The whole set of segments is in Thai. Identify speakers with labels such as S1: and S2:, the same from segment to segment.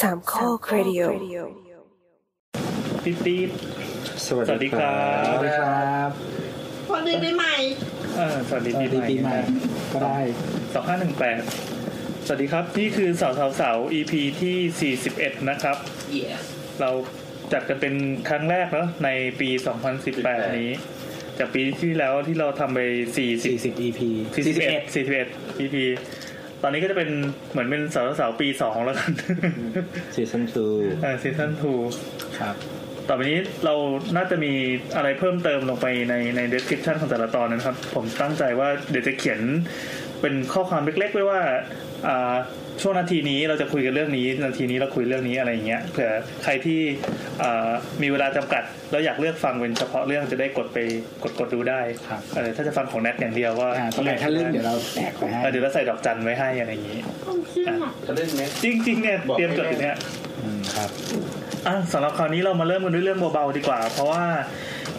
S1: สามข้อครดิโอ
S2: ปี๊ดปี๊ด
S3: สวัสดีครั
S2: ส
S3: บ
S2: วัสดีครับ
S4: พอดีปีใหม่
S2: เออสวัสดี
S5: สวัสดีปี
S2: ปี
S5: ให
S2: ให
S5: ม่
S2: ม่
S5: ก็ได้
S2: สองห้าหนึ่งแปดสวัสดีครับ นี่คือสาวสาวสาว EP ที่ 41 นะครับ
S4: yes
S2: เราจัดกันเป็นครั้งแรกเนอะในปี 2018 นี้ จากปีที่แล้วที่เราทำไป 40
S5: 40 EP
S2: 41 41 EP ตอนนี้ก็จะเป็นเหมือนเป็นสาวสาวปี 2 แล้วกัน
S3: ซีซั่น2
S2: เออซีซั่น2
S5: ครับ
S2: ต่อไปนี้เราน่าจะมีอะไรเพิ่มเติมลงไปในใน description ของแต่ละตอนนะครับ ผมตั้งใจว่าเดี๋ยวจะเขียนเป็นข้อความเล็กๆไว้ว่าอ่าช่วงนาทีนี้เราจะคุยกันเรื่องนี้ นาทีนี้เราคุยเรื่องนี้อะไรอย่างเงี้ยเผื่อใครที่อ่ามีเวลาจำกัด แล้วอยากเลือกฟังเป็นเฉพาะเรื่องจะได้กดไปกดกดดูได้
S5: ครับ
S2: เออถ้าจะฟังของแนทอย่างเดียวว่า
S5: อ่าตรงไหนถ้าเรื่องเดี๋ยวเราแตกไปให้
S2: เออเดี๋ยวเราใส่ดอกจันไว้ให้อะไรอย่างงี้
S4: ต้องเชื่อ
S6: จะเล่นไหม
S2: จริงๆเนี่ยเตรียมจดอยู่เนี่ย
S5: อืมครับ
S2: อ่ะสำหรับคราวนี้เรามาเริ่มกันด้วยเรื่องเบาๆดีกว่า เพราะว่า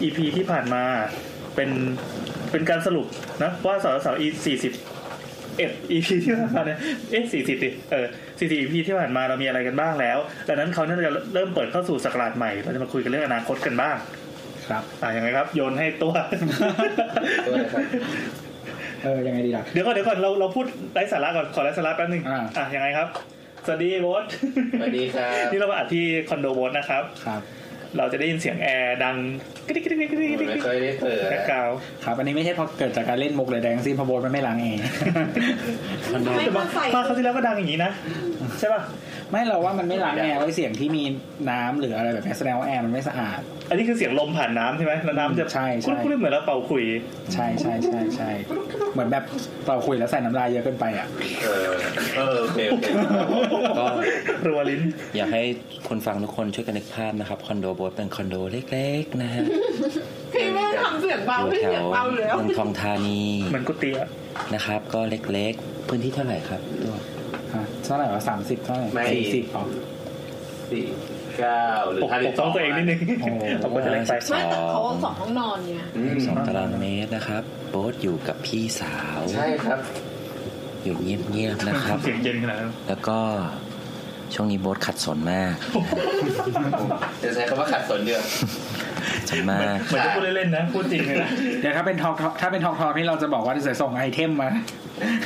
S2: EP ที่ผ่านมาเป็นเป็นการสรุปนะว่าสาวสาว E สี่สิบเอ็ด EP ที่ผ่านมาเนี่ยเอ๊ะสี่สิบดิเออสี่สิบ EP ที่ผ่านมาเรามีอะไรกันบ้างแล้วดังนั้นเขาวนี้เราจะเริ่มเปิดเข้าสู่สกราชใหม่เราจะมาคุยกันเรื่องอนาคตกันบ้าง
S5: ครับ
S2: อ่ะยังไงครับ โยนให้ตัว
S6: ตัวอะไรครับ
S5: เออ ยังไงดีล่ะ
S2: เดี๋ยวก่อนเดี๋ยวก่อนเราเราพูดไร้สาระก่อนขอไร้สาระแป๊บหนึง
S5: อ่า
S2: อ่ะยังไงครับสวัสดีโบ๊ท
S6: สวัสดีครับ
S2: นี่เรามาอัดที่คอนโดโบ๊ทนะครับ
S5: ครับ
S2: เราจะได้ยินเสียงแอร์ดังกริ๊กกริ๊กกริ๊กกริ๊กกริ๊ก
S6: ไม่
S2: กริ๊ก
S6: เคยได้เปิด
S2: แบ็คกราวด์
S5: ครับ อันนี้ไม่ใช่เพราะเกิดจากการเล่นมุกเลยแดงซี่เพราะโบทมันไม่ล้างเอง
S4: ไม่
S2: แต่
S4: ต้
S2: มา
S4: องใส่
S2: มาคราวที่แล้วก็ดังอย่างนี้นะ ใช่ป่ะ
S5: ไม่เราว่ามันไม่ล้างแอร์ไว้เสียงที่มีน้ำหรืออะไรแบบนี้แสดงว่าแอร์มันไม่สะอาด
S2: อันนี้คือเสียงลมผ่านน้ำใช่ไหมแล้วน้ำจะ
S5: ใช่ใช่
S2: คุ้นๆเหมือนเราเป่าขลุย
S5: ใช่ใช่ใช่ใช่เหมือนแบบเราคุยแล้วใส่น้ำลายเยอะเกินไปอ่ะ
S6: เออเออโอเคโอเค
S7: ก็
S2: รัวลิ้น
S7: อยากให้คนฟังทุกคนช่วยกันนึกภาพนะครับ คอนโดโบทเป็นคอนโดเล็กๆนะฮะ
S4: พี่ไม่ทำเสียงเบา
S7: อยู่
S4: พี่
S7: แถ
S4: เสียง
S7: ว
S4: เบาอยู่แล้ว
S7: เมืองทองธานี
S2: เหมือนกุฏิอะ
S7: นะครับ ก็เล็กๆ พื้นที่เท่าไหร่ครับตัว
S5: อ่ะเท่าไหร่วะสามสิบเท่าไหร่สี่สิบอ๋อ
S6: สี่เก้าหรือ
S2: ปก
S6: ห้า
S2: ปกป้องตัวเองนิดนึง
S5: โอ้โห
S2: เอาคนจะเล็กไป
S4: ไม่แต่เขาสองห้องนอนเนี่ย
S6: อืม
S7: สองตารางเมตรนะครับ โบทอยู่กับพี่สาว
S6: ใช่ครับ
S7: อยู่เงียบๆนะครับ
S2: เสียงเย็นขนาดนั้น
S7: แล้วก็ช่วงนี้โบทขัดสนมาก
S6: จะใช้คำว่าขัดสนเดียว
S7: สนมาก
S2: เหมือนจะพูดเล่นๆนะ พูดจริงเลยนะ
S5: เดี๋ยวถ้าเป็นทอกถ้าเป็นทอกทอที่เราจะบอกว่าจะส่งไอเทมมา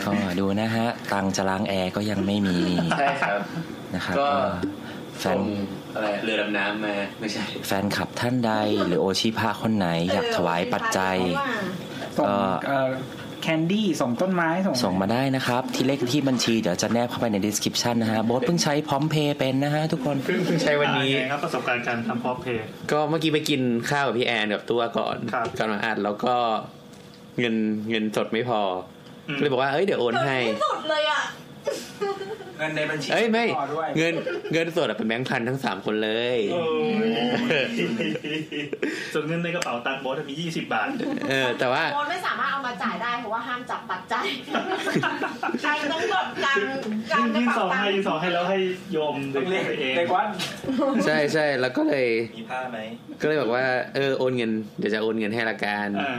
S7: ก็ดูนะฮะ ตังค์จะล้างแอร์ก็ยังไม่มี
S6: ใช่ครับ
S7: นะครับ
S6: ก็
S7: ก็แฟ
S6: ส่
S7: น
S6: งอะไรเรือดำน้ำมาไม่ใช่
S7: แฟนคลับท่านใดหรือโอชิพะคนไหนอยากถวายปัจจัย
S5: ส่ง
S7: เอ่อ
S5: เอ่อแคนดี้ส่งต้นไม้ส่ง
S7: ส่งมาได้นะครับ ที่เลขที่บัญชีเดี๋ยวจะแนบเข้าไปใน description นะฮะโบทเพิ่งใช้พร้อมเพย์เป็นนะฮะทุกคน
S6: เพิ่งเพิ่งใช้วันนี้
S2: อ่ายังไงครับประสบการณ์การทำพอเพย์
S6: ก็เมื่อกี้ไปกินข้าวกับพี่แอนกับตัวก่อน
S2: ครับ
S6: ก่อนมาอัดแล้วก็เงินเงินสดไม่พอ
S2: อืม
S6: ก็เลยบอกว่าเอ้ยเดี๋ยวโอนให้
S4: ที่สุดเลยอ่ะ
S5: เงินในบัญชี
S6: เอ้ยไม่
S5: ต่อด้วย
S6: เงินเงินสดอะเป็นแบงค์พันทั้งสามคนเลย
S2: โอ้ ยส่วนเงินในกระเป๋าตังค์โบอสมียี่สิบบาท
S6: เออ แต่ว่า
S4: โอนไม่สามารถเอามาจ่ายได้เพราะว่าห้ามจับปัจจัยใครต้องจับกันกั
S2: ยิ่ง
S4: นกระ
S2: ยิ่งสอ
S4: เป๋า
S2: ง
S4: ตัง
S2: ให้
S4: ค์
S2: ยิ่งสองให้แล้วให้โยมเด็กไปเอง
S5: เด็กวัด
S6: ใช่ใช่แล้วก็เลย
S3: มีผ้าไหม
S6: ก็เลยบอกว่าเออโอนเงินเดี๋ยวจะโอนเงินให้ละกัน
S2: อ่า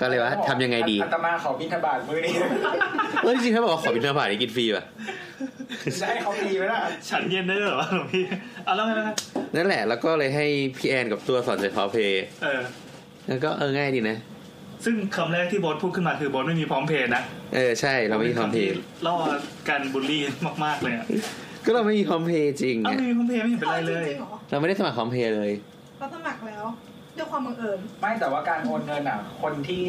S6: ก็เลยว่าทำยังไงดี
S5: อาตมาขอบิณฑบาตมือ นี้
S6: เออจริงๆเขาบอกว่าขอบิณฑบาตได้กินฟรีป่ะ
S5: จะให้เขาดีไหมล่ะ
S2: ฉันเย็นได้ด้วยเหรอวะหลวงพี่เอาแล้วไงนะครับ
S6: นั่นแหละแล้วก็เลยให้พี่แอนกับตัวสอนใจพอเพย์
S2: เออ
S6: แล้วก็เออง่ายดีนะ
S2: ซึ่งคำแรกที่โบอสพูดขึ้นมาคือโบอสไม่มีพร้อมเพย์นะ
S6: เออใช่เราไม่มีพร้อมเพย์
S2: ล่อการบูลลี่มากๆเลยอะ
S6: ก็เราไม่มีพร้อมเพย์จริง
S2: เอ้า
S6: อะ
S2: ไม่มีพร้อมเพย์ไม่เห็นเป็นไรเลย
S4: จริงๆหรอ
S6: เราไม่ได้สมัครพร้อมเพย์เลย
S4: เราสมัครแล้วด้วยความบังเอิญ
S5: ไม่แต่ว่าการโอนเงินอ่ะ คนที่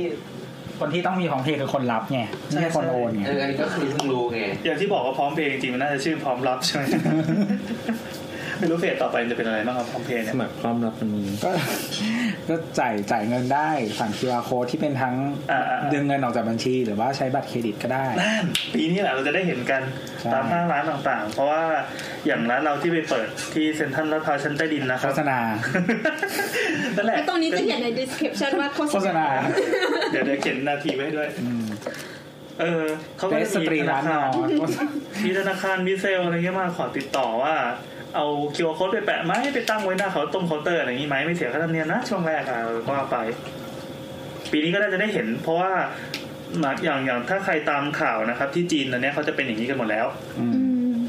S5: คนที่ต้องมีของเทคือคนรับไงไม่ใช่คนโอนไง
S6: เอออันนี้ก็คือเพิ่งรู้ไง
S2: อย่างที่บอกว่าพร้อมเพย์จริงๆมันน่าจะชื่อพร้อมรับใช่ไหม ไม่รู้เพจต่อไปมันจะเป็นอะไรบ้างครับพร้อมเพย์
S3: ส
S2: เนี่ย
S3: มัครความรับมันมี
S5: ก็ ก็จ่ายจ่ายเงินได้สั่ง QR code ที่เป็นทั้ง
S2: อ่าๆ
S5: ดึงเงินออกจากบัญชี หรือว่าใช้บัตรเครดิตก็ได้
S2: นั่นปีนี้แหละเราจะได้เห็นกัน
S5: ใช่
S2: ตามห้างร้านต่างๆ เพราะว่าอย่างร้านเราที่ไปเปิดที่เซ็นทรัลลาดพร้าวชั้นใต้ดินนะค
S5: โฆ
S2: รับ
S5: ษณา
S2: นั่นแหละ
S8: แล้วตรงนี้จะเขียนใน description ว่าโฆษ
S5: โฆษ
S8: ณา
S5: ณา
S2: เดี๋ยวเดี๋ยวเขียนนาทีไว้ให้ด้วย
S5: อืม
S2: เออเขา
S5: เฟ
S2: ก็
S5: ส
S2: จะ
S5: ส
S2: มี
S5: ตรี
S2: ธนา
S5: ร้านน
S2: คา
S5: อ
S2: ร
S5: นโฆษณา
S2: มีธนาคารมีเซลลอะไรเงี้ยมาขอติดต่อว่า เอาคิวโค้ดไปแปะไหมไปตั้งไว้หน้าเขาน์ตรงเคาน์เตอร์อะไรอย่างงี้ไหมไม่เสียค่าธรรมเนียมนะช่วงแรกอะก็ว่าไป ปีนี้ก็น่าจะได้เห็น เพราะว่าอย่างอย่างถ้าใครตามข่าวนะครับ ที่จีนตอนเนี้ยเขาจะเป็นอย่างนี้กันหมดแล้ว
S5: อืม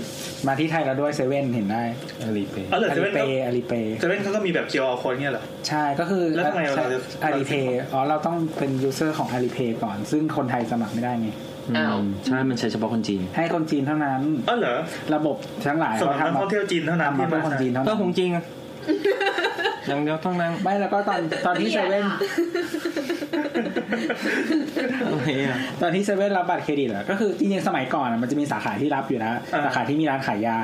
S5: มาที่ไทยเราด้วยเซเว่นเห็นได้
S3: อาลีเปย์
S2: อ๋อเหรอ
S5: อา
S2: เซ
S5: ลี
S2: เว่น
S5: เป
S2: ก็
S5: ย์อาลีเปย์
S2: เซเว่นเขาก็มีแบบ QR code เนี่ยเหรอ
S5: ใช่ก็คือ
S2: แล้วทำไมเราจะ
S5: อาลีเปย์อ๋อเราต้องเป็นยูเซอร์ของอาลีเปย์ก่อน ซึ่งคนไทยสมัครไม่ได้ไง
S1: อืมใช่มันใช้เฉพาะคนจีน
S5: ให้คนจีนเท่านั้น
S2: อ๋อเหรอ
S5: ระบบทั้งหลาย
S2: สำหรับนัก
S5: ทำ
S2: ท่องเที่ยวจีนเท่านั้น
S5: ทำมา
S2: ที่
S5: เพื่
S2: มา
S5: อคนจีนเท่า
S1: ก็
S5: นั้น
S1: คงจริงอะอย่างเดียวต้อง นั่ง
S5: ไม่แล้วก็ตอนตอนที่เซเว่น
S1: อะไรอะ
S5: ตอนที่เซเว่นรับบัตรเครดิตเหรอก็คือจริงๆสมัยก่อนอะมันจะมีสาขาที่รับอยู่นะสาขาที่มีร้านขายยา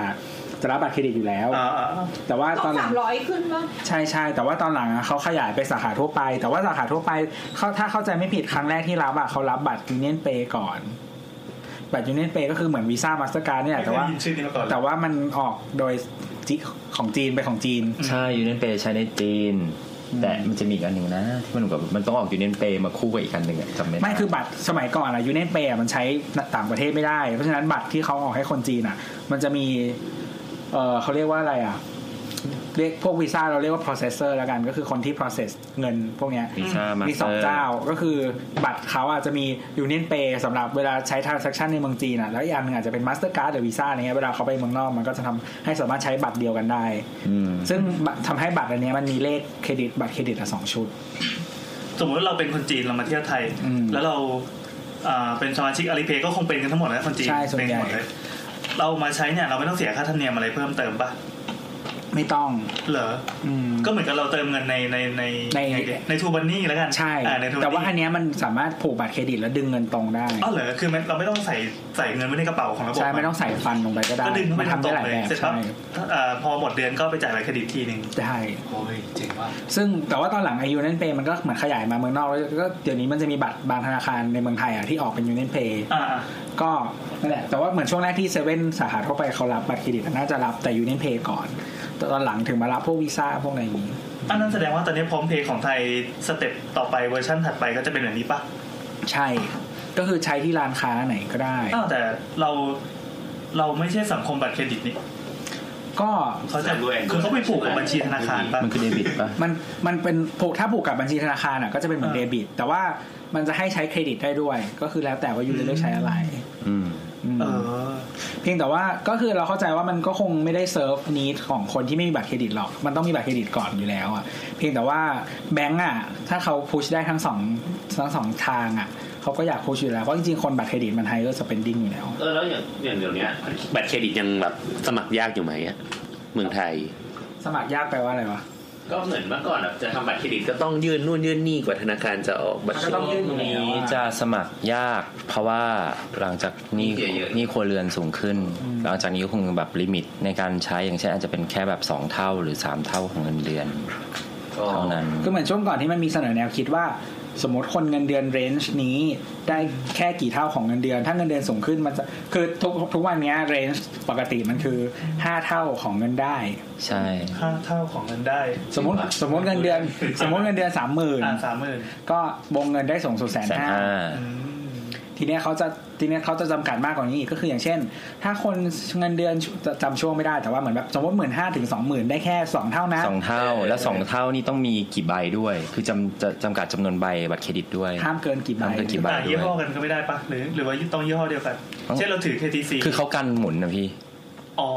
S5: จะรับบัตรเครดิตอยู่แล้ว
S2: อ่าอ่า
S5: แต่ว่า
S4: ต้
S5: ตอ
S4: อ
S5: ง นหลั
S4: สาง มร้อยขึ้นป่ะ
S5: ใช่ใช่แต่ว่าตอนหลังอะเขาขยายไปสาขาทั่วไป แต่ว่าสาขาทั่วไปเขาถ้าเข้าใจไม่ผิดครั้งแรกที่รับอะเขารับบัตรยูเนียนเปย์ก่อนบัตรยูเนียนเปย์ก็คือเหมือนวีซ่ามาสเตอร์การ์ดเนี่ยแหละแต่ว่า
S2: ไม่เคยได้ยินชื่อนี้มาก่อนเลย
S5: แต่ว่ามันออกโดยจิของจีนไปนของจีน
S7: ใช่ยูเนียนเปย์ใช้ในจีน แต่มันจะมีอีกอันหนึ่งนะ ที่มันเหมือนกับมันต้องออกยูเนียนเปย์มาคู่กับอีกอันหนึ่งอะจำไม่ได้
S5: ไม่คือบัตรสมัยก่อนอะยูเนียนเปย์มันใช้ต่างประเทศไม่ได้ เพราะฉะนั้นบัตรที่เขาออกให้คนจีนอะมันจะมี เออเขาเรียกว่าอะไรอะเรียกพวกวีซ่าเราเรียกว่า processor แล้วกันก็คือคนที่ process เงินพวกเนี้ย
S7: วีซ่ามา
S5: มี
S7: มี
S5: สองเจ้าก็คือบัตรเขาอาจจะมียูเนียนเปย์สำหรับเวลาใช้ transaction ในเมืองจีนอะแล้วอีกอันหนึงอาจจะเป็น mastercard หรือวีซ่าอะไรเงี้ยเวลาเขาไปเมืองนอกมันก็จะทำให้สามารถใช้บัตรเดียวกันได้ ซึ่งบัตรทำให้บัตรอันเนี้ยมันมีเลขเครดิตบัตรเครดิตอะสองชุด
S2: สมมติว่าเราเป็นคนจีนเรามาเที่ยวไทย
S5: อืม
S2: แล้วเราอ่าเป็นสมาชิกอาลีเพย์ก็คงเป็นกันทั้งหมดแล้วคนจีน
S5: ใช่ส่วน
S2: เป็น
S5: ใหญ่
S2: กันหมดเลยเรามาใช้เนี่ยเราไม่ต้องเสียค่าธรรมเนียมอะไรเพิ่มเติมป่ะ
S5: ไม่ต้อง
S2: เหรอ
S5: อืม
S2: ก็เหมือนกับเราเติมเงินในในใน
S5: ใน
S2: ในทูบันนี่แล้วกัน
S5: ใช่
S2: อ่าในทูบัน
S5: แต่ว่าอัน
S2: นี่
S5: เนี้ยมันสามารถผูกบัตรเครดิตแล้วดึงเงินตรงได้
S2: อ๋อเหรอคือมันเราไม่ต้องใส่ใส่เงินไว้ในกระเป๋าของระบบ
S5: ใช่ ไม่ต้องใส่ฟันลงไปก็ได้
S2: ก็ดึง
S5: มันทำได้หลายแบบ
S2: เสร็จปั๊
S5: ใช่
S2: บอ่าพอหมดเดือนก็ไปจ่ายบัตรเครดิตทีหนึ่ง
S5: ใช่
S2: โอ้ยเจ๋งว่ะ
S5: ซึ่งแต่ว่าตอนหลังไอยูเนนเปย์มันก็เหมือนขยายมาเมืองนอกแล้วก็เดี๋ยวนี้มันจะมีบัตรบางธนาคารในเมืองไทยอ่ะที่ออกเป็นยูเนนเปย์
S2: อ่า
S5: ก็นั่นแหละ แต่ว่าเหมือนช่วงแรกที่เซเว่นสาขาทั่วไปเขารับบัตรเครดิตน่าจะรับแต่ยูเนนเปย์ก่อนแต่ตอนหลังถึงมารับพวกวีซ่าพวกอะไรอย่างนี้
S2: อันนั้นแสดงว่าตอนนี้พร้อมเพย์ของไทยสเต็ปต่อไปเวอร์ชั่นถัดไปก็จะเป็นแบบนี้ป่ะ
S5: ใช่ ก็คือใช้ที่ร้านค้าไหนก็ได้
S2: อ้าวแต่เราเราไม่ใช่สังคมบัตรเครดิตนี่
S5: ก็
S2: เขาจะคือเขาไปผูกกับบัญชีธนาคารป่ะ
S7: มันคือเดบิตปะ
S5: มันมันเป็นผูกถ้าผูกกับบัญชีธนาคารอ่ะก็จะเป็นเหมือน
S2: อ่า
S5: เดบิต แต่ว่ามันจะให้ใช้เครดิตได้ด้วย ก็คือแล้วแต่ว่ายูจะเลือกใช้อะไร
S7: อืม
S5: อืม
S2: เออ
S5: เพียงแต่ว่าก็คือเราเข้าใจว่ามันก็คงไม่ได้เซิร์ฟนีดของคนที่ไม่มีบัตรเครดิตหรอก มันต้องมีบัตรเครดิตก่อนอยู่แล้วอ่ะเพียงแต่ว่าแบงก์อ่ะถ้าเขาพุชได้ทั้งสองทั้งสองทางอ่ะเขาก็อยากพุชอยู่แล้วเพราะจริงๆคนบัตรเครดิตมันไฮเออร์สเปนดิ้งอยู่แล้ว
S6: เออแล้วอย่างอย่างเดี๋ยวเนี้ย
S9: บัตรเครดิตยังแบบสมัครยากอยู่ไหมอะเมืองไทย
S5: สมัครยากไปลว่าอะไรวะ
S6: ก็เหมือนเมื่อก่อนแบบจะทำบัตรเครดิตก็
S9: ก็ต้องยื่นนู่นยื่นนี่กว่าธนาคารจะออกบัตร
S5: มันก็ต้องยื่นอยู่แล้
S7: นี้
S5: วอะ
S7: จะสมัครยากเพราะว่าหลังจากหนี้
S6: หนี้เยอะ
S7: หนี้ครัวเรือนสูงขึ้น
S5: อืม
S7: หลังจากนี้ก็คงแบบลิมิตในการใช้อย่างเช่นอาจจะเป็นแค่แบบ 2 เท่าหรือ 3 เท่าของเงินเดือนเท่านั้น
S5: ก็เหมือนช่วงก่อนที่มันมีเสนอแนวคิดว่า สมมติคนเงินเดือนเรนจ์นี้ได้แค่กี่เท่าของเงินเดือน ถ้าเงินเดือนสูงขึ้นมันจะคือทุกทุกวันเนี้เรนจ์ปกติมันคือ 5 เท่าของเงินได้
S7: ใช่
S2: ค่าเท่าของเงินได้
S5: สมมติสมมติเงินเดือน สมมติเงินเดือนสามหมื่น
S2: อ่าสามหมื่น
S5: ก็วงเงินได้สูงสุดแสน
S7: แสน
S5: ห้า
S7: ห้า
S5: ทีเนี้ยเขาจะทีเนี้ยเขาจะจำกัดมากกว่านี้อีกก็คืออย่างเช่น ถ้าคนเงินเดือนจะจำช่วงไม่ได้แต่ว่าเหมือนแบบสมมติหมื่นห้าถึงสองหมื่นได้แค่สองเท่านะ
S7: สองเท่าแล้วสองเท่านี่ต้องมีกี่ใบด้วย คือจำจะจำกัดจำนวนใบบัตรเครดิตด้วย
S5: ห้ามเกินกี่ใบ
S7: ห้ามเกินกี่ใบ
S2: ต่างยี่ห้อกันก็ไม่ได้ป่ะหรือ หรือว่าต้องยี่ห้อเดียวกัน เช่นเราถือ KTC
S7: คือเขากันหมุนนะพี่
S2: อ๋อ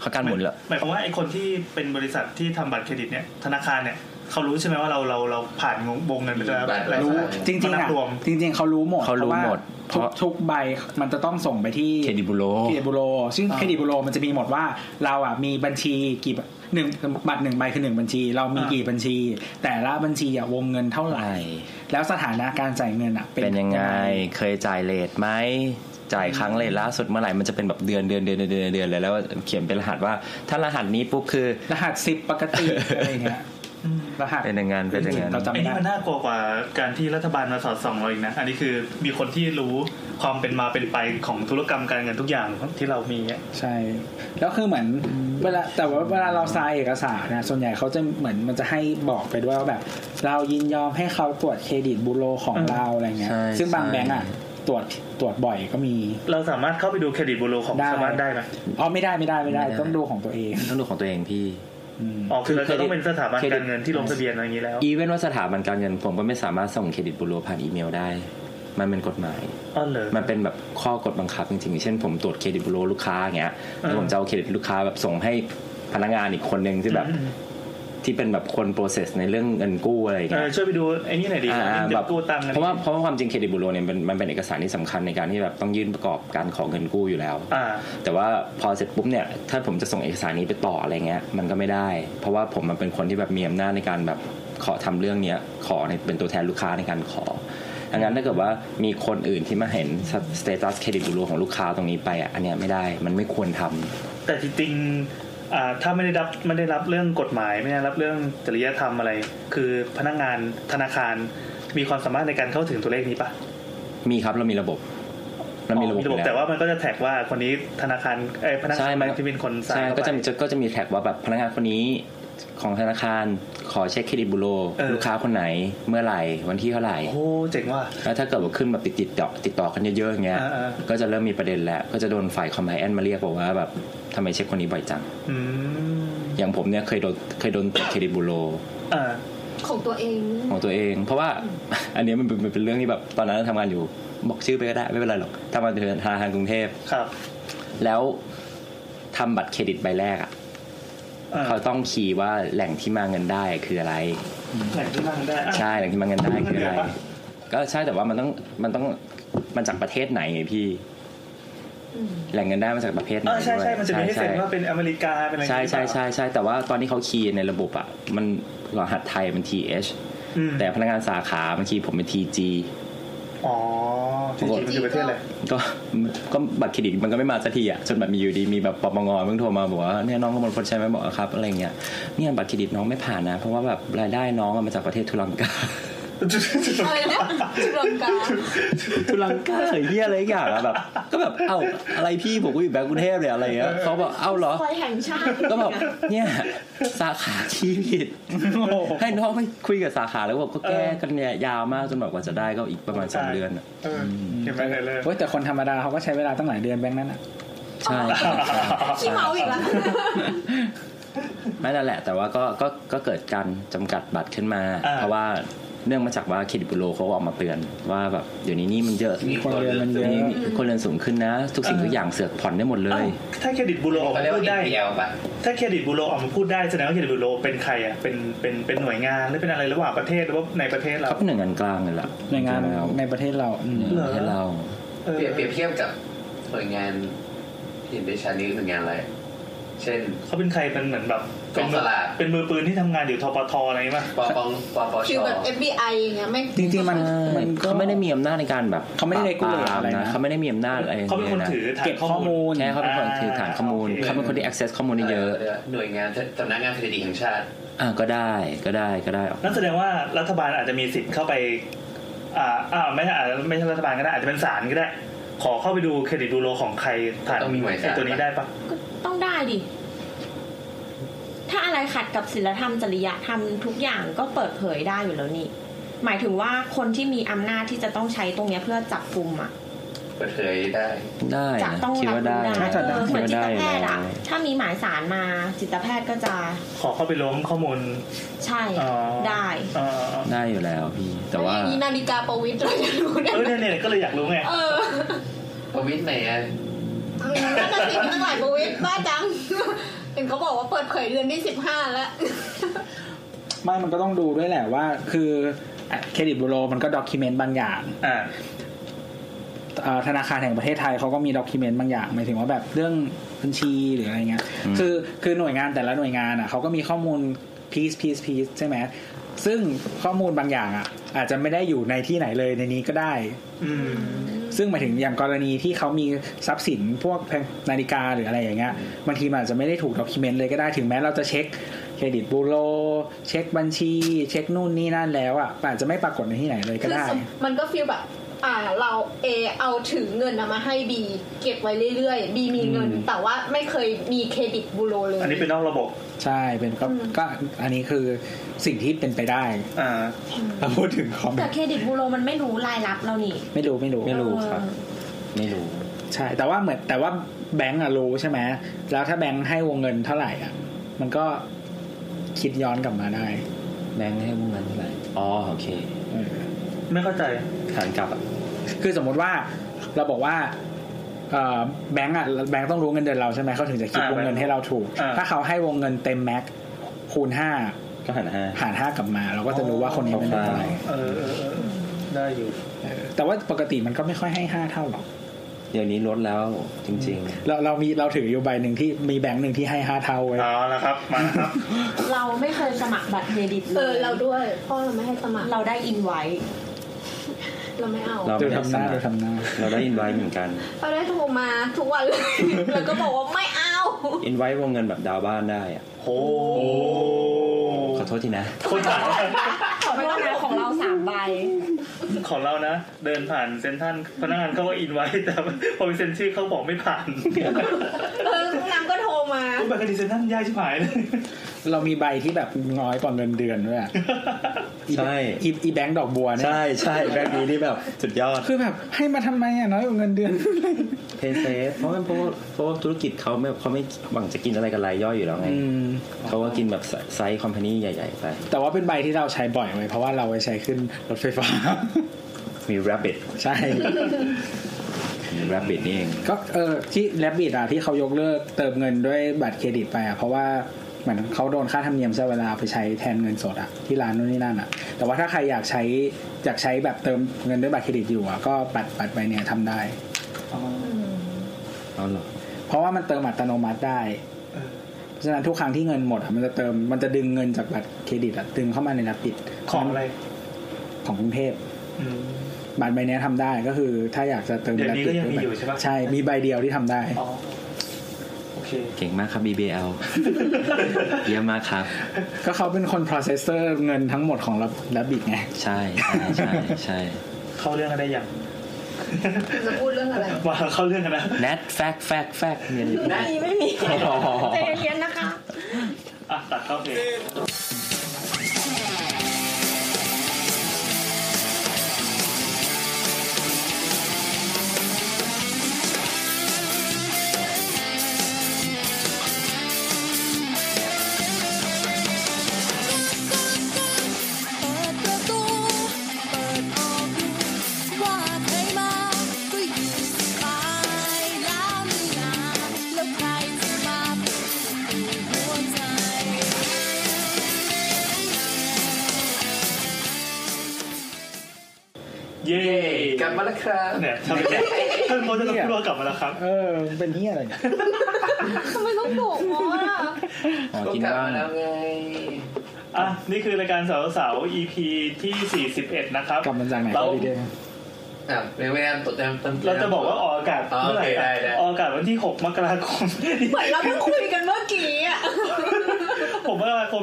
S7: เขาการหมุนเหรอ
S2: หมายความว่าไอ้คนที่เป็นบริษัทที่ทำบัตรเครดิตเนี่ยธนาคารเนี่ยเขารู้ใช่ไหมว่าเราเราเราผ่านวงเงินไปแล้วอะไร
S5: รู้
S2: เท่าไห
S5: จริงๆ
S2: มานั
S5: อ่ะ
S2: บรวม
S5: จริง ๆเขารู้หมด
S7: เขารู้หมด
S5: เพราะว่าทุกทุกใบมันจะต้องส่งไปที่
S7: เครดิตบุโร
S5: เครดิตบูโรซึ่ง
S2: อ่า
S5: เครดิตบูโรมันจะมีหมดว่าเราอ่ะมีบัญชีกี่บหนึ่งบัตรหนึ่งใบคือหนึ่งบัญชี เรามี
S2: อ่ากี่
S5: กี่บัญชี แต่ละบัญชีอ่ะวงเงินเท่าไหร่ แล้วสถานะการจ่ายเงินอ่ะ
S7: เป็นยังไง เคยจ่ายเลทไหม จ่ายครั้งเลทล่าสุดเมื่อไหร่ มันจะเป็นแบบเดือนเดือนเดือนเดือนเดือนเดือนเลยแล้วเขียนเป็นรหัสว่า ถ้ารหัสนี้ปุ๊บคือ
S5: รหัสซิปปก ติ อะไรเงี้ยรหัส
S7: เป็นอย่างนั้นเป็นอย่างนั้น
S5: เราจำ
S2: ไอ้
S5: ไม่
S2: นี่
S5: ได้
S2: มันน่ากลัวกว่าการที่รัฐบาลมาสอดส่องเราอีกนะ อันนี้คือมีคนที่รู้ความเป็นมาเป็นไปของธุรกรรมการเงินทุกอย่างที่เรามีอะ
S5: ใช่ แล้วคือเหมือนเวลาแต่ว่าเวลาเราซายเอกสารนะส่วนใหญ่เขาจะเหมือนมันจะให้บอกไปด้วยว่าแบบ เรายินยอมให้เขาตรวจเครดิตบูโรของเราอะไรเงี้ย
S7: ใช่
S5: ซึ่งบาง
S7: ใช่
S5: แบงก์อ่ะตรวจตรวจบ่อยก็มี
S2: เราสามารถเข้าไปดูเครดิตบูโรของ
S5: ได้
S2: ชาวบ้านได้ไหม
S5: อ๋อไม่ได้ไม่ได้ไม่ได้
S7: ไม่ได้
S5: ต้องดูของตัวเอง
S7: ต้องดูของตัวเองพี่
S5: อืม
S2: อ๋อคือเรา
S7: คือเคร
S2: จะ
S7: ดิต
S2: ต้องเป็นสถาบันการเงินที่ลงทะเบียนอะไรอย่างนี้แล้ว
S7: อีเวนว่าสถาบันการเงินผมก็ไม่สามารถส่งเครดิตบุโรผ่านอีเมลได้ มันเป็นกฎหมาย
S2: อ๋อเหรอ
S7: มันเป็นแบบข้อกฎบังคับจริงๆอย่างเช่นผมตรวจเครดิตบูโรลูกค้าอย่างเงี้ยแล้วผมจะเอาเครดิตลูกค้าแบบส่งให้พนักงานอีกคนนึงที่แบบ
S2: อืม
S7: ที่เป็นแบบคนโปรเซสในเรื่องเงินกู้อะไรอย่าง
S2: เออ
S7: เงี้
S2: ย ช่วยไปดูไอ้นี่หน่อยดิ
S7: อ่า
S2: เงิน
S7: ๆ
S2: เดื
S7: แบ
S2: อบนกู้ตังค์อะไร
S7: เพราะว่าเพราะว่าความจริงเครดิตบูโรเนี่ยมันมันเป็นเอกสารที่สำคัญในการที่แบบต้องยื่นประกอบการขอเงินกู้อยู่แล้ว
S2: อ่า
S7: แต่ว่าพอเสร็จปุ๊บเนี่ยถ้าผมจะส่งเอกสารนี้ไปต่ออะไรเงี้ยมันก็ไม่ได้ เพราะว่าผมมันเป็นคนที่แบบมีอำนาจในการแบบขอทำเรื่องเนี้ยขอในเป็นตัวแทนลูกค้าในการขอดังนั้นถ้าเกิดว่ามีคนอื่นที่มาเห็นสเตตัสเครดิตบูโรของลูกค้าตรงนี้ไปอ่ะอันเนี้ยไม่ได้มันไม่ควรทำ
S2: แต่จริงๆอ่าถ้าไม่ได้รับไม่ได้รับเรื่องกฎหมายไม่ได้รับเรื่องจริยธรรมอะไร คือพนักงานธนาคารมีความสามารถในการเข้าถึงตัวเลขนี้ปะ
S7: มีครับเรามีระบบเรามีระบบ
S2: อ๋อ
S7: อยู่ล้
S2: แต่ว่ามันก็จะแท็กว่าคนนี้ธนาคารเอ้ยพนัก
S7: ใช่
S2: งาน
S7: มัน
S2: ที่เป็นคนสร้า
S7: ใช่
S2: งเข้า
S7: ก็จะ
S2: ไป
S7: จะก็จะมีแท็กว่าแบบพนักงานคนนี้ของธนาคารขอเช็คเครดิตบูโร
S2: เออ
S7: ลูกค้าคนไหนเมื่อไหร่วันที่เท่าไหร่
S2: โอ้โหเจ๋งว่ะ
S7: แล้วถ้าเกิดว่าขึ้นแบบติดติดต่อติดต่อกันเยอะๆอย่างเงี้ย
S2: อ่า
S7: ก็จะเริ่มมีประเด็นแล้ว ก็จะโดนฝ่ายคอมไพแอนมาเรียกบอกว่าแบบทำไมเช็คคนนี้บ่อยจัง
S2: อืม
S7: อย่างผมเนี่ยเคยโดนเคยโดนตรวจเครดิตบูโร
S2: อ่า
S4: ของตัวเอง
S7: ของตัวเอง เพราะว่า อันเนี้ยมันเป็นมันเป็นเรื่องที่แบบตอนนั้นทำงานอยู่บอกชื่อไปก็ได้ไม่เป็นไรหรอกทำงานเป็นธนาคารกรุงเทพ
S2: ครับ
S7: แล้วทำบัตรเครดิตใบแรกอ่ะ
S2: อ่า
S7: เขาต้องคีย์ว่าแหล่งที่มาเงินได้คืออะไร
S2: แหล่งที่นั่งได้อ่ะ
S7: ใช่แหล่งที่มาเงินได้คืออะไร
S2: เงินเดือนปะ
S7: ก็ใช่แต่ว่ามันต้องมันต้องมันจากประเทศไหนไงพี่ แหล่งเงินได้มาจากประเทศไหน
S2: อ่าใช่ใช่
S7: ด้วย
S2: มันจะมีให้เซ็นว่าเป็นอเมริกาเป็นอะไร
S7: ใช่ใช่
S2: อย่างงี้
S7: ใช่ใช่แต่ว่าตอนที่เขาคีย์ในระบบอ่ะมันรหัสไทยมัน TH
S2: อืม
S7: แต่พนักงานสาขาบางทีผมเป็น TG
S2: อ๋อจริงๆมันอยู่ประเทศอะไร
S7: ก็ก็บัตรเครดิตมันก็ไม่มาสักทีอ่ะจนแบบมีอยู่ดีมีแบบปปงเพิ่งโทรมาบอกว่าเนี่ยน้องกำลังพลใช่ไหมบอกว่าครับอะไรเงี้ยเนี่ยบัตรเครดิตน้องไม่ผ่านนะ เพราะว่าแบบรายได้น้องอะมาจากประเทศทุลัง กา
S4: อะไรนะจุลังกา
S7: ทุลังกาเฉยเยี่ยอะไรอย่างอะแบบ ก็แบบเอ้าอะไรพี่ผมก็อยู่แบงก์กรุงเทพเลยอะไรเงี้ยเขาบอกเอ้าเหรอ
S10: คอยแห่งชาติ
S7: ก็แบบเนี่ยสาขาที่ ผิดให้น้องไปคุยกับสาขาแล้วบอกก็แก้กันเนี่ยยาวมากจนแบบกว่าจะได้ก็อีกประมาณสองเดือนอะ
S2: เออเห็นไหมเห็นเลย
S5: เว้ยแต่คนธรรมดาเขาก็ใช้เวลาตั้งหลายเดือนแบงค์นั้นอ่ะ
S7: ใช่
S4: ขี้เมาอีกแล้ว
S7: ไม่นั่นแหละ แต่ว่าก็ก็ก็เกิดการจำกัดบัตรขึ้นมา
S2: อ่า
S7: เพราะว่าเนื่องมาจากว่าเครดิตบูโรเขาก็ออกมาเตือนว่าแบบเดี๋ยวนี้หนี่มันเยอะ
S6: มี
S7: มี
S6: คนเรียนมันเยอะ
S7: คนเรียนสูงขึ้นนะ ทุกสิ่งทุกอย่างเสือกผ่อนได้หมดเล
S2: อ้าวย ถ้าเครดิตบูโรออก
S6: เขา
S2: มา
S6: เรียก
S2: พู
S6: ว่า
S2: ดได้
S6: NPL ป่ะ
S2: ถ้าเครดิตบูโรออกมาพูดได้แสดงว่าเครดิตบูโรเป็นใครอ่ะเป็นเป็นเป็นหน่วยงานหรือเป็นอะไรระหว่างประเทศหรือว่าในประเทศเรา
S7: ก็เป็นหน่วยงานกลางเลยล่ะ
S5: ในงาน
S7: แล้ว
S5: ในประเทศเราอืม
S7: ประเทศเรา
S2: เออ
S6: เปรียบเปรียบเทียบกับหน่วยงานที่เห็นได้ชัดนี้คือหน่วยงานอะไร เช่น
S2: เขาเป็นใครเป็นเหมือนแบบ
S6: กองสลาก
S2: เป็นมือปืนที่ทำงานอยู่ทปทอะไรอย่างงี้ป่ะ
S6: ปปงปปช
S4: คือแบบ FBI อย่างเงี้ยไม่
S5: จริงๆมัน
S7: ใช่
S5: มันก็
S7: เขาไม่ได้มีอำนาจในการแบบ
S5: เขาไม่ได้ regulate
S7: ปบปาม
S5: อะไรนะ
S7: เขาไม่ได้มีอำนาจอะไร
S2: เขาเป็นคนถือฐาน
S5: เก็บข้อมูล
S7: แค่เขาเป็นคนถือฐานข้อมูล เขาเป็นคนที่ access ข้อมูลได้เยอะ
S6: เหน่วยงานสำนักงานสถิติแห่งชาติ
S7: อ่าก็ได้ก็ได้ก็ได้
S2: นั่นแสดงว่ารัฐบาลอาจจะมีสิทธิ์เข้าไป อ่าอ่าไม่ใช่อาจจะไม่ใช่รัฐบาลก็ได้อาจจะเป็นศาลก็ได้ ขอเข้าไปดูเครดิตบูโรของใครฐาน
S6: ต้องมีหมายศาล
S2: ไอ้ตัวนี้ได้ปะ
S10: ก็ต้องได้ดิ ถ้าอะไรขัดกับศีลธรรมจริยธรรมทุกอย่างก็เปิดเผยได้อยู่แล้วนี่ หมายถึงว่าคนที่มีอำนาจที่จะต้องใช้ตรงเนี้ยเพื่อจับกลุ่มอ่ะ
S6: เปิดเผยได้
S7: ได้
S10: จะ
S7: นะ
S10: ต้อง
S7: คิด
S10: รับ
S7: ว่า
S10: รู้
S7: ได้
S10: ได้
S7: นะ
S10: เออเห
S7: คิด
S10: มือน
S7: ว่า
S10: จิต
S7: ได้
S10: แพทย์
S7: นะ
S10: อ่ะ ถ้ามีหมายสารมาจิตแพทย์ก็จะ
S2: ขอเข้าไปล้วงข้อมูล
S10: ใช่
S2: อ๋อ
S10: ได้
S2: อ๋ออ๋อ
S7: ได้อยู่แล้วพี่แต่ว่า
S4: อย่างนี้นาฬิกาประวิตรเราจะ รู้ได้
S2: เออเนี่ยเนี่ยก็เลยอยากรู้ไง
S4: เออ
S6: ประวิตรไหนอะ
S4: นั่นน่ะสิมีตั้งหลายประวิตรบ้าจัง เห็นเขาบอกว่าเปิดเผยเดือนที่สิบห้าแล้ว
S5: ไม่มันก็ต้องดูด้วยแหละว่า คือเครดิตบูโรมันก็ด็อกิเมนต์บางอย่าง
S2: อ่า
S5: เอ่อธนาคารแห่งประเทศไทยเขาก็มีด็อกิเมนต์บางอย่างหมายถึงว่าแบบเรื่องบัญชีหรืออะไรเงี้ยคือคือหน่วยงานแต่ละหน่วยงานอ่ะเขาก็มีข้อมูลพีซพีซพีซใช่ไหมซึ่งข้อมูลบางอย่างอ่ะอาจจะไม่ได้อยู่ในที่ไหนเลยในนี้ก็ได้
S2: อืม
S5: ซึ่งหมายถึงอย่างกรณีที่เขามีทรัพย์สินพวกนาฬิกาหรืออะไรอย่างเงี้ยบางทีมันอาจจะไม่ได้ถูกด็อกิเมนต์เลยก็ได้ถึงแม้เราจะเช็คเครดิตบูโรเช็คบัญชี เช็คนู่นนี่นั่นแล้วอ่ะอาจจะไม่ปรากฏในที่ไหนเลยก็
S4: คือ
S5: ได้
S4: มันก็ฟีลแบบ อ่าเราเอเอาถือเงินนะมาให้บีเก็บไว้เรื่อยๆบีมีเงิน แต่ว่าไม่เคยมีเครดิตบูโรเลย
S2: อันนี้เป็นนอกระบบ
S5: ใช่เป็นก็ก็อันนี้คือสิ่งที่เป็นไปได้
S2: อ่า
S5: ถ้าพูดถึงคอม
S10: แต่เครดิตบูโรมันไม่รู้รายรับเรานี่
S5: ไม่รู้ไม่รู้
S7: ไม่รู้ ครับ
S10: เออ
S7: ไม่รู้
S5: ใช่ แต่ว่าเหมือนแต่ว่าแบงก์อะรู้ใช่ไหมแล้วถ้าแบงก์ให้วงเงินเท่าไหร่อ่ะ มันก็คิดย้อนกลับมาได้
S7: แบงค์ให้วงเงินเท่าไหร่อ๋อโอเค
S5: เออ
S2: ไม่เข้าใจ
S7: ฐานกลับอะ
S5: คือสมมติว่าเราบอกว่าเอ่อแบงก์อ่ะแบงก์ต้องรู้เงินเดือนเราใช่ไหมเขาถึงจะคิด
S2: อ่าว
S5: งเงินให้เราถูก
S2: อ่า
S5: ถ้าเขาให้วงเงินเต็มแม็กคูณห้า
S7: ก็หันห้า
S5: หารห้ากลับมา เราก็จะรู้ว่าคนนี้เป็นเท่าไหร่
S2: เออเออเออเออได้อยู่
S5: เออแต่ว่าปกติมันก็ไม่ค่อยให้ห้าเท่าหรอก
S7: เดี๋ยวนี้ลดแล้วจริง
S5: เราเรามีเราถืออยู่ใบหนึ่งที่มีแบงค์หนึ่งที่ให้ห้าเท่าไว้ย
S2: เอาละครับมาแล้วครับ
S10: เราไม่เคยสมัครบัตรเครดิตเล
S4: เอย อเราด้วยพ่อเราไม่ให้สมัคร
S10: เราได้อินไว้
S4: เราไม่เอา
S7: เรา
S5: ดูทำหน้าดูทำหน้า
S7: ๆ เราได้อินไว้เหมือนกัน
S4: เราได้โทรมาทุกวันเลย แล้วก็บอกว่าไม่เอา
S7: อินไว้วงเงินแบบดาวบ้านได้อะ
S2: โอ้
S7: ขอโทษทีนะ
S2: คนต่าง
S10: ขอโทษนะของเราสามใบ
S2: ของเรานะ เดินผ่านเซ็นทรันพนักงานเขาก็อินไว้แต่พอไปเซ็นชื่อเขาบอกไม่ผ่าน
S4: เออทุกน้ำก็โทรมา
S2: ไปคดีเซ็นทรันยากชิบหายเลย
S5: เรามีใบที่แบบน้อยกว่าเงินเดือนด้วยอะ
S7: ใช่
S5: อีอีแบงค์ดอกบัวเนี่ย
S7: ใช่ใช่แบบนี้นี่แบบสุดยอด
S5: คือแบบให้มาทำไมอ่ะน้อยกว่าเงินเดือน
S7: เพนเซสเพราะมันเพราะว่าเพราะว่าธุรกิจเขาไม่เขาไม่หวังจะกินอะไรกับรายย่อยอยู่แล้วไง
S5: อืม
S7: เขาก็กินแบบไซส์คอมพานีใหญ่ๆไป
S5: แต่ว่าเป็นใบที่เราใช้บ่อยไว้ยเพราะว่าเราไว้ใช้ขึ้นรถไฟฟ้า
S7: มี rabbit
S5: ใช่
S7: มี rabbit นี่เอง
S5: ก็เออที่แลบบิดอ่ะที่เขายกเลิกเติมเงินด้วยบัตรเครดิตไปอ่ะเพราะว่าเหมือนเขาโดนค่าธรรมเนียมใช้เวลาไปใช้แทนเงินสดอ่ะที่ร้านนู่นนี่นั่นอ่ะ แต่ว่าถ้าใครอยากใช้อยากใช้แบบเติมเงินด้วยบัตรเครดิตอยู่อ่ะก็ปัดปัดไปเนี่ยทำได้
S7: เอาเหรอ
S5: เพราะว่ามันเติมอัตโนมัติได้
S2: เออ
S5: เพราะฉะนั้นทุกครั้งที่เงินหมดอ่ะมันจะเติมมันจะดึงเงินจากบัตรเครดิตอ่ะดึงเข้ามาในแลบบิด
S2: ของอะไร
S5: ของกรุงเทพ
S2: อืม
S5: บัตรใบเนี้ยทำได้ก็คือถ้าอยากจะเติม
S2: เดี๋ยวนี้ก็ยังมี
S5: ด้วยบัตร
S2: อยู่ใช่ปะ
S5: ใช่มีใบเดียวที่ทำได้
S2: อ๋อโอเค
S7: เก่งมากครับ BBL เยี่ยมมากครับ
S5: ก็เขาเป็นคน processor เงินทั้งหมดของระบิดไง
S7: ใช่ใช่ใช่ใช่
S2: เข้าเรื่องกันได้ยัง
S4: จะพูดเรื่องอะไร
S2: มาเข้าเรื่องกันนะ
S7: net fact fact fact เนี่ยอยู่
S10: ไม่มีไม่มีใจเย็นๆนะคะ
S2: อ่ะตัดเข้าเพลง
S11: เปิดประตู เปิดออกดูว่าใครมาก็อยู่สบายแล้วไม่นานแล้วใครจะมาเป็นสุดหัวใจ
S2: เย้
S6: กลับมาแล้วครับ
S2: เนี่ยทำไม เนี่ยท่านโมจะต้องพูดว่ากลับมาแล้วครับ
S5: เออ เป็นเฮียอะไรเนี่ย
S4: ทำไมต้องโบกหัวอ่ะ
S7: อ๋อ
S6: ก็
S7: กิน
S6: กลั
S7: บ้าม
S6: บาง แล้วไง
S2: อ่ะ นี่คือรายการสาวสาว EP ที่ 41 นะครับ
S5: กลับมาจากไหน
S2: เรา
S5: ก็ดีเด้
S6: อ่ะเรียกไม่ได้ตดจำต้น
S2: เราจะบอกว่าออกอากาศ
S6: อ๋อ
S2: เมื่อไหร่
S6: โอเคได้ได้
S2: อะออกอากาศวันที่ 6 มกราคม
S4: เหมือนเราเพิ่งคุยกันเมื่อกี้อ่ะ
S2: ผมมกราคม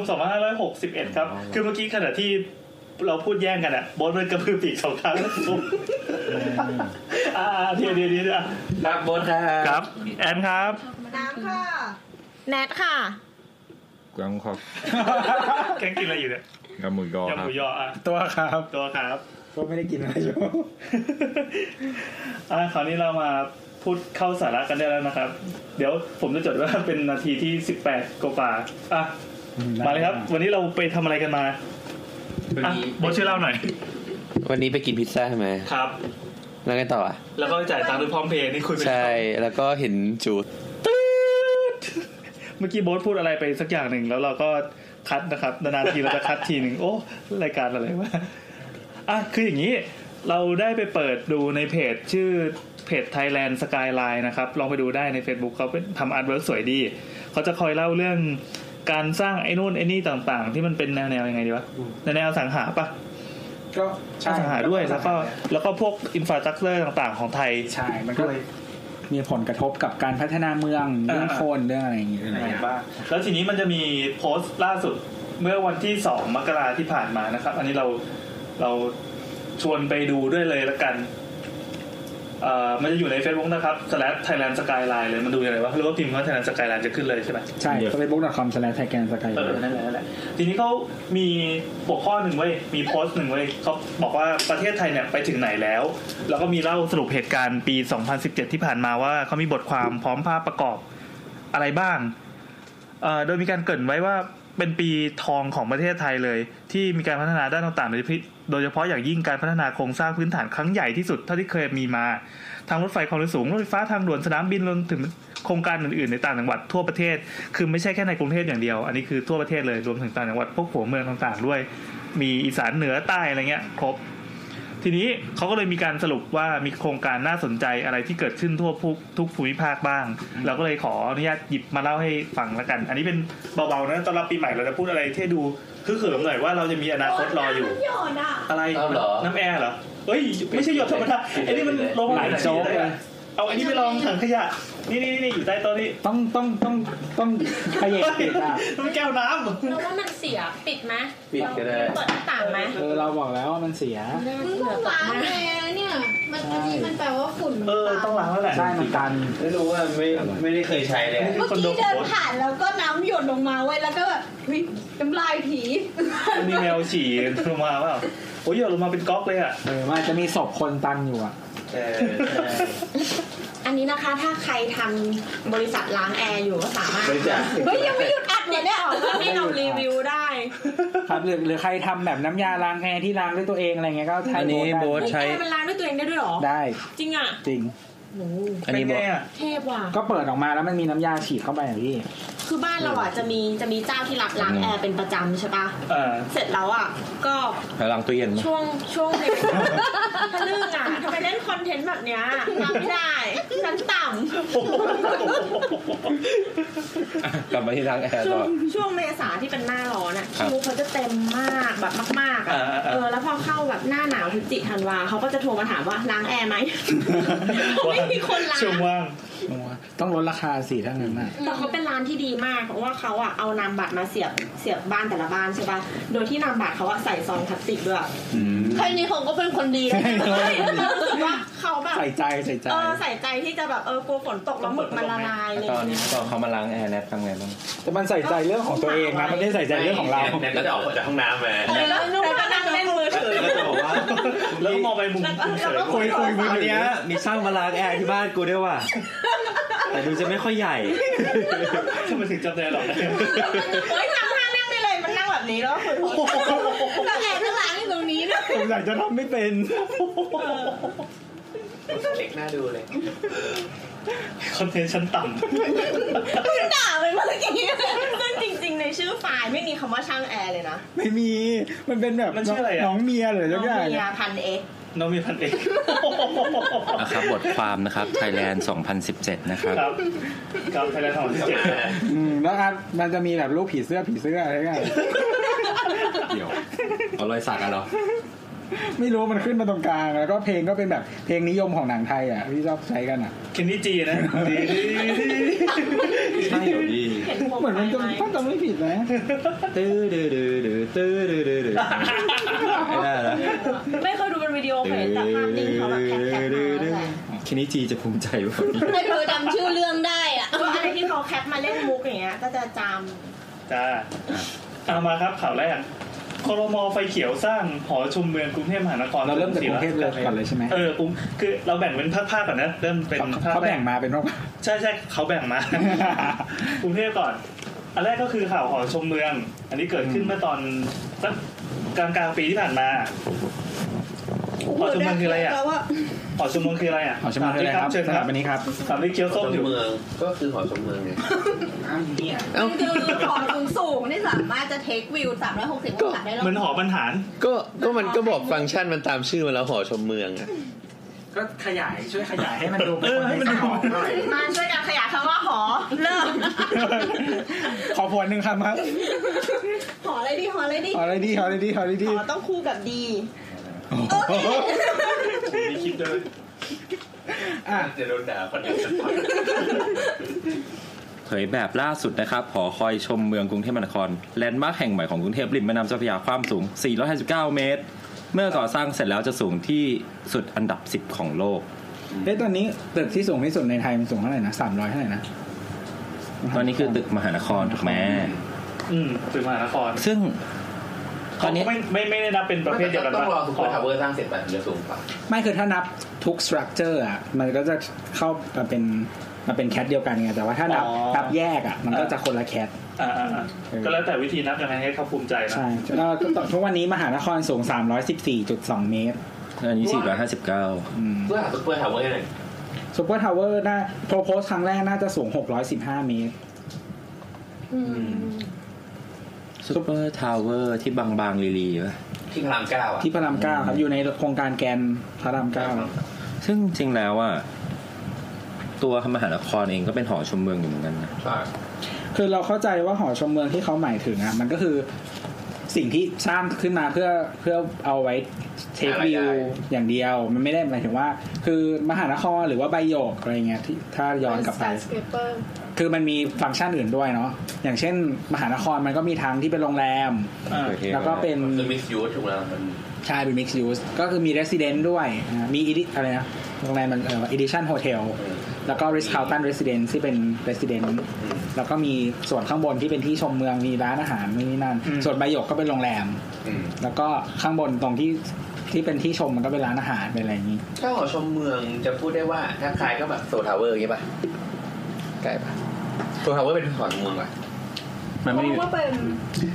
S2: 2561 ครับ
S7: อ๋อ
S2: คือเมื่อกี้ขณะที่เราพูดแย่งกันอะโบอสมันกระพือปีกสองครั้งอ่าเดี๋ยวเดี๋ยวเดี๋ยวอ่ะ
S6: ครับโบทครับ
S2: ครับ แอนครับ
S4: น้ำค่ะ
S10: แนทค่ะ
S3: กวางครับ
S2: แกงกินอะไรอยู่เนี่ย
S3: กำมือยอยค
S2: ำห
S3: รับ
S2: มูยออ่ะ
S5: ตัวครับ
S2: ตัวครับ
S5: ก็ไม่ได้กินอะไรอยู่
S2: อ่ะคราวนี้เรามาพูดเข้าสาระกันได้แล้วนะครับ เดี๋ยวผมจะจดว่าเป็นนาทีที่ 18กว่าๆอ่ะมาเลยครับ วันนี้เราไปทำอะไรกันมาอ่ะโบทช่วยเล่าหน่อย
S9: วันนี้ไปกินพิซซ่าใช่ไหม
S2: ครับ
S9: แล้วไงต่ออ่ะ
S2: แล้วก็จ่ายตังค์ด้วยพร้อมเพย์นี่คุยไป
S9: ใช่ แล้วก็เห็นจูด
S2: ตืดเมื่อกี้โบทพูดอะไรไปสักอย่างหนึ่งแล้วเราก็คัดนะครับนานๆทีเราจะคัดทีหนึ่งโอ้รายการอะไรวะอ่ะคืออย่างนี้ เราได้ไปเปิดดูในเพจชื่อเพจ Thailand Skyline นะครับ ลองไปดูได้ใน Facebook เขาเป็นทำอาร์ตเวิร์กสวยดี เขาจะคอยเล่าเรื่องการสร้างไอ้นู่นไอ้นี่ต่างๆ ที่มันเป็นแนวๆยังไงดีวะแนวๆอสังหาปะ
S5: ก็
S2: อสังหาด้วยแล้วก็แล้วก็พวกอินฟราสตรักเจอร์ต่าง ๆ ของไทย
S5: ใช่ มันก็เลยมีผลกระทบกับการพัฒนาเมือง
S2: อ่า
S5: เรื่องคนเรื่องอะไรอย่างเงี้ยหลายอย่าง
S2: แล้วทีนี้มันจะมีโพสต์ล่าสุดเมื่อวันที่สองมกราที่ผ่านมานะครับ อันนี้เราเราชวนไปดูด้วยเลยละกันเอ่อมันจะอยู่ใน Facebook นะครับ slash Thailand Skyline เลยมันดูยังไงวะหรือว่าพิมพ์ว่า Thailand Skyline จะขึ้นเลยใช่ไหม
S5: ใช่ facebook.com slash thailand sky
S2: เออนั่นแหละนั่นแหละ ทีนี้เขามีหัวข้อหนึ่งเว้ย มีโพสต์หนึ่งเว้ยเขาบอกว่าประเทศไทยเนี่ยไปถึงไหนแล้ว แล้วก็มีเล่าสรุปเหตุการณ์ปี 2017 ที่ผ่านมาว่าเขามีบทความพร้อมภาพประกอบอะไรบ้างเอ่อโดยมีการเกรินไว้ว่า เป็นปีทองของประเทศไทยเลย ที่มีการพัฒนาด้านต่างๆโดยเฉพาะโดยเฉพาะอย่างยิ่งการพัฒนาโครงสร้างพื้นฐานครั้งใหญ่ที่สุดเท่าที่เคยมีมา ทางรถไฟความเร็วสูงรถไฟฟ้าทางด่วนสนามบินรวมถึงโครงการอื่นๆในต่างจังหวัดทั่วประเทศ คือไม่ใช่แค่ในกรุงเทพอย่างเดียว อันนี้คือทั่วประเทศเลยรวมถึงต่างจังหวัดพวกหัวเมืองต่างๆด้วย มีอีสานเหนือใต้อะไรเงี้ยครบ ทีนี้เขาก็เลยมีการสรุปว่ามีโครงการน่าสนใจอะไรที่เกิดขึ้นทั่วทุกทุกภูมิภาคบ้าง เราก็เลยขออนุญาตหยิบมาเล่าให้ฟังละกัน อันนี้เป็นเบาๆนะตอนรับปีใหม่เราจะพูดอะไรที่ดูคือเขิมหน่อยว่าเราจะมีอนาคตรออยู่
S10: หยอดอ่ะ
S2: อะไร
S6: อ้าวเหรอ
S2: น้ำแอร์เหรอเอ้ยไม่ใช่หยดธรรมดาไอ้นี่มันลงหลายโจ๊กเลยอะเอาอันนี้ไปลองถังขยะ นี่นี่นี่อยู่ใต้โต๊ะนี่
S5: ต้องต้องต้องต้องขยันติดอ่ะ
S2: มันแก้วน้
S10: เราว่ามันเสียปิดไหม
S6: ปิดก็ได้
S10: เปิดหน้าต่างไหม
S5: เออเราบอกแล้วว่ามันเสีย
S4: มึงต้องล้างแอร์เนี่ย มันอันนี้มันแปลว่าฝุ่น
S2: ำเออต้องล้างแล้วแหละ
S5: ใช่มันกัน
S6: ไม่รู้ว่าไม่ไม่ได้เคยใช้เลยอะ
S4: เมื่อกี้เดินผ่านแล้วก็น้ำหยดลงมาไว้ยแล้วก็แบบเฮ้ยน้ำลายผี
S2: มีแมวฉี่ลงมาเปล่าโอ้ยหยดลงมาเป็นก๊อกเลยอ่ะ
S5: เออมันอาจจะมีศพคนตันอยู่อ่ะ
S6: เออใช่
S10: อันนี้นะคะ ถ้าใครทำบริษัทล้างแอร์อยู่ก็สามารถ
S6: บริจาค
S4: เฮ้ยยังไม่หยุดอัดเลยเนี่ย
S10: เพื่อให้เรารีวิวได้
S5: ครับหรือหรือใครทำแบบน้ำยาล้างแอร์ที่ล้างด้วยตัวเองอะไรเงี้ยก็ใช้
S1: อันนี้
S5: ได้
S1: โบ๊ทใช้
S10: แอร์มันล้างด้วยตัวเองได้ด้วยเหรอ
S5: ได้
S10: จริงอ่ะ
S5: จริง
S10: โอ้โห
S1: อันนี้
S2: เป็
S1: โบ๊ท
S2: ไงอ่ะ
S10: เทพว่ะ
S5: ก็เปิดออกมาแล้วมันมีน้ำยาฉีดเข้าไปอย่างพี่
S10: คือบ้านเราอ่ะจะมีจะมีเจ้าที่รับล้างแอร์เป็นประจำใช่ปะ
S2: เออ
S10: เสร็จแล้วอ่ะ ก็
S1: แล้วล้างตู้เย็นไหม
S10: ช่วงช่วงเด็ก ทะลึ่งอ่ะทำไมเล่นคอนเทนต์แบบเนี้ยรับไม่ได้ฉันต่
S1: กลับมาที่ล้างแอร์
S10: ำช่
S1: ต่
S10: ว
S1: อง
S10: ช่วงเมษาที่เป็นหน้าร้อนอ่ะคิวเขาจะเต็มมากแบบมากๆ
S2: เอ
S10: อ่ะ
S2: อเอ
S10: เอ
S2: อ
S10: อแล้วพอเข้าแบบหน้าหนาวพฤศจิกธันวาเขาก็จะโทรมาถามว่าล้างแอ ร์ไหม ไม่มีคนล้าง
S2: ช่วงว่าง
S5: ต้องลดราคาสิถ้างั้นอ่ะ
S10: แต่เขาเป็นร้านที่ดีมาก เพราะว่าเขาอะเอานามบัตรมาเสียบเสียบบ้านแต่ละบ้านใช่ป่ะ โดยที่นามบัตรเขาอะใส่ซองพลาสติกด้วย
S4: ใครนี้เขาก็เป็นคนดีนะ
S10: เฮ้ยแล้วรู้สึกว่าเขาแบบ
S5: ใส่ใจใส่ใจ
S10: เออใส่ใจที่จะแบบเออกลัวฝนตกแล้วหมึกมันละลายอะไรอ
S1: ตอน
S10: ย่าง
S1: นี้
S10: เงี้ย
S1: ตอนเขามาล้างแอร์แนททำไงบ้าง
S5: แต่มันใส่ใจเรื่องของตัวเองนะมันไม่ได้ใส่ใจเรื่องของเรา
S6: แนทก็จะออกจากห้องน้ำมา
S10: เออแล้วนุ่งผ้านั่งเล่นมือถือ
S6: แล้วก็จะบอกว่า
S2: แล้วก็มองไปมุมมุมเฉย
S10: คุยคุยมือ
S12: อันเนี้ยมีช่างมาล้างแอร์ที่บ้านกูด้วยว่ะ แต่ดูจะไม่ค่อยใหญ่
S2: ทำไมถึงจำได้หรอก
S10: เฮ้ยทำท่านั่งได้เลยมันนั่งแบบนี้แล้วก็คุยคุย
S4: แล้วแอบข้างหลังอยู่ตรงนี้นะ
S12: ผมอยากจะทำไม่เป็น
S6: เด็กหน้าดูเลย
S2: คอนเทนต์ชั้นต่
S10: เพิ่งด่าไปเมื่อกี้ซึ่งจริง ๆ ในชื่อไฟล์ไม่มีคำว่าช่างแอร์เลยนะ
S5: ไม่มี มันเป็นแบบน้องเมียหรือ
S10: น้
S5: สั
S10: อกง
S5: อย่าง
S10: เมียพันเอ็ก
S2: ำน้องมีพันเอก
S1: นะครับบทความนะครับ Thailand 2017 นะครับ
S2: ครับกับไทยแลนด์ทองที่เจ็ด
S5: แล้วครับมันจะมีแบบรูปผีเสื้อผีเสื้ออะไรเงี้ ย
S1: เดี๋ยว เอารอยสักอะเหรอ
S5: ไม่รู้มันขึ้นมาตรงกลาง แล้วก็เพลงก็เป็นแบบเพลงนิยมของหนังไทยอ่ะที่ชอบใช้กันอ่ะ
S2: เคนนี่จีนะดี
S12: ใช่เหรอดี
S5: เหมือนมันจะถ้าจำไม่ผิดนะ
S12: ตื้อดื้อดื้อดื้อตื้อดื้อดื้อดื้อไม่ได้ละ
S10: ไม่เคยดูเป็นวิดีโอเคยเห็นแต่ภาพนิ่งเขาแบบแคปแคปมาแล้วแหละ
S12: คินิจีจะภูมิใจว่ะ
S4: แต่เธอจำชื่อเรื่องได้อะ
S10: ก็อะไรที่เขาแคปมาเล่นมุกอย่างเงี้ยก็จะจ
S2: จ้าเอามาครับข่าวแรกคอรมอไฟเขียวสร้างหอชุมเมืองกรุงเทพมหานคร
S5: เราเริ่มจากกรุงเทพเลยก่อนเลยใช่ไหม
S2: เออกรุงคือเราแบ่งเป็นภาคๆก่อนนะเริ่มเป็นภาค
S5: เขา
S2: แร
S5: แบ่
S2: ก
S5: งมาเป็นรอบ
S2: ใช่ใช่เขาแบ่ง มา กรุงเทพก่อน อันแรกก็คือข่าวหอชมเมือง อันนี้เกิดขึ้นเมื่อตอนสักกลางกลางๆปีที่ผ่านมาหอชมเมืองคืออะไรอ่ะ
S4: แล้วว่า
S2: หอชมเมืองคืออะไรอ่ะ
S5: ขอชมเชยเลยครับ
S2: เชิญ
S5: สำ
S2: ค
S5: ห
S2: รั
S5: รั
S2: บบ
S5: วันนี้ครับ
S2: สามที่เคี้ยว
S6: ช
S2: ส้ม
S6: ม
S2: อยู่
S6: เมืองก็คือหอชมเมืองไง
S4: คือของสูงสูงๆนี่สามารถจะเทควิว 360องศาได้รอ
S2: เหมือนหอบ บรรหาร
S6: ก็ก็มันก็บอกฟังก์ชันมันตามชื่อมาแล้วหอชมเมืองอะ
S5: ก็ขยายช่วยขยายให้มันดูเป็นคนในสังคมหน่อย
S10: ำมาช่วยกันขยายคำว่าหอ เริ่ม
S5: ขอผลหนึ่งครับครับ
S4: หออะไรดีหออะไรดี
S5: ขออะไรดีขออะไรดีขออะไรดี
S10: หอต้องคู่กับดี
S2: มีคลิปด้วย
S5: อ่ะ
S6: จะโดนด่าคนอื่น
S1: เผยแบบล่าสุดนะครับ หอคอยชมเมืองกรุงเทพมหานคร แลนด์มาร์คแห่งใหม่ของกรุงเทพริมแม่น้ำเจ้าพระยาความสูง 459 เมตร เมื่อก่อสร้างเสร็จแล้วจะสูงที่สุดอันดับ 10 ของโลก
S5: เฮ้ยตอนนี้ตึกที่สูงที่สุดในไทยมันสูงเท่าไหร่นะสามร้อยเท่าไหร่นะ
S1: ตอนนี้คือตึกมหานครถูกไหม
S2: อืมตึกมหานคร
S1: ซึ่ง ต
S2: เขา
S1: อนนี้
S2: ไม่ไม่ไม่ได้นับเป็นประเภทเดียวกัน
S6: ต้อ
S2: ปะ
S6: งรอคุณทาวเวอร์สร้างเสร็จไปถึงจะสูงกว่า
S5: ไม่คือถ้านับทุกสตรัคเจอร์อ่ะมันก็จะเข้ามาเป็นมาเป็นแคทเดียวกันไงแต่ว่าถ้านับนับแยกอ่ะมันก็จะคนละแคท
S2: อ่าๆๆก็แล้วแต่วิธีนับยังไงให้เขาภูมิใจนะ
S5: ใช่แล้วก็ทุกวันนี้มหานครสูง 314.2 เมตร
S7: อันนี้สี่ร้อยห้าสิบเก้า
S6: เพื่อหาซุปเปอร์ทาวเวอร์เลย
S5: ซูเปอร์ทาวเวอร์น่าโปรโพสครั้งแรกน่าจะสูง 615 เมตร
S7: ซูเปอร์ทาวเวอร์ที่บางบางๆลีลีป่ะ
S6: ที่พระรามเก้าอ่ะ
S5: ที่พระรามเก้าครับ อยู่ในโครงการแกนพระรามเก้า
S7: ซึ่งจริงแล้วอ่ะตัวมหานครเองก็เป็นหอชมเมืองอยู่เหมือนกันนะ
S6: ใช่
S5: คือเราเข้าใจว่าหอชมเมืองที่เขาหมายถึงอ่ะ มันก็คือสิ่งที่สร้างขึ้นมาเพื่อเพื่อเอาไว้เทควิวอย่างเดียว มันไม่ได้หมายถึงว่า คือมหานครหรือว่าใบโยกอะไรเงี้ยที่ถ้าย้อนกลับไป
S4: สเปเปอร์
S5: คือมันมีฟังก์ชันอื่นด้วยเนาะอย่างเช่น มหานครมันก็มีทั้งที่เป็นโรงแรม
S2: อ่า
S5: แล้วก็เป็น
S6: มันคือมิกซ์ยูสถูกแล้วมัน
S5: ใช่เป็น mixed use ก็คือมี resident ด้วยอ่ามี Edi- อะไรนะโรงแรมมันเอ่อ edition hotel แล้วก็ Ritz Carlton resident ที่เป็น resident แล้วก็มีส่วนข้างบนที่เป็นที่ชมเมืองมีร้านอาหารนู่นนี่นั่น ส่วนใบหยกก็เป็นโรงแรม
S6: อืม
S5: แล้วก็ข้างบนตรงที่ที่เป็นที่ชมมันก็เป็นร้านอาหารเป็นอะไรอย่างนี้
S6: ถ้าหอชมเมืองจะพูดได้ว่าถ้าใครก็แบบโซทาวเวอร์อย่างเงี้ยป่ะใกล้ป่ะโซทาวเวอร์เป็นหอชมเมืองป่ะ
S5: มัน
S4: เพ
S5: ไม่ได้
S4: ราะว่าเป็น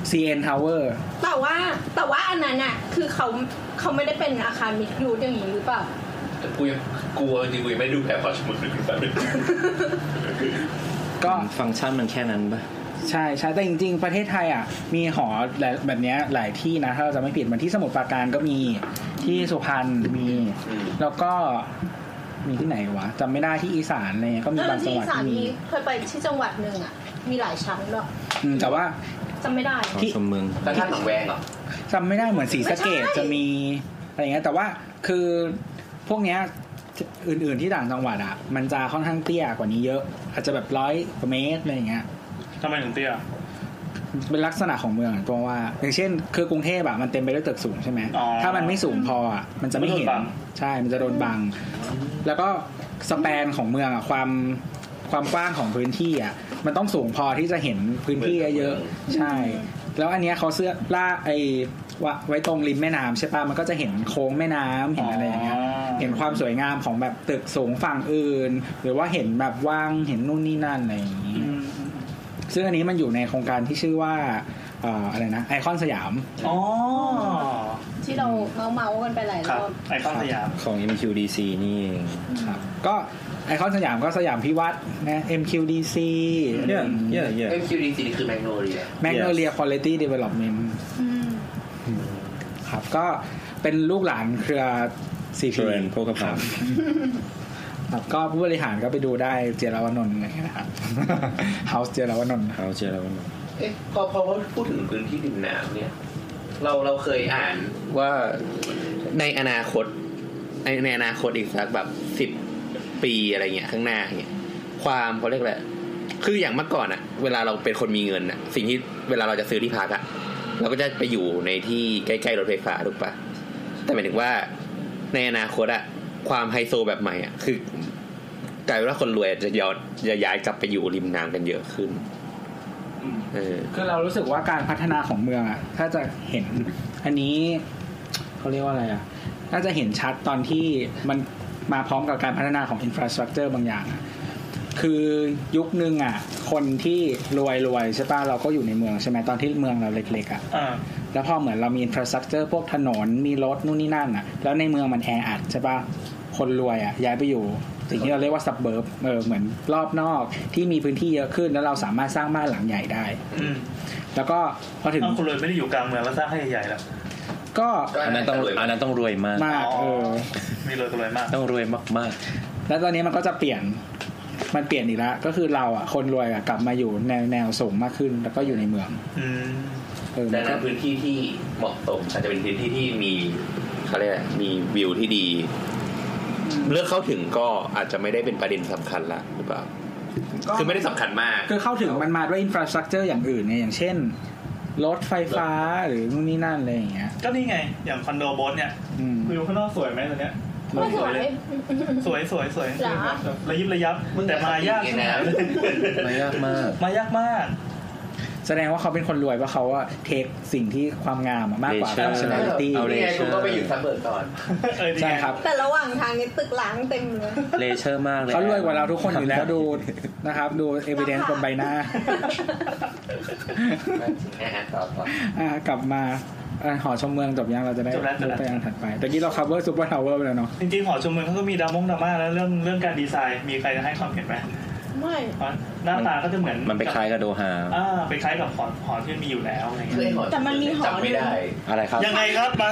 S5: CN Tower
S4: แต่ว่าแต่ว่าอันนั้นอ่ะคือเขาเขาไม่ได้เป็นอาคารมิกยูสอย่างนี้หรือเปล่า
S6: แต่กูยังกลัวจริงๆกูยังไม่ได้ดูแผนหอชมเมืองเลยแบบนึง
S5: ก็
S7: ฟังก์ชันมันแค่นั้นป่ะ
S5: ใช่ใช่แต่จริง ๆ ประเทศไทยอ่ะมีหอหลายแบบเนี้ยหลายที่นะถ้าเราจะไม่ผิดเหมือนที่สมุทรปราการก็มีที่สุพรรณมี
S6: อืม
S5: แล้วก็มีที่ไหนวะจำไม่ได้ที่อีสานอะไรเงี้ยก็มี
S4: แล้ว
S5: บางจังห
S4: ที่อี
S5: วัด
S4: สาน
S5: ที่มี
S4: มีเคยไปที่จังหวัดหนึ่งอ่ะ มีหลายชั้นด้วย
S5: อืมแต่ว่า
S4: จำไม่ได้
S7: หอชมเมือง
S6: แล้วท่านหนองแวงเหรอ
S5: จำไม่ได้เหมือนสีสะเกด
S4: ไม่ใช่
S5: จะมีอะไรเงี้ยแต่ว่าคือพวกเนี้ยอื่น ๆที่ต่างจังหวัดอ่ะ มันจะค่อนข้างเตี้ยกว่านี้เยอะ อาจจะแบบร้อยกว่าเมตรอะไรเงี้ย
S2: ทำไมถึงเตี้ย
S5: เป็นลักษณะของเมืองเพราะว่า อย่างเช่น คือกรุงเทพอ่ะมันเต็มไปด้วยตึกสูงใช่ไหมถ้ามันไม่สูงพออ่ะมันจะไม่เห็นใช่มันจะโดนบัง แล้วก็สแปนของเมืองอ่ะความความกว้างของพื้นที่อ่ะมันต้องสูงพอที่จะเห็นพื้นที่เยอะๆใช่ แล้วอันเนี้ยเขาเสื้อล่ากไอ้วะไว้ตรงริมแม่น้ำใช่ปะมันก็จะเห็นโค้งแม่น้ำเห็นอะไรอย่างเงี้ยเห็นความสวยงามของแบบตึกสูงฝั่งอื่น หรือว่าเห็นแบบว่างเห็นนู่นนี่นั่นอะไรอย่างงี้
S2: อืม
S5: ซึ่งอันนี้มันอยู่ในโครงการที่ชื่อว่าเอ่ออะไรนะไอคอนสยาม
S2: อ๋อ
S4: ที่เราเมาเมาๆกันไปหลาย
S2: ค
S4: ร
S2: รับ
S4: อบ
S2: ไอคอนสยาม
S7: ของ MQDC นี่เอง
S5: ครับก็ไอคอนสยามก็สยามพิวัตรนะ MQDC
S1: เยอะเยอะเยอะ
S6: เอ็มคิวดีซีคือแมงโนเรีย
S5: Magnolia Quality Development
S4: อืม
S5: ครับก็เป็นลูกหลานเครือ CP
S7: เชิญโคกระพัน
S5: ครับก็ผู้บริหารก็ไปดูได้เจรวนนท์นะครับ House เจรวนนท์
S7: เอาเจอแล้วกันหน่อย
S6: เอ๊ะพอพอพูดถึงพื้นที่ริมน้ำเนี่ย เราเราเคยอ่านว่าในอนาคต ในในอนาคตอีกสักแบบสิบปีอะไรเงี้ยข้างหน้าเงี้ยความเขาเรียกอะไรคืออย่างเมื่อก่อนอะเวลาเราเป็นคนมีเงินอะสิ่งที่เวลาเราจะซื้อที่พักอะเราก็จะไปอยู่ในที่ใกล้ๆรถไฟฟ้าถูกปะแต่หมายถึงว่าในอนาคตอะความไฮโซแบบใหม่อะคือกลายเป็นว่าคนรวยจะย้อนจะย้ายกลับไปอยู่ริมน้ำกันเยอะขึ้นเออ
S5: คือเรารู้สึกว่าการพัฒนาของเมืองอ่ะถ้าจะเห็นอันนี้เขาเรียกว่าอะไรอ่ะน่าจะเห็นชัดตอนที่มันมาพร้อมกับการพัฒนาของอินฟราสตรักเจอร์บางอย่างอะคือยุคนึงอ่ะคนที่รวยรวยๆใช่ป่ะเราก็อยู่ในเมืองใช่ไหมตอนที่เมืองเราเล็กๆอ่ะ
S2: อ่า
S5: แล้วพอเหมือนเรามีอินฟราสตรักเจอร์พวกถนนมีรถนู่นนี่นั่นอ่ะ แล้วในเมืองมันแออัดใช่ปะคนรวยอ่ะย้ายไปอยู่ สิ่งที่เราเรียกว่าสับเบิร์บเออเหมือนรอบนอกที่มีพื้นที่เยอะขึ้น แล้วเราสามารถสร้างบ้านหลังใหญ่ได้
S2: อืม
S5: แล้วก็พอถึง
S2: เอ้าคุณเลยไม่ได้อยู่กลางเมืองแล้วสร้างให้ใหญ่ๆแล้ว
S5: ก็
S7: อันนั้นต้องอันนั้นต้องรวยมาก
S5: มากเออ
S2: มีเลยก็เลยมาก
S7: ต้องรวยมาก
S5: แล้วตอนนี้มันก็จะเปลี่ยนมันเปลี่ยนอีกแล้วก็คือเราอ่ะคนรวยอ่ะกลับมาอยู่แนวแนวสูงมากขึ้น แล้วก็อยู่ในเมือง
S2: อืม
S5: เออ
S6: ดั
S5: มัน
S6: ง
S5: ก็
S6: นั้นพื้นที่ที่เหมาะสมอาจจะเป็นพื้นที่ที่มีเขาเรียกอะไรมีวิวที่ดี เลือกเข้าถึงก็อาจจะไม่ได้เป็นประเด็นสำคัญละหรือเปล่า
S5: ก็
S6: คือไม่ได้สำคัญมาก
S5: คือเข้าถึงมันมาด้วยอินฟราสตรักเจอร์อย่างอื่นไงอย่างเช่น รถไฟฟ้าหรือนู่นนี่นั่นอะไรอย่างเงี้ย
S2: ก็นี่ไง อย่างคอนโดโบสเนี่ย
S5: อืม
S2: วิวข้างนอกสวยไหมตอนเนี้ย
S4: ไม่สวย
S2: สวยสวยสวย
S4: หรอ
S2: แบบระยิบระยับ แต่มายาก
S6: มึง
S2: ใช่
S6: อ
S2: ไหม
S6: ยากกินไงนะ
S7: ๆมายากมาก
S2: มายากมาก
S5: แสดงว่าเขาเป็นคนรวยเพราะเขาว่าเทคสิ่งที่ความงามอะมากกว่า
S1: Nature
S5: ชนตี้
S1: เอา
S6: นี่ไงกูก็ไปอยู่ซับเบิร์กก่อน
S5: ใช่ครับ
S4: แต่ระหว่างทางนี้ตึกล้างเต็มเลย
S7: เลเชอร์มากเลย
S5: เขารวยกว่าเราทุกคนอยู่แล้วดูนะครับ ดูเอ i ิเดนซ์บนใบหน้า
S6: นะฮะต่อต่อ
S5: อ่ะกลับมาอ่ะหอชมเมืองจบยังเราจะได้
S2: จบแล้วจบแล้ว
S5: ไปอันถัดไปตะกี้เรา cover super tower ไปแล้วเนาะ
S2: จริงๆหอชมเมืองเขาก็มีดรามงดราม่าแล้วเรื่องเรื่องการดีไซน์มีใครจะให้ความเห็นไหม
S4: ไม่
S2: เพราะหน้าตาก็จะเหมือน
S7: มันไปคล้ายกับโดฮา
S2: อ่าไปคล้ายกับหอหอที่มีอยู่แล้วอะไรเงี้ย
S10: แต่มันมีหอ
S6: จำไม่ได้
S7: อะไรครับ
S2: ยังไงครับมา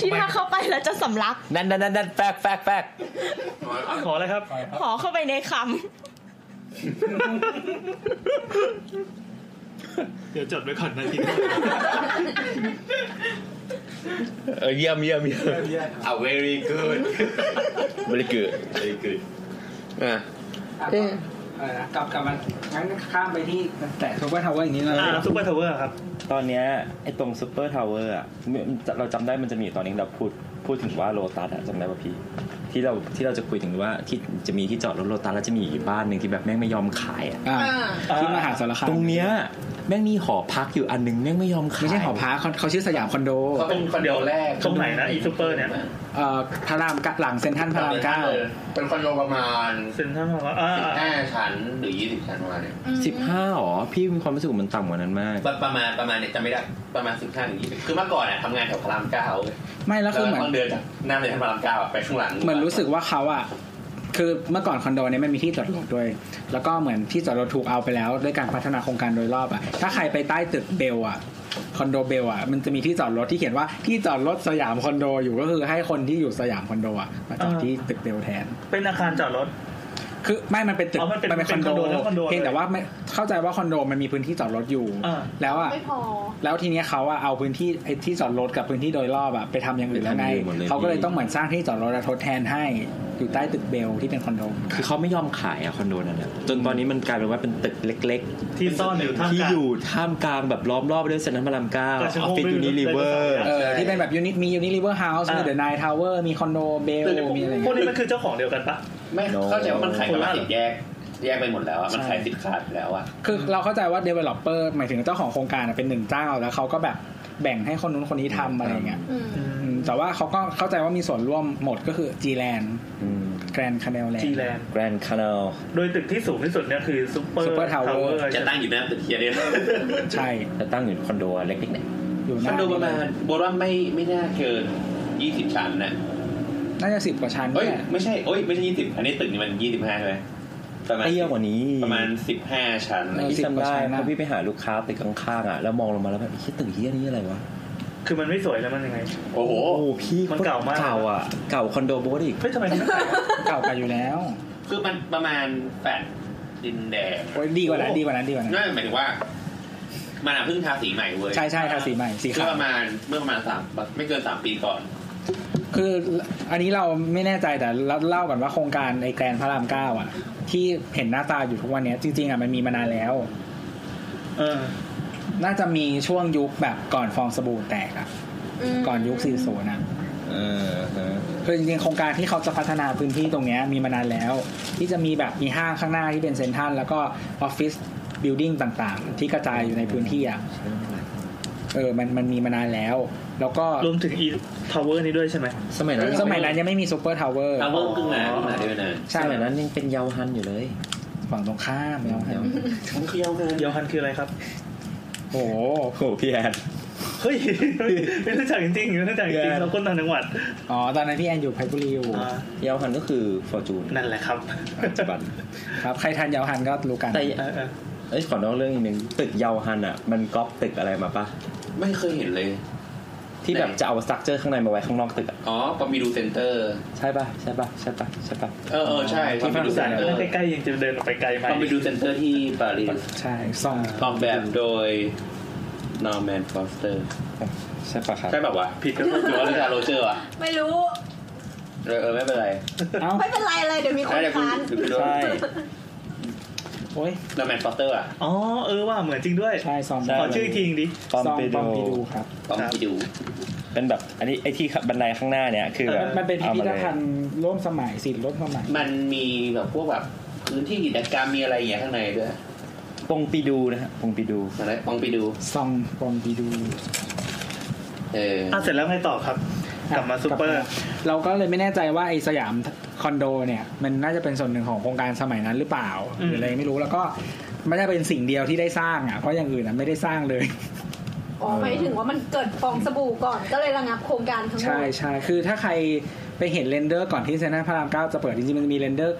S10: ที่ถ้าเข้าไปแล้วจะสำลัก
S9: นั่นนั่นนั่นนั่นแฟกแฟกแฟก
S2: ขออะไรครับ
S10: ขอเข้าไปในค
S2: เดี๋ยวจดไว้ก่อนนะที
S9: เออเยี่ยมเยี่ยมเยี่ยม
S6: เอา very good
S9: very good
S6: very good
S9: อ่ะ
S5: เอ๊ะอะไรนะกลับกลับมางั้นข้ามไปที่แต่ super tower อีกนิดนึง
S2: อ่า
S5: นะครับ
S2: ซุปเปอร์ทาวเวอร์ครับ
S7: ตอนเนี้ยไอ้ตรงซูเปอร์ทาวเวอร์อ่ะมันเราจำได้มันจะมีอยู่ตอนนี้เราพูดพูดถึงว่าโลตัสอะจำได้ป่ะพี่ ที่เราที่เราจะคุยถึงว่าที่จะมีที่จอดรถโลตัสแล้วจะมีอยู่บ้านหนึ่งที่แบบแม่งไม่ยอมขายอะ
S5: อ่า
S4: อ่า
S5: ที่มหาสารคาม
S7: ตรงเนี้ยแม่งมีหอพักอยู่อันหนึงแม่งไม่ยอมขาย
S5: ไม่ใช่หอพักเขาเขาชื่อสยามคอนโด
S6: เขาเป็นคอนโดแรก
S2: ตรงไหนนะอีซูเปอร์เนี่ย
S5: เอ่อพระรามเก้าหลังเซ็นทรัลพระรามเก้า
S6: เป็นคอนโดประมาณ
S2: เซ็นทรัลบอกว่าอ่า
S6: สิบ
S2: อ่า
S6: ห้าชั้นหรือยี่สิบชั้นประมาณเนี่ย
S7: สิบห้าหรอพี่มีความรู้สึกว่ามันต่ำกว่านั้นมาก
S6: ประประมาณประมาณเนี่ยจำไม่ได้ประมาณสิบห้าหรือยี่สิบคือเมื่อก่อนอ่ะทำงานแถวพระรามเก้า
S5: ไม่แล้วคือเหมือน
S6: ต้องเดินจากหน้าเลยพระรามเก้าอะไปข้างหลัง
S5: เหมือนรู้สึกว่าเขาอะคือเมื่อก่อนคอนโดเนี่ยมันมีที่จอดรถด้วย แล้วก็เหมือนที่จอดรถถูกเอาไปแล้วด้วยการพัฒนาโครงการโดยรอบอะถ้าใครไปใต้ตึกเบลอะคอนโดเบลอะมันจะมีที่จอดรถที่เขียนว่าที่จอดรถสยามคอนโดอยู่ก็คือให้คนที่อยู่สยามคอนโดอะมาจอดที่ตึกเบลแทน
S2: เป็นอาคารจอดรถ
S5: คือไม่มันเป็นตึก
S2: อ๋อมันเป็น
S5: คอน
S2: เป็นคอน
S5: โด
S2: โดแล้วคอนโด
S5: เพียงแต่ว่าไม่เข้าใจว่าคอนโดมันมีพื้นที่จอดรถอยู่
S2: อ่า
S5: แล้วอะ
S4: ไม่พอ
S5: แล้วทีเนี้ยเขาอะเอาพื้นที่ไอ้ที่จอดรถกับพื้นที่โดยรอบอะไปทำอย่างอื่นแล้วไง
S7: ไปทำอย่างอื่นหมดเลย
S5: เขาก็เลยต้องเหมือนสร้างที่จอดรถอะทดแทนให้อยู่ใต้ตึกเบลที่เป็นคอนโด
S7: คือเขาไม่ยอมขายอะคอนโดนั้นอะจนตอนนี้มันกลายเป็นว่าเป็นตึกเล็ก ๆ
S2: ที่ซ่อนอยู่ท่าม
S7: ที่
S2: กลาง
S7: อยู่ท่ามกลางแบบล้อมรอบไปด้วยเซ็นทรัลพระรามเก้าอ
S2: แต่ฉัน
S7: อฟ
S2: คง
S7: ฟิศ
S2: ไม่รู้
S7: ยูนิลิเวอร์
S5: เออที่เป็นแบบยูนิตมียูนิลิเวอร์เฮาส์
S2: อ่ามี
S5: มีเดอะไนท์ทาวเวอร์มีคอนโดเบล
S2: ตึก
S5: มีอะไร
S2: พวก
S5: เงี้ย
S2: นี้มันคือเจ้าของเดียวกันปะ
S6: ไม่เข้าใจว่ามันขายกันมาสิบแยก แยกไปหมดแล้วอ่ะมันขายสิบขาดแล้วอ่ะ
S5: คือเราเข้าใจว่า developer หมายถึงเจ้าของโครงการอะเป็นหนึ่งเจ้า แล้วเขาก็แบบแบ่งให้คนนู้นคนนี้ทำอะไรเงี้ย
S4: อืม
S5: อืมแต่ว่าเขาก็เข้าใจว่ามีส่วนร่วมหมดก็คือ G Land
S7: อืม
S5: Grand Canal Land
S2: จีแลนด์
S7: Grand Canal
S2: โดยตึกที่สูงที่สุดเนี่ยคือซุปเปอร์
S5: Super Tower
S6: จะตั้งอยู่หน้าตึกเฮียเนี่ย
S5: ใช่
S7: จะตั้งอยู่คอนโดเล็กๆเนี่ย
S5: อยู่ห
S6: คอน
S5: น้า
S6: โดประมาณโบทว่าไม่ไม่น่าเกินยี่สิบชั้นนะ
S5: น่าจะสิบกว่าชั้น
S6: เอ้ย
S5: เนี่ย
S6: ไม่ใช่เอ้ยไม่ใช่ยี่สิบอันนี้ตึกนี่มันยี่สิบห้าใช่ไหมประมาณ
S7: เตี้ยกว่านี้
S6: ประมาณสิบห้าชั้นอะไรอย่าง
S7: พี่
S6: เงี้ย
S7: จำได้เพราะพี่ไปหาลูกค้าตึกข้างๆอ่ะแล้วมองลงมาแล้วแบบไอ้เหี้ยตึกเฮี้ยนี่อะไรวะ
S2: คือมันไม่สวยแล้วมันยังไง
S6: โอ้โห
S7: โอ้พี่
S2: มันเก่ามาก
S7: เก่าอ่ะเก่าคอนโดโบสอีก
S2: เฮ้ยทำไมถึงไม่ขาย
S5: เก่าไปอยู่แล้ว
S6: คือมันประมาณแปดดินแดง
S5: โอ้ยดีกว่านั้นดีกว่านั้นดีกว่านั้น
S6: นั่นหมายถึงว่า มันอะเพิ่งทาสีใหม่เว้ย
S5: ใช่ใช่ทาสีใหม่สี
S6: คือ
S5: ขาว
S6: ประมาณเมื่อประมาณสามไม่เกินสามปีก่อน
S5: คืออันนี้เราไม่แน่ใจแต่เราเล่าก่อนว่าโครงการไอแกรนพระรามเก้าอ่ะ ที่เห็นหน้าตาอยู่ทุกวันเนี้ยจริงๆอ่ะมันมีมานานแล้ว
S2: เออ
S5: น่าจะมีช่วงยุคแบบก่อนฟองสบู่แตกอ่ะ
S4: ม
S5: ก่อนยุค40นะ
S3: เออฮะ
S5: คือจริงๆโครงการที่เขาจะพัฒนาพื้นที่ตรงเนี้ยมีมานานแล้ว ที่จะมีแบบมีห้างข้างหน้าที่เป็นเซ็นทรัลแล้วก็ออฟฟิศบิลดิ่งต่างๆ ที่กระจายอยู่ในพื้นที่อ่ะเออมันมันมีมานานแล้ว แล้วก็
S2: รวมถึงอีทาวเวอร์นี้ด้วยใช่ไหม
S7: สมัยนั้น
S5: สมัยนั้นยังไม่มีซูเปอร์ทาวเวอร์
S6: ทาวเวอร์ขึ้นมาขึ้นมาได้ไม่นาน
S5: ใช่
S7: สมัยนั้นยังเป็นเยาวฮันอยู่เลย
S5: ฝั่งตรงข้ามแล้วครับ
S6: มันเคี้ยวเลย
S2: เดียวฮันคืออะไรครับ
S5: โอ้โห
S7: โอ้โหพี่แอน
S2: เฮ้ย ไม่รู้จักจริงๆไม่รู้จักจริงๆเราคนต่างจังหวัด
S5: อ๋อ ตอนนั้นพี่แอนอยู่เพชรบุรีอยู่
S2: อ่า
S7: เยาวฮันก็คือฟอร์จูน
S2: นั่นแหละครับ
S7: ปัจจุบัน
S5: ครับ ใครทันยาวหันก็รู้กัน
S7: แต่
S2: เออเออ
S7: เอ้ยขอนอกเรื่องอีกนึงตึกเยาวฮันอ่ะมันก๊อปตึกอะไรมาปะ
S6: ไม่เคยเห็นเลย
S7: ที่แบบจะเอาสตรัคเจอร์ข้างในมาไว้ข้างนอกตึกอะ
S6: อ๋อปามีดูเซ็นเตอร์
S7: ใช่ปะใช่ปะใช่ปะใช่ปะ
S6: เออเออใช่ปา
S2: ที่
S6: มี
S2: ฝรั่
S6: ดู
S2: งเศ
S6: เซ็
S2: ส
S6: นเตอ
S2: ก็
S6: ร์
S2: ใกล้ๆยังจะเดินออกไปไกลไหม
S6: ปามีดูเซ็นเตอร์ที่ปารีส
S5: ใช่ซ่อง
S6: ออกแบบโดย Norman Foster
S7: ใช่ปะครับ
S6: ใช่แบบวะ
S2: ผิดก็
S6: หรือว่าลิซาโรเจอร์อ่ะ
S4: ไม่รู้
S6: เออเออไม่เป็นไร
S5: เอ้า
S4: ไม่เป็นไรเลยเดี๋ยวมีคน
S6: เดี๋ยวคุณ
S4: ค้าน
S6: คุณดู
S7: ใช่
S5: โอ้ย
S6: Norman Foster อ่ะ
S2: อ๋อเออว่าเหมือนจริงด้วย
S5: ใช่ซอง
S7: ใช่
S2: ขอชื่ออีกทีหนึ่งดิ
S7: ปอม
S5: ซอง
S7: เป
S5: ปอม
S7: โด
S5: ปีดูครับ
S6: ต้องไปดู
S7: เป็นแบบอันนี้ไอ้ที่บันไดข้างหน้าเนี่ยคือแบบ
S5: มันเป็นพิ
S7: อา
S5: พิ
S7: มา
S5: ธ
S7: ลย
S5: ภัณฑ์ร่วมสมัยสิทธิ์ร่วมสมัย
S6: มันมีแบบพวกแบบพื้นที่กิจกรรมมีอะไรอย่างเงี้ยข้างในด้วย
S7: ปงปีดูนะฮะปงปีดู
S6: อะไรปองไปดู
S5: ซองปองดีดู
S6: เออ
S2: อ่ะเสร็จแล้วไงต่อครับ กลับมาซูเปอร์
S5: เราก็เลยไม่แน่ใจว่าไอ้สยามคอนโดเนี่ย มันน่าจะเป็นส่วนหนึ่งของโครงการสมัยนั้นหรือเปล่าห
S2: อืม
S5: รืออะไรไม่รู้แล้วก็ไม่ได้เป็นสิ่งเดียวที่ได้สร้างอ่ะเพราะอย่างอื่นอ่ะไม่ได้สร้างเลย
S4: อ๋อหมายถึงว่ามันเกิดฟองสบู่ก่อนก็เลยระงับโครงการทั้งหม
S5: ใช่
S4: ด
S5: ใช่คือถ้าใครไปเห็นเรนเดอร์ก่อนที่เซนทรัลพระรามเก้าจะเปิดจริงๆมันมีเรนเดอร์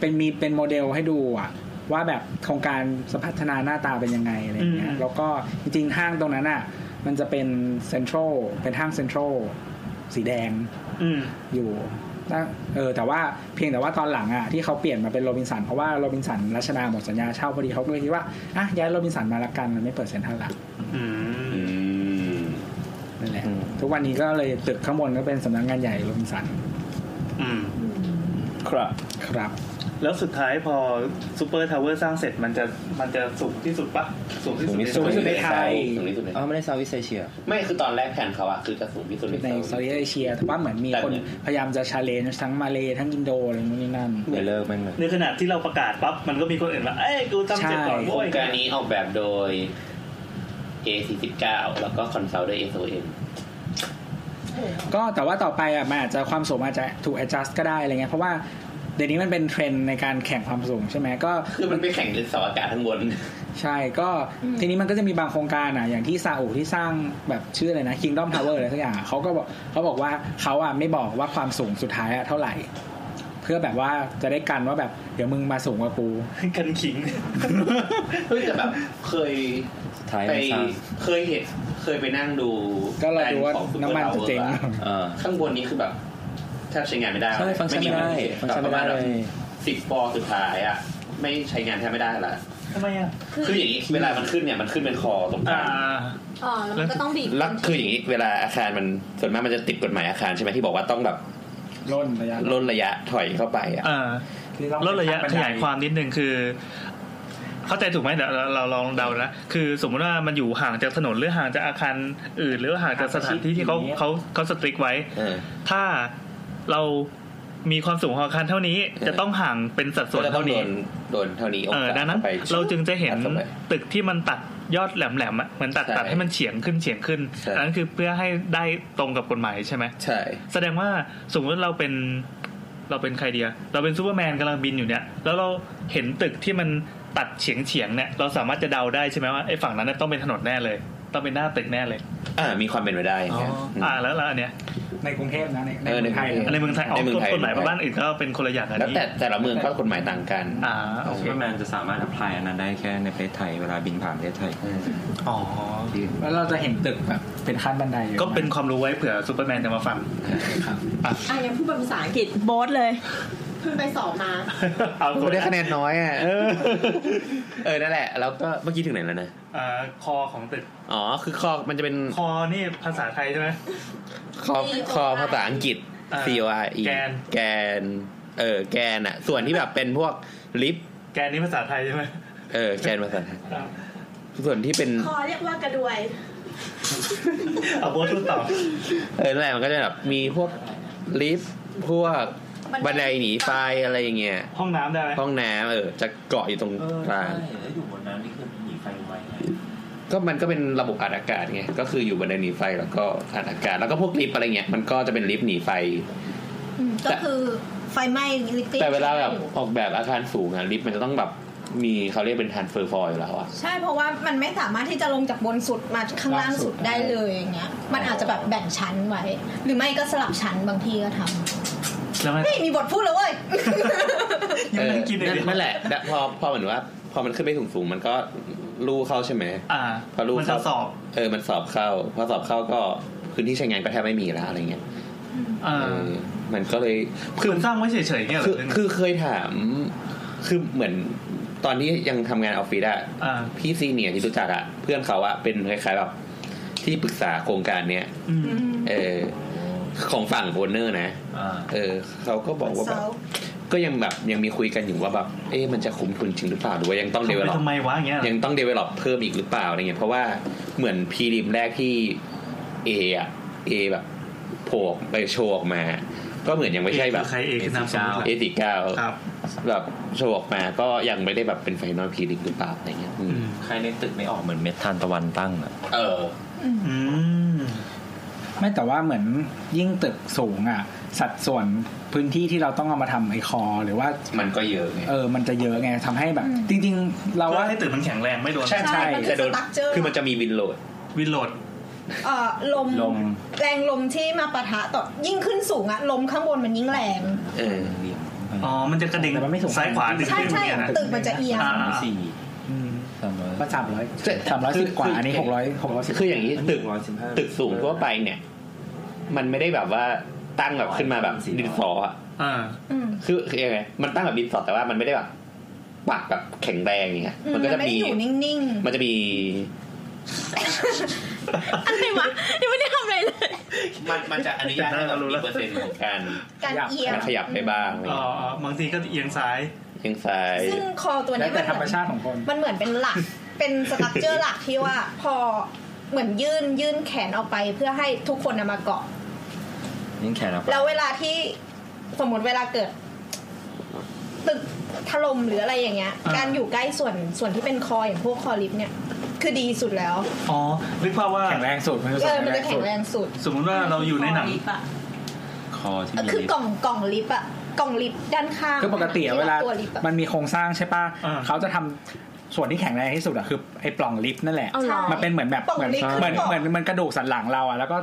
S5: เป็นมีเป็นโมเดลให้ดูอ่ะ ว่าแบบโครงการสพัฒนาหน้าตาเป็นยังไงอะไรอย่างเงี้
S2: อื
S5: ย
S2: ม
S5: แล้วก็จริงๆห้างตรงนั้นอ่ะ มันจะเป็นเซ็นทรัลเป็นห้างเซ็นทรัลสีแดง
S2: อืม
S5: อยู่ตั้งเออแต่ว่าเพียงแต่ว่าตอนหลังอ่ะที่เขาเปลี่ยนมาเป็นโรบินสันเพราะว่าโรบินสันรัชดาหมดสัญญาเช่าพอดีเขาก็เลยคิดว่าอ่ะย้ายโรบินสันมาละกันมันไม่เปิดเซ็นทรัลละ
S2: อืม
S6: อืม
S5: นั่นแหละ
S7: อืม
S5: ทุกวันนี้ก็เลยตึกข้างบนก็เป็นสำนักงานใหญ่โรบินสัน
S2: อืม ครับ
S5: ครับ
S2: แล้วสุดท้ายพอซูเปอร์ทาวเวอร์สร้างเสร็จมันจะมันจะสูงที่สุดปะสูงที่สุดใน
S7: สูงที่สุด
S2: โลก
S7: ในไทย
S6: สูงที่สุดใน
S7: อ๋อไม่ได้ซาวิเซเชีย
S6: ไม่คือตอนแรกแผนเขาอะคือกระสุนที่สุดใน
S5: ในเซา
S6: เซา
S5: ท์อีสเอเชียแต่ว่าเหมือนมี
S6: แต่
S5: คนพยายามจะชาเลนจ์ทั้งมาเลย์ทั้งอินโดอะไรนู่นนี่นั่น
S7: เดี๋ยวเลิกแม่งเลย
S2: ในขนาดที่เราประกาศปั๊บ มันก็มีคนอื่นว่า เอ้ย กูทำเสร็จก่อน
S6: โคร
S2: โว้ย
S6: งการนี้ออกแบบโดย A49 แล้วก็คอนซัลท์โดย SOM
S5: ก็แต่ว่าต่อไปอ่ะมันอาจจะความสูงอาจจะถูก adjust ก็ได้อะไรเงี้ยเพราะว่าเดี๋ยวนี้มันเป็นเทรนด์ในการแข่งความสูงใช่ไหมก็
S6: คือมันไปแข่งเรื่องเสาอากาศข้างบน
S5: ใช่ก็ทีนี้มันก็จะมีบางโครงการอ่ะอย่างที่ซาอุที่สร้างแบบชื่ออะไรนะ Kingdom Tower อะไรสักอย่างอะเขาก็บอกเขาบอกว่าเขาอ่ะไม่บอกว่าความสูงสุดท้ายอ่ะเท่าไหร่ เพื่อแบบว่าจะได้กันว่าแบบเดี๋ยวมึงมาสูงกว่ากู
S2: กันขิง
S6: เฮ้ยแต่แบบเคย
S7: ท้าย
S6: ไป
S7: ไม่สร้าง
S6: เคยเห็นเคยไปนั่งดู
S5: ก็เราดูว่า
S6: แผขอ Super
S5: น้ำมันจะ
S6: Tower
S5: เจ๊ง
S6: อะ
S7: เออ
S6: ข้างบนนี้คือแบบแทบใช้งานไม่ได้
S7: ใช่ฟังก์ชันไม่ได้ฟังก์ชัน
S6: ป
S7: ไม่
S6: ระมา
S7: ได้
S6: ณ
S7: เล
S6: แบบ
S7: ย
S6: สิบปอสุดท้ายอ่ะ ไม่ใช้งานแทบไม่ได้ละ
S2: ทำไมอ่ะ
S6: คืออย่างนี้เวลามันขึ้นเนี่ยมันขึ้นเป็นคอตรงกลา
S2: อ่า
S6: ง
S4: อ๋อแล้วมันก็ต้องบีบ
S6: แล้วคืออย่างนี้เวลาอาคารมันส่วนมากมันจะติดกฎหมายอาคารใช่ไหมที่บอกว่าต้องแบบ
S5: ล่นระยะ
S6: ล่นระยะถอยเข้าไปอ่ะ
S2: อ่า ลดระยะขยายความนิดนึงคือ เข้าใจถูกไหมเดี๋ยวเราเราลองเดานะคือสมมติว่ามันอยู่ห่างจากถนนหรือห่างจากอาคารอื่น หรือว่าห่างจากสถานที่ที่เขาเขาเขาสตริกไว้
S6: เออ
S2: ถ้าเรามีความสูงของอาคารเท่านี้
S6: เออ
S2: จะต้องห่างเป็นสัดส่วน
S6: ก็จะต้อโด
S2: เท่างนี้
S6: นโดนเท่านี้
S2: เออ
S6: ศ
S2: ดังนั้น
S6: ข้ไป
S2: เราจึงจะเห็น
S6: อัดเข้าไป
S2: ตึกที่มันตัดยอดแหลมๆอะเหมือนตัด
S6: ใช่
S2: ตัดให้มันเฉียงขึ้นเฉียงขึ้น
S6: ใช่
S2: อันนั้นคือเพื่อให้ได้ตรงกับกฎหมายใช่ไหม
S6: ใช่
S2: แสดงว่าสมมติเราเป็นเราเป็นใครเดียเราเป็นซูเปอร์แมนกำลังบินอยู่เนี่ย แล้วเราเห็นตึกที่มันตัดเฉียงเฉียงๆเนี่ยเราสามารถจะเดาได้ใช่ไหมว่าไอ้ฝั่งนั้นนะต้องเป็นถนนแน่เลย ต้องเป็นหน้าตึกแน่เลย
S6: อ่ามีความเป็นไปได้อย่างเงี้ยม
S2: อ่าแล้วแล้วอันเนี้ย
S5: ในกรุงเทพนะในใน
S6: เออ
S5: เมืองไทย
S6: ในกรุงเทพ
S2: ในเมืองไทยออก
S6: ในเมืองไทย
S2: กฎหมายบ้านอื่นก็เป็นคนละอย่างกัน
S6: แล้ว
S2: นี่
S6: แต่แต่ละเมืองก็กฎหมายต่างกัน
S2: อ่าโอเค
S7: ซูเปอร์แมนจะสามารถ a p พลายอันนั้นได้แค่ในประเทศไทย เวลาบินผ่านประเทศไทย
S6: อืม
S2: อ๋อ
S5: แล้วเราจะเห็นตึกแบบเป็นขั้นบันไดอยู่
S2: ก็เป็นความรู้ไว้เผื่อซูเปอร์แมนจะมาฟัง
S10: อ่ะยังพูดเป็นภาษาอังกฤษโบสเลย
S4: เพิ่งไปสอบมา
S2: เอา
S6: ไม่ได้คะแนนน้อยอ่ะเออเออนั่นแหละ แล้วก็เมื่อกี้ถึงไหนแล้วนะ
S2: อ่าคอของตึก
S6: อ๋อคือคอมันจะเป็น
S2: คอนี่ภาษาไทยใช่ไหม
S6: คอคอภาษาอังกฤษ
S2: อ่า
S6: C O R E
S2: แกน
S6: แกนเออแกนอ่ะ ส่วนที่แบบเป็นพวกลิฟต์
S2: แกนนี่ภาษาไทยใช่ไหม
S6: เออแกนภาษาไทยส่วนที่เป็น
S10: คอเรียกว่ากระดวย
S2: เอาโบสพูดต่อ
S6: เออนั่นแหละมันก็จะแบบมีพวกลิฟต์พวกบันไดหนีไฟอะไรอย่างเงี้ย
S2: ห้องน้ำได้ไหม
S6: ห้องน้ำเออ จะเกาะอยู่ตรงกลาง
S7: แล้วอยู่บนนั้นนี่คือหนีไฟไวไง
S6: ก็มันก็เป็นระบบอัดอากาศไงก็คืออยู่บันไดหนีไฟแล้วก็อัดอากาศแล้วก็พวกลิฟต์อะไรเงี้ยมันก็จะเป็นลิฟต์หนีไฟ
S13: อืมก็คือไฟไหม้ลิปปิ้ง
S6: แต่เวลาแบบออกแบบอาคารสูงอะลิฟต์มันจะต้องแบบมีเขาเรียกเป็นทันเฟอร์ฟอยอยู่แล้วอะ
S13: ใช่เพราะว่ามันไม่สามารถที่จะลงจากบนสุดมาข้างล่างสุดได้เลยอย่างเงี้ย มันอาจจะแบบแบ่งชั้นไว้ หรือไม่ก็สลับชั้นบางทีก็ท
S2: แล้ว
S13: ำ
S2: ไง
S13: เฮ้ยมีบทพูดแล้วเว้ย
S2: ยังไม่ได้กินเลย
S6: เออ
S2: เดี๋ยว
S6: นั่นแหละแล้วพอพอเหมือนว่า พอมันขึ้นไปสูงๆมันก็ลู่เข้าใช่ไหม
S2: อ่า
S6: พอรู้
S2: มันจะ
S6: ครับ
S2: สอบ
S6: เออมันสอบเข้าพอสอบเข้าก็พื้นที่ใช้งานก็แทบไม่มีแล้วอะไรเงี้ย
S2: อ่า
S6: เออมันก็เลย
S2: คือมันสร้างไว้เฉยๆเนี่ยเหร
S6: คือ อ
S2: หรือไง
S6: คือเคยถามคือเหมือนตอนที่ยังทำงานออฟฟิศอะ
S2: อ่า
S6: พี่ซีเนียร์ที่รู้จักอะเพื่อนเขาอะเป็นคล้ายๆแบบที่ปรึกษาโครงการเนี้ย
S2: อืม
S6: เออของฝั่งโอนเนอร์นะ
S7: อ่า
S6: เออเขาก็บอกว่าแบบก็ยังแบบยังมีคุยกันอยู่ว่าแบบเอ๊ะมันจะคุ้มทุนจริงหรือเปล่าหรือว่ายังต้องเดเวลล
S2: ไป
S6: อป
S2: ทำไมวะอย่างเงี้ยเหรอ
S6: ยังต้อง develop เพิ่มอีกหรือเปล่าอะไรเงี้ยเพราะว่าเหมือนพีริมแรกที่ A อะ A แบบโผล่ออกไปโชว์ออกมา ก็เหมือนยังไม่ใช่แบบ
S14: ใครเอกคือนามสมมุติเหรอ
S6: เอติเก้า
S14: ครับ
S6: แบบโชว์ออกมาก็ยังไม่ได้แบบเป็นไฟนอลพีดิกหรือเปล่าอะไรเงี้ยอืม
S7: ใครในตึกไม่ออกเหมือนเม็ดทานตะวันตั้งอะ
S6: เออ
S5: ไม่แต่ว่าเหมือนยิ่งตึกสูงอ่ะ สัดส่วนพื้นที่ที่เราต้องเอามาทำไอคอหรือว่า
S6: มันก็เยอะไง
S5: เออมันจะเยอะไงทำให้แบบ จริง ๆ เราว่า
S14: ให้ตึกมันแข็งแรงไม่โดน
S5: ใช่ใช่
S6: แต่โดนคือมันจะมีวินโหลด
S14: วินโหลด
S13: เอ่อลมแรงลมที่มาปะทะต่อยิ่งขึ้นสูงอะลมข้างบนมันยิ่งแรง
S6: เออ
S14: อ๋อ มันจะกระเด็งซ้ายขวาดึง
S13: ใช่
S14: ขึ้น
S13: ใช่
S14: อย่างเงี้ยนะ
S13: ตึกมันจะเอียง
S14: อ่า
S7: สี่
S5: มาสามร้อยสามร้อยสิบกว่าอันนี้หกร้อยหกร้อยสิบ
S6: คืออย่างนี้ตึกตึกสูงทั่วไปเนี่ย มันไม่ได้แบบว่าตั้งแบบขึ้นมาแบบดินสออ่ะ
S14: อ่า
S6: คือคือยังไงมันตั้งแบบดินสอแต่ว่ามันไม่ได้แบบปักแบบแข็งแรงอย่างเงี้ยมันก็จะมี
S13: ไได้อยู่นิ่ง
S6: มันจะมี
S13: ๆ อะไรวะยังไม่ได้ทำอะไรเลย
S6: มันมันจะอนุญาตให้เรามีเปอร์เซ็นต์ของการ
S13: การเอียง
S6: การขยับไปบ้างอะไร
S14: อ๋อ
S6: เงี้ย
S14: อ๋อบางทีก็เอียงซ้าย
S6: เอียงซ้าย
S13: ซึ่งคอตัว
S5: แล้ว
S13: เนี้ย
S5: แต่
S13: มัน
S5: ธรรม
S13: เหมือน
S5: ชาติของคน
S13: มันเหมือนเป็นหลัก เป็นสตั๊กเจอร์หลักที่ว่าพอเหมือนยื่นยื่นแขนออกไปเพื่อให้ทุกคนเอามาเกาะ
S7: นี่แขนเรา
S13: แล้วเวลาที่สมมติเวลาเกิด ตึกถล่มหรืออะไรอย่างเงี้ย
S14: อ่า
S13: การอยู่ใกล้ส่วนส่วนที่เป็นคออย่างพวกคอลิฟต์เนี่ย คือดีสุดแล้ว
S14: อ๋อนึกภาพว่า
S5: แข็งแรงสุดมันจะ
S13: เออมันจะแข็งแรงสุด
S14: สมมุติว่าเราอยู่ในหนัง
S7: คอที่
S13: เออ
S7: มี
S13: คือ
S7: ลิฟ
S13: ก
S7: ต์
S13: ล่องกล่องลิฟต์อะกล่องลิฟต์ด้านข้าง
S5: คือปกติอะเวลา
S13: ตัวลิฟต์อะ
S5: มันมีโครงสร้างใช่ป่ะ
S14: อ่า
S5: เขาจะทำส่วนที่แข็งแรงที่สุดอะคือไอ้ปล่องลิฟต์นั่นแหละ
S13: เอาเหรอ
S5: มันเป็นเหมือนแบบ
S13: ปล่อง
S5: เหมือน
S13: ลิฟต์
S5: เหมือน
S13: คือ
S5: เห
S13: ปล่
S5: มื
S13: อ
S5: อน
S13: ง
S5: มันกระดูกสันหลังเราอะแล้วก็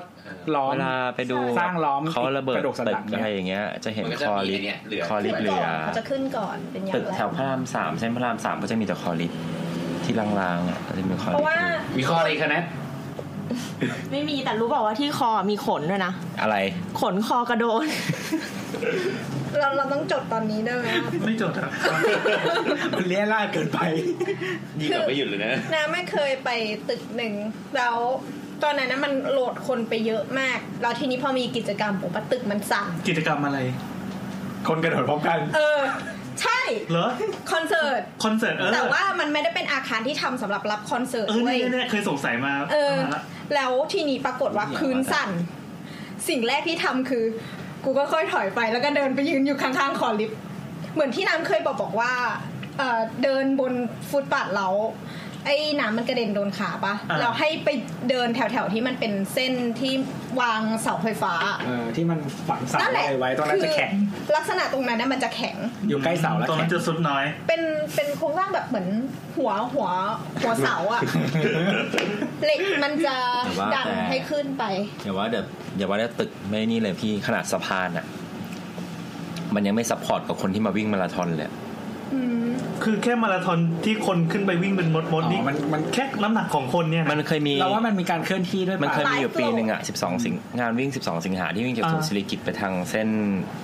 S5: ล้อม
S7: เวลาไปดู
S5: สร้างล้อม
S7: เขาระเบิด
S5: กระดูกสันห
S7: ตึ
S5: ลั
S7: ก
S5: ง
S7: อะไรอย่างเงี้ย จะเห็น
S6: มันก็
S7: ค
S6: จะ
S7: อ
S6: มี
S7: ลิ
S6: อัน
S7: ฟต์
S6: เนี้ยเหลือ
S7: คอลิฟต์เห
S13: ขึ้น
S7: ลือ
S13: ก่อนเขาจะขึ้นก่อนเป็นอย่าง
S7: ตึก
S13: แร
S7: แถ
S13: ก
S7: วพระรามสามเส้นพระรามสามก็จะมีแต่คอลิฟต์ที่ลางๆอ่ะก็จะมีคอ
S13: เพ
S7: ลิฟ
S13: ราะ
S7: ต์
S13: ว่า
S6: มีข้ออะไรอีกคะแนน
S10: ไม่มีแต่รู้บอกว่าที่คอมีขนด้วยนะ
S7: อะไร
S10: ขนคอกระโดน
S13: เราเราต้องจดตอนนี้ได้ไหมอะ
S14: ไม่จดอะ
S5: มันเลี้ยล่าดเกินไป
S6: ยิงแบบไม่หยุดเลยนะ
S13: น้าไม่เคยไปตึกหนึ่งแล้วตอนนั้นนะมันโหลดคนไปเยอะมาก แล้วทีนี้พอมีกิจกรรมปุ๊บอะตึกมันสั่น
S14: กิจกรรมอะไร
S5: คนกระโดดพร้อมกัน
S13: เออ ใช่
S14: เหรอ
S13: คอนเสิร์ต
S14: คอนเสิร์ตเออ
S13: แต่ว่ามันไม่ได้เป็นอาคารที่ทำสำหรับรับคอนเสิร์ต
S14: เออ
S13: เว้ย
S14: เนี่ยเนี่ยเคยสงสัยมา
S13: เออ
S14: มาละ
S13: แล้วทีนี้ปรากฏว่าคืนสั่น สิ่งแรกที่ทำคือ กูก็ค่อยถอยไปแล้วก็เดินไปยืนอยู่ข้างๆคอลิฟต์เหมือนที่น้ำเคยบอกบอกว่าเอ่อเดินบนฟุตปาดแล้วไอ้น้ำมันกระเด็นโดนขาปะ
S5: อ่า
S13: เราให้ไปเดินแถวๆที่มันเป็นเส้นที่วางเสาไฟฟ้า
S5: เออที่มันฝังเสา
S13: นั่นแหละ
S5: อะไรไว้ตรงนั้นจะแข็ง
S13: คือลักษณะตรงนั้นนะมันจะแข็ง
S5: อยู่ใกล้เสาแล้ว
S14: ตรง
S5: แข็
S14: นั้
S5: ง
S14: นจะซุดน้อย
S13: เป็นเป็นโครงสร้างแบบเหมือนหัวหัวหัวเสา อะ เหล็กมันจะดันให้ขึ้นไป
S7: อย่าว่าเดี๋ยวอย่าว่าแต่ตึกไม่นี่เลยพี่ขนาดสะพานอ่ะ มันยังไม่ซัพพอร์ตกับคนที่มาวิ่งมาราธอนเลยอะ
S13: อืม
S14: คือแค่มาราธอนที่คนขึ้นไปวิ่งเป็นมดมดๆนี่
S5: มันมัน
S14: แค่น้ำหนักของคนเนี่ยนะ
S7: มันเคยมี
S5: เราว่ามันมีการเคลื่อนที่ด้วย
S7: มัน
S5: ป่ะ
S7: เคยมีอยู่ปีหนึ่งอ่ะ
S13: Life
S7: 12 สิงงานวิ่ง 12 สิงหาที่วิ่งจากสวนสิริกิตไปทางเส้น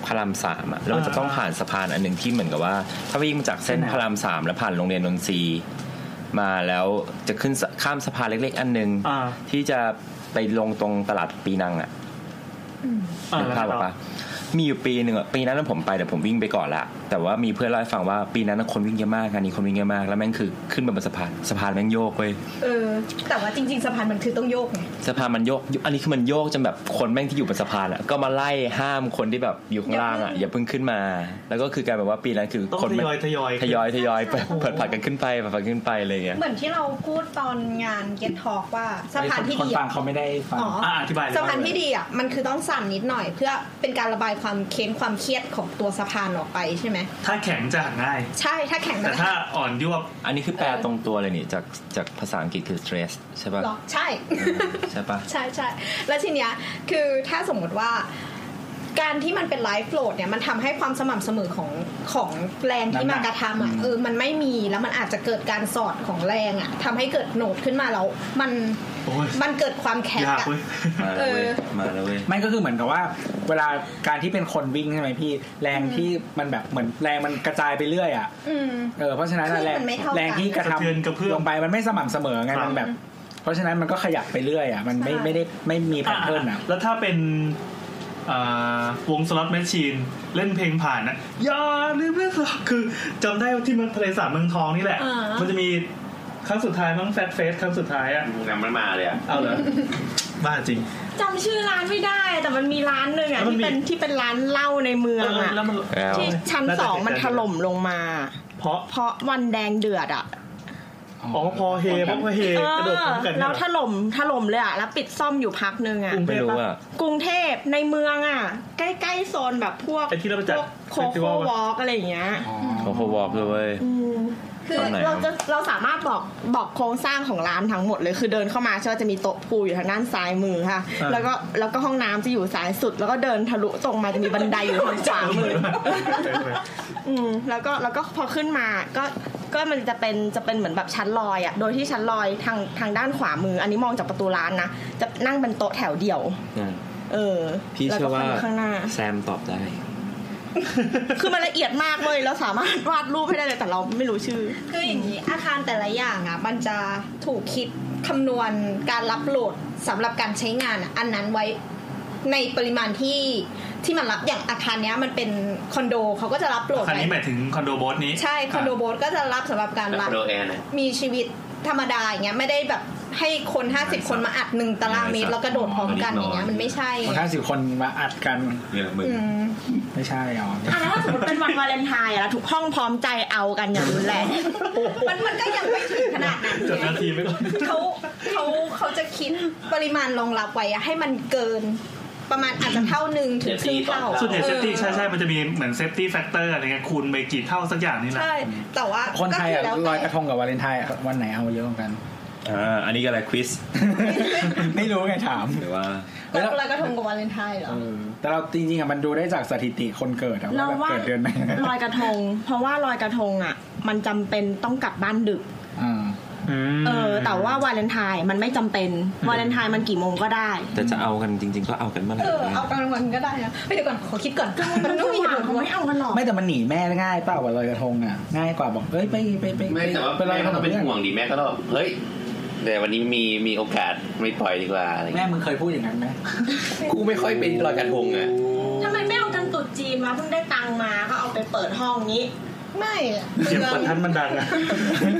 S7: พระรามสามอ่ะแล้วมันจะต้องผ่านสะพานอันหนึ่งที่เหมือนกับว่า ถ้าวิ่งมาจากเส้นพระรามสามแล้วผ่านโรงเรียนนนทรีย์มาแล้วจะขึ้นสะข้ามสะพานเล็ก ๆ อันหนึ่ง
S14: อ่า
S7: ที่จะไปลงตรงตลาดปีนังอ่ะ
S14: อ่า
S7: นึก
S14: แล้ว
S7: ภาพอ
S14: ก็
S7: อกปะมีอยู่ปีหนึ่งอะปีนั้นนะผมไปแต่ผมวิ่งไปก่อนละ แต่ว่ามีเพื่อนเล่าให้ฟังว่าปีนั้นนะคนวิ่งเยอะมากงานนี้คนวิ่งเยอะมาก แล้วแม่งคือขึ้นมาบนสะพานสะพานแม่งโยกเว้ย
S13: เออ แต่ว่าจริงๆสะพานมันคือต้องโยกไง
S7: สะพานมันโยก อันนี้คือมันโยกจนแบบคนแม่งที่อยู่บนสะพานอะก็มาไล่ห้ามคนที่แบบอยู่ข้างล่างอะอย่าเพิ่งขึ้นมา แล้วก็คือกลายเป็นว่าปีนั้นคือ
S14: ต้อง
S7: คน
S14: ท
S7: มัน
S14: ยอยทยอย
S7: ทยอยทยอยเปิดเปิดผลัดกันขึ้นไปเปิดผลัดกันขึ้นไปอะไรอย่างเงี้ย
S13: เหมือนที่เราพูดตอนงานเก็ตทอกว่าสะพานที่
S5: คน
S13: ดี
S5: ฟัง
S13: อะ
S5: เขาไม่ได้ฟัง
S13: อ๋อ
S14: อ่าอธิบาย
S13: สะพานที่ดีอ่ะมันคือต้องสั่นนิดหน่อย เพื่อเป็นการระบายความเค้นความเครียดของตัวสะพานออกไปใช่ไหม
S14: ถ้าแข็งจะหักง่าย
S13: ใช่ถ้าแข็ง
S14: แต่
S13: นะ
S14: ถ้าอ่อนยวบ
S7: อันนี้คือแปลตรงตัวเลยนี่จากจากภาษาอังกฤษคือ stress ใช่ปะ
S13: หรอใช่
S7: ใช่ปะ
S13: ใช่ใช่แล้วทีเนี้ยคือถ้าสมมติว่า การที่มันเป็นไลฟ์โหลดเนี่ยมันทำให้ความสม่ำเสมอของของแรงที่
S5: น้ำหนั
S13: มาก กระทำอ่ะเออมันไม่มีแล้วมันอาจจะเกิดการสอดของแรงอ่ะทำให้เกิดโหนดขึ้นมาแล้วมัน
S14: โอ้ย
S13: มันเกิดความแข็ง
S14: ยาก
S13: อ่ะ
S14: เว้ย
S7: มาแล้วเว้ยมา
S13: เออ
S7: แล้วเว้ย
S5: ไม่ก็คือเหมือนกับว่า เวลาการที่เป็นคนวิ่งใช่ไหมพี่ แรงที่มันแบบเหมือนแรงมันกระจายไปเรื่อยอ่ะ
S13: อืม
S5: เออเพราะฉะนั้นอะ
S13: คลื่น
S5: แรง
S13: มันไม่เท่ากัน
S5: แรงที่กระท
S14: สะเทือนกระเพื่อม
S5: ำลงไปมันไม่สม่ำเสมอไง
S14: ครับ
S5: มันแบบ เพราะฉะนั้นมันก็ขยับไปเรื่อยอ่ะมันไม่
S13: ใช่
S5: ไม่ได้ไม่มีแพทเทิร์น
S14: อ่ะ
S5: อ่ะ
S14: แล้วถ้าเป็นอ่าวงสล็อตแมชชีน เล่นเพลงผ่านนะอย่าลืมเล่นสล็อตคือจำได้ว่าที่มันทะเลสาบเมืองทองนี่แหละ
S13: อ่ามั
S14: มันจะมีครั้งสุดท้ายมั้งแฟตเฟสครั้งสุดท้ายอะ
S6: งานมันมาเลยอ่ะ
S14: เอาเหรอ
S2: บ้าจริง
S13: จำชื่อร้านไม่ได้อะแต่มันมีร้านหนึ่งอ่ะ
S2: แล้วมันมี
S13: ที่เป็นที่เป็นร้านเหล้าในเมืองอ่ะ
S2: เออแล้วมัน
S13: ที่ชั้น
S2: แล้วแต่
S13: สองมัน
S2: แต่
S13: ถล่มลงมา
S2: เพราะ
S13: เพราะวันแดงเดือดอ่ะ
S2: อ๋อพอเฮเพราะพอเฮ
S13: เอก
S2: ระโดดพร้อมกัน
S13: อแล้วถล่มถล่มเลยอ่ะแล้วปิดซ่อมอยู่พักหนึงอ่ะ
S2: กรุงเทพปะ
S13: กรุงเทพในเมืองอ่ะ ใกล้ๆโซนแบบพวก
S2: ไอ้ที่เราไปจัด
S13: พวกโค
S2: festival
S13: โค่
S2: ปะ
S13: วอล์กอะไรอย่างเงี้ย
S7: เขาเขาบอกเลยเว้ย
S13: คือ
S7: ตอนไหนค
S13: เรา
S7: รับ
S13: จะเราสามารถบอกบอกโครงสร้างของร้านทั้งหมดเลยคือเดินเข้ามาใช่ว่าจะมีโต๊ะพูอยู่ทางด้านซ้ายมือค่ะ
S2: อ่า
S13: แล้วก็แล้วก็ห้องน้ำจะอยู่ซ้ายสุด แล้วก็เดินทะลุตรงมาจะมีบันไดอยู่ทางขวามื ออืมแล้วก็แล้วก็พอขึ้นมาก็ก็มันจะเป็นจะเป็นเหมือนแบบชั้นลอยอ่ะโดยที่ชั้นลอยทางทางด้านขวามือ อันนี้มองจากประตูร้านนะจะนั่งเป็นโต๊ะแถวเดียว เออ
S7: พี่
S13: แล้ว
S7: เชื่
S13: ก็
S7: อว่า
S13: ข้างหน้า
S7: แซมตอบได้
S13: คือมันละเอียดมากเลยเราสามารถวาดรูปให้ได้เลยแต่เราไม่รู้ชื่อ
S4: คืออย่างนี้อาคารแต่ละอย่างอ่ะมันจะถูกคิดคำนวณการรับโหลดสำหรับการใช้งานอันนั้นไว้ในปริมาณที่ที่มันรับอย่างอาคารเนี้ยมันเป็นคอนโดเขาก็จะรับโหลด
S2: คัน
S4: ไว้
S2: นี้หมายถึงคอนโดโบสนี้
S4: ใช่คอนโดโบสถ์ก็จะรับสำหรับการ
S6: แล้ว
S4: รั
S6: ค
S4: บ
S6: อนโดแอร์นะ
S4: มีชีวิตธรรมดาอย่างเงี้ยไม่ได้แบบให้คน 50 คนมาอัดหนึ่งตารางเมตรแล้วกระโดดพร้อมกันอย่างเงี้ยมันไม่ใช่
S5: มันห้าสิบคนมาอัดกัน
S7: เนี่ยมึง
S4: อืม
S5: ไม่ใช่หรอ
S13: อ่ะแล้วถ้าสมมติเป็นวันวาเลนไทน์อะแล้วทุกห้องพร้อมใจเอากันอย่างรุนแรง
S4: มันมันก็ยังไม่ถึงขนาดนั้น
S2: จดนาทีไว้ก่อน
S4: เขาเขาเขาจะคิดปริมาณรองรับไว้อะให้มันเกินประมาณอาจจะเท่าหนึ่งถึงครึ่งเท่า
S2: ส่วนใหญ่เซฟตี้
S4: ออ
S2: ใช่ใช่มันจะมีเหมือนเซฟตี้แฟกเตอร์อะไรเงี้ยคูณไปกี่เท่าสักอย่างนี่แหละ
S4: ใช่ แต่ว่า
S5: คนไทย
S4: ก็
S5: อ่ะ
S4: แล้ว
S5: ลอยก
S4: แต่
S5: ระทงกับวาเลนไทน์อะวันไหนเอาเยอะกว่า กัน
S7: อ่าอันนี้ก็อะไรควิส
S5: ไม่รู้ไงถาม
S7: หรือว่า
S5: เอ้ยแล้ว
S4: ลอยกระทงกับวาเลนไทน์เหรอ
S5: เออแต่เราจริงๆอ่ะมันดูได้จากสถิติคนเกิดอะว่า
S13: เรา
S5: แบบ
S13: ว่า
S5: เกิดเดือนไหน
S13: ลอยกระทง เพราะว่าลอยกระทงอะมันจำเป็นต้องกลับบ้านดึก
S5: อ่า
S13: เออ แต่ว่าวาเลนไทน์มันไม่จำเป็น วาเลนไทน์มันกี่โมงก็ได้
S7: แต่จะเอากันจริง ๆ ก็เอากันเมื่อไหร่
S4: เออเอากลางวันก็ได้นะไม่เดี๋ยวก่อนขอคิดก่อนมันต้องมี
S13: ห
S4: ห
S13: ลั
S4: ลั
S13: ง
S4: ง
S13: เขาไม่เอากันหรอก
S5: ไม่แต่มันหนีแม่ง่ายเปล่าว่าลอยกระทงอ่ะง่ายกว่าบอกเอ้ยไปไปไป
S6: ไม่แต่ว่า
S5: ไปลอ
S6: แม่
S5: ยก
S6: ก็
S5: ระท
S6: ต้อง งเป็นห่วงดิแม่ก็ต้องแบบเฮ้ยแต่วันนี้มีมีโอกาสไม่ปล่อยดีกว่าอะไร
S5: แม่
S6: เงี้ย
S5: มึงเคยพูดอย่างนั้นไหม
S6: กูไม่ค่อยเป็นลอยกระทงอ่ะ
S13: ทำไมไม่เอากันตรุดจีนมาเพิ่งได้ตังค์มาก็เอาไปเปิดห้องนี้
S4: ไม่อะ
S2: เสียงประทัดมันดังอะ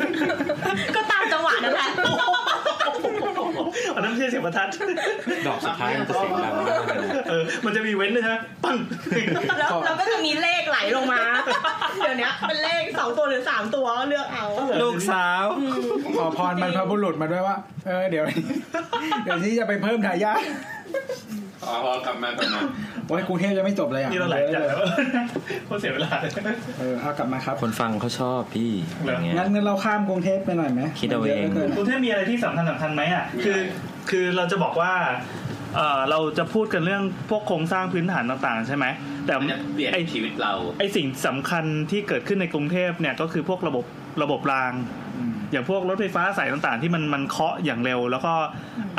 S13: ก็ตามจังหวะนั่นแหละ
S2: อันนั้นไม่ใช่เสียงประทัด
S7: ดอกสุดท้ายมันจะเสียงดังมากเลยนะ
S2: เออมันจะมีเว้นด้วยฮะปั้ง
S13: แล้วเราก็จะมีเลขไหลลงมา เดี๋ยวเนี้ยเป็นเลขสองตัวหรือสามตัวเลือกเอา
S7: ลูกสาว
S5: ขอพรบรรพบุรุษมาด้วยว่า เออเดี๋ยว เดี๋ยวนี้จะไปเพิ่มทายาท
S6: พอพอกลับมากลับมา
S5: โอ้ยกรุงเทพจะไม่จบเลยอ่ะ
S2: นี่เราไหลจัดแล้วเพราะเสียเวลาเลย
S5: เออเอากลับมาครับ
S7: คนฟังเขาชอบพี่อย่างเงี้ย
S5: งั้นงั้นเราข้ามกรุงเทพไปหน่อยไหม
S7: คิดเอาเอง
S5: มันยะหลืกิน
S2: กรุงเทพมีอะไรที่สำคัญสำคัญไหมอ่ะคือคือเราจะบอกว่าเออเราจะพูดกันเรื่องพวกโครงสร้างพื้นฐานต่างๆ ใช่ไหมแต่
S6: มันจะเปลี่ยน
S2: ไอ
S6: ชีวิตเรา
S2: ไอสิ่งสำคัญที่เกิดขึ้นในกรุงเทพเนี่ยก็คือพวกระบบระบบราง อย่างพวกรถไฟฟ้าสายต่างๆ ที่มันมันเคาะอย่างเร็ว แล้วก็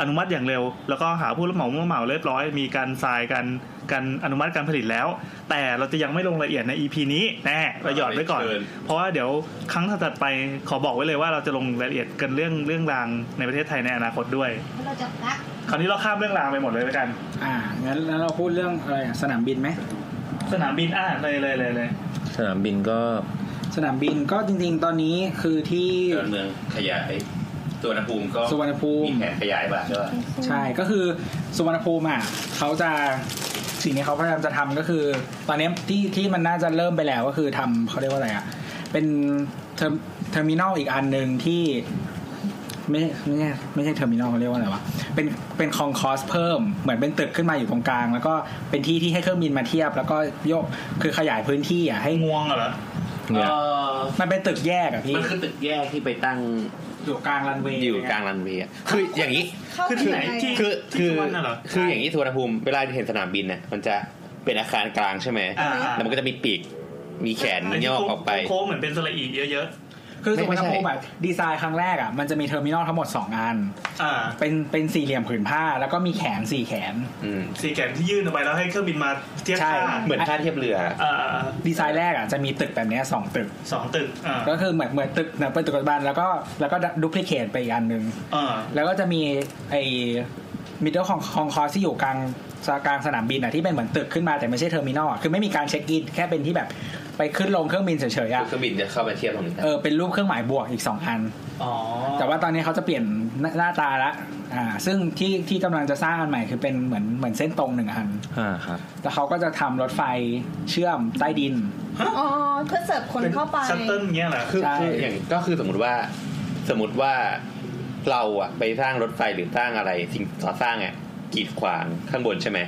S2: อนุมัติอย่างเร็ว แล้วก็หาผู้รับเหมามาเหมาเรียบร้อย มีการทรายกันการอนุมัติการผลิตแล้ว แต่เราจะยังไม่ลงรายละเอียดใน EP นี้แน่เราหยอดไว้ก่อน
S6: เชิญ
S2: เพราะว่าเดี๋ยวครั้งถัดๆไปขอบอกไว้เลยว่าเราจะลงรายละเอียดกันเรื่องเรื่องรางในประเทศไทยในอนาคตด้วย
S4: เราจะพัก
S2: คราวนี้เราข้ามเรื่องรางไปหมดเลยแล้วกัน
S5: อ่างั้นแล้วเราพูดเรื่องอะไรอะสนามบินไหม
S2: สนามบินอ่ะเลยเลยเลยเลย
S7: สนามบินก็
S5: สนามบินก็จริงๆ ตอนนี้คือที่
S6: ดอนเมืองขยายตัวนภูมิก็
S5: สุวรรณภูมิ
S6: มีแผนขยายบ้างใช่ป่ะ
S5: ใช่ก็คือสุวรรณภูมิอ่ะเขาจะสิ่งที่เขาพยายามจะทำก็คือ ตอนนี้ที่ที่มันน่าจะเริ่มไปแล้วก็คือทำเขาเรียกว่าอะไรอ่ะ เป็นเทอร์เทอร์มินอลอีกอันหนึ่งที่ ไม่ไม่ใช่ไม่ใช่เทอร์มินอลเขาเรียกว่าอะไรวะเป็นเป็นคองคอสเพิ่มเหมือนเป็นตึกขึ้นมาอยู่ตรงกลาง แล้วก็เป็นที่ที่ให้เครื่องบินมาเทียบ แล้วก็โยกคือขยายพื้นที่อ่ะให้
S2: งวงเหรอ
S7: เนี่ย
S6: เอ่อ
S5: มันเป็นตึกแยกอ่ะพี่
S6: มันคือตึกแยกที่ไปตั้ง
S5: อยู่กลางรันเวย์
S6: อยู่กลางรันเวย์อะคืออย่างนี้
S4: เข้า
S2: คือที่ไหน
S4: ที่
S6: คือคื
S2: ที่
S6: อ
S2: สุวรรณน่ะเหรอ
S6: คืออย่างนี้สุวรรณภูมิเวลาเห็นสนามบินเนี่ยมันจะเป็นอาคารกลางใช่ไหม
S2: อ่า
S6: แล้วมันก็จะมีปีกมีแขน
S2: ไที่
S6: ย่อออกไป
S2: โค้งๆเหมือนเป็นสระอีเยอะ
S5: คือสุวรร
S6: ไม่
S5: ณ
S6: ใช่
S5: ภูมิแบบดีไซน์ครั้งแรกอ่ะมันจะมีเทอร์มินอลทั้งหมดสองอัน
S2: ๆอ่า
S5: เป็นเป็นสี่เหลี่ยมผืนผ้าแล้วก็มีแขนสี่แขน
S6: อืม
S2: สี่แกนที่ยื่นออกไปแล้วให้เครื่องบินมาเทียบ
S5: ใช่
S2: ท่า
S6: เหมือนท่าเทียบเรือ
S2: เอ่อ
S5: ดีไซน์แรกอ่ะจะมีตึกแบบเนี้ยสองตึก
S2: สองตึกอ่า
S5: ก็คือเหมือนเหมือนตึกเนี่ยเป็นตึกปัจจุบันแล้วก็แล้วก็ดูพลิเคทไปอีกอันหนึ่ง
S2: อ่า
S5: แล้วก็จะมีไอ้มิดเดิลของของคอที่อยู่กลางกลางสนามบินอ่ะที่เป็นเหมือนตึกขึ้นมาแต่ไม่ใช่เทอร์มินอลอะคือไม่มีการเช็คอินแค่เป็นที่แบบไปขึ้นลงเครื่องบินเฉยๆอ่ะ
S6: เครื่องบินจะเข้ามาเทียบตรงนี้ได้
S5: เออเป็นรูปเครื่องหมายบวกอีกสองอัน
S2: อ๋อ
S5: แต่ว่าตอนนี้เขาจะเปลี่ยน หน้าหน้าตาละอ่า ซึ่งที่ที่กำลังจะสร้างอันใหม่คือเป็นเหมือนเหมือนเส้นตรงหนึ่งอัน
S1: อ่าครับ
S5: แล้วเขาก็จะทำรถไฟเชื่อมใต้ดิน
S13: อ๋อเพื่อเสิร์ฟคนเข้าไป
S2: ชัตเติ้ลเงี้ยเหรอ
S6: คือ
S5: ใช่
S6: คืออย่างก็คือสมมติว่า สมมติว่าเราอะไปสร้างรถไฟหรือสร้างอะไรสิ่งก่อสร้างอะกีดขวางข้างบนใช่ไหม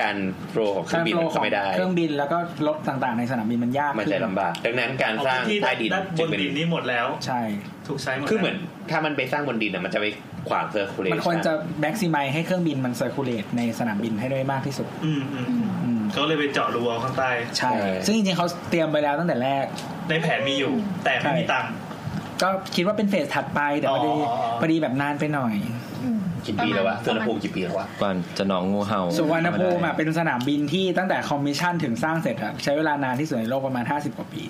S6: การโฟลว์ของเครื่อ
S5: การง
S6: บิน
S5: โฟล
S6: มัน
S5: ว์
S6: ก็
S5: ของ
S6: ไม่ได้
S5: เครื่องบินแล้วก็รถต่างๆในสนามบินมันยาก
S6: มันจะลำบากดังนั้นการ
S2: เอา
S6: สร้าง
S2: ที่
S6: ใต้ดิน
S2: ด้านบ
S6: จึง
S2: น
S6: เป็น
S2: ดินนี้หมดแล้ว
S5: ใช่
S2: ถูกใช้หมด
S6: คือเหมือน ถ้ามันไปสร้างบนดินอะมันจะไปขวางเซอร์คูลเล
S5: มัน
S6: ชั
S5: ควรจะแม็กซิมัยให้เครื่องบินมันเซอร์คูลเลตในสนามบินให้ได้มากที่สุด
S2: อืมอืม
S5: อืม
S2: เขาเลยไปเจาะรูเอาข้างใต้
S5: ใช่ ซึ่งจริงๆเขาเตรียมไปแล้วตั้งแต่แรก
S2: ในแผนมีอยู่ แต่ไม่มีตังค์
S5: ก็คิดว่าเป็นเฟสถัดไปแต่พอดี
S2: อ๋อ
S5: พอดีแบบนานไปหน่อย
S6: กี่ปีแล้ววะสุวรรณภูมิกี่ปีแล้ววะ
S1: ก่อนจะหนองงูเห่า
S5: สุวรรณภูมิอะเป็นสนามบินที่ตั้งแต่คอมมิชชั่นถึงสร้างเสร็จอะใช้เวลานานที่สุดในโลกประมาณ 50 กว่าปี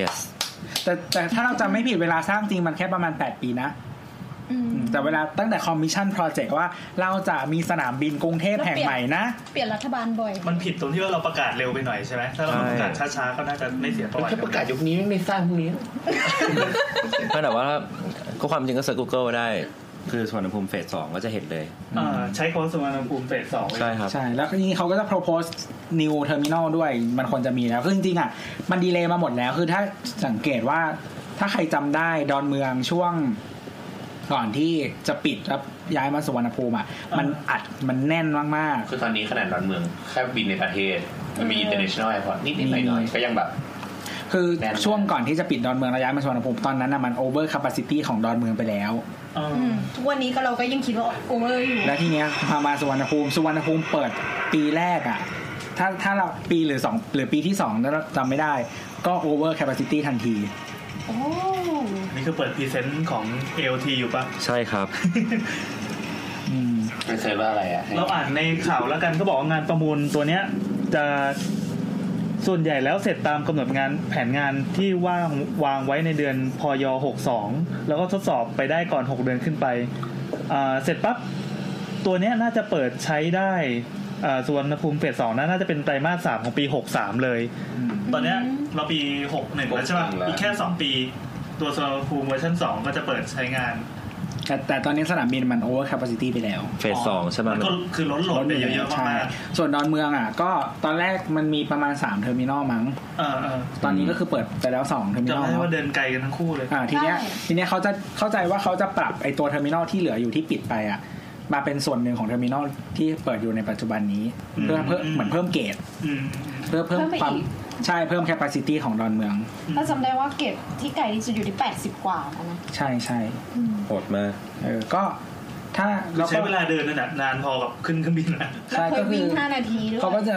S1: yes
S5: แต่แต่ถ้าเราจำไม่ผิดเวลาสร้างจริงมันแค่ประมาณ 8 ปีนะ แต่เวลาตั้งแต่คอมมิชชั่นโปรเจกต์ว่าเราจะมีสนามบินกรุงเทพแห่งใหม่นะ
S13: เปลี่ยนรัฐบาลบ่อย
S2: มันผิดตรงที่ว่าเราประกาศเร็วไปหน่อยใช่ไหมถ้าเราประกาศช้าๆก็น่าจะไม่เสียประวัติ
S6: ถ้าประกาศยุคนี้ไม่ได้สร้างพวกนี้
S1: ก็แต่ว่าก็ความจริงก็เซิร์ช Google ได้ คือสุวรรณภูมิเฟสสองก็จะเห็นเลย
S2: อ่าใช้คำว่าสุวรรณภูมิเฟสสองเลย
S1: ใช่ครับ
S5: ใช่ แล้วจริงๆเขาก็จะ propose new terminal ด้วยมันควรจะมีแล้วคือจริงๆอ่ะ มันดีเลย์มาหมดแล้ว คือถ้าสังเกตว่าถ้าใครจำได้ดอนเมืองช่วงก่อนที่จะปิดแล้วย้ายมาสุวรรณภูมิอ่ะ มันอัดมันแน่นมาก
S6: คือตอนนี้ขนาดดอนเมืองแค่บินในประเทศ มันมี
S5: เออ
S6: international airport นิดๆหน่อยๆก็ยังแบบ
S5: ๆ คือ
S6: แน่นมาก
S5: ช่วงก่อนที่จะปิดดอนเมืองแล้วย้ายมาสุวรรณภูมิตอนนั้นอ่ะมัน over capacity ของดอนเมืองไปแล้ว
S13: ทุกวันนี้ก็เราก็ยังคิดว่าโอ้ยอยู่
S5: แล้วทีเนี้ยพามาสุวรรณภูมิสุวรรณภูมิเปิดปีแรกอ่ะ ถ้าถ้าเราปีหรือสองหรือปีที่สองถ้าเราจำไม่ได้ก็ over capacity ทันที
S13: โอ้
S2: อันนี่คือเปิดพรีเซนต์ของ AOT อยู่ปะ
S1: ใช่ครับ
S5: อืม
S6: ไม่เคยว่าอะไรอะ
S2: เราอ่านในข่าวแล้วกันก็บอกว่างานประมูลตัวเนี้ยจะส่วนใหญ่แล้วเสร็จตามกำหนดงานแผนงานที่ว่างวางไว้ในเดือนพย62 แล้วก็ทดสอบไปได้ก่อน 6 เดือนขึ้นไปอ่าเสร็จปั๊บตัวเนี้ยน่าจะเปิดใช้ได้อ่าสุวรรณภูมิเฟสสองน่าจะเป็นไตรมาสสามของปี 63 เลย ตอนเนี้ยเราปี 61 แล้วใช่ป่ะอีกแค่ 2 ปี ตัวสุวรรณภูมิเวอร์ชัน2 ก็จะเปิดใช้งาน
S5: แต่แต่ตอนนี้สนามบินมันโอเวอร์แคปซิตี้ไปแล้ว
S1: เฟสสองใช่ไหม
S2: นก็คือล้นหลดไปเยอะๆ
S5: ใช่
S2: มาก
S5: ส่วนดอนเมืองอ่ะ ก็ตอนแรกมันมีประมาณ 3 เทอร์มินอลมั้ง
S2: ๆเออ
S5: ตอนนี้ก็คือเปิดไปแล้ว 2 เทอร์มินอ
S2: จำ
S5: ล
S2: ได้ว่าเดินไกลกันทั้งคู่เลย
S5: อ่าทีเนี้ยทีเนี้ยเขาจะเข้าใจว่าเขาจะปรับไอตัวเทอร์มินอลที่เหลืออยู่ที่ปิดไปอ่ะ มาเป็นส่วนหนึ่งของเทอร์มินอลที่เปิดอยู่ในปัจจุบันนี้
S2: อืม
S5: เพื่อเพิ่มเหมือนเพิ่มเกรด
S2: อืม
S5: เพื่อเพิ่ม
S15: เพิ่มไป
S5: ความ
S15: อีก
S5: ใช่เพิ่มแคปซิตี้ของดอนเมือง
S15: ถ้าจำได้ว่าเก็บที่ไกลที่สุดอยู่ที่ 80 กว่าแล้วนะ
S5: ใช่ใช่
S1: โหดมาก
S5: เออก็ถ้าแล้ว
S2: ใช้
S5: ก็
S2: เวลาเดินนั่นแหละนานพอกับขึ้นเครื่องบินนะ
S5: ใช่
S15: เค
S5: ก็
S15: ย
S5: คื
S15: วิ่
S5: อง
S15: 5 นาทีด้วย
S5: เขาก็จะ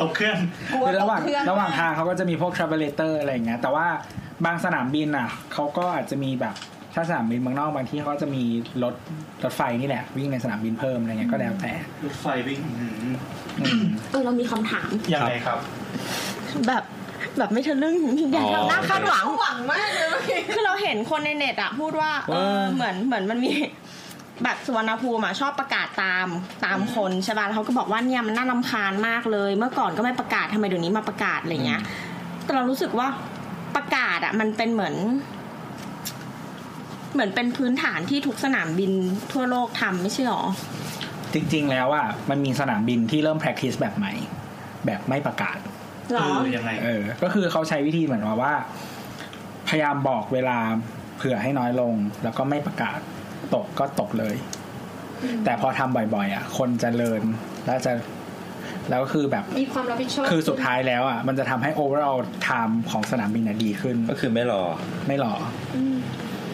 S2: ตกเครื่อง
S15: กลัว
S5: คือ
S15: ต
S5: ระห
S15: ก
S5: ว่าง
S15: เครื่อง
S5: ระหว่างทางเขาก็จะมีพวก t r a v e l a t o r อะไรอย่างเงี้ยแต่ว่าบางสนามบินอ่ะเขาก็อาจจะมีแบบถ้าสนามบินเมืองนอกบางที่เขาก็จะมีรถรถไฟนี่แหละ วิ่งในสนามบินเพิ่มอะไรเงี้ยก็แล้วแต่
S2: รถไฟวิ่งอืม
S5: อืม
S10: เออเรามีคำถาม
S2: ยังไงครับ
S10: แบบแบบไม่ทะลึ่ง อย่า
S9: อ๋อ
S10: ทำหน้าคาดหวัง
S13: หวังมากเลยเมื่อกี้
S10: คือเราเห็นคนในเน็ตอะพูดว่าเออเหมือนเหมือนมันมี แบบสุวรรณภูมิอะชอบประกาศตามตามคนใช่ป่ะแล้วเขาก็บอกว่าเนี่ยมันน่าลำคาญมากเลย เมื่อก่อนก็ไม่ประกาศทำไมเดี๋ยวนี้มาประกาศอะไรเงี้ย แต่เรารู้สึกว่าประกาศอะมันเป็นเหมือน เหมือนเป็นพื้นฐานที่ทุกสนามบินทั่วโลกทำไม่ใช่หรอ
S5: จริง ๆ แล้วอ่ะมันมีสนามบินที่เริ่ม practice แบบใหม่ แบบไม่ประกาศ
S10: หร
S2: เอ
S10: อ
S2: อ ยังไง
S5: เออ ก็คือเขาใช้วิธีเหมือนว่าว่า พยายามบอกเวลาเผื่อให้น้อยลง แล้วก็ไม่ประกาศตกก็ตกเลย แต่พอทำบ่อยๆ อ่ะ คนจะเลินแล้วจะแล้วคือแบบ
S4: มีความรับผิดชอบ
S5: คือสุดท้ายแล้วอ่ะมันจะทำให้ overall time ของสนามบินน่ะดีขึ้น
S1: ก็คือไม่รอ
S5: ไม่หรอ
S4: อืม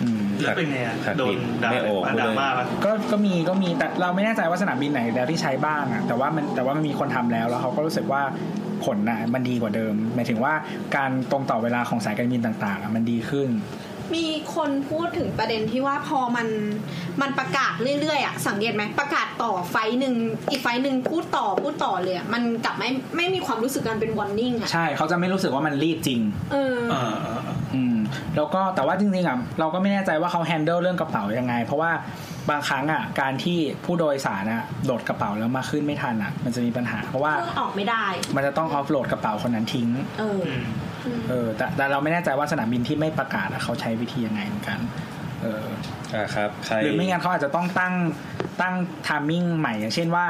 S5: อืม
S2: แล้วเป็นไงอะ
S1: ขัด
S2: โด
S1: ดิ
S2: น
S1: บ
S2: ด่า
S1: ไม่โอ้
S2: มา
S1: กูเลย
S2: ด่ามาปะ
S5: ก็ก็มีก็มีแต่เราไม่แน่ใจว่าสนามบินไหนแล้วที่ใช้บ้างอ่ะแต่ว่ามันแต่ว่ามันมีคนทำแล้ว แล้วเขาก็รู้สึกว่าผลน่ะมันดีกว่าเดิมหมายถึงว่าการตรงต่อเวลาของสายการบินต่างๆอ่ะมันดีขึ้น
S13: มีคนพูดถึงประเด็นที่ว่าพอมันมันประกาศเรื่อยๆอ่ะสังเกตไหมประกาศต่อไฟล์หนึ่งอีกไฟล์หนึ่งพูดต่อพูดต่อเลยอะมันกลับไม่ไม่มีความรู้สึกการเป็นวอร์นิ่งอ่ะ
S5: ใช่เขาจะไม่รู้สึกว่ามันรีบจริง
S13: เออ
S2: อ่าอ่าอ่า
S5: อืมแล้วก็แต่ว่าจริงๆอ่ะเราก็ไม่แน่ใจว่าเขาแฮนเดิลเรื่องกระเป๋ายังไง เพราะว่า บางครั้งอ่ะการที่ผู้โดยสารอ่ะโดดกระเป๋าแล้วมาขึ้นไม่ทันอ่ะ มันจะมีปัญหาเพราะว่า
S13: เครื่องออกไม่ได้
S5: มันจะต้องออฟโหลดกระเป๋าคนนั้นทิ้ง
S13: เอออ
S5: เออแต่แต่เราไม่แน่ใจว่าสนามบินที่ไม่ประกาศอะเขาใช้วิธียังไงเหมือนกัน เออ
S7: อ่าครับ ใคร
S5: หรือไม่งั้นเขาอาจจะต้องตั้งตั้งทามมิ่งใหม่อย่างเช่นว่า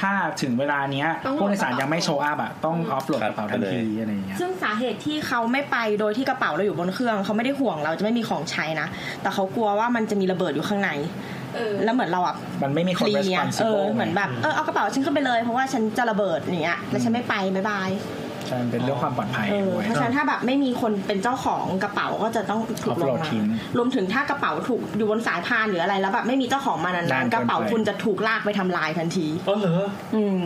S5: ถ้าถึงเวลาเนี้ย
S13: ต้องโหลด
S5: ผู้โดยสารยังไม่โชว์อัพอะต้องออฟโหลดกระเป๋าทันทีอะไรอย่างเงี้ย
S13: ซึ่งสาเหตุที่เขาไม่ไปโดยที่กระเป๋าเราอยู่บนเครื่องเขาไม่ได้ห่วงเราจะไม่มีของใช้นะ แต่เขากลัวว่ามันจะมีระเบิดอยู่ข้างในแล้วเหมือนเราอ่ะ
S5: มันไม่มีคน
S13: ลีอะเออ
S5: responsible
S13: เหมือนแบบเออเอากระเป๋าฉันขึ้นไปเลยเพราะว่าฉันจะระเบิดอย่างเงี้ยแล้วฉันไม่ไปบ๊ายบาย
S5: ใช่มันเป็นเรื่องความปลอดภัย
S13: เออ
S5: ด้วย
S13: เพราะฉะนั้นถ้าแบบไม่มีคนเป็นเจ้าของกระเป๋าก็จะต้องถูกล
S5: ออฟ
S13: ง
S5: โหลด
S13: มา
S5: ทิ้ง
S13: รวมถึงถ้ากระเป๋าถูกอยู่บนสายพานหรืออะไรแล้วแบบไม่มีเจ้าของมานาน
S5: านเกิน
S13: นๆ
S5: ไป
S13: กระเป๋าคุณจะถูกลากไปทำลายทันที
S2: อ๋อเหรอ
S13: อืม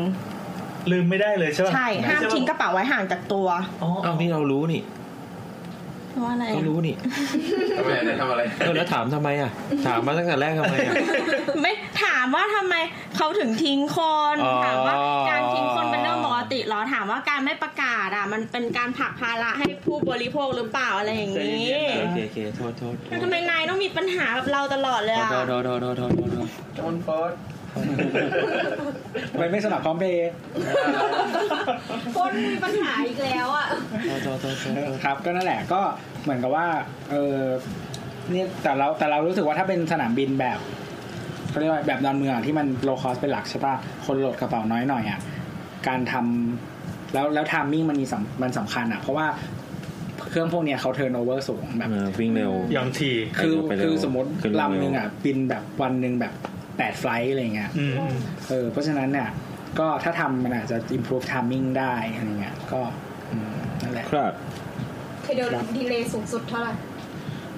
S2: ลืมไม่ได้เลยใช่ปะ
S13: ใช่ห้ามทิ้งกระเป๋าไว้ห่างจากตัว
S2: อ๋อ
S7: อ้าวนี่เรารู้นี่
S13: เพราะว่าอะไร
S7: ก็รู้นี่
S6: ทำไมจะทำอะไร
S7: เออแล้วถามทำไมอ่ะ ถามมาตั้งแต่แรกทำไมอ่ะ
S13: ไม่ถามว่าทำไมเขาถึงทิ้งคน
S7: อ๋อ
S13: ถามว่าการทิ้งคนเป็นเรื่องปกติเหรอถามว่าการไม่ประกาศอ่ะ มันเป็นการผลักภาระให้ผู้บริโภคหรือเปล่าอะไรอย่างนี้
S7: โอเคโอเคโทษโทษโทษ
S13: ทำไมนายต้องมีปัญหาแบบเราตลอดเลยอ่ะ
S7: โทษโทษโทษโทษโทษโทษโทษ
S6: จนปอด
S5: ทำไมไม่สมัครพร้อมเพย์
S4: คนมีปัญหาอีกแล้วอ่ะ
S7: โทษโทษโทษโทษ
S5: ครับ ก็นั่นแหละก็เหมือนกับว่าเออเนี่ยแต่เราแต่เรารู้สึกว่าถ้าเป็นสนามบินแบบเขาเรียกว่าแบบดอนเมืองอะที่มันโลคอสเป็นหลักใช่ปะคนโหลดกระเป๋าน้อยหน่อยอ่ะการทำแล้วแล้วทามมิ่งมันมีสำมันสำคัญอ่ะ เพราะว่าเครื่องพวกเนี้ยเขาเทิร์นโอเวอร์สูงแบบ
S7: เออวิ่งเร็ว
S2: อย่างที
S5: คือ
S7: ไปเร็ว
S5: คือสมมติ
S7: ขึ้นเร็ว
S5: ลำหนึ่งอ่ะบินแบบวันหนึ่งแบบแปดไฟลท์อะไรเงี้ย
S2: อืมอืม
S5: เออเพราะฉะนั้นเนี่ยก็ถ้าทำมันอาจจะ improve timing ได้อะไรเงี้ยก็อืมนั่นแหละ
S7: ครับ
S4: เคยโดนดีเลย์สูงสุดเท่าไหร่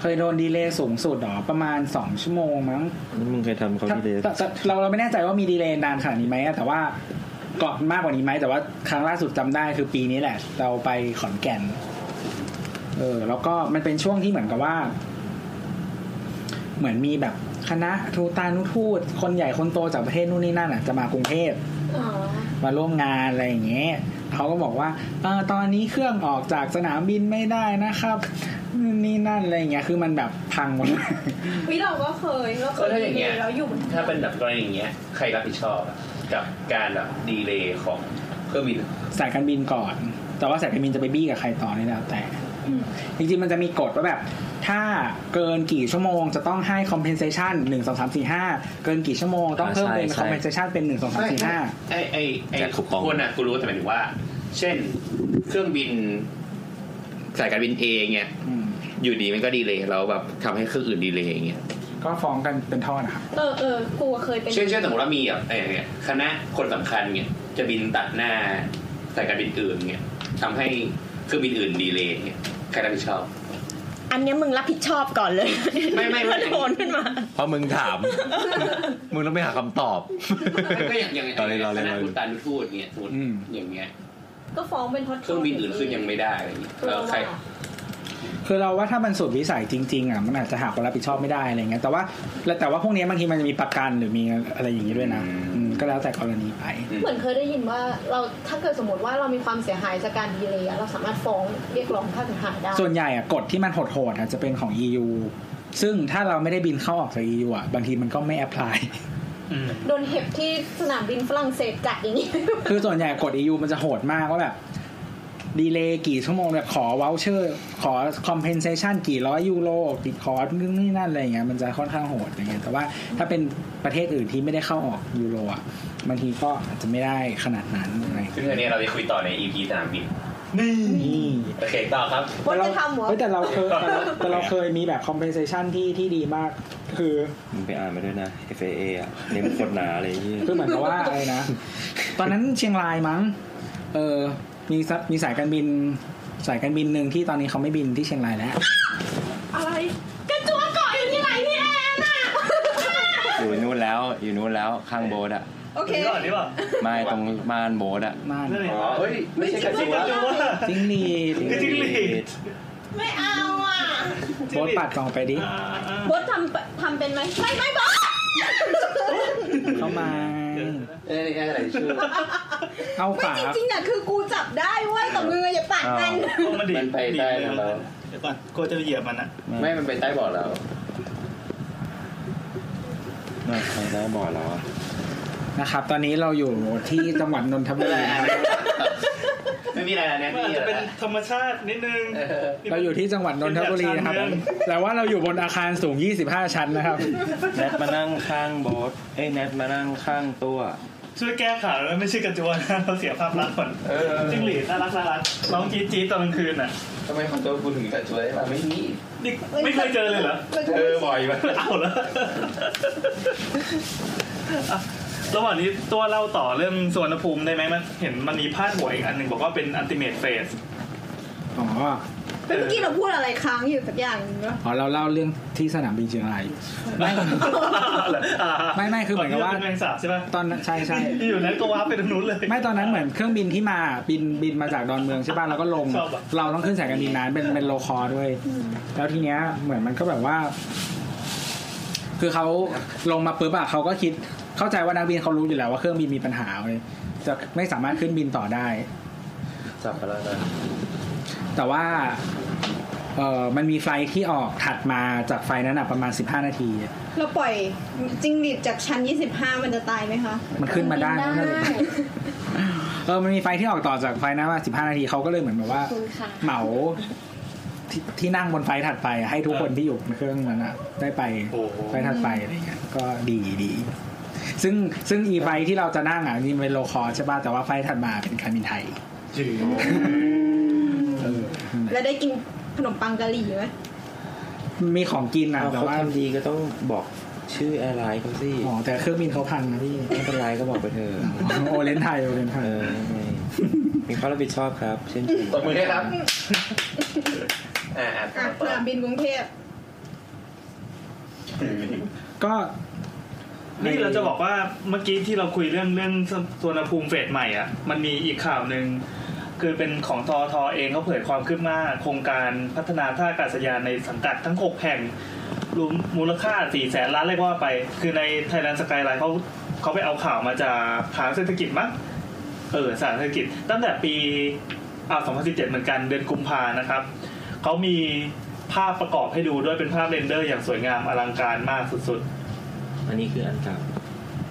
S5: เคยโดนดีเลย์สูงสุดเหรอประมาณ 2 ชั่วโมงมั้ง
S7: มึงเคยทำเขา
S5: ถ้า
S7: ที่เดท
S5: แต่แต่เราเราไม่แน่ใจว่ามีดีเลย์นานขนาดนี้ไหมอะแต่ว่าก่อนมากกว่านี้ไหมแต่ว่าครั้งล่าสุดจำได้คือปีนี้แหละ เราไปขอนแก่น เออแล้วก็มันเป็นช่วงที่เหมือนกับว่า เหมือนมีแบบคณะทูตานุทูต คนใหญ่คนโตจากประเทศนู่นนี่นั่นอ่ะจะมากรุงเทพ
S4: อ๋อ
S5: มาร่วมงานอะไรอย่างเงี้ยเขาก็บอกว่าเออตอนนี้เครื่องออกจากสนามบินไม่ได้นะครับนู่นนี่นั่นอะไรอย่างเงี้ย คือมันแบบพังหมด เลย
S4: วิเราก็เคยเราเคย
S6: เออถ้าอ
S4: ดี
S6: ย่าง
S4: เล
S6: เงี้ย
S4: ย์แล้วอยู่เหมือนกัน
S6: ถ้าเป็นแบบกรณีอย่างเงี้ย ใครรับผิดชอบอะกับการแบบดีเลย์ของเครื่องบิน
S5: สายการบินก่อน แต่ว่าสายการบินจะไปบี้กับใครต่อนี่แล้วแต่
S4: อืม
S5: จริงๆ มันจะมีกฎว่าแบบ ถ้าเกินกี่ชั่วโมงจะต้องให้ compensation หนึ่งสองสามสี่ห้าเกินกี่ชั่วโมงต้องเพิ่มเป็น compensation เป็นหนึ่งสองสามสี่ห้า
S6: ไอไอไอ
S7: แจกคูปอง
S6: คนอ่ะกูรู้แต่หมายถึงว่า เช่น เครื่องบินสายการบินเอเนี่ยอยู่ดีมันก็ดีเลยแล้วแบบทำให้เครื่องอื่นดีเลยอย่างเงี้ย
S5: ก็ฟ้องกันเป็นท่อนะครับ
S4: เออเออกูเคยเป็น
S6: เช่นเช่นสมมติว่ามีแบบไอ้เนี่ยคณะคนสำคัญเนี่ยจะบินตัดหน้าสายการบินอื่นเนี่ยทำให้เครื่องบินอื่นดีเลยเนี่ยใครรับผิดชอบ
S13: อันเนี้ยมึงรับผิดชอบก่อนเลย
S6: ไม่ไม่ไม่
S13: นโดนขึ้นมา
S7: เพราะมึงถาม มึงต้องไปหาคำตอบ
S6: ก็อย่างอย่าง
S7: เราเล่นเราเล่น
S6: คณะ
S7: เราเล่น
S6: คุณตันทูตเนี่ยสมมติ
S5: อืม
S6: อย่างเงี้ย
S4: ก็ฟ้องเป็นฮอต
S6: เครื่องบินอื่นขึ้นยังไม่ได้อะไรอย่างเงี้ยแล้วใคร
S5: คือเราว่าถ้ามันสุดวิสัยจริงๆอ่ะมันอาจจะหาคนรับผิดชอบไม่ได้อะไรเงี้ยแต่ว่าแล้วแต่ว่าพวกเนี้ยบางทีมันจะมีประกันหรือมีอะไรอย่างงี้ด้วยนะ
S6: อืม
S5: อืมก็แล้วแต่กรณีไป
S4: เหมือนเคยได้ยินว่าเราถ้าเกิดสมมติว่าเรามีความเสียหายจากการดีเลย์อะเราสามารถฟ้องเรียกร้องค่าเสียหายได้
S5: ส่วนใหญ่อ่ะกฎที่มันโหดๆอ่ะจะเป็นของ EU ซึ่งถ้าเราไม่ได้บินเข้าออกจาก EU อ่ะบางทีมันก็ไม่แอพพลาย
S2: อืม
S4: โดนเห็บที่สนามบินฝรั่งเศสจัดอย่างนี้
S5: คือส่วนใหญ่กฎ EU มันจะโหดมากว่าแบบ ดีเลย์กี่ชั่วโมงแบบขอว o ลเชอร์ขอ compensation กี่ร้อยยูโรกี่ขอนู่นนี่นั่นอะไรอย่างเงี้ยมันจะค่อนข้างโหดอย่างเงี้ยแต่ว่าถ้าเป็นประเทศอื่นที่ไม่ได้เข้าออกยูโรอ่ะบางทีก็อาจจะไม่ได้ขนาดนั้นอะไรอย่าง
S6: ซึ่ง
S5: เงี้ย
S6: อันนี้เราจะคุยต่อใน EP สนามบิน
S5: นี่
S6: โอเคต่อครับ
S5: แต่เรา
S4: จะทำเหรอ
S5: เฮ้ยแต่เราเคยแต่เราแต่เราเคยมีแบบ compensation ที่ที่ดีมากคือ
S7: มึงไปอ่านมาด้วยนะ FAA อ่ะเน้นโคตรหนาเลยที่
S5: คือเหมือนกับว่าอะไรนะ ตอนนั้นเชียงรายมั้ง เออ มีสะมีสายการบิน สายการบินหนึ่งที่ตอนนี้เขาไม่บินที่เชียงรายแล้ว
S4: อะไรกระจัวเกาะอยู่ที่ไหนพี่แอนอะ
S7: อยู่นู่นแล้วอยู่นู่นแล้วข้างโบสถ์อ่ะ
S4: โอเค
S2: นี่ก่อนนี่ป่ะ
S7: ไม่ตรงม่านโบสถ์อ่ะ
S5: มาน
S2: นั่นเอง
S6: อ๋อเฮ้ยไม่ใช่กระจิว
S2: กระจัว
S5: จิ้งหรีด
S2: ไม่จิ้งหรีด
S4: ไม่เอาอ่ะ
S5: โบสปัดกล่องไปดิ
S2: อ่าอ่า
S4: บดทำทำเป็นไหมไม่ไม่บด
S5: เข้ามา
S6: เอ้ยอะไรชื่อ
S5: เอา
S4: ไม่
S5: ฝา
S4: จริงๆอ่ะคือกูจับได้เว้ยแต่มืออย่าปากมัน
S2: เอามันดี
S6: มันไปใต้แล้ว
S2: เดี๋ยวก่อนกลัวจะไปเหยียบมันอะ
S6: ไม่มันไปใต้เบอดแล้ว
S7: ได้บ่อยแล้วอะ
S5: นะครับ ตอนนี้เราอยู่ที่จังหวัดนนทบุรี
S6: ไม่มีอะไรแล้วเนี่ย
S2: มันอาจจะเป็นธรรมชาตินิดนึง
S5: เราอยู่ที่จังหวัดนนทบุรีนะครับ
S2: เป็นแบบชั้นเดิม
S5: แต่ว่าเราอยู่บนอาคารสูง 25 ชั้นนะครับ
S7: แนทมานั่งข้างโบสเอ้ยแนทมานั่งข้างตัว
S2: ช่วยแก้ข่าวด้วยไม่ใช่กระจวนนะเราเสียภาพลักษณ์ก่อนจิ้งหรีดน่ารักน่ารักร้องจี๊ดจี๊ดตอนกลางคืนอ่ะ
S6: ทำไมคอนโดกูถึงแต่ช่วยเราไม่มี
S2: นี่ไม่เคยเจอเลยเหรอ
S6: เออบ่อยไป
S2: เอาละระหว่างนี้ตัวเล่าต่อเรื่องสวนภูมิได้ไหมมันเห็นมันมีพาดหัวอีกอันหนึ่งบอกว่าเป็น ultimate phase
S5: อ๋อ
S13: เมื่อกี้เราพูดอะไรค้างอยู่สักอย่างหนึงวะ
S5: อ๋อเราเล่าเรื่องที่สนามบินเชียงราย
S2: ไม่
S5: ไม่ไม่คือเหมือนกับว่า
S2: แมงสาบใช่ไหม
S5: ตอนใช่ใช่
S2: อยู่นั้นก็ว้าร์ปไปตรงนู้นเลย
S5: ไม่ตอนนั้นเหมือนเครื่องบินที่มาบินบินมาจากดอนเมืองใช่ป่ะแล้วก็ลง
S2: ชอบอะ
S5: เราต้องขึ้นสายการบินนั้นเป็นเป็นโลคอด้วย แล้วทีเนี้ยเหมือนมันก็แบบว่า คือเขาลงมาปุ๊บอะเขาก็คิดเข้าใจว่านักบินเขารู้อยู่แล้วว่าเครื่องบินมีปัญหาเลยจะไม่สามารถขึ้นบินต่อได้
S7: จับไปแล้วนะ
S5: แต่ว่าเออมันมีไฟล์ที่ออกถัดมาจากไฟล์นั้นอะประมาณ 15 นาที
S13: เราปล่อยจิงหรีดจากชั้น 25 มันจะตายไหมคะ
S5: มันขึ้นมาได้
S13: ได้
S5: นั่นเองเออมันมีไฟล์ที่ออกต่อจากไฟล์นั้นมา 15 นาทีเขาก็เลยเหมือนแบบว่า
S10: คุณค่ะ
S5: เหมาทที่นั่งบนไฟล์ถัดไปอะให้ทุกคนที่อยู่ในเครื่องนั้นอะได้ไปไฟล์ถัดไปอะไรเงี้ยก็ดีดีซึ่งซึ่งอีไฟล์ที่เราจะนั่งอ่ะนี่มันเป็นโลคอร์ใช่ป่ะแต่ว่าไฟล์ถัดมาเป็นการบินไทยเออ
S13: แล้วได้กินขนมปังกะหรี่ไหม
S5: มีของกินอ่ะแต่
S7: เขา
S5: ว่า
S7: ทำดีก็ต้องบอกชื่อแอร์ไลน์เขาสิ
S5: อ๋อแต่เครื่องบินเขาพังนะพี่
S7: ไม่เป็นไรก็บอกไปเถอะ
S5: โอเลนไทยโอเลนไทย
S7: เออไม่มีความรับผิดชอบครับ เช่น
S6: ตบมือด้วยครับอ่า
S13: อ่ะสนามบินกรุงเทพ
S5: ก็
S2: นี่เราจะบอกว่าเมื่อกี้ที่เราคุยเรื่องเรื่องสวนภูมิเฟสใหม่อ่ะ มันมีอีกข่าวหนึ่งคือเป็นของทอทอเองเขาเผยความคืบหน้า โครงการพัฒนาท่าอากาศยานในสังกัดทั้ง 6 แห่งรวมมูลค่า 4 แสนล้านเลยก็ว่าไป คือใน Thailand Skyline เขาเขาไปเอาข่าวมาจากฐานเศรษฐกิจมั้งเออสารเศรษฐกิจ ตั้งแต่ปีอ่า2017 เหมือนกันเดือนกุมภานะครับ เขามีภาพประกอบให้ดูด้วยเป็นภาพเรนเดอร์อย่างสวยงามอลังการมากสุดๆ
S7: อันนี้คืออันเก่า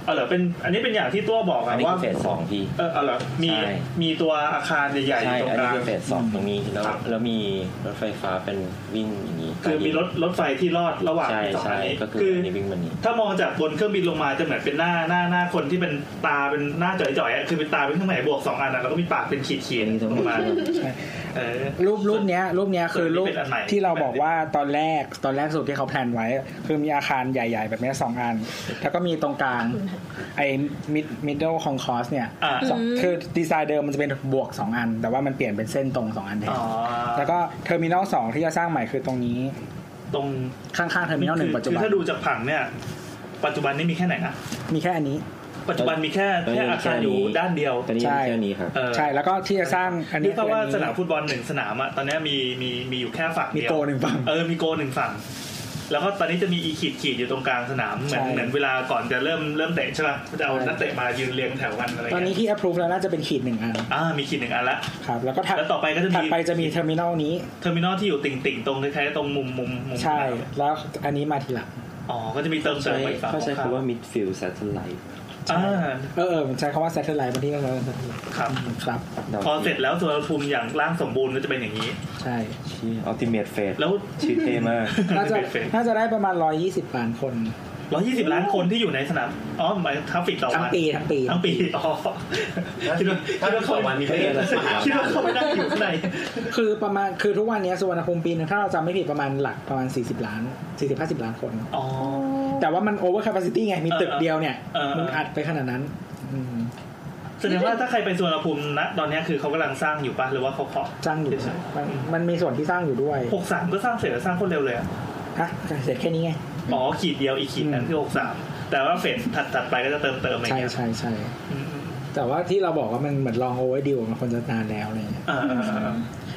S2: เอาเหรอเป็นอันนี้เป็นอย่างที่ตัวบอก
S7: อั
S2: อะ
S7: นนี้
S2: ว่า
S7: คือเฟสสองพี่
S2: เออเอาเหรอมี
S7: ใช่
S2: มีตัวอาคารใหญ่
S7: ใช่
S2: ๆตรง
S7: อัน
S2: ก
S7: นี้
S2: ลาง
S7: คือเฟสสองตรงนี้แล้ว
S2: ครับ
S7: แล้วมีรถไฟฟ้าเป็นวิ่งอย่างนี้
S2: คือมีรถรถไฟที่รอดระหว่าง
S7: ใช่
S2: สอง
S7: ใช่
S2: อันนี้
S7: ก็คื
S2: คือ อ
S7: อันนี้วิ่งมันนี้
S2: ถ้ามองจากบนเครื่องบินลงมาจะเหมือนเป็นหน้าหน้าหน้าคนที่เป็นตาเป็นหน้าจ่อยๆอะคือเป็นตาเป็นเครื่องหมายบวกสองอันอะแล้วก็มีปากเป็นขีดๆลงมาเออ
S5: รูปรูปเนี้ย รูปเนี้ยคือรูป
S2: เป็นอันไหน
S5: ที่เราบอกว่าตอนแรกตอนแรกสุดที่เขาแพลนไว้ คือมีอาคารใหญ่ ๆ แบบเนี้ยสองอัน แล้วก็มีตรงกลาง ไอ้มิดมิดเดิลคองคอสเนี่ย
S2: อ่า
S5: สองคือดีไซน์เดิมมันจะเป็นบวก 2 อัน แต่ว่ามันเปลี่ยนเป็นเส้นตรง 2 อันแท
S2: อ๋
S5: น
S2: อ
S5: แล้วก็เทอร์มินอลสองที่จะสร้างใหม่คือตรงนี้
S2: ตรง
S5: ข้างๆเทอร์มินอลหนึ่ง
S2: คื
S5: ปัจจุ
S2: คื
S5: บัน
S2: ถ้าดูจากผังเนี่ย ปัจจุบันนี้มีแค่ไหนนะ
S5: มีแค่อันนี้
S2: ปัจจุบันมีแค่
S7: ตอนนี้
S2: แค่อาคารอยู่
S7: แค่นี้
S2: ด้านเดียว
S7: ตอนนี้
S5: ใช่
S7: แค่นี้ครับ
S2: เออ
S5: ใช่แล้วก็ที่จะสร้างอัน
S2: เรี
S5: นี้
S2: ยกได้ว่า
S5: คืออันนี้
S2: สนามฟุตบอลหนึ่งสนามอะตอนเนี้ยมีมีมีอยู่แค่ฝั่ง
S5: มี
S2: เดียว
S5: โกหนึ่งฝั่ง
S2: เออ มีโกหนึ่งฝั่ง แล้วก็ตอนนี้จะมีอีขีดขีดอยู่ตรงกลางสนาม เหมือน
S5: ใช่
S2: เหมือนเวลาก่อนจะเริ่มเริ่มเตะใช่ป่ะก็จะเอานักเตะมายืนเรียงแถวกันอะไร
S5: ตอน
S2: เงี้ย
S5: นี้ที่ approve แล้วน่าจะเป็นขีดหนึ่งอัน
S2: อ่า มีขีดหนึ่งอันละ
S5: ครับแล้วก็ถัด
S2: แล้วต่อไปก็จะมี
S5: ถัดไปจะมีเทอร์มินอลนี้
S2: เทอร์มินอลที่อยู่ติ่งติ่งๆตรงคล้ายๆตรงมุมมุมมุม
S5: ใช่แล้วอันนี้มาทีหลัง
S2: อ๋อ ก็จะมีเติมเติ
S7: ใช้
S2: มไปอีกฝั่ง
S7: เขาใช้คำว่า midfield satellite
S2: อ่า
S5: เออเออผมใช้คำว่า satellite บางทีก็ใช้ว่า satellite
S2: ครับ
S5: ครับ
S7: ดาว
S2: พอเสร็จแล้วตัวภูมิอย่างร่างสมบูรณ์ก็จะเป็นอย่างนี้
S5: ใช่
S7: ชื่อ ultimate phase
S2: แล้ว
S7: ชื่อเท่มาก
S5: น่าจะ
S2: เป็นเฟรม
S5: น่าจะได้ประมาณ 120ล้านคน
S2: ร้อยยี่สิบล้านคนที่อยู่ในสนาม อ๋อ หมายทัฟฟิกต่อ
S5: ทั้ง
S2: วัน
S5: ปีทั้งปี
S2: ทั้งปีอ๋อคิดว่า
S6: ถ้า
S2: คิด
S6: เป็สอง
S2: ว่านเขา
S6: วันนี้ไม่ได้สนาม
S2: คิดว่าเขาไม่นั่งอยู่ข้างใน
S5: คือประมาณคือทุกวันเนี้ยสุวรรณภูมิปีนึงถ้าเราจำไม่ผิดประมาณหลักประมาณ 40 ล้าน 40 50 ล้านคน
S2: อ๋อ
S5: แต่ว่ามัน over capacity ไง มีตึกเดียวเนี่ย
S2: เออเออ
S5: มันอัดไปขนาดนั้นอืม
S2: แสดงว่าถ้าใครไปสุวรรณภูมิณตอนเนี้ยคือเขากำลังสร้างอยู่ปะหรือว่าเขาเคาะ
S5: จ้างอยู่
S2: ใช่
S5: มันมันมีส่วนที่สร้างอยู่ด้วย
S2: หกสามก็สร้างเสร็จแล้วสร้างคนเร็วเลยอะ
S5: ฮะเสร็จแค่นี้ไง
S2: อ๋อขีดเดียวอีกขีดนั้นคือหกสามแต่ว่าเฟสถัดถัดไปก็จะเติมเติมอะไร
S5: ใช่
S2: เงี้ย
S5: ใช่ใช่
S2: อืม
S5: แต่ว่าที่เราบอกว่ามันเหมือนลอง over deal มันคนจะนานแล้วอะไรเนี่ย
S2: อ่าอ่าอ่าอ่า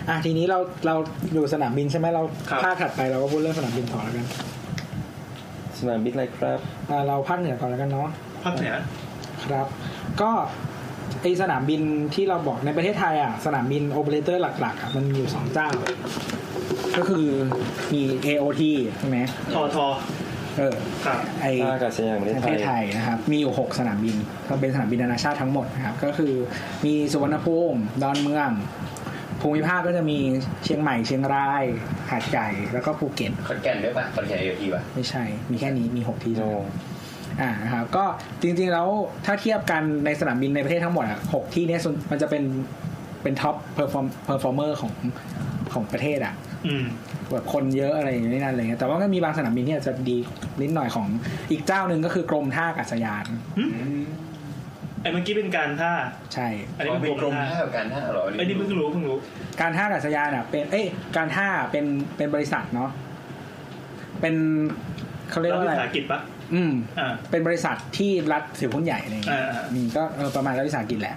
S5: อ่ะทีนี้เราเราอยู่สนามบินใช่ไหมเรา
S2: ครับ
S5: ภาคถัดไปเราก็พูดเรื่องสนามบินต่อแล้วกัน
S7: สนามบินอะไรครับ
S5: อ่าเราภาคเหนือก่อนแล้วกันเนาะ
S2: ภาคเหนือ
S5: ครับ ก็ไอสนามบินที่เราบอกในประเทศไทยอ่ะสนามบินโอเปอเรเตอร์หลักๆอ่ะมันมีอยู่สองเจ้า ก็คือมี AOT ใช่ไหม
S2: ทอทอ
S5: เออไอ
S12: ท่าอากาศยาน
S5: ป
S12: ประระเทศไทย
S5: เทศไทยนะครับ มีอยู่หกสนามบินก็เป็นสนามบินนานาชาติทั้งหมดนะครับ ก็คือมีสุวรรณภูมิดอนเมือง ภูมิภาคก็จะมีเชียงใหม่เชียงรายหาดใหญ่แล้วก็ภูเก็ต
S6: ขอนแก่นด้วยป่ะขอนแก่นเอพีป่ะ
S5: ไม่ใช่ มีแค่นี้ มี 6 ที่เท่านั้นอ่านะครับ ก็จริงๆ แล้วถ้าเทียบกันในสนามบินในประเทศทั้งหมดอ่ะหกที่เนี้ยส่วนมันจะเป็น เป็นท็อปเพอร์ฟอร์มเพอร์ฟอร์เมอร์ของของประเทศอ่ะ
S2: อืม
S5: แบบคนเยอะอะไรอย่างนี้นั่นอะไรเงี้ยแต่ว่าก็มีบางสนามบินที่อาจจะดีนิดหน่อยของอีกเจ้าหนึ่งก็คือกรมท่าอากาศยาน
S2: ไอ้เมื่อกี้เป็นการท่า
S5: ใช่
S2: อันนี้เป็นกรมท่ากับการท่าหรอไอ้นี่เพิ่งรู้เพิ่งรู้
S5: การท่าอากาศยานอ่ะเป็นเอ้ยการท่าเป็นเป็นบริษัทเนาะเป็นเขาเรียกว่าอะไร
S2: ฐวิสาหกิจปะ
S5: อืม
S2: อ่า
S5: เป็นบริษัทที่รัฐถือหุ้นใหญ่อะไรอย่างเงี้ย
S2: อ่าอ่า
S5: อืมก็เออประมาณรัฐวิสาหกิจแหละ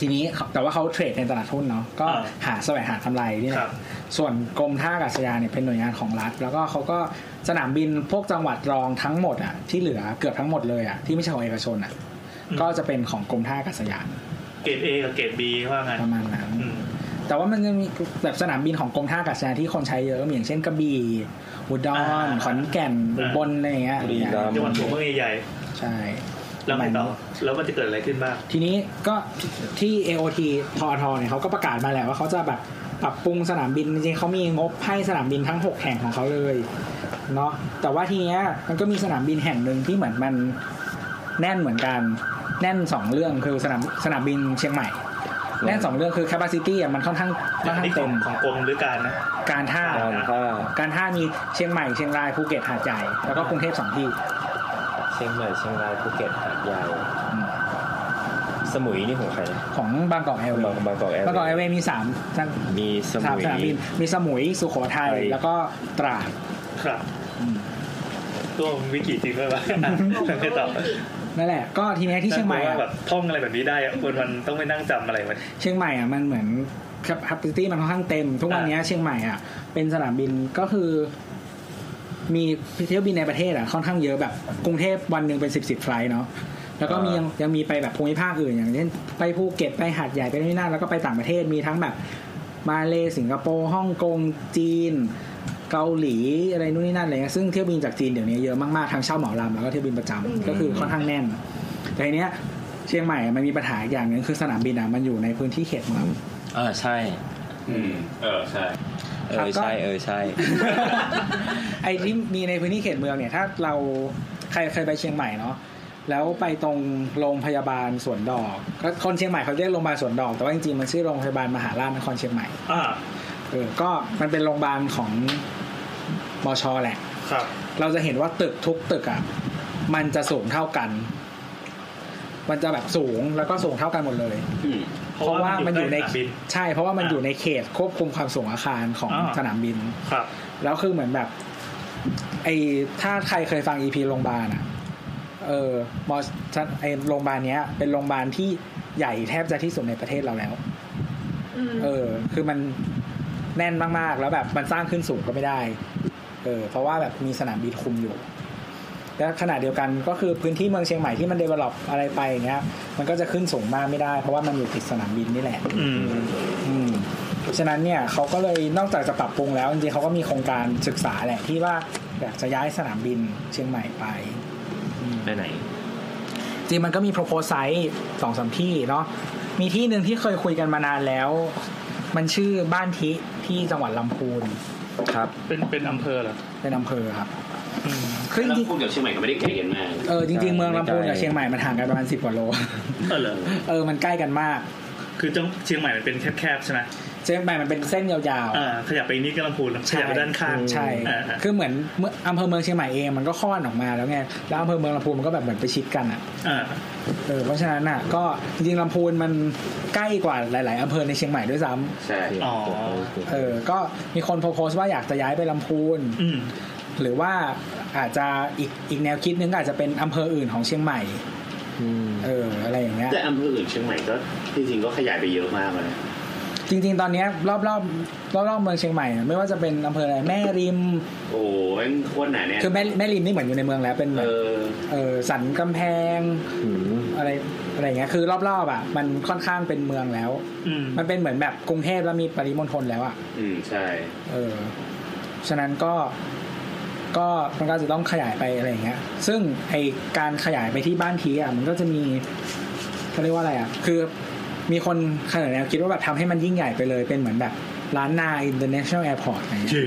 S5: ทีนี้เขาแต่ว่าเขาเทรดในตลาดหุ้นเนาะ ก็หาแสวงหากำไรนี่แหละ ส่วนกรมท่าอากาศยานเนี่ยเป็นหน่วยงานของรัฐ แล้วก็เขาก็สนามบินพวกจังหวัดรองทั้งหมดอ่ะที่เหลือเกือบทั้งหมดเลยอ่ะที่ไม่ใช่ของเอกชนอ่ะ ก็จะเป็นของกรมท่าอากาศยาน
S2: เกรดเอกับเกรดบีว่าไง
S5: ประมาณนั้น แต่ว่ามันจะมีแบบสนามบินของกรมท่าอากาศยานที่คนใช้เยอะก็มีอย่างเช่นกระบี่อุดรขอนแก่นอุบลอะไรอย่างเงี้ย
S2: จังหวัดหัวเมืองใหญ่
S5: ใช่
S2: ๆแล้วไงต่อแล้วมันจะเกิดอะไรขึ้นบ้าง
S5: ทีนี้ก็ที่ AOT ทอทอเนี่ยเขาก็ประกาศมาแหละว่าเขาจะแบบปรับปรุงสนามบินจริงๆเขามีงบให้สนามบินทั้ง 6 แห่งของเขาเลยเนาะแต่ว่าทีเนี้ยมันก็มีสนามบินแห่งหนึ่งที่เหมือนมันแน่นเหมือนกัน แน่น 2 เรื่องคือสนามสนามบินเชียงใหม่ แน่น 2 เรื่องคือ capacity อ่ะมันค่อนข้างค่อนข้างเต็ม
S2: ของกรมหรือการนะ
S5: การท่า
S12: การท่า
S5: การท่ามีเชียงใหม่เชียงรายภูเก็ตหาดใหญ่แล้วก็กรุงเทพสองที่
S12: เชียงใหม่เชียงรายภูเก็ตหาดใหญ่
S5: อืม
S12: สมุยนี่ของใครนะ
S5: ของบางกอกแอร์เว
S12: บาง
S5: ย์
S12: บางกอกแอร์
S5: ประกอบไอเวย์มีสามสาม
S12: มีส
S5: สาม
S12: มุย
S5: สนามบินมีสมุยสุโขทัย
S12: ไทย
S5: แล้วก็ตราด
S2: ครับตัวมันวิกิจริงด้วยวะไม่ตอบ
S5: นั่นแหละ ก็ทีเนี้ยที่เชียงใหม่
S2: น่ากลัวว่าแบ
S5: อะ
S2: บท่องอะไรแบบนี้ได้อะวันวันๆต้องไปนั่งจำอะไรไว้
S5: เชียงใหม่อะมันเหมือนครับฮับตี้มันค่อนข้างเต็ม ทุกวันเนี้ยเชียงใหม่อะเป็นสนามบินก็คือ มีเที่ยวบินในประเทศอะค่อนข้างเยอะแบบกรุงเทพวันหนึ่งเป็นสิบสิบไฟล์เนาะแล้วก็มียังยังมีไปแบบภูมิภาคอื่นอย่างเช่นไปภูเก็ตไปหาดใหญ่ไปนี่นั่นแล้วก็ไปต่างประเทศมีทั้งแบบ มาเลสิงคโปร์ฮ่องกงจีน เกาหลีอะไรนู่นนี่นั่นอะไรเงี้ยซึ่งเที่ยวบินจากจีนเดี๋ยวนี้เยอะมากๆทั้งเช่าเหมาลำแล้วก็เที่ยวบินประจำก็คือค่อนข้างแน่น แต่ทีเนี้ยเชียงใหม่มันมีปัญหาอย่างหนึ่งคือสนามบินอ่ะมันอยู่ในพื้นที่เขตเมือง
S7: อ่าใช่
S6: อืม เออ ใช่
S7: เอ
S5: ครับ
S7: อ
S5: ก็
S7: ใช่เออใช่
S5: ไอ้ที่มีในพื้นที่เขตเมืองเนี่ยถ้าเราใครเคยไปเชียงใหม่เนาะแล้วไปตรงโรงพยาบาลสวนดอกก็คนเชียงใหม่เขาเรียกโรงพยาบาลสวนดอก แต่ว่าจริงๆมันชื่อโรงพยาบาลมหาราชนครเชียงใหม่
S2: อ่า
S5: เออก็มันเป็นโรงพยาบาลของมอชอแหละ
S2: ครับ
S5: เราจะเห็นว่าตึกทุกตึกอ่ะ มันจะสูงเท่ากัน มันจะแบบสูงแล้วก็สูงเท่ากันหมดเลย เพ
S2: เพ
S5: ราะ
S2: ราะ
S5: ว่า
S2: ว่ามั
S5: มัน
S2: น
S5: อ
S2: อยู่
S5: ยู่ใน
S2: ใต้สนามบิน
S5: ใช่ เพราะว่ามันอยู่ในเขตควบคุมความสูงอาคารของ
S2: อ่า
S5: สนามบิน
S2: ครับ
S5: แล้วคือเหมือนแบบ ไอ้ถ้าใครเคยฟังอีพีโรงพยาบาลอ่ะ เออมอไอ้โรงพยาบาลเนี้ย เป็นโรงพยาบาลที่ใหญ่แทบจะที่สุดในประเทศเราแล้ว เออ คือมันแน่นมากๆ แล้วแบบมันสร้างขึ้นสูงก็ไม่ได้ เออ เพราะว่าแบบมีสนามบินคุมอยู่ แล้วขณะเดียวกันก็คือพื้นที่เมืองเชียงใหม่ที่มันเดเวล็อปอะไรไปอย่างเงี้ย มันก็จะขึ้นสูงมากไม่ได้ เพราะว่ามันอยู่ติดสนามบินนี่แหละ
S2: อืม
S5: อืมเพราะฉะนั้นเนี่ยเขาก็เลยนอกจากจะปรับปรุงแล้วจริงๆเขาก็มีโครงการศึกษาแหละที่ว่าอยากจะย้ายสนามบินเชียงใหม่ไป
S7: ไปไหน
S5: จริงมันก็มี propose site สองสามที่เนาะมีที่หนึ่งที่เคยคุยกันมานานแล้ว มันชื่อบ้านทิที่จังหวัดลำพูน
S7: ครับ
S2: เป็นเป็นอำเภอเหรอ
S5: เป็นอำเภอครับ
S2: อืม
S5: คือจริง
S6: พูดกับเชียงใหม่ก็ไม่ได้ไกลกันมาก
S5: ๆเออจริง ๆ เมืองลำพูนกับเชียงใหม่มันห่างกันประมาณสิบกว่าโล
S2: เออเหรอ
S5: เออมันใกล้กันมาก
S2: คือจังเชียงใหม่มันเป็นแคบๆใช่ไหม
S5: เชียงใหม่มันเป็นเส้นยาว
S2: อ่า ขยับไปอีกนี่ก็ลำพูนแล้ว
S5: ๆ
S2: ขยับไปด้านข้าง
S5: ใช่
S2: อ่าอ่า
S5: คือเหมือนเมื่ออำเภอเมืองเชียงใหม่เองมันก็คลอดออกมาแล้วไงแล้วอำเภอเมืองลำพูนมันก็แบบเหมือนไปชิดกันอ่ะ
S2: อ่า
S5: เออเพราะฉะนั้นอ่ะก็จริงๆลำพูนมันใกล้กว่าหลาย ๆอำเภอในเชียงใหม่ด้วยซ้
S6: ใช่
S2: อ๋อ
S5: ำเออก็มีคนโพสต์ว่าอยากจะย้ายไปลำพูน
S2: อืม
S5: หรือว่าอาจจะอีกอีกแนวคิดนึงก็อาจจะเป็นอำเภออื่นของเชียงใหม่เอออะไรอย่างเงี้ย
S6: แต่อำเภออื่นเชียงใหม่ก็ที่จริงก็ขยายไปเยอะมากเลย
S5: จริง ๆ ตอนเนี้ยรอบรอบรอบรอบๆเมืองเชียงใหม่อะไม่ว่าจะเป็นอำเภออะไรแม่ริม
S6: โอ้ยโคตรหนาแน่น
S5: คือแม่แม่ริมนี่เหมือนอยู่ในเมืองแล้วเป็นแบ
S6: เอบ อ
S5: เออสันกำแพงอะไรอะไรอย่างเงี้ยคือรอบๆอ่ะมันค่อนข้างเป็นเมืองแล้ว
S2: อืม
S5: มันเป็นเหมือนแบบกรุงเทพแล้วมีปริมณฑลแล้วอ่ะ
S6: อืม ใช่
S5: เออ ฉะนั้นก็ ก็มันก็จะต้องขยายไปอะไรอย่างเงี้ย ซึ่งไอการขยายไปที่บ้านพีอ่ะมันก็จะมีเขาเรียกว่าอะไรอ่ะ คือมีคนเสนอแนวคิดว่าแบบทำให้มันยิ่งใหญ่ไปเลยเป็นเหมือนแบบร้านนา international airport อะไรเงี้ย
S2: จื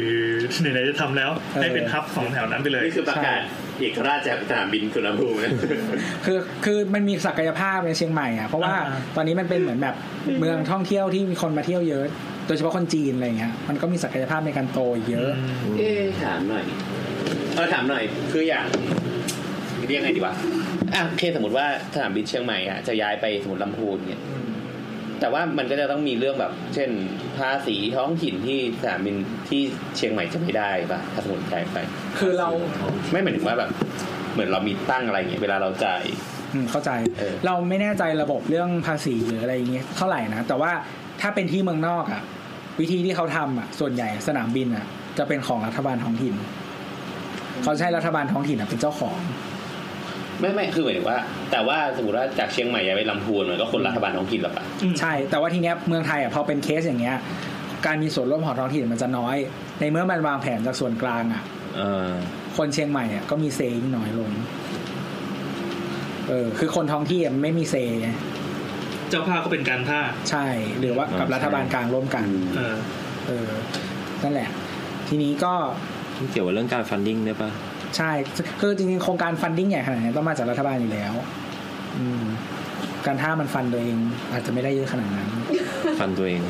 S2: ดไหนๆจะทำแล้วให้เป็นทับสองแถวนั้นไปเลย
S6: นี่คือประกาศเอกราชจากสนามบินสุวรรณภูมินะ
S5: คือคือมันมีศักยภาพในเชียงใหม่อ่ะเพราะว่าตอนนี้มันเป็นเหมือนแบบเมืองท่องเที่ยวที่มีคนมาเที่ยวเยอะ โดยเฉพาะคนจีนอะไรอย่างเงี้ยมันก็มีศักยภาพในการโตเยอะ
S6: เอ๊ะถามหน่อยเออถามหน่อย คืออย่างเรียกไงดีวะอ่ะโอเคสมมติว่าสนามบินเชียงใหม่อ่ะจะย้ายไปสมมติลำพูนเนี่ยแต่ว่ามันก็จะต้องมีเรื่องแบบ เช่นภาษีท้องถิ่นที่สนามบินที่เชียงใหม่จะไม่ได้ป่ะถ้าสมมติย้ายไป
S5: คือเรา
S6: ไม่หมายถึงว่าแบบ เหมือนเรามีตั้งอะไรเงี้ยเวลาเราจ่าย
S5: อืมเข้าใจ เราไม่แน่ใจระบบเรื่องภาษีหรืออะไรอย่างเงี้ยเท่าไหร่นะแต่ว่าถ้าเป็นที่เมืองนอกอ่ะวิธีที่เขาทำอ่ะส่วนใหญ่สนามบินอ่ะจะเป็นของรัฐบาลท้องถิ่นเขาใช้รัฐบาลท้องถิ่นอ่ะเป็นเจ้าของ
S6: ไม่ไม่คือหมายถึงว่า แต่ว่าสมมติว่าจากเชียงใหม่ย้ายไปลำพูนมันก็คนรัฐบาลท้องถิ่นหรอปะ
S5: ใช่ แต่ว่าทีเนี้ยเมืองไทยอ่ะพอเป็นเคสอย่างเงี้ย การมีส่วนร่วมของท้องถิ่นมันจะน้อย ในเมื่อมันวางแผนจากส่วนกลางอ่ะคนเชียงใหม่อ่ะก็มีเซยิ่งน้อยลง เออ คือคนท้องที่อ่ะไม่มีเซไง
S2: เจ้าภาพก็เป็นการท่า
S5: ใช่ หรือว่ากับรัฐบาลกลางร่วมกัน
S2: เออ
S5: เออ นั่นแหละ ทีนี้ก็
S7: เกี่ยวกับเรื่องการฟันดิ้งด้วยปะ
S5: ใช่ คือจริงๆ โครงการฟันดิ้งใหญ่ขนาดนี้ต้องมาจากรัฐบาลอยู่แล้ว อืม การท่ามันฟันตัวเอง อาจจะไม่ได้เยอะขนาดนั้น
S7: ฟันตัวเอง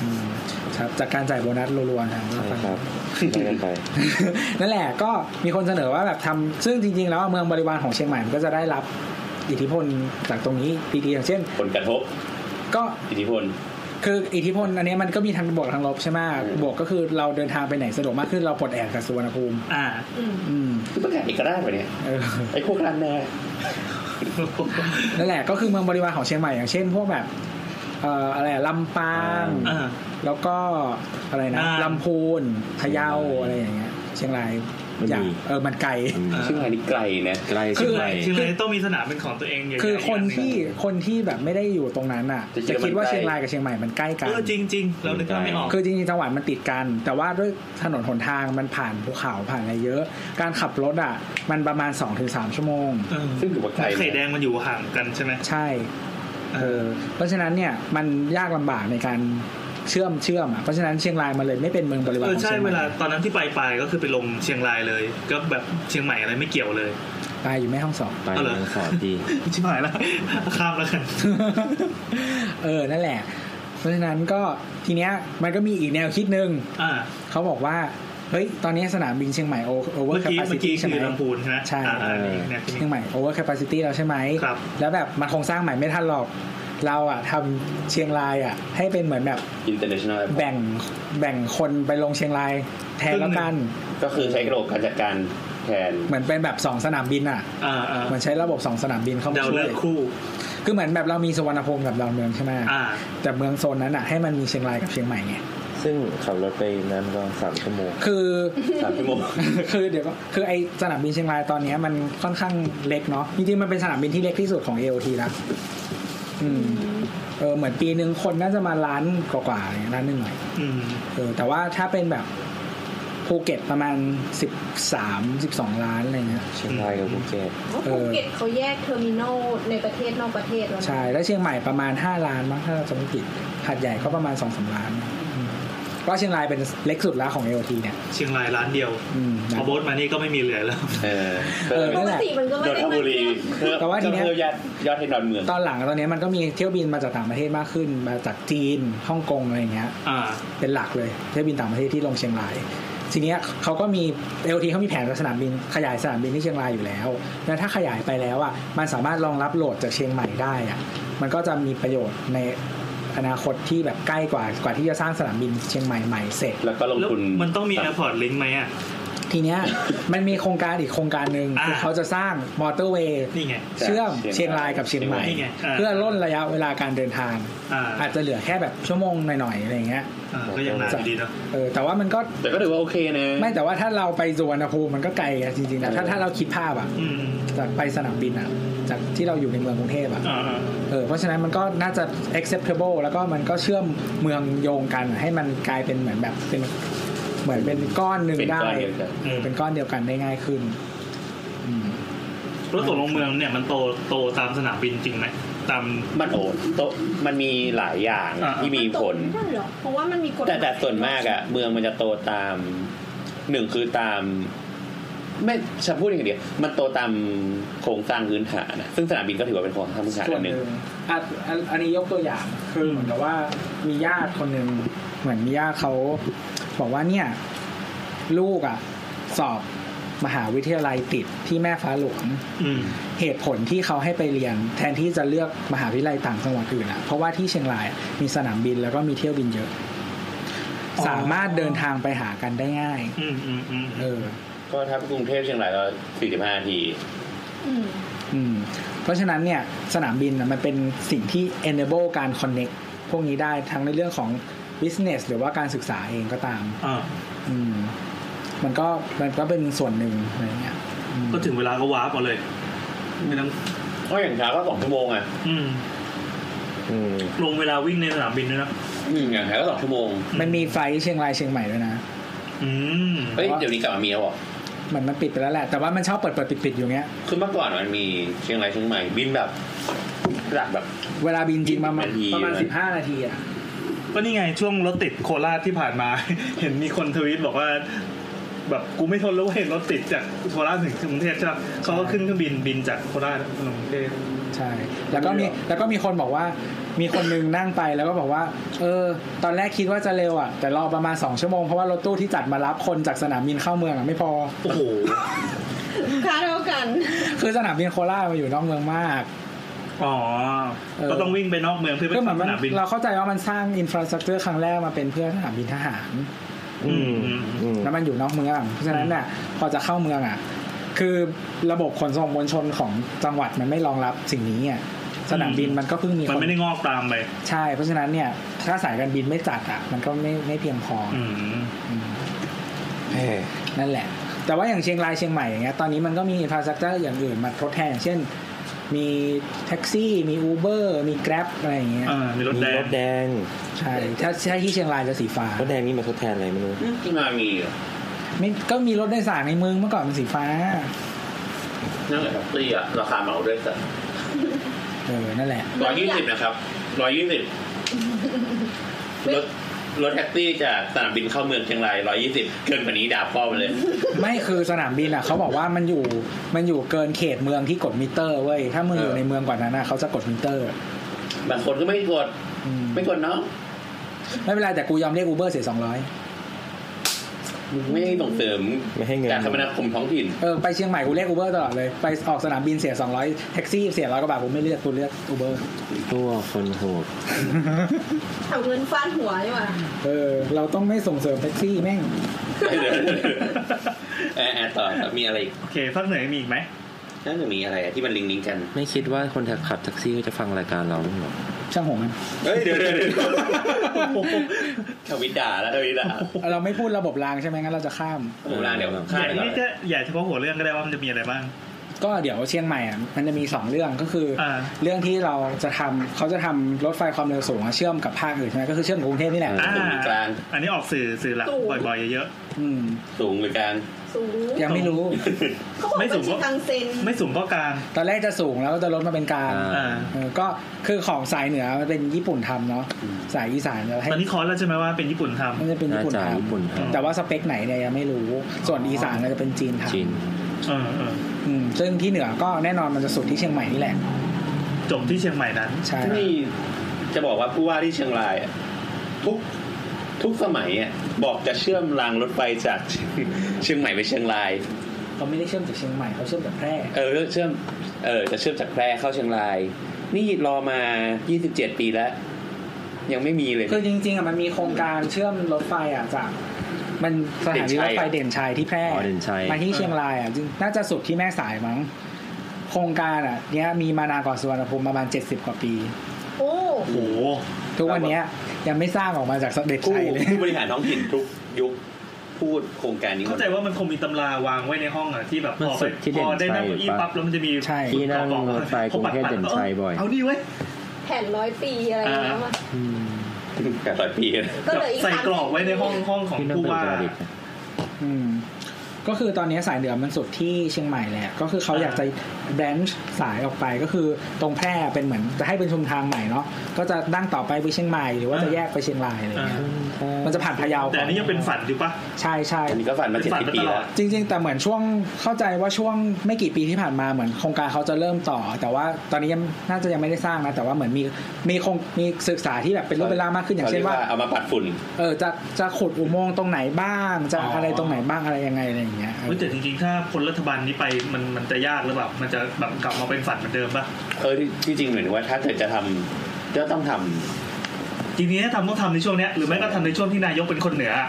S5: อืมครับจากการจ่ายโบนัสรัวๆนะครับ
S7: ครับได้กันไป
S5: นั่นแหละก็มีคนเสนอว่าแบบทำซึ่งจริง ๆ แล้วเมืองบริวารของเชียงใหม่มันก็จะได้รับอิทธิพลจากตรงนี้ดีๆอย่างเช่น
S6: ผลกระทบ
S5: ก็
S6: อิทธิพล
S5: คืออิทธิพลอันเนี้ยมันก็มีทางบวกทางลบใช่ไหมบวกก็คือเราเดินทางไปไหนสะดวกมากขึ้นเราปลดแอกจากสุวรรณภูมิ
S2: อ่า
S5: อืม
S6: คือประกาศเอกราชไปเนี่ยไอ้พวกรัน แน่
S5: นั่นแหละก็คือเมืองบริวารของเชียงใหม่อย่างเช่น พวกแบบเอ่ออะไรอะลำปาง
S2: อ่า
S5: แล้วก็อะไรนะ
S2: น่าน
S5: ลำพูนพะเยาอะไรอย่างเงี้ยเชียงราย
S7: มันมี
S5: อย่างเออมันไกล
S6: เชียงรายนี่ไกลนะ
S7: ไกล
S5: คื
S7: เชีย
S5: อ
S7: งใหม่
S2: เชียงรายต้องมีสนามเป็นของตัวเองใหญ่ๆ
S5: คือคน
S2: ย่างหง
S5: ที่คนที่แบบไม่ได้อยู่ตรงนั้นอ่ะ
S6: จะ
S5: จะ
S6: คิ
S5: คิ
S6: ด
S5: ด
S6: ว่า
S5: ว่า
S6: มันใกล้
S5: เชียงรายกับเชียงใหม่มันใกล้กั
S2: เอน อจริง ๆ เรานึกภาพไม่ออก
S5: คือจริงๆจังหวัดมันติดกัน แต่ว่าด้วยถนนหนทางมันผ่านภูเขาผ่านอะไรเยอะ การขับรถอ่ะ มันประมาณ 2-3 ชั่วโมง
S2: เออ
S6: ซึ่งถือว่าไกล
S2: ไข่แด
S6: นะ
S2: งมันอยู่ห่างกันใช่ไหม
S5: ใช่ เออ เพราะฉะนั้นเนี่ยมันยากลำบากในการเชื่อมเชื่อมอ่ะ เพราะฉะนั้นเชียงรายมันเลยไม่เป็นเมืองบริวาร
S2: เอ
S5: ข
S2: อ
S5: อง
S2: ใช่
S5: เชียง
S2: เวลา
S5: ใหม่
S2: ตอนนั้นที่ไปไปก็คือไปลงเชียงรายเลย ก็แบบเชียงใหม่อะไรไม่เกี่ยวเลย
S5: ตายอยู่แม่ห้องสอง
S7: ไป
S2: เอาเหรอ
S7: ทางสอนดี
S2: ชิบหายแล้ว ข้ามแล้วกัน
S5: เออ นั่นแหละ เพราะฉะนั้นก็ทีเนี้ยมันก็มีอีกแนวคิดหนึ่ง
S2: อ่า
S5: เขาบอกว่า เฮ้ย ตอนนี้สนามบินเชียงใหม่โอเวอ
S2: เมื่อ
S5: ร์แค
S2: กี้
S5: ปาซิ
S2: เมื่อ
S5: ตี้
S2: กี้
S5: ใช่
S2: คื
S5: ไหม
S2: อลำพูนใช่ไหม
S5: ใช่
S2: อ่าอันนี้เนี่ยที่
S5: เชีย
S2: นี่
S5: งใหม่โอเวอร์แคปาซิตี้แล้วใช่ไหม
S2: ครับ
S5: แล้วแบบมันคงสร้างใหม่ไม่ทันหรอก เราอ่ะทำเชียงรายอ่ะ ให้เป็นเหมือนแบบ
S6: อินเตอร์เนชั่นแนล
S5: แบ่งแบ่งคนไปลงเชียงรายแทนแล้วกัน
S6: ก็คือใช้กระบบการจัดการแทน
S5: เหมือนเป็นแบบสองสนามบินอ่ะ
S2: อ่าอ่า
S5: เหมือนใช้ระบบสองสนามบินเข้ามา
S2: ดาว
S5: ช่ว
S2: เลิ
S5: ย
S2: กษ์คู่
S5: คือเหมือนแบบเรามีสุวรรณภูมิกับดอนเมืองใช่ไหม
S2: อ่า
S5: แต่เมืองโซนนั้นอ่ะให้มันมีเชียงรายกับเชียงใหม่ไง
S1: ซึ่งขับรถไปนั้นก็สามชั่วโมง
S5: คือ
S6: สามชั่วโมง
S5: คือ เดี๋ยวก็คือไอสนามบินเชียงรายตอนเนี้ยมันค่อนข้างเล็กเนาะจริงๆมันเป็นสนามบินที่เล็กที่สุดของ AOT ละอืมเออเหมือนปีหนึ่งคนน่าจะมาล้านกว่าๆอะไรเงี้ยล้านหนึ่งหน่อย
S2: อืม
S5: เออแต่ว่าถ้าเป็นแบบภูเก็ตประมาณสิบสามสิบสองล้านอะไรเงี้ย
S1: เชียงรายกับภูเก็ต
S4: เพราะภูเก็ตเขาแยกเทอร์มินอลในประเทศนอกประเทศแล้วนะ
S5: ใช่ แล้วเชียงใหม่ประมาณ 5 ล้านมั้งถ้าเราจำไม่ผิดหาดใหญ่ก็ประมาณ2อสล้านอืมก็เชียงรายเป็นเล็กสุดละของ AOT เนี่ย
S2: เชียงรายร้านเดียว
S5: อืมนะ
S2: พอโบ๊ทมานี่ก็ไม่มีเหลือแล้ว
S6: เออ
S5: เออ
S4: ปกติมันก็ไม่
S6: โดน
S4: ได้
S6: ท
S4: มา
S6: บุรี
S4: เที่ยว
S6: เพิ่ม
S5: แต่ว่าทีเนี้ย
S6: เพิ่มยอดยอดให้ดอนเมือง
S5: ตอนหลังตอนนี้มันก็มีเที่ยวบินมาจากต่างประเทศมากขึ้น มาจากจีนฮ่องกงอะไรอย่างเงี้ย
S2: อ่า
S5: เป็นหลักเลยเที่ยวบินต่างประเทศที่ลงเชียงราย ทีเนี้ยเขาก็มี AOT เขามีแผนกับสนามบินขยายสนามบินที่เชียงรายอยู่แล้วแล้วถ้าขยายไปแล้วอ่ะมันสามารถรองรับโหลดจากเชียงใหม่ได้อ่ะมันก็จะมีประโยชน์ในอนาคตที่แบบใกล้กว่ากว่าที่จะสร้างสนามบินเชียงใหม่ใหม่เสร็จ
S6: แล้วก็ลง
S2: แล้ว
S6: ทุน
S2: มันต้องมีแอร์พอร์ตลิงก์ไหมอ่ะ
S5: ทีเนี้ย มันมีโครงการอีกโครงการหนึ่ง
S2: อ่า
S5: คือเขาจะสร้างมอเตอร์เวย์
S2: นี่ไง
S5: เชื่อมเชียงรายกับเชียงใหม่
S2: นี่ไงอ่า
S5: เพื่อล่นระยะเวลาการเดินทาง
S2: อ่า
S5: อาจจะเหลือแค่แบบชั่วโมงหน่อยๆอะไรอย่างเงี้ย
S2: อ่าก็ยังนานอยู่ดีเนาะ
S5: เออแต่ว่ามันก็
S6: แต่ก็ถือว่าโอเคนะ
S5: ไม่แต่ว่าถ้าเราไปสุวรรณภูมิมันก็ไกลอะจริงๆนะถ้าถ้าเราคิดภาพอะ
S2: อืม
S5: จากไปสนามบินอะจากที่เราอยู่ในเมืองกรุงเทพอะ
S2: อ่าอ่า
S5: เออเพราะฉะนั้นมันก็น่าจะ acceptable แล้วก็มันก็เชื่อมเมืองโยงกันให้มันกลายเป็นเหมือนแบบเป็น เหมือนเป็นก้อนหนึ่ง
S6: เป็น
S5: ได้
S6: ก้อนเดียวกัน
S5: เออเป็นก้อนเดียวกันได้ง่ายขึ้น
S2: รถตกลงเมืองเนี่ยมันโตโตตามสนามบินจริงไหมตาม
S6: มันโอโตะมันมีหลายอย่าง
S2: อ่า
S6: ที่มีผล
S10: นั่นเหรอเพราะว่ามันมีกฎ
S6: แต่แต่ส่วนมากอะเมืองมันจะโตตามหนึ่งคือตาม ไม่ฉันพูดอย่างเดียวมันโตตามโครงสร้างพื้นฐานอะซึ่งสนามบินก็ถือว่าเป็นโครงสร้างพื้นฐาน
S5: ส่ว
S6: อันห
S5: นห
S6: นึ่
S5: นึ่
S6: ง
S5: งอ่ะอันอันนี้ยกตัวอย่างคือเหมือนกับว่ามีญาติคนหนึ่งเหมือนมีญาติเขาบอกว่าเนี่ย ลูกอ่ะ สอบมหาวิทยาลัยติดที่แม่ฟ้าหลวง
S2: อืม
S5: เหตุผลที่เขาให้ไปเรียน แทนที่จะเลือกมหาวิทยาลัยต่างจังหวัดอื่นอ่ะเพราะว่าที่เชียงรายมีสนามบินแล้วก็มีเที่ยวบินเยอะ
S2: อ๋อ
S5: สามารถเดินทางไปหากันได้ง่าย
S2: อืมอืมอืม
S5: เออ
S6: ก็ถ้ากรุงเทพเชียงรายก็สี่สิบห้านาที
S5: อืมเพราะฉะนั้นเนี่ยสนามบินน่ะมันเป็นสิ่งที่ enable การ connect พวกนี้ได้ทั้งในเรื่องของ business หรือว่าการศึกษาเองก็ตาม
S2: อ่า
S5: อืมมันก็มันก็เป็นส่วนหนึ่งอะไรเงี้ยอืม
S2: ก็ถึงเวลาก็วาร์ปเอาเลยไม่ต้อง
S6: ก็อย่างช้าก็สองชั่วโมงอะ
S2: อืมลงเวลาวิ่งในสนามบินด้วยนะ
S6: อืมอย่างช้าก็สองชั่วโมง
S5: มันมีไฟล์เชียงรายเชียงใหม่ด้วยนะ
S2: อืม
S6: เฮ้ยเดี๋ยวนี้กลับมามีแล้วเหรอ
S5: เหมือนมันปิดไปแล้วแหละ แต่ว่ามันชอบเปิดเปิดปิดปิดอยู่เงี้ย
S6: คือเมื่อก่อนมันมีเชียงรายเชียงใหม่บินแบบหลักแบบ
S5: เวลาบินจริงประมาณ
S6: 20นาที
S5: ประมาณสิบห้านาทีอ่ะ
S2: ก็นี่ไงช่วงรถติดโคราชที่ผ่านมา เห็นมีคนทวีตบอกว่า แบบกูไม่ทนแล้วเว้ยรถติดจากโคราชถึงกรุงเทพใช่ปะเขาก็ขึ้นเครื่องบินบินจากโคราชกรุงเทพ
S5: ใช่ แล้วก็มีแล้วก็มีคนบอกว่า มีคนนึงนั่งไปแล้วก็บอกว่า เออ ตอนแรกคิดว่าจะเร็วอ่ะ แต่รอประมาณสองชั่วโมงเพราะว่ารถตู้ที่จัดมารับคนจากสนามบินเข้าเมืองอ่ะไม่พอ
S2: โอ้โห
S13: ค่าเท่ากัน
S5: คือสนามบินโคราชมันอยู่นอกเมืองมาก
S2: อ๋อ
S5: เออ
S2: ก็ต้องวิ่งไปนอกเมืองเพื่อไป
S5: ก็เหมื
S2: ขึ้
S5: อน
S2: น
S5: มั
S2: ส
S5: น
S2: นามบิน
S5: เราเข้าใจว่ามันสร้างอินฟราสตรักเจอร์ครั้งแรกมาเป็นเพื่อสนามบินทหาร
S2: อืมอืมอืม
S5: แล้วมันอยู่นอกเมือง เพราะฉะนั้นน่ะ พอจะเข้าเมืองอ่ะ คือระบบขนส่งมวลชนของจังหวัดมันไม่รองรับสิ่งนี้อ่ะ สนามบินมันก็เพิ่งมีค
S2: มันไม่ได้งอกตามไป
S5: ใช่ เพราะฉะนั้นเนี่ย ถ้าสายการบินไม่จัดอ่ะ มันก็ไม่ไม่เพียงพออ
S2: อืม
S5: นั่นแหละ แต่ว่าอย่างเชียงรายเชียงใหม่อย่างเงี้ย ตอนนี้มันก็มีอินฟราสตรักเจอร์อย่างอื่นมาทดแทนอย่างเช่น มีแท็กซี่ มีอูเบอร์ มีแกร็บอะไรอย่างเงี้ย
S2: อ่า มีรถแด
S1: มีรง ถแดง
S5: ใช่ ถ้าถ้าที่เชียงรายจะสีฟ้าร
S1: ถแดงนี่มันทดแทนอะไรไม่รู้
S6: ที่มามีเหรอ
S5: ไม่ก็มีรถโดยสารในเมืองเมื่อก่อนเป็นสีฟ้า
S6: นั่นแหละครับตี้อะราคาเหมาด้วยสัตว์
S5: เออ นั่นแหละ
S6: ร้อยยี่สิบนะครับร้อยยี่สิบรถรถแท็กซี่จากสนามบินเข้าเมืองเชียงรายร้อยยี่สิบเกินกว่านี้ด่าพ่อไปเลย
S5: ไม่คือสนามบินอ่ะเขาบอกว่ามันอยู่มันอยู่เกินเขตเมืองที่กดมิเตอร์เว้ย ถ้ามึงอยู่ในเมืองกว่านั้นนะเขาจะกดมิเตอร์
S6: บางคนก็ไม่กด
S5: อืม
S6: ไม่กดเนาะ
S5: ไม่เป็นไรแต่กูยอมเรียกอูเบอร์เสียสองร้อย
S6: ไม่ส่งเสริม
S1: ไม่ให้เงิน
S6: การคมนาคมท้องถิ่น
S5: เออไปเชียงใหม่กูเรียกอูเบอร์ตลอดเลย ไปออกสนามบินเสียสองร้อยแท็กซี่เสียร้อยกว่าบาทกูไม่เลือกกูเลือกอูเบอร์
S1: ตัวคนโหด
S13: เอาเงินฟาดหัวดีกว่า
S5: เออ เราต้องไม่ส่งเสริมแท็กซี่แม่ง
S6: แอะแอะต่อครับมีอะไรอีก
S2: โอเคภาคเหนือมีอีกไหม
S6: น่าจะมีอะไรอะที่มันลิงก์ลิงก์กัน
S1: ไม่คิดว่าคนขับแท็กซี่เขาจะฟังรายการเราหรือเปล่า
S5: ช่างหัวมัน
S6: เฮ้ยเดี๋ยวเดี๋ยวเดี๋ยว ทวิตด่าแล้วทวิตด่า
S5: เราไม่พูดระบบรางใช่ไหมงั้นเราจะข้าม
S6: ผมลาเดี๋ยว
S2: อ
S6: ข้า
S2: ย่าม ง
S6: ไป
S2: นี้
S6: ก่
S2: จะ
S6: อน
S2: อย่าเฉพาะหัวเรื่องก็ได้ว่ามันจะมีอะไรบ้าง
S5: ก็เดี๋ยวเชียงใหม่อ่ะมันจะมีสองเรื่องก็คืออา เรื่องที่เราจะทำเขาจะทำรถไฟความเร็วสูงอะเชื่อมกับภาคอื่นใช่ไหมก็คือเชื่อมกับกรุงเทพนี่แหละ
S2: อ่า
S6: สูงหรือกลาง
S2: อันนี้ออกสื่อสื่อหลักบ่อยๆเยอะ
S5: อืม
S6: สูงหรือกลาง
S13: สูง
S5: ยังไม่รู้
S13: เขาบอก
S2: ไม่
S13: ว่า
S2: สู
S13: เป็
S2: ง
S13: นชิคังเซ็น
S2: ๆ ไม่สูงก็กลาง
S5: ตอนแรกจะสูงแล้วก็จะลดมาเป็นกลาง
S2: อ่า
S5: เออก็คือของสายเหนือมันเป็นญี่ปุ่นทำเนาะสายอีสานจะให้
S2: ตอนนี้คอร์สแล้วใช่ไหมว่าเป็นญี่ปุ่นทำ
S5: มันจะเป็น
S1: น่า
S5: ญี่ปุ่น
S1: จะ
S5: ท
S1: ญี่ปุ่นครับ
S5: ำแต่ว่าสเปคไหนเนี่ยยังไม่รู้ ส่วนอีสานก็จะเป็นจีนท
S1: จีน
S2: เออเออ
S5: ำอืมซึ่งที่เหนือก็แน่นอนมันจะสุดที่เชียงใหม่นี่แหละ
S2: จบที่เชียงใหม่นั้น
S5: ใช่
S6: นี่จะบอกว่าผู้ว่าที่เชียงรายอะทุกทุกสมัยอะบอกจะเชื่อมรางรถไฟจาก เชียงใหม่ไปเชียงราย
S5: เขาไม่ได้เชื่อมจากเชียงใหม่เขาเชื่อมจากแพร่
S6: เออเชื่อมเออจะเชื่อมจากแพร่เข้าเชียงราย นี่รอมา 27 ปีแล้ว ยังไม่มีเลย
S5: คือจริงๆอ่ะมันมีโครงการเชื่อมรถไฟอ่ะจาก มันสถานีรถไฟเด่นชัยที่แพร่
S1: อ๋อเด่นชัย
S5: มาที่เชียงรายอ่ะจริงน่าจะสุดที่แม่สายมั้งโครงการอ่ะเนี้ยมีมานานกว่าสุวรรณภูมิประมาณ70 กว่าปี
S13: โอ้
S2: โอ้โห
S5: ทุกวันเนี้ยยังไม่สร้างออกมาจากเด็ก
S6: ผู้
S5: ชัยเลย
S6: ผู้บริหารท้องถิ่นทุกยุคพูดโครงการนี้หม
S2: เข้า
S6: ด
S2: ใจว่ามันคงมีตำราวางไว้ในห้องอ่ะที่แบบ
S1: มัน
S2: พอ
S1: สุ
S2: ไป
S1: ดที่เด่น
S2: พอได้นั่ง
S1: ชัย
S2: เก้าอี้
S1: ปะ
S2: ปั๊บแล้วมันจะมี
S5: ใช่
S1: ที่นั่งรถไฟกรุงเทพเด่นชัยบ่อย
S2: เอาดิเว้ย
S13: แผ่นร้อยปีอะไรอย่างเงี้ยว่ะ
S1: อืม
S6: แปดร้อยปี
S13: ก็เหลืออีก
S2: ใส่กรอบไว้ในห้องห้องของผู้ว่า
S5: อืมก็คือตอนนี้สายเหนือมันสุดที่เชียงใหม่แหละก็คือเขาอยากจะแบรนช์สายออกไปก็คือตรงแพร่เป็นเหมือนจะให้เป็นชุมทางใหม่เนาะก็จะดั้งต่อไปไปเชียงใหม่หรือว่าจะแยกไปเชียงรายอะไรเงี้ยมันจะผ่านพะเยา
S2: แต่อันนี้ยังเป็นฝันอยู่ปะ
S5: ใช่ใช่
S6: อันนี้ก็ฝันมา
S2: เป็
S6: เจ็ด
S2: นฝัน
S6: สิบ
S2: มา
S6: ปี
S2: ตล
S6: แล้ว
S2: อด
S5: จริง ๆ แต่เหมือนช่วงเข้าใจว่าช่วงไม่กี่ปีที่ผ่านมาเหมือนโครงการเขาจะเริ่มต่อ แต่ว่าตอนนี้ยังน่าจะยังไม่ได้สร้างนะแต่ว่าเหมือนมีมีคงมีศึกษาที่แบบเป็นรูปเป็นร่างมากขึ้นอย่างเช่นว่า
S6: เอามาปัดฝุ่น
S5: เออจะจะขุดอุโมงค์ตรงไหนบ้าง จะอะไรตรงไหนบ้างอะไรยังไงอะไรอย่างเงี้ย
S2: เฮ้ยแต่จริงๆ ถ้าพ้นรัฐบาลนี้ไปมันมันจะยากหรือเปล่า มันจะแบบกลับมาเป็นฝันเหมือนเดิมปะ
S6: เออที่ที่จริงเหมือนว่าถ้าเกิดจะทำก็ต้องทำ
S2: จริงๆถ้าทำต้องทำในช่วงเนี้ยหรือไม่ก็ทำในช่วงที่นายกเป็นคนเหนืออะ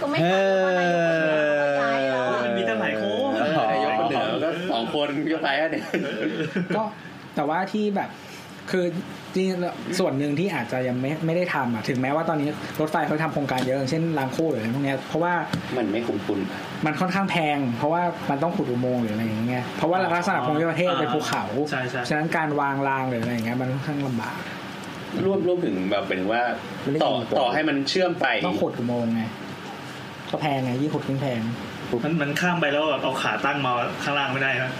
S13: ก็ไม่ทันแล้วว่านายกคนเหนือเขาก็ย้ายแล้วอะ
S2: มันมีตั้งหลายโค้ง
S6: เออนายกคนเหนือก็สองคนก็ไปแล้ว เนี่ย
S5: ก็แต่ว่าที่แบบคือจริงๆส่วนหนึ่งที่อาจจะยังไม่ไม่ได้ทำอ่ะถึงแม้ว่าตอนนี้รถไฟเขาทำโครงการเยอะอย่างเช่นรางคู่หรืออะไรพวกเนี้ยเพราะว่า
S6: มันไม่คุ้มคุณ
S5: มันค่อนข้างแพง เพราะว่ามันต้องขุดอุโมงค์หรืออะไรอย่างเงี้ยเพราะว่าลักษณะภูมิประเทศเป็นภูเขา
S2: ใช่ใช่
S5: ฉะนั้นการวางรางหรืออะไรอย่างเงี้ยมันค่อนข้างลำบาก
S6: รวมรวมถึงแบบเป็นว่าต่อต่อให้มันเชื่อมไป
S5: ต้องขุดอุโมงค์ไงก็แพงไงยี่งขุดยิ่งแพง
S2: มันมันข้ามไปแล้วเอาขาตั้งมาข้างล่างไม่ได้นะ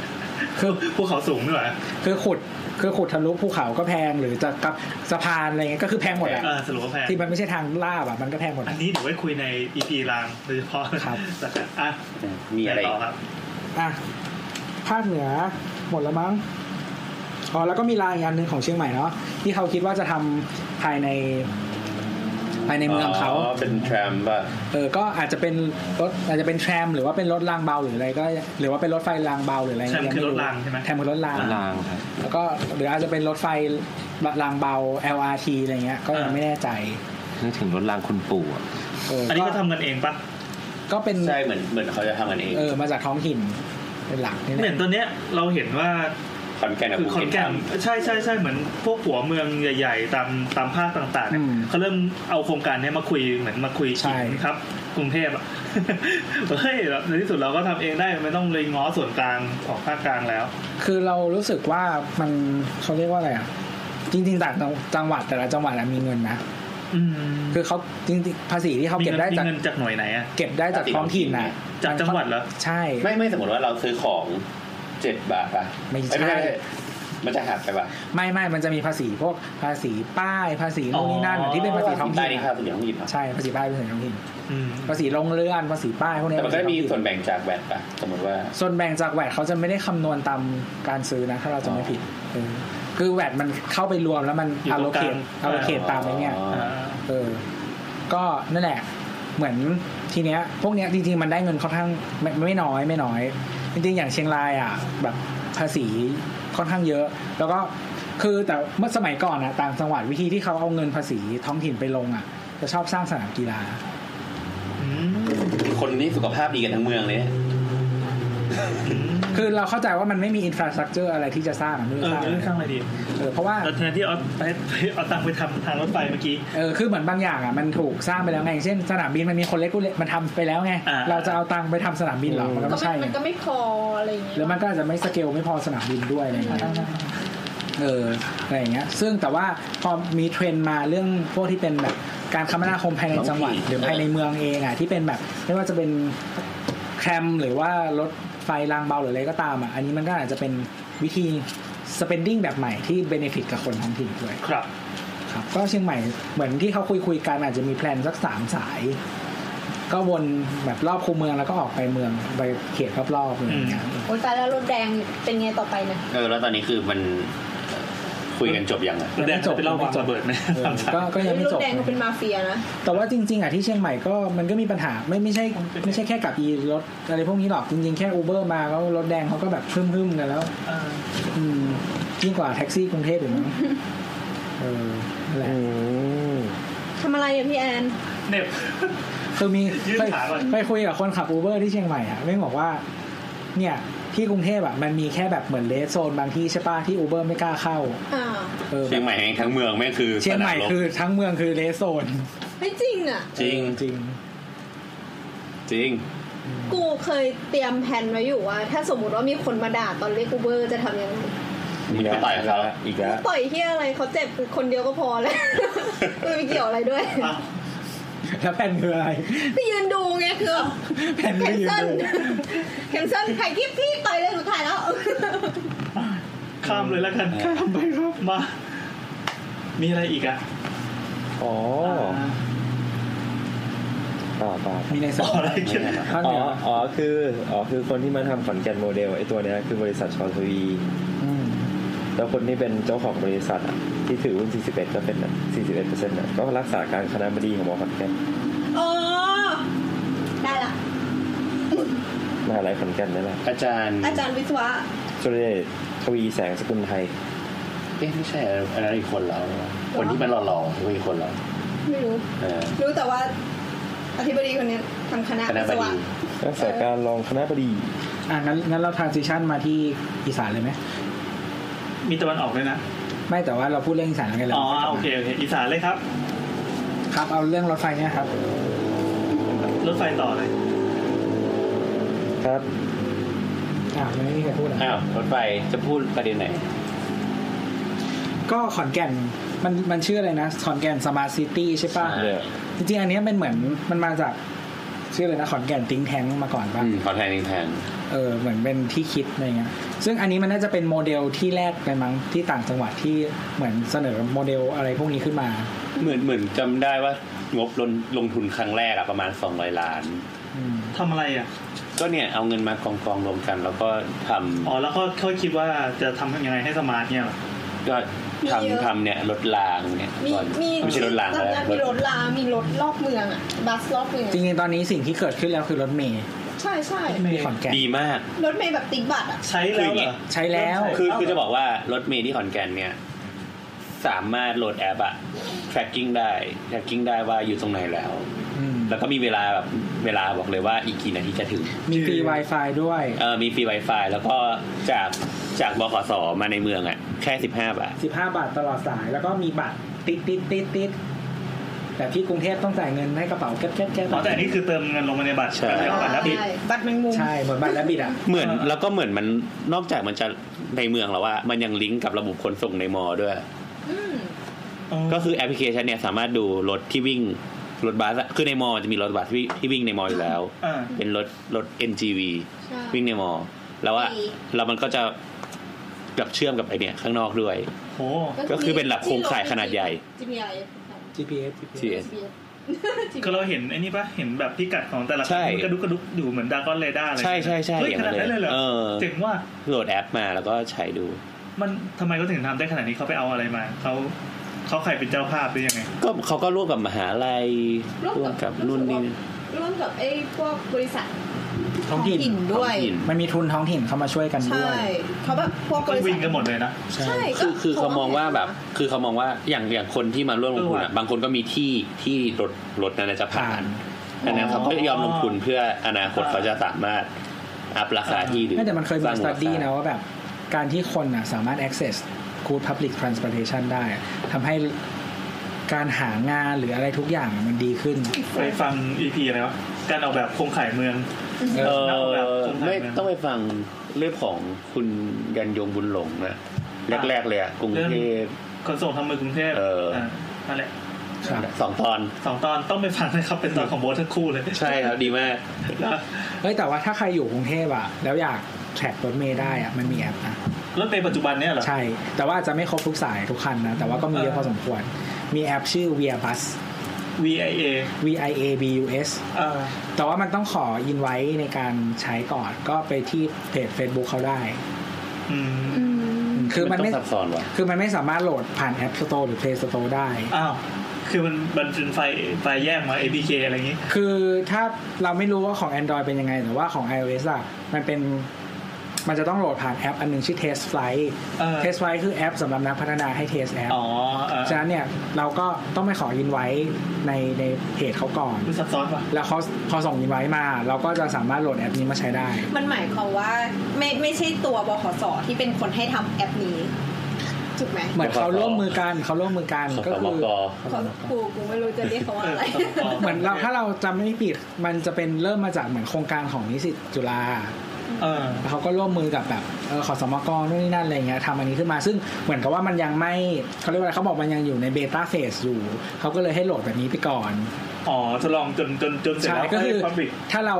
S5: คือ
S2: ภูเขาสูงด้วยวะ
S5: คือขุดคือขุดทะลุภูเขาก็แพงหรือจะกับสะพานอะไรเงี้ยก็คือแพงหมดอ่ะ
S2: เออสรุปว่าแพง
S5: ที่มันไม่ใช่ทางลาบอ่ะมันก็แพงหมด
S2: อัน
S5: อะ
S2: นี้เดี๋ยวไว้คุยใน EP รางโดยเฉพาะ
S5: ครับ
S2: แต่อ่ะ
S6: มีอะไร
S2: ต่อครับ
S5: อ่ะภาคเหนือหมดแล้วมั้งอ๋อแล้วก็มีรายอีกอันหนึ่งของเชียงใหม่เนาะที่เขาคิดว่าจะทำภายใน ภายในเมืองเขา
S6: เป็นแทรมป่ะ
S5: เออก็อาจจะเป็นรถอาจจะเป็นแทรมหรือว่าเป็นรถรางเบาหรืออะไรก็ หรือว่าเป็นรถไฟรางเบาหรืออะไร
S2: แทรม
S5: ยัง
S2: คือรถรางใช่ไหม
S5: แทรมคือรถราง
S1: ลางครับ
S5: แล้วก็หรืออาจจะเป็นรถไฟรางเบา LRT อะไรเงี้ย ก็ยังไม่แน่ใจ
S1: นึกถึงรถรางคุณปู่อะ
S5: เออ
S2: อันนี้
S5: ก็
S2: ก็ทำกันเองปะ
S5: ก็เป็น
S6: ใช่เหมือนเหมือนเขาจะทำกันเอง
S5: เออมาจากท้องถิ่นเป็นหลักนี่แห
S2: เหมือน
S5: ละ
S2: ตอนเนี้ยเราเห็นว่า
S6: ขอนแก่นกับ
S2: คือ
S6: ภู
S2: ขอน
S6: เก็ต
S2: แก่น
S6: ทำ
S2: ใช่ใช่ใช่เหมือนพวกหัวเมืองใหญ่ ๆ ตามตามภาคต่างๆเนี่ยเขาเริ่มเอาโครงการเนี้ยมาคุยเหมือนมาคุยอีกครับ กรุงเทพอ่ะ เฮ้ยในที่สุดเราก็ทำเองได้ไม่ต้องเลยง้อส่วนกลางของภาคกลางแล้ว
S5: คือเรารู้สึกว่ามันเขาเรียกว่าอะไรอ่ะ จริง ๆ ต่างจังหวัดแต่ละจังหวัดอะมีเงินนะ
S2: อืม
S5: คือเขาจริงๆภาษีที่เขา
S2: มี
S5: เก็บ
S2: เงิน
S5: ได้
S2: มี
S5: จาก
S2: เงินจากหน่วยไหนอ่ะ
S5: เก็บได้จากท้องถิ่นนะ
S2: จากจังหวัดเหรอ
S5: ใช่
S6: ไม่ไม่สมมติว่าเราซื้อของเจ็ดบาทป่ะ
S5: ไม่ใช่
S6: เอ้ยมันจะหักไปป่ะ
S5: ไม่ไม่มันจะมีภาษีพวกภาษีป้ายภาษีนู่นนี่นั่นอะที่เป็นภาษีท้อง
S6: ใต้
S5: ถิ่น
S6: นี่ค่า
S5: อะ
S6: ส่วนใหญ่ของหยิบป่ะ
S5: ใช่ภาษีป้ายเป็นภาษีท้องถิ่น
S2: อืม
S5: ภาษีลงเรือนภาษีป้ายพวกเนี้ย
S6: แต่มันก็มีส่วน
S5: ภาษีท้องถิ่
S6: แบ่งจากแบตป่ะสมมติว่า
S5: ส่วนแบ่งจากแวดเขาจะไม่ได้คำนวณตามการซื้อนะถ้าเราจะไม่ผิดเออคือแวดมันเข้าไปรวมแล้วมัน
S2: อยู่ตรงกลาง
S5: allocate allocate ตามไอ้เนี่ย
S6: อ๋อ
S5: เออ ก็นั่นแหละ เหมือนทีเนี้ย พวกเนี้ยจริงๆ มันได้เงินค่อนข้างไม่ไม่น้อยไม่น้อย จริงๆ อย่างเชียงรายอ่ะ แบบภาษีค่อนข้างเยอะ แล้วก็คือแต่เมื่อสมัยก่อนอ่ะต่างจังหวัดวิธีที่เขาเอาเงินภาษีท้องถิ่นไปลงอ่ะ จะชอบสร้างสนามกีฬา
S2: อืม
S6: คนนี้สุขภาพดีกันทั้งเมืองเลย
S5: คือเราเข้าใจว่ามันไม่มีอินฟราสตรักเจอร์อะไรที่จะสร้างอะไม่
S2: เออ
S5: รู้สร้าง
S2: เรื่องข้างอะไรดี
S5: เออเพราะว่า
S2: แล้วแทนที่เอาไปเอาตังค์ไปทำทางรถไฟเมื่อกี้
S5: เออคือเหมือนบางอย่างอ่ะมันถูกสร้างไปแล้วไงอย่างเช่นสนามบินมันมีคนเล็กกูเล็กมันทำไปแล้วไง
S2: อ่า
S5: เราจะเอาตังค์ไปทำสนามบินเหรอมันก็
S13: ก็
S5: ไม่
S13: มั
S5: ใช่
S13: น
S5: ไง
S13: มันก็ไม่พออะไรอย่างเงี้ย
S5: แล้วมันก็อาจจะไม่สเกลไม่พอสนามบินด้วยอะไรอย่างเงี้ย เอออะไรอย่างเงี้ย ซึ่งแต่ว่าพอมีเทรนด์มาเรื่องพวกที่เป็นแบบการคมนาคมภายในจังหวัดหรือภายในเมืองเองอ่ะที่เป็นแบบไม่ว่าจะเป็นแคมหรือว่ารถไฟรางเบาหรืออะไรก็ตามอ่ะอันนี้มันก็อาจจะเป็นวิธี spending แบบใหม่ที่ benefit กับคนท้องถิ่นด้วย
S2: ครับ
S5: ครับ ก็เชียงใหม่เหมือนที่เขาคุยคุยๆกันอาจจะมีแพลนสักสามสาย ก็วนแบบรอบคูเมืองแล้วก็ออกไปเมืองไปเขตรอบๆอะไรอย่างเงี้ย
S13: โอ้ยตายแล้วรถแดงเป็นไงต่อไปเนี่ย
S6: เออแล้วตอนนี้คือมันคุยกันจบยังอะ
S2: แล้วแดงจะไปเล่าวางระเบิดไหม
S5: เออก็ก็ยังไม่
S13: รถ
S5: จบ
S13: แดงเขาเป็นมาเฟียนะ
S5: แต่ว่าจริง ๆอ่ะที่เชียงใหม่ก็มันก็มีปัญหาไม่ไม่ใช่ไม่ใช่แค่กับอีรถอะไรพวกนี้หรอกจริง ๆ แค่อูเบอร์มาก็รถแดงเขาก็แบบพึ่มๆกันแล้ว
S2: เออ
S5: อืมยิ่งกว่าแท็กซี่กรุงเทพอยู่มั้งเออนั่นแหละ
S13: ทำอะไรอะพี่แอน
S2: เหน็บ
S5: คือมี
S2: ยื่น
S5: ไป
S2: ขาก่อน
S5: ไปคุยกับคนขับอูเบอร์ที่เชียงใหม่อ่ะไม่งบอกว่า เนี่ยที่กรุงเทพอ่ะมันมีแค่แบบเหมือนเลสโซนบางที่ใช่ป่ะที่อูเบอร์ไม่กล้าเข้า
S13: อ่า
S5: เออ
S6: เชียงใหม่แห่งทั้งเมืองแม่งคือ
S5: เชียงใหม่
S6: สนามรบ
S5: คือทั้งเมืองคือเลสโซน
S13: ไม่จริงอ่ะ
S6: จริง
S5: จริง
S6: จริง
S13: กูเคยเตรียมแผนไว้อยู่ว่า ถ้าสมมติว่ามีคนมาด่าตอนเรียกอูเบอร์จะทำยังไง
S6: มันก็ไปของเขา
S7: อีกแล้ว
S13: ปล่อยเฮียอะไรเขาเจ็บคนเดียวก็พอแล้ว เออไม่เกี่ยวอะไรด้วย
S5: แล้วแผ่นคืออะไร
S13: ไปยืนดูไงคือ
S5: แผ่น
S13: แคน
S5: ไม่ยืน
S13: เซิล
S5: ดู
S13: แคนเซิลใครที่พี่ต่อยเลยสุดท้ายแล้ว
S2: ข้ามเลยแล้วกันข้ามไปครับมา มีอะไรอีกอ่ะ
S7: อ๋อต่อต่อ
S5: มีในส
S2: ต่ออะไรเกี่ยวกับ
S5: ภาค
S7: อ๋
S5: เห
S7: อ
S5: นือ
S7: อ๋อ คือ อ๋อ คือคนที่มาทำขอนแก่นโมเดลไอ้ตัวเนี้ยคือบริษัทชอทวี
S5: อืม
S7: แล้วคนที่เป็นเจ้าของบริษัทอะที่ถือหุ้น 41 ก็เป็น 41เปอร์เซ็นต์ก็รักษาการคณะบดีของมอขอนแก่น
S13: อ๋อ ได้ละ
S7: มหาลัยขอนแก่นนั่นแหละ
S6: อาจารย์
S13: อาจารย์วิศวะ
S7: สุรเดชทวีแสงสกุลไทย
S6: เอ๊ะไม่ใช่อันนั้นอีกคนเราเนี่ยคนที่มันหล่อๆก็อีกคนเรา
S13: ไม่รู้
S6: เออ
S13: รู้แต่ว่าอธิบดีคนเนี้ยทำคณะ
S6: คณะ
S13: วิ
S6: บ
S13: ศวะ
S6: ดี
S7: รักษาการรองคณะบดี
S5: อ่ะงั้นงั้นเราทางซิชันมาที่อีสานเลยไหม
S2: มีตะวันออกด้วยนะ
S5: ไม่แต่ว่าเราพูดเรื่องอีสานกันแล้ว
S2: อ๋อโอเคโอเคอีสานเลยครับ
S5: ครับเอาเรื่องรถไฟเนี่ยครับ
S2: รถไฟต่อเลย
S7: ครับ
S5: อ่าไม่มีใครพูดอ่ะ
S6: อ้าวรถไฟจะพูดประเด็นไหน
S5: ก็ขอนแก่นมันมันชื่ออะไรนะขอนแก่นสมาร์ทซิตี้ใช่ป่ะ
S6: ใช่
S5: จริงๆ อันเนี้ยเป็นเหมือนมันมาจากชื่ออะไรนะขอนแก่นติ้งแทงมาก่อนป่ะ
S6: อืมขอแทนอีกแทน
S5: เออเหมือนเป็นที่คิดอะไรเงี้ยซึ่งอันนี้มันน่าจะเป็นโมเดลที่แรกเลยมั้งที่ต่างจังหวัดที่เหมือนเสนอโมเดลอะไรพวกนี้ขึ้นมา
S6: เหมือนเหมือนจำได้ว่างบลงลงทุนครั้งแรกอะประมาณ 200 ล้าน
S5: อืม
S2: ทำอะไรอ่ะ
S6: ก็เนี่ยเอาเงินมากองกองๆรวมกัน แล้วก็ท
S2: อ๋อ แล้วก็เขาคิดว่าจะทำยังไงให้สมาร์ทเนี่ยเหรอ
S6: ำก็
S13: มีเยอะ
S6: ทำทำเนี่ยรถรางเนี่ย
S13: มี
S6: ก่อน
S13: มี
S6: ไม่ใช่รถราง
S13: รับ
S6: แล้ว
S13: งานมีรถลา มีรถรอบเมืองอ่ะ บัสรอบเมือง
S5: จริงๆ ตอนนี้สิ่งที่เกิดขึ้นแล้วคือรถเมย์
S13: ใช่ใช่
S5: ที่ขอนแก่น
S6: ดีมาก
S13: รถเมย์แบบติ๊กบัตรอ่ะ
S2: ใช้แล้วเหรอ
S5: ใช้แล้ว
S6: คือคือจะบอกว่ารถเมล์ที่ขอนแก่นเนี่ย สามารถโหลดแอปอะ tracking ได้ tracking ได้ว่าอยู่ตรงไหนแล้ว
S5: อืม
S6: แล้วก็มีเวลาแบบเวลาบอกเลยว่าอีกกี่นาทีจะถึง
S5: มีฟรี Wi-Fi ด้วย
S6: เออมีฟรี Wi-Fi แล้วก็จากจากบขสมาในเมืองอะแค่ 15 บาท
S5: 15 บาทตลอดสายแล้วก็มีบัตรติดติดติดติดแต่ที่กรุงเทพต้องจ่ายเงินให้กระเป๋าแก๊บแก๊บแก๊บ
S2: อ๋อแต่อันนี่คือเติมเงินลงมาในบัตร
S6: ใช่
S2: แล้วก็บัตรแล้วบิด
S13: บัตรแมงมุม
S5: ใช่เหมือนบัตรและบิดอ่ะ
S6: เหมือนแล้วก็เหมือนมันนอกจากมันจะในเมืองแล้วว่า มันยังลิงก์กับระบบขนส่งในมอด้วย
S13: อืม
S6: ก็คือแอปพลิเคชันเนี่ยสามารถดูรถที่วิ่งรถบัสอะคือในมอจะมีรถบัสที่ที่วิ่งในมออยู่แล้ว
S2: อ่า
S6: เป็นรถรถ NGV
S13: ใช่
S6: วิ่งในมอ แล้วว่า
S13: ดี
S6: แล้วมันก็จะกับเชื่อมกับไอเนี่ยข้างนอกด้วย
S2: โอ้
S6: ก็คือเป็นหลักโครงข่ายขนาดใหญ่
S13: GPI
S5: GPS
S6: GPS
S2: ก็เราเห็นไอ้นี่ปะเห็นแบบพิกัดของแต่ละ
S6: ใช่
S2: กระดุกกระดุกอยู่เหมือนดากอนเรดาร์อะไร
S6: ใช่ใช่ใช่
S2: เฮ้ย
S6: อย่า
S2: ข
S6: งนั้
S2: นาด
S6: น
S2: นั้นเลยเหรอ
S6: เออ
S2: เจ๋งว่า
S6: โหลดแอปมาแล้วก็ใช้ดู
S2: มันทำไมเขาถึงทำได้ขนาดนี้เขาไปเอาอะไรมาเขาเขาใครเป็นเจ้าภาพหรือยังไง
S6: ก็เขาก็ร่วมกับมหาลัย
S13: ร่
S6: ร่
S13: ว
S6: ว
S13: ม
S6: ม
S13: กั
S6: กั
S13: บบ ร่ว
S6: นู่
S13: ม
S6: น
S13: กับ
S6: นี่
S13: ร่วมกับไอ้พวกบริษัท
S5: ท้องถิ่น
S13: นด้วย
S6: ท้องถิ่น
S5: มันมีทุนท้องถิ่นเข้ามาช่วยกันด้ว
S13: ใช่
S5: ย
S13: เขาแบบพวกบ
S2: ก็
S13: ริษัท
S2: วิ่งกันหมดเลยนะ
S13: ใช่
S6: คือคือ
S13: ก็
S6: เขามองว่าแบบ คือเขามองว่าอย่างอย่างคนที่มาร่วมลงทุน
S2: เออ
S6: อ่ะ
S2: ว่ะ
S6: บางคนก็มีที่ที่รถรถนั้นนะจะผ่า
S5: ผ่าน
S6: นอันนั้นเขาก็ยอมลงทุนเพื่ออนาคต
S2: อ่า
S6: เขาจะสามารถอัพราคาที่หรือ
S5: ไม่แต่มันเคยมี
S6: สร้าง
S5: ส
S6: มูล
S5: ต๊
S6: ค่า
S5: d ดี้นะว่าแบบ การที่คนน่ะสามารถ access good public transportation ได้อะทำให้การหางานหรืออะไรทุกอย่างมันดีขึ้น
S2: ไปฟังอีพีอะไรวะการออกแบบโครงข่ายเมือง
S6: เออ
S2: นักออกแบบคนไทย
S6: ไม่
S2: นะ
S6: ต้องไปฟังเรื่องของคุณยันยงบุญหลงนะ
S2: อ่า
S6: แรกๆเลยอ่ะกรุงเทพ
S2: ขนส่งทางเมืองกรุงเทพ
S6: เอออ่
S2: ะนั่นแหละ
S5: ครับ
S6: สองตอน
S2: สองตอนต้องไปฟังนะครับเป็นตอนของโบททั้งคู่เลย
S6: ใช่ครับดีมาก
S2: นะ
S5: เฮ้ยแต่ว่าถ้าใครอยู่กรุงเทพอะแล้วอยากแทร็กรถเมย์ได้อะมันมีแอปนะ
S2: รถเมล์ปัจจุบันเนี่ยเหรอ
S5: ใช่ แต่ว่าอาจจะไม่ครบทุกสายทุกคันนะ แต่ว่าก็มีเยอะพอสมควร มีแอปชื่อ Via Bus
S2: VIA
S5: V I A B U S
S2: อ่า
S5: แต่ว่ามันต้องขออินไว้ในการใช้ก่อน ก็ไปที่เพจ Facebook เขาได้
S2: อืม
S13: อืม
S5: คือมัน
S6: ต้อ
S5: ไม่
S6: งซับซ้อนว่ะ
S5: คือมันไม่สามารถโหลดผ่านแอป Store หรือ Play Store ได้
S2: อ้าว คือมันมันเป็นไฟล์ไฟล์แยกมา APK อะไรอย่างงี้
S5: คือถ้าเราไม่รู้ว่าของ Android เป็นยังไง แต่ว่าของ iOS อ่ะ มันเป็น มันจะต้องโหลดผ่านแอปอันหนึงชื่อ Test Flight
S2: เออ
S5: Test Flight คือแอปสำหรับนักพัฒนาให้ Test แอป
S2: อ๋อเออ
S5: ฉะนั้นเนี่ย เราก็ต้องไปขออินไว้ในในเพจเขาก่อน
S2: รู้ซับซ้อนป่ะ
S5: แล้วเขาพอส่งอินไว้มา เราก็จะสามารถโหลดแอปนี้มาใช้ได้
S13: มันหมายความว่าไม่ไม่ใช่ตัวบขสที่เป็นคนให้ทำแอปนี้ถูกไหม
S5: เหมือนเขาร่วมมือกันเขาร่วมมือกัน
S6: ขอ
S5: ก็
S6: สม
S5: คือ
S6: ก
S13: ขอกูกูไม่รู้จะเรียกเขาว่าอะไร
S5: เหมือนเราถ้าเราจำไม่ผิดมันจะเป็นเริ่มมาจากเหมือนโครงการของนิสิตจุฬา แล้วเขาก็ร่วมมือกับแบบเอ่อขอสมกนู่นนี่นั่นอะไรเงี้ยทำอันนี้ขึ้นมาซึ่งเหมือนกับว่ามันยังไม่เขาเรียกว่าอะไรเขาบอกมันยังอยู่ในเบต้าเฟสอยู่เขาก็เลยให้โหลดแบบนี้ไปก่อน
S2: อ๋อทดลองจนจนจนเสร็จ
S5: ใช่
S2: แล้วก็
S5: ก็คื
S2: คือ อพับบิก
S5: ถ้าเรา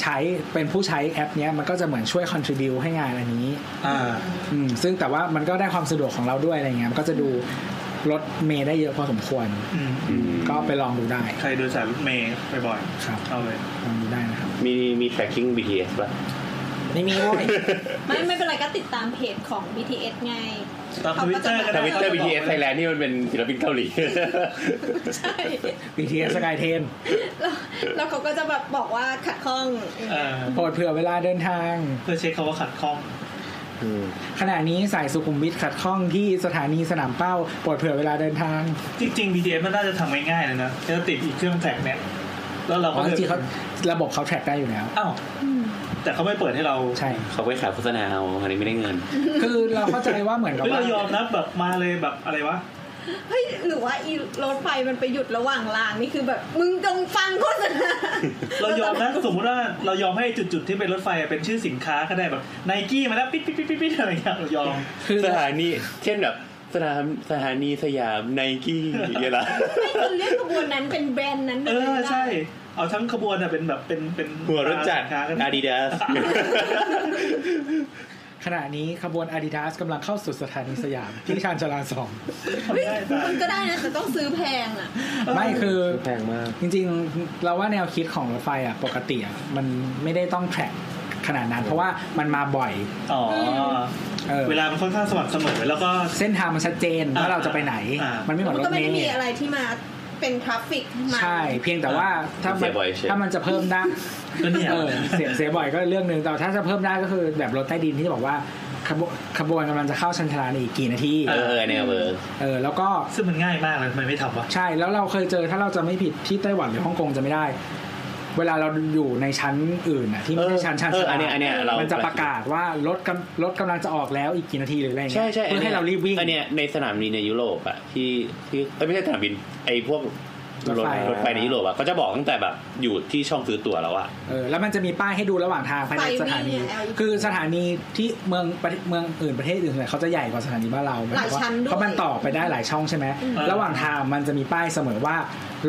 S5: ใช้เป็นผู้ใช้แอปเนี้ยมันก็จะเหมือนช่วย contribu ให้งานอันนี้อืมซึ่งแต่ว่ามันก็ได้ความสะดวกของเราด้วยอะไรเงี้ยมันก็จะดูรถเมย์ได้เยอะพอสมควร ก็ไปลองดูได้
S2: ใครโดยสารรถเมย์บ่อย
S5: ๆครับ
S2: เอาเลย
S5: ลองดูได้นะครับ
S6: มีมี tracking BTS ป่ะ
S5: ไม่มีโว้ย
S13: ไม่ไม่เป็นไรก็ติดตามเพจของ BTS ไง
S6: ตามทวิตเตอร์ทวิตเตอร์ BTS ไทยแลนด์นี่มันเป็นศิลปินเกาหลี
S13: ใช่
S5: BTS สกายเทน
S13: แล้วแล้วเขาก็จะแบบบอกว่าขัดข้อง
S5: โปรดเผื่อเวลาเดินทาง
S2: เพื่อเช็คเขาว่าขัดข้อง
S5: ขณะนี้สายสุขุมวิทขัดข้องที่สถานีสนามเป้าโปรดเผื่อเวลาเดินทาง
S2: จริงๆ BTS มันน่าจะทำง่ายๆเลยนะแค่ติดอีกเครื่องแท็กเนี่ย แล้วเรา
S5: เพ
S2: ก็
S5: ราะจริงๆเขาระบบเขาแทร็กได้อยู่แล้ว
S2: อ้าว แต่เขาไม่เปิดให้เรา
S5: ใช่
S6: เขาไปขายโฆษณาเอาอันนี้ไม่ได้เงิน
S5: คือเราเข้าใจว่าเหมือนกับ
S2: ฮ้ย
S5: ว่า
S2: เรายอมนะแบบมาเลยแบบอะไรวะ
S13: เฮ้ยหรือว่าอีรถไฟมันไปหยุดระหว่างรางนี่คือแบบ มึงจงฟังโฆษณา
S2: เรายอ มนะสมมติว่าเรายอมให้จุดๆที่เป็นรถไฟเป็นชื่อสินค้าก็ได้แบบไนกี้มาแล้วปิ๊ดปิ๊ดปิ๊ดปิ๊ดปิ๊ดอะไรอย่างเงี้ยเรายอม
S6: สถานี เช่นแบบสถานสถานีสยามไนกี้อย่างเงี้ ยเหรอ
S13: ไม่คุณเรียกขบวนนั้นเป็นแบรนด์นั้นไป
S2: เอ
S13: ลย
S2: อ
S13: นะ
S2: ใช่ เอาทั้งขบวนอะเป็นแบบเป็นเป็น
S6: หัวรถจัด
S2: สินค้าก็ได้
S6: อาดิดาส
S5: ขณะนี้ขบวน Adidas กำลังเข้าสู่สถานีสยาม ที่ชานชาลาสอง
S13: เฮ้ยมันก็ได้นะแต่ต้องซื้อแพงอ่ะ
S5: ไม่คือ
S7: แพงมาก
S5: จริงๆ เราว่าแนวคิดของรถไฟอ่ะปกติอ่ะมันไม่ได้ต้องแทร็กขนาดนั้น เพราะว่ามันมาบ่อย
S2: อ๋อ
S5: ออ
S2: เวลามันค่อนข้างสม่ำเสมอแล้วก็
S5: เส้นทางมันชัดเจนว่าเราจะไปไหน มันไม่เหมือน
S13: มั
S5: ร
S13: น
S5: ถ
S13: ก็
S5: เม
S13: ไม่ได้
S5: ล์
S13: มีอะไรที่มาเป็นทราฟฟิกมา
S5: ใช่ เพียงแต่ว่าถ้า
S6: เสี
S5: มัน
S6: ยบ่อยเฉย
S5: ถ้ามันจะเพิ่มได้
S2: ก็เนี่ย
S5: ออเสียเสียบ่อยก็เรื่องหนึ่งแต่ถ้าจะเพิ่มได้ก็คือแบบรถใต้ดินที่บอกว่าขบวนขบวนกำลังจะเข้าชันชาลาในอีกกี่นาที
S6: เออเนี่ยเบอร์
S5: เออแล้วก็
S2: ซึ่งมันง่ายมากเลยทำไมไม่ทำวะ
S5: ใช่แล้วเราเคยเจอถ้าเราจะไม่ผิดที่ไต้หวันหรือฮ่องกงจะไม่ได้ เวลาเราอยู่ในชั้นอื่นอ่ะที่ไม่ใช่ชั้นชั้น
S6: เออ
S5: ส
S6: อันเนี้ยอันเนี้ยเรามั
S5: นจะประกาศว่ารถกำรถกำลังจะออกแล้วอีกกี่นาทีหรืออะไรอย่าง
S6: ใช่
S5: เงี้ย
S6: ใช่
S5: เพื่อให้เรารีบวิ่ง
S6: อันเนี้ยในสนามบินในยุโรปอะที่ที่เอ้ยไม่ใช่สนามบินไอ้พวก
S5: ร
S6: รถ
S5: ถไฟ
S6: รถไฟในยุโรปอะเขาจะบอกตั้งแต่แบบอยู่ที่ช่องซื้อตั๋วแล้วอะ
S5: เออแล้วมันจะมีป้ายให้ดูระหว่างทางภายในสถานี คือสถานีที่เมืองประเทศเมืองอื่นประเทศอื่นส่วนใหญ่เขาจะใหญ่กว่าสถานีบ้านเรา
S13: หลายชั้นด้วย
S5: เพราะมันต่อไปได้หลายช่องใช่ไหม
S13: อืม
S5: ระหว่างทางมันจะมีป้ายเสมอว่า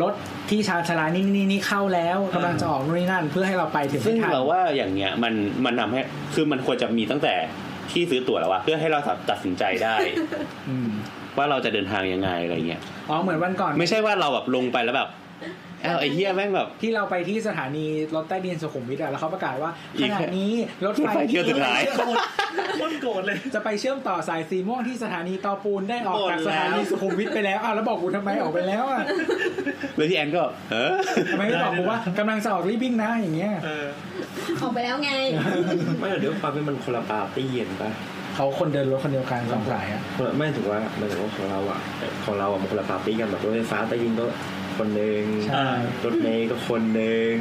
S5: รถที่ชาญชาลานี่นี่นี่เข้าแล้วกำลังจะออกนู่นนี่นั่น เพื่อให้เราไปถึง
S6: ซึ่ง
S5: ให้ทัน
S6: เราว่าอย่างเงี้ยมันมันทำให้คือมันควรจะมีตั้งแต่ที่ซื้อตั๋วแล้วอะเพื่อให้เราตัดสินใจ ได้
S5: อืม
S6: ว่าเราจะเดินทางยังไงอะไรเงี้ย
S5: อ๋อเหมือนวันก่อน
S6: ไม่ใช่ว่าเราแบบลงไปแล้วแบบอ้าวไอ้เหี้ยแม่งแบบ
S5: ที่เราไปที่สถานีรถใต้ดินสุขุมวิทอะแล้วเขาประกาศว่า
S6: อี
S5: ข
S6: ก
S5: ณะนี้รถไฟ
S6: รถไฟเที่ยวสุดท้าย
S2: คนโกรธเลย
S5: จะไปเชื่อมต่อสายสีม่วงที่สถานีเตาปูนได้ออกจากสถานีสุขุมวิทไปแล้วอ้าวแล้วบอกกูทำไมออกไปแล้วอะ
S6: แล้วที่แอนก็เออ
S5: ทำไมไม่บอกกูว่ากำลังจะออกรีบวิ่งนะอย่างเงี้ย
S13: ออกไปแล้วไง
S7: ไม่เดี๋ยวความเป็นมันคนละปาร์ตี้เย็นปะ
S5: เขาคนเดินรถคนเดียวกันสองสายอะ
S7: คนละไม่ถือว่าไม่ถือว่าของเราอ่ะของเราอ่ะมันคนละปาร์ตี้กันแบบรถไฟฟ้าใต้ดินก็คนหนึ่ง
S5: ใช่
S7: รถเมล์ก็คนหนึ่ง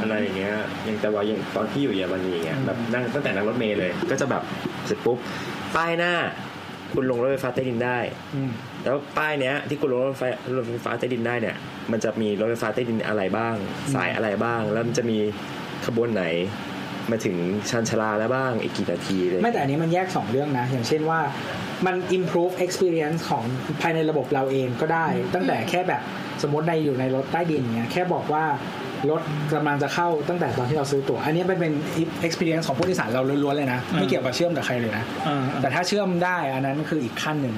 S7: อะไรอย่างเงี้ยอย่างแต่ว่าอย่างตอนที่อยู่เยอรมนีอย่างเงี้ยแบบนั่งตั้งแต่นั่งรถเมล์เลย ก็จะแบบเสร็จปุ๊บป้ายหน้า คุณลงรถไฟฟ้าใต้ดินได้
S5: อืม
S7: แล้วป้ายเนี้ยที่คุณลงรถไฟรถไฟฟ้าใต้ดินได้เนี่ย มันจะมีรถไฟฟ้าใต้ดินอะไรบ้าง
S5: อืม
S7: สายอะไรบ้าง แล้วมันจะมีขบวนไหน มาถึงชันชาลาแล้วบ้างอีกกี่นาทีเลย
S5: ไม่แต่อันนี้มันแยก 2 เรื่องนะ อย่างเช่นว่ามัน improve experience ของภายในระบบเราเองก็ได้ ตั้งแต่แค่แบบสมมติในอยู่ในรถใต้ดินเนี้ยแค่บอกว่ารถกำลังจะเข้าตั้งแต่ตอนที่เราซื้อตั๋วอันนี้มันเป็น experience ของผู้โดยสารเราล้วนๆเลยนะ ไม่เกี่ยวกับเชื่อมกับใครเลยนะ แต่ถ้าเชื่อมได้อันนั้นคืออีกขั้นหนึ่ง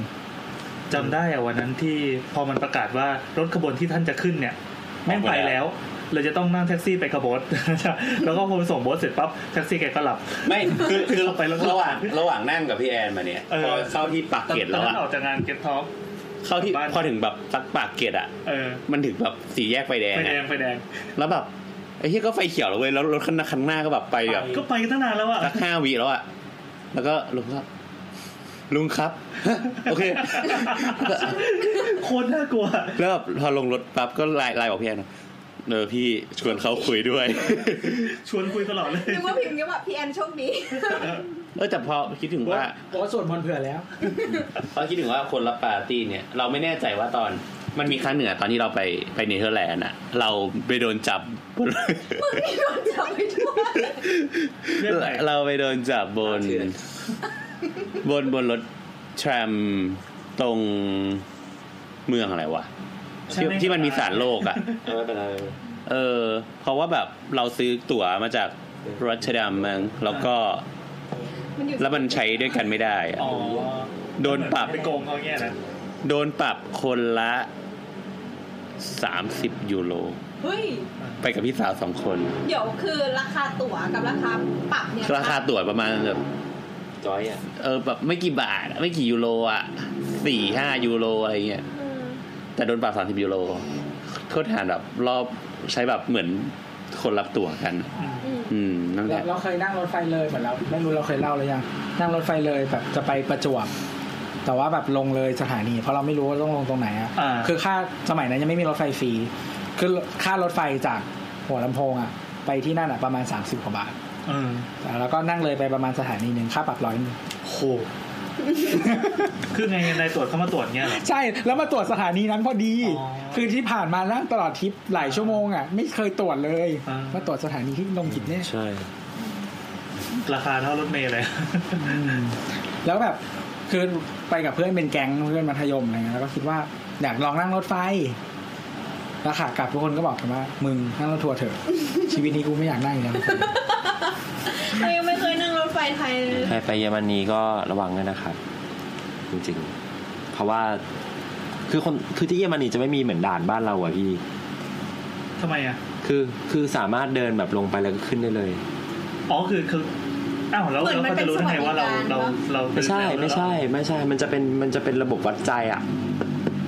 S2: จำได้อะวันนั้นที่พอมันประกาศว่ารถขบวนที่ท่านจะขึ้นเนี่ยแม่งไปแล้ว เราจะต้องนั่งแท็ก ซี่ไปกระบด แล้วก็พอไปส่งโบสเสร็จปั๊บแท็กซี่แกก็หลับ
S6: ไม่คือคือ
S2: เราไปแล้วก็
S6: ระหว่างระหว่างนั่งกับพี่แอนมาเนี่ย
S2: เออ
S6: พอเข้าที่ปาก
S2: ตอน
S6: เกร็ด
S2: ตอ
S6: แล้
S2: น
S6: ว
S2: นั้
S6: อะ
S2: นออกจากงานเก็ตท็อป
S6: เข้าที่
S2: บ้าน
S6: พอถึงแบบสักปากเกร็ดอะ
S2: เออ
S6: มันถึงแบบสี่แยกไฟแดง
S2: ไฟแดง
S6: อะ
S2: ไฟแดง
S6: แล้วแบบไอ้เหี้ยก็ไฟเขียวแล้วเว้ยแล้วรถคันข้างหน้าก็แบบไปแบบ
S2: ก็ไปกันตั้งนานแล้วอะ
S6: สักห้าวิแล้วอะแล้วก็ลุงครับลุงครับ โอเค
S2: โคตรน่ากลัว
S6: แล้วแบบพอลงรถปั๊บก็ไลน์ไลน์บอกพี่แอนเออพี่ชวนเขาคุยด้วย
S2: ชวนคุยตลอดเลย
S13: นึกว่าพิมพ์ก็แบบพี่แอนโชคดี
S6: เออแต่พอคิดถึงว่า
S5: โอ้ส่วนมนต์เผื่อแล้ว
S6: เพราะคิดถึงว่าคนละปาร์ตี้เนี่ย เราไม่แน่ใจว่าตอน มันมีครั้งเหนือะตอนที่เราไปไปเนเธอร์แลนด์อะเราไปโดนจับ
S16: มึงมีโดนจับไปด้วย
S6: เราไปโดนจับบน บนบนรถแทรมตรงเมืองอะไรวะ
S12: ใช่
S6: ที่
S12: ไหม
S6: ที่มันมีสารโลกอะ
S12: เออไม่เป็นไรไม่เป็นไร
S6: เออ เพราะว่าแบบเราซื้อตั๋วมาจากรัชดามั้งแล้วก็
S16: มันอยู่
S6: แล้วมันใช้ด้วยกันไม่ได้อะโดนปรับ
S2: ไปโกงเขาเงี้ยนะ
S6: โดนปรับคนละสามสิบยูโร
S16: เฮ้ย
S6: ไปกับพี่สาวสองคน
S16: เดี๋ยวคือราคาตั๋วกับราคาปรับเนี่ย
S6: ราคาตั๋วประมาณแบบ
S12: จอยอ่ะ
S6: เออแบบไม่กี่บาทอะไม่กี่ยูโรอ่ะสี่ห้ายูโรอะไรเงี้ยแต่โดนปรับสามสิบยูโรโทษฐานแบบรอบใช้แบบเหมือนคนรับตั๋วกัน อืมนั่นแห
S5: เรา
S6: ละ
S5: เราเคยนั่งรถไฟเลยเหมือนเราไม่รู้เราเคยเล่าหรือยังนั่งรถไฟเลยแบบจะไปประจวบ แต่ว่าแบบลงเลยสถานี เพราะเราไม่รู้ว่าต้องลงตรงไหนอะ
S2: อ่า
S5: คือค่าสมัยนั้นยังไม่มีรถไฟฟรีคือค่ารถไฟจากหัวลำโพงอะไปที่นั่นอะประมาณ 30กว่าบาท
S2: อืม
S5: แต่แล้วก็นั่งเลยไปประมาณสถานีหนึ่งค่าปรับร้อยหนึง
S2: โห คือไงนายตรวจเขามาตรวจเงี้ยเหรอ
S5: ใช่แล้วมาตรวจสถานีนั้นพอดี คือที่ผ่านมานั่งตลอดทริปหลายชั่วโมงอะไม่เคยตรวจเลยมาตรวจสถานีที่ลงผิดเนี่ย
S12: ใช่
S2: ราคาเท่ารถเม ล์เลย
S5: แล้วแบบคือไปกับเพื่อนเป็นแก๊งเพื่อนมัธยมอะไรเงี้ยแล้วก็คิดว่าอยากลองนั่งรถไฟแล้วขากลับทุกคนก็บอกกันว่า มึงนั่งรถทัวร์เถอะ ชีวิตนี้กูไม่อยากนั่งอีกแล้ว
S16: เฮ้ยไม่เคยนั่งรถไฟไทยเลย
S7: ใครไปเยอรมนีก็ระวังด้วยนะครับ จริงๆ เพราะว่าคือคนคือที่เยอรมนีจะไม่มีเหมือนด่านบ้านเราอะพี่
S2: ทำไมอ่ะ
S7: คือคือสามารถเดินแบบลงไปแล้วก็ขึ้นได้เลย
S2: อ๋อคือคืออ้าวแล้ว
S7: เหมือน
S2: เรา
S7: มัน
S2: ก็
S7: เป็
S2: จะ
S7: น
S2: รู้ได้ไงว่าเรา
S7: สวัสดิการ
S2: เรา
S7: ปะ
S2: เรา
S7: ไม่ใช่ไม่ใช่ ไม่ใช่ มันจะเป็นมันจะเป็นระบบวัดใจอะ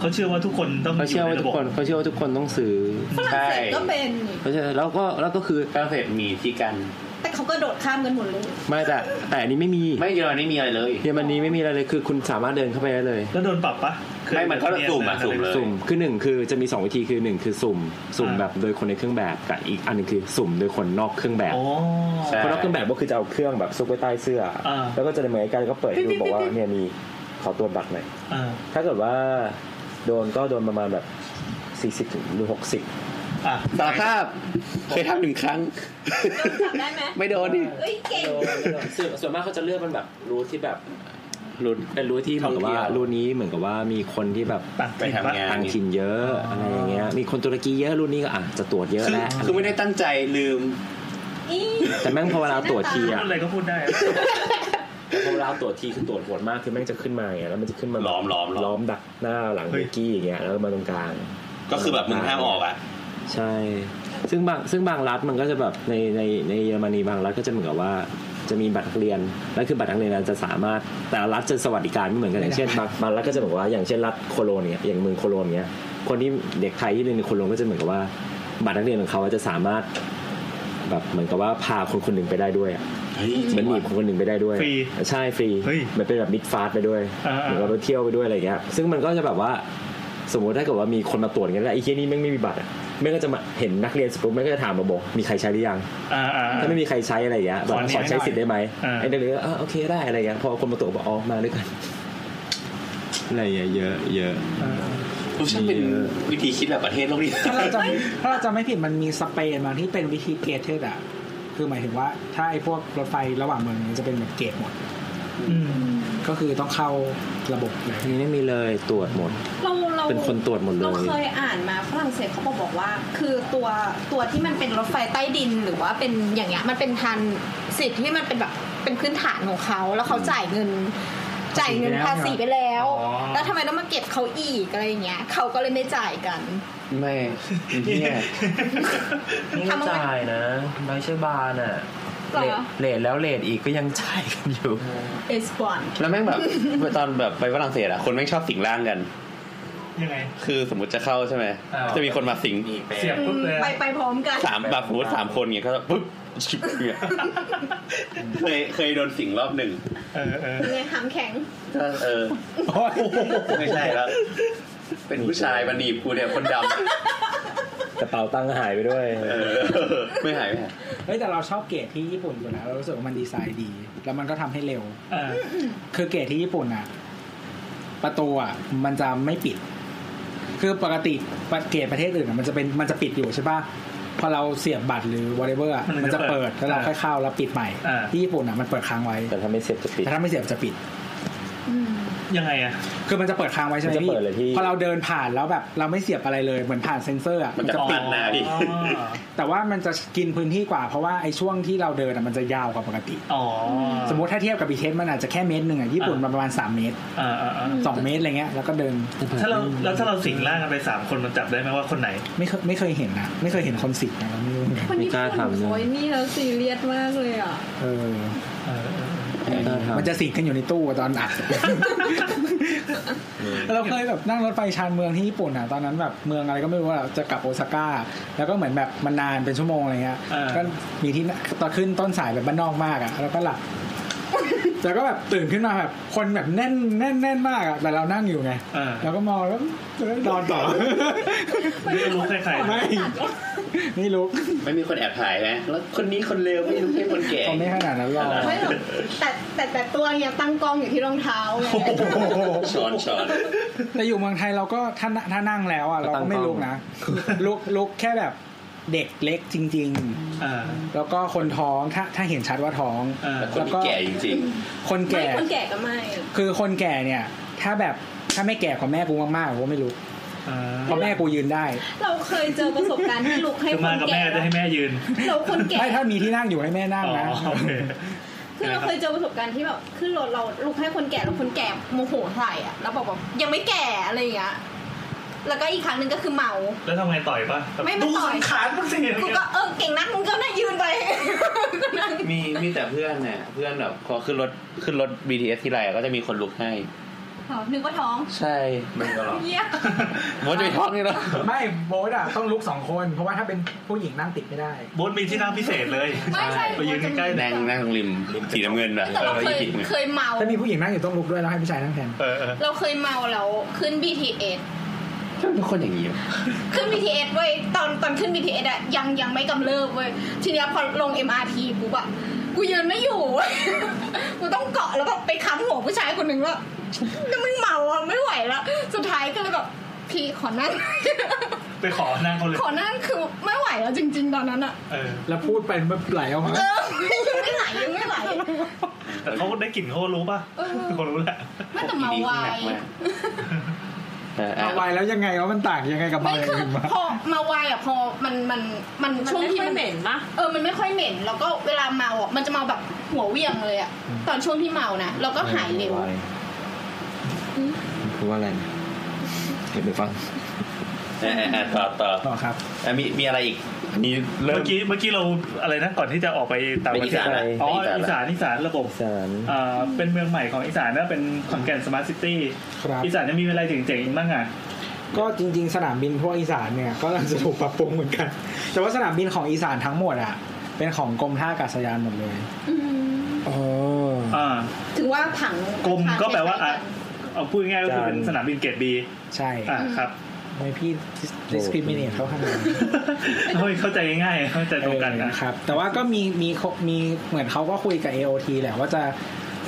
S2: เขาเชื่อว่าทุกคนต้อง
S7: เขาเชื่อว่าทุกคนเขาเชื่อว่าทุกคนต้องซื้อ
S16: ฝรั่งเศสก็เป็น
S7: เขาเชื่อแล้วก็แล้วก็คือ
S6: ฝรั่งเศสมีที่กัน
S16: แต่เขาก็โดดข้ามกันหมดเลย
S7: ไม่แต่แต่อันนี้ไม่มี
S6: ไม่เยอรมันไม่มีอะไรเลย
S7: เยอรมนีไม่มีอะไรเลยคือคุณสามารถเดินเข้าไปได้เลย
S2: แล้วโดนปรับปะ
S6: ไม่เหมือนเขาสุ่มอะสุ่มเลย
S7: สุ่มคือหนึ่งคือจะมีสองวิธีคือหนึ่งคือสุ่ม สุ่มแบบโดยคนในเครื่องแบบกับอีกอันหนึงคือสุ่มโดยคนนอกเครื่องแบบ
S12: ใช่
S7: คนนอกเครื่องแบบก็คือจะเอาเครื่องแบบซุกไว้ใต้เสื้อ
S12: แล้วก็จะเหมือนกันก็เปิดให้ดูบอกว่าเนี่ยมีขอตัวบัตรหน่อย ถ้าเกิดว่าโดนก็โดนประมาณแบบสี่สิบถึงหรือหกสิบ
S6: สารภาพเคยทำหนึ่งครั้ง
S16: จับได้ไหม
S6: ไม่โดนดิ
S16: เอ้ยเก่ง
S7: ส่วนส่วนมากเขาจะเลือกมันแบบรูทที่แบบ
S6: รูท
S7: เป็นรูทที่เหมือนกับว่ารูทนี้เหมือนกับว่ามีคนที่แบบ
S6: ไปทำงาน
S7: ต่างถิ่นเยอะอะไรอย่างเงี้ยมีคนตุรกีเยอะรูทนี้ก็อ่ะจะตรวจเยอะ
S6: คือ
S7: แหละ
S6: คือไม่ได้ตั้งใจลืม
S7: แต่แม่งพอเวลาตรวจทีอะ
S2: อะไร ก็พูดได้
S7: พอเวลาตรวจทีคือตรวจโหดมากคือแม่งจะขึ้นมาอย่างเงี้ยแล้วมันจะขึ้นมา
S6: ล้อมล้อม
S7: ล้อมดักหน้าหลังเบกกี้อย่างเงี้ยแล้วมาตรงกลาง
S6: ก็คือแบบมึงห้ามออกอ่ะ
S7: ใช่ ซึ่งบางซึ่งบางรัฐมันก็จะแบบในในในเยอรมนีบางรัฐก็จะเหมือนกับว่าจะมีบัตรนักเรียน และคือบัตรนักเรียนนั้นจะสามารถแต่ละรัฐจะสวัสดิการไม่เหมือนกันอย่างเช่นบางบางรัฐก็จะบอกว่าอย่างเช่นรัฐโคโลนเนี่ยอย่างเมืองโคโลนเนี่ยคนที่เด็กไทยที่เรียนในโคโลนก็จะเหมือนกับว่า บัตรนักเรียนของเขาจะสามารถแบบเหมือนกับว่าพาคนคนหนึ่งไปได้ด้วยอะเหมือนหนีบคนคนหนึ่งไปได้ด้วย
S2: ฟรี
S7: ใช่ฟรีเหมือนเป็นแบบมิดฟาสไปด้วย
S2: อ่าๆ
S7: เหมือนเราไปเที่ยวไปด้วยอะไรอย่างเงี้ยซึ่งมันก็จะแบบว่า สมมติถ้าเกิดว่ามีคนมาตรวจกันแล้วไอ้เคียนี่แม่งไม่มีบัตรอ่ะแม่งก็จะมาเห็นนักเรียนสมมติแม่งก็จะถามมาบอกมีใครใช้หรือยัง
S2: อ่าอ่า
S7: ถ้าไม่มีใครใช้อะไรอย่างเงี้ยแบบ
S2: ขอเนี่ย
S7: ขอใช้
S2: ให้หน่อย
S7: สิทธิ์ได้ไหม
S2: อ่า
S7: ไอ้เด็กเลยก็อ่ะโอเคได้อะไรเงี้ยพอคนมาตรวจบอกอ๋อมาด้วยกัน อะไรเงี้ยเยอะเยอะ
S6: รู้ช่างเป็นวิธีคิดแบบประเทศโลกนี้
S5: ถ้าเราจำถ้าเราจำไม่ผิดมันมีสเปนบางที่เป็นวิธีเกตเทศอะคือหมายถึงว่า ถ้าไอ้พวกรถไฟระหว่างเมืองเนี่ยจะเป็นแบบเกตหมด ก็คือต้องเข้าระบบเลย
S7: นี่ไม่มีเลยตรวจหมด
S16: เราเรา
S7: เป็นคนตรวจหมดเลย
S16: เราเคยอ่านมาฝรั่งเศสเขาบอกว่า คือตัวตัวที่มันเป็นรถไฟใต้ดินหรือว่าเป็นอย่างเงี้ยมันเป็นทันสิทธิ์ที่มันเป็นแบบเป็นพื้นฐานของเขาแล้วเขาจ่ายเงิน จ่ายเงินภาษีไปแล้ว
S6: อ๋อ
S16: แล้วทำไมต้องมาเก็บเขาอีกอะไรอย่างเงี้ยเขาก็เลยไม่จ่ายกัน
S6: ไม่เนี่ย
S7: นี่ก็จ่ายนะไม่ใช่บาร์น่ะ
S16: เหร
S7: เล
S16: อ
S7: ทเลทแล้วเลทอีกก็ยังจ่ายกันอยู่
S16: เอสบอน
S6: แล้วแม่งแบบ ตอนแบบไปฝรั่งเศสอะคนแม่งชอบสิงร่างกัน
S2: ยังไง
S6: คือสมมติจะเข้าใช่ไหม
S2: อ้าว
S6: จะมีคนมาสิง
S2: เสียบปุ๊บเลย
S16: ไปไปพร้อมกัน
S6: สามแบบสมมติสามคนเนี่ยก็ปุ๊บชิบเนี่ยเคยเคยโดนสิงรอบหนึ่ง
S2: เออเออ
S16: เลยหำแข็ง
S6: เออไม่ใช่แล้ว เป็นผู้ชายมาหนีบกูเนี่ยคนด
S7: กระเป๋าตังค์หายไปด้วย
S6: ำไม่หายไม่หาย
S5: เฮ้ยแต่เราชอบเกรดที่ญี่ปุ่นอยู่แล้วเรารู้สึกว่ามันดีไซน์ดี แล้วมันก็ทำให้เร็ว คือเกรดที่ญี่ปุ่นอ่ะ ประตูอ่ะ มันจะไม่ปิด คือปกติประเกตประเทศอื่นอะมันจะเป็นมันจะปิดอยู่ใช่ป่ะพอเราเสียบบัตรหรือ whatever อะ
S2: มั
S5: มัน
S2: น
S5: จะ
S2: จะเปิ
S5: เปิด
S2: ด
S5: แล้วเราค่อยเข้าแล้วปิดใหม่
S2: อ่า
S5: ที่ญี่ปุ่นอ่ะมันเปิดค้างไว้
S7: แต่ถ้าไม่เสียบจะปิด
S5: แต่ถ้าไม่เสียบจะปิด
S2: ยังไงอ่ะ
S5: คือมันจะเปิดค้างไว้ใช่ไหม
S2: มันจะ
S5: พี่
S2: เปิดเลยที่
S5: พอเราเดินผ่านแล้วแบบเราไม่เสียบอะไรเลยเหมือนผ่านเซ็นเซอร์อะ
S17: มันจะปิดหน้าพี่
S5: อ๋อแต่ว่ามันจะกินพื้นที่กว่าเพราะว่าไอ้ช่วงที่เราเดินอะมันจะยาวกว่าปกติสมมติถ้าเทียบกับบีเทสมันอาจจะแค่เมตรหนึ่งอะญี่ปุ่นมันประมาณสามเมตร
S2: อ่าอ่าอ่า
S5: สองเมตรอะไรเงี้ยแล้วก็เดิน
S2: ถ้าเราแล้วถ้าเราสิงร่างกันไปสามคนมันจับได้ไหมว่าคนไหน
S5: ไม่เคยไม่เคยเห็นนะ ไม่เคยเห็นคนสิงนะเราไม่รู้เหมือนกัน
S2: คนญี่ปุ่นไม่กล้าทำนะ
S13: โอ้ยนี่เราซีเรียสมากเลยอ่ะ
S5: เออมันจะสิงกันอยู่ในตู้อะตอนอัด เราเคยแบบนั่งรถไฟชานเมืองที่ญี่ปุ่นอ่ะตอนนั้นแบบเมืองอะไรก็ไม่รู้ว่าจะกลับโอซาก้า แล้วก็เหมือนแบบมันนานเป็นชั่วโมงอะไรเงี้ย
S2: อ่า
S5: ก็มีที่ตอนขึ้นต้นสายแบบบ้านนอกมากอ่ะแล้วก็หลับ แต่ก็แบบตื่นขึ้นมาแบบคนแบบแน่นแน่นแน่นมากอ่ะแต่เรานั่งอยู่ไงเราก็มองแล้วนอนต่อ
S2: ไม่รู้ใคร
S5: ไม่ไม่รู้
S6: ไม่มีคนแอบถ่ายไหมแล้วคนนี้คนเลวไม่รู้ใช่คนแก่
S5: เขาไม่ขนาดนั้นหรอก
S18: ไม่หรอกแต่แต่แต่ตัวเนี่ยตั้งกล้องอยู่ที่รองเท้า ไง
S6: ช้อนช้อน
S5: แต่อยู่เมืองไทยเราก็ถ้าถ้านั่งแล้วอ่ะเราก็ไม่ลุกนะลุกลุกแค่แบบเด็กเล็กจริงๆแล้วก็คนท้องถ้าถ้าเห็นชัดว่าท้อง
S6: แต่คนที่แก่จริง
S5: คน
S13: ไม่
S5: แก่
S13: คนแก่ก็ไม่
S5: คือคนแก่เนี่ย ถ้าแบบถ้าไม่แก่กว่าแม่กูมากๆกูก็ไม่ลุกเพราะแม่กูยืนได้
S13: เราเคยเจอประสบการณ์ที่ลุกให้
S2: คือ
S13: ค
S2: มาน กับ
S13: แก่
S2: แม่จะให้แม่ยืน
S13: เราคนแก่
S5: ไม่ถ้ามีที่นั่งอยู่ให้แม่นั่งนะ
S2: อ๋อโอเค
S13: คือเราเคยเจอประสบการณ์ที่แบบขึ้นรถเราลุกให้คนแก่แล้วคนแก่โมโหใส่อะแล้วบอกแบบยังไม่แก่อะไรอย่างเงี้ยแล้วก็อีกครั้งหนึ่งก็คือเมา
S2: แล้วทำไงต่อยปะ
S13: ไม่มา
S2: ดู
S13: ต่อย
S2: สังขารมันสิ
S13: กูก็เออเก่งนักมึงก็น่ายืนไป
S6: ๆมีมีแต่เพื่อนเนี่ยเพื่อนแบบพอขึ้นรถขึ้นรถ BTS ทีไรก็จะมีคนลุกให้
S13: นึกว่าท้อง
S6: ใช่ไม่ก็หรอก
S13: เยี่ย
S6: มันจะมีท้องนี่หรอ
S5: ไม่โบ๊ทอ่ะต้องลุกสองคนเพราะว่าถ้าเป็นผู้หญิงนั่งติดไม่ได้
S2: โบนมีที่นั่งพิเศษเลย
S13: ไม่ใช่
S2: ไปยืนใกล้ๆ
S6: แดงนั่งตรงริมสีน้ำเงินแบบ
S13: แต่เราเคย
S6: เออ
S13: เคยเมา
S5: ถ้ามีผู้หญิงนั่งอยู่ต้องลุกด้วยแล้วให้ผู้ชายนั่งแทน
S2: เออเออ
S13: เราเคยเมาแล้วขึ้น BTS
S6: ทำไมเป็นคนอย่างนี้วะ
S13: ขึ้น BTS เว้ยตอนตอนขึ้น BTS อะยังยังไม่กำเริบเว้ยทีเนี้ยพอลง MRT ปุ๊บอะกูยืนไม่อยู่เว้ย กูต้องเกาะแล้วแบบไปค้ำหัวผู้ชายคนหนึ่งว่าแล้วมึงเมาอะไม่ไหวแล้วสุดท้ายก็เลยแบบพี่ขอนั่ง
S2: ไปขอนั่งเขาเลย
S13: ขอนั่งคือไม่ไหวแล้วจริง ๆ ตอนนั้นอะ
S2: เออ
S5: แล้วพูดไปมันไหลออกมา
S13: เออยังไม่ไหลยังไม่ไหล
S2: แต่เขาได้กลิ่นเขาก็รู้ป่ะ
S13: เออ
S2: เขารู้แหละ
S13: ไม่แต่เมาไวาย
S5: เอาไว้แล้วยังไงวะมันต่างยังไงกับ
S13: ไม่
S5: เมาอย่าง
S13: คือ
S5: อื่นวะ
S13: พอเมาไวายอะพอมันมันมัน
S19: มัน
S13: ช่วง
S19: ไม่
S13: ที่
S19: ค่อย
S13: มัน
S19: เหม็นปะ
S13: เออ มันไม่ค่อยเหม็น แล้วก็เวลาเมาอ่ะ มันจะเมาแบบหัวเวียงเลยอ่ะ ตอนช่วงที่เมานะ แล้วก็หายเร็ว
S7: คือว่าอะไรนะเห็นไปฟัง
S6: เออเออเออต่อต่อ
S5: ต่อครับ
S6: มีมีอะไรอีกอันนี้เริ่ม
S2: เมื่อกี้เมื่อกี้เราอะไรนะก่อนที่จะออกไปต่างประ
S6: ไป
S2: เทศ
S6: อีสานอะ
S2: อ๋อ
S6: ไปอี
S2: อีสา
S6: สาน น
S2: อีสานระบบอ่าเป็นเมืองใหม่ของอีสานนะเป็นขอนแก่นสมาร์ทซิตี้
S5: ครับ
S2: อีสานจะมีอะไรเจ๋งๆอีกบ้างอ่ะ
S5: ก็จริง ๆ สนามบินพวกอีสานเนี่ยก็กำลังจะถูกปรับปรุงเหมือนกัน แต่ว่าสนามบินของอีสานทั้งหมดอ่ะ เป็นของกรมท่าอากาศยานหมดเลยเออ
S2: อ่า
S13: ถึงว่าผัง
S2: กลม
S13: ผัง
S2: ก็แปลว่าอ่ะเอาพูดง่ายๆก็คือเป็นสนามบินเกรดบี
S5: ใช่
S2: อ่าครับ
S5: ทำไม่พี่ discriminate เขาขนาดนั้น
S2: เฮ้ยเข้าใจง่ายๆเข้าใจตรงกันนะ
S5: นะครับแต่ว่าก็มีมีมีเหมือนเขาก็คุยกับ AOT แหละว่าจะ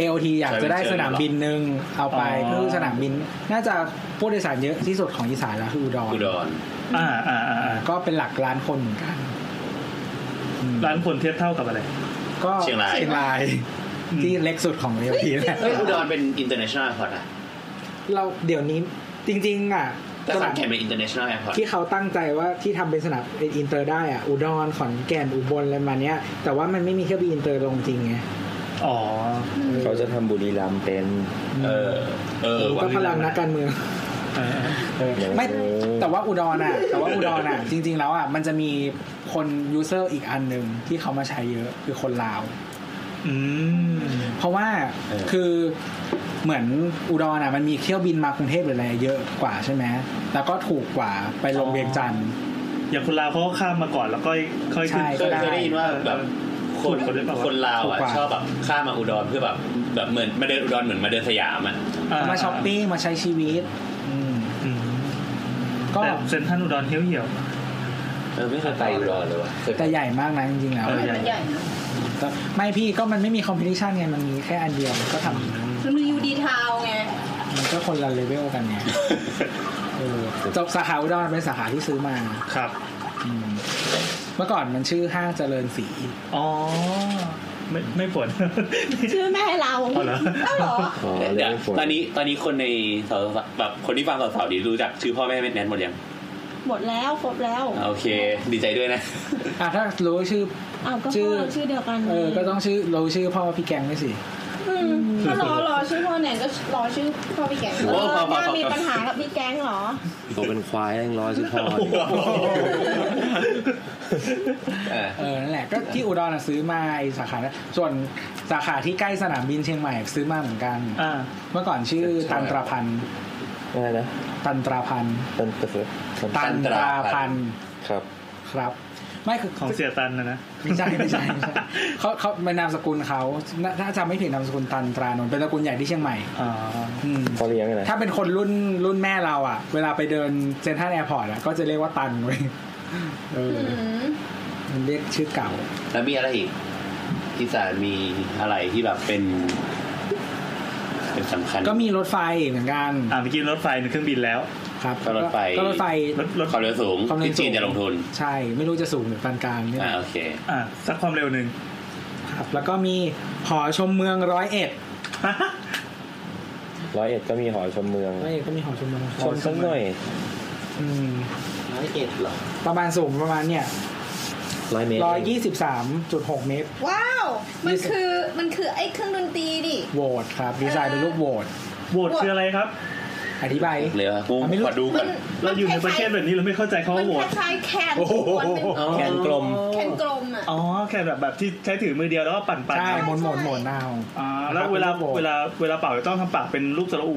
S5: AOT อยากจะได้สนามบินหนึ่งเอาไป
S2: อ๋อ
S5: ก็คือสนามบิน น่าจะผู้โดยสารเยอะที่สุดของอีสานแล้วคืออุดร
S6: อุดร
S2: อ่าอ่าอ่าอ่า
S5: ก็เป็นหลักล้านคนเหมือนกัน
S2: ร้านคนเทียบเท่ากับอะไร
S5: ก็
S6: เชียงราย
S5: ยงรายที่เล็กสุดของ AOT แหละ
S6: เฮ้ยอุดรเป็น international airport อ่ะ
S5: เราเดี๋ยวนี้จริง ๆ อ่ะ
S6: แต่ขอน
S5: สาน ม
S6: แก่นเป็น international airport
S5: ที่เขาตั้งใจว่าที่ทำเป็นสนามเป็นอินเตอร์ได้อ่ะอุดรขอนแก่นอุบลอะไรมาเนี้ยแต่ว่ามันไม่มีเครื่องบินอินเตอร์ลงจริงไง
S2: อ๋อ
S20: เขาจะทำบุรีรัมย์เป็น
S6: เออ เออ
S5: ก็พลังนักการเมือง ไม่แต่ว่าอุดรอ่ะ แต่ว่าอุดรอ่ะ จริง ๆ แล้วอ่ะมันจะมีคนยูเซอร์อีกอันหนึ่งที่เขามาใช้เยอะคือคนลาว
S2: อืม
S5: เพราะว่าคือเหมือนอุดรอ่ะมันมีเที่ยวบินมากรุงเทพหรืออะไรเยอะกว่าใช่ไหมแล้วก็ถูกกว่าไปลงเวียงจันทร์
S2: อย่างคุณลาวเขาก็ข้ามมาก่อนแล้วก็ค่อยขึ้น
S5: ใช่
S6: เคยเคยได้ยินว่าแบบคน
S2: ถูกกว่าด้วยเปล่าวะ
S6: คนลาว
S5: ถูก
S6: อ่ะ
S5: กว่า
S6: ชอบแบบข้ามมาอุดรเพื่อแบบแบบเหมือนมาเดินอุดรเหมือนมาเดินสยามอ่ะ
S5: มาช้อปปิ้งมาใช้ชีวิต อืม
S2: อืม
S5: ก็
S2: แต่เซ็นทรัลอุดรเหี่ยว
S6: เออไม่เคยไปอุดรเลยว่ะเคยไป
S5: แต่ใหญ่มากนะจริงๆแล้ว
S13: มันใหญ่นะ
S5: แต่ไม่พี่ก็มันไม่มีคอมเพลชันไงมันมีแค่อันเดียวก็ทำ
S13: มันมียูดีทาวน์ไง
S5: มันก็คนละเลเวลกันไง จบสาขาอุดรเป็นสาขาที่ซื้อมา
S2: ครับ
S5: เมื่อก่อนมันชื่อห้างเจริญศรี
S2: อ๋อไม่ไม่ผล
S10: ชื่อแม่เรา
S2: เอาเหรอ
S10: เอาเหรอ
S6: เดี๋ยวตอนนี้ตอนนี้คนในสาวๆแบบคนที่ฟังสาวๆดีรู้จักชื่อพ่อแม่แม่แนนหมดยัง
S10: หมดแล้วครบแล้ว
S6: โอเค ดีใจด้วยนะ
S5: อ่ะถ้ารู้ชื่อ
S10: อ้าวก็
S5: ชื่อ
S10: พ่อชื่อเดียวกัน
S5: เออก็ต้องชื่อรู้ชื่อพ่อพี่แกงด้วยสิ
S10: อืมก็ รอรอชื่อพ่อแหนนก็รอชื่อพ่อพี่แก๊ง
S5: โอ้
S10: เออ
S5: พอพอพอ
S10: น่ามีปัญหากับพี่แก๊งเหรอ
S21: ตัวเป็นควายยังร้อยสิพ่อ
S5: เออนั่นแหละก็ที่อุดรน่ะซื้อมาไอ้สาขานั้นส่วนสาขาที่ใกล้สนามบินเชียงใหม่ซื้อมาเหมือนกันเมื่อก่อนชื่อตันตราพันธ์
S7: อะไรนะ
S5: ตันตราพันธ์
S7: ตันตระ
S5: ตันตราพันธ์
S7: ครับ
S5: ครับ ไม่คือ
S2: ของเสียตันนะนะ
S5: ไม่ใช่ไม่ใช่ ไม่ใช่เขาเขาเป็นนามสกุลเขาน่าถ้าจำไม่ผิดนามสกุลตันตรานนท์เป็นตระกูลใหญ่ที่เชียงใหม่อืม
S7: พอเลี้ยงอะไร
S5: ถ้าเป็นคนรุ่นรุ่นแม่เราอ่ะ เวลาไปเดินเซ็นทรัลแอร์พอร์ตอ่ะก็จะเรียกว่าตันเว้ยเออมันเรียกชื่อเก่า
S6: แล้วมีอะไรอีกอีสานมีอะไรที่แบบเป็น เป็นสำคัญ
S5: ก็มีรถไฟเหมือนกัน
S2: อ่าเมื่อกี้รถไฟในเครื่องบินแล้ว
S5: ครับ
S6: ก็รถไฟ
S5: ก็รถไฟ
S6: ความเร็วสูง
S5: ความเร็ว
S6: ที่
S5: สูง
S6: จีนจะลงทุน
S5: ใช่ ไม่รู้จะสูงหรือปานกลางเนี่ย
S6: อ่าโอเค
S2: อ่าสักความเร็วหนึ่ง
S5: ครับ แล้วก็มีหอชมเมืองร้อยเอ็ด
S7: ร้อยเอ็ดก็มีหอชมเมือง
S5: ร้อยเอ็ดก็มีหอชมเมือง
S7: ชมสักหน่อย
S5: อืม
S7: ร้อยเอ็ดเหรอ
S5: ประมาณสูงประมาณเนี่ย
S7: ร้อยเมตร
S5: ร้อยยี่สิบสามจุดหกเมตร
S13: ว้าว มัน
S5: ยี่สิบ
S13: คือมันคือไอ้เครื่องดนตรีดิ
S5: โหวตครับ ดีไซน์เป็นรูปโหวต
S2: โหวตคืออะไรครับ
S5: อธิบาย
S6: เลยครับกู
S5: ไม่รู้
S6: ขอดูก่อน
S2: เราอยู่ในประเทศแบบนี้เราไม่เข้าใจเขา
S13: มั
S2: ว่าโหว
S13: ค
S2: ต
S13: ล้ายๆแคน
S2: โอ้โห
S13: คนเป็น
S2: แคนกลม
S13: แคนกลมอ่ะ
S2: อ๋อแค่แบบแบบที่ใช้ถือมือเดียวแล้วก็ปั่นปั่น
S5: ใช่หมนหมนหมนเอา
S2: อ่าแล้วเวลาเวลาเวลาเป่าจะต้องทำปากเป็นรูปสระอู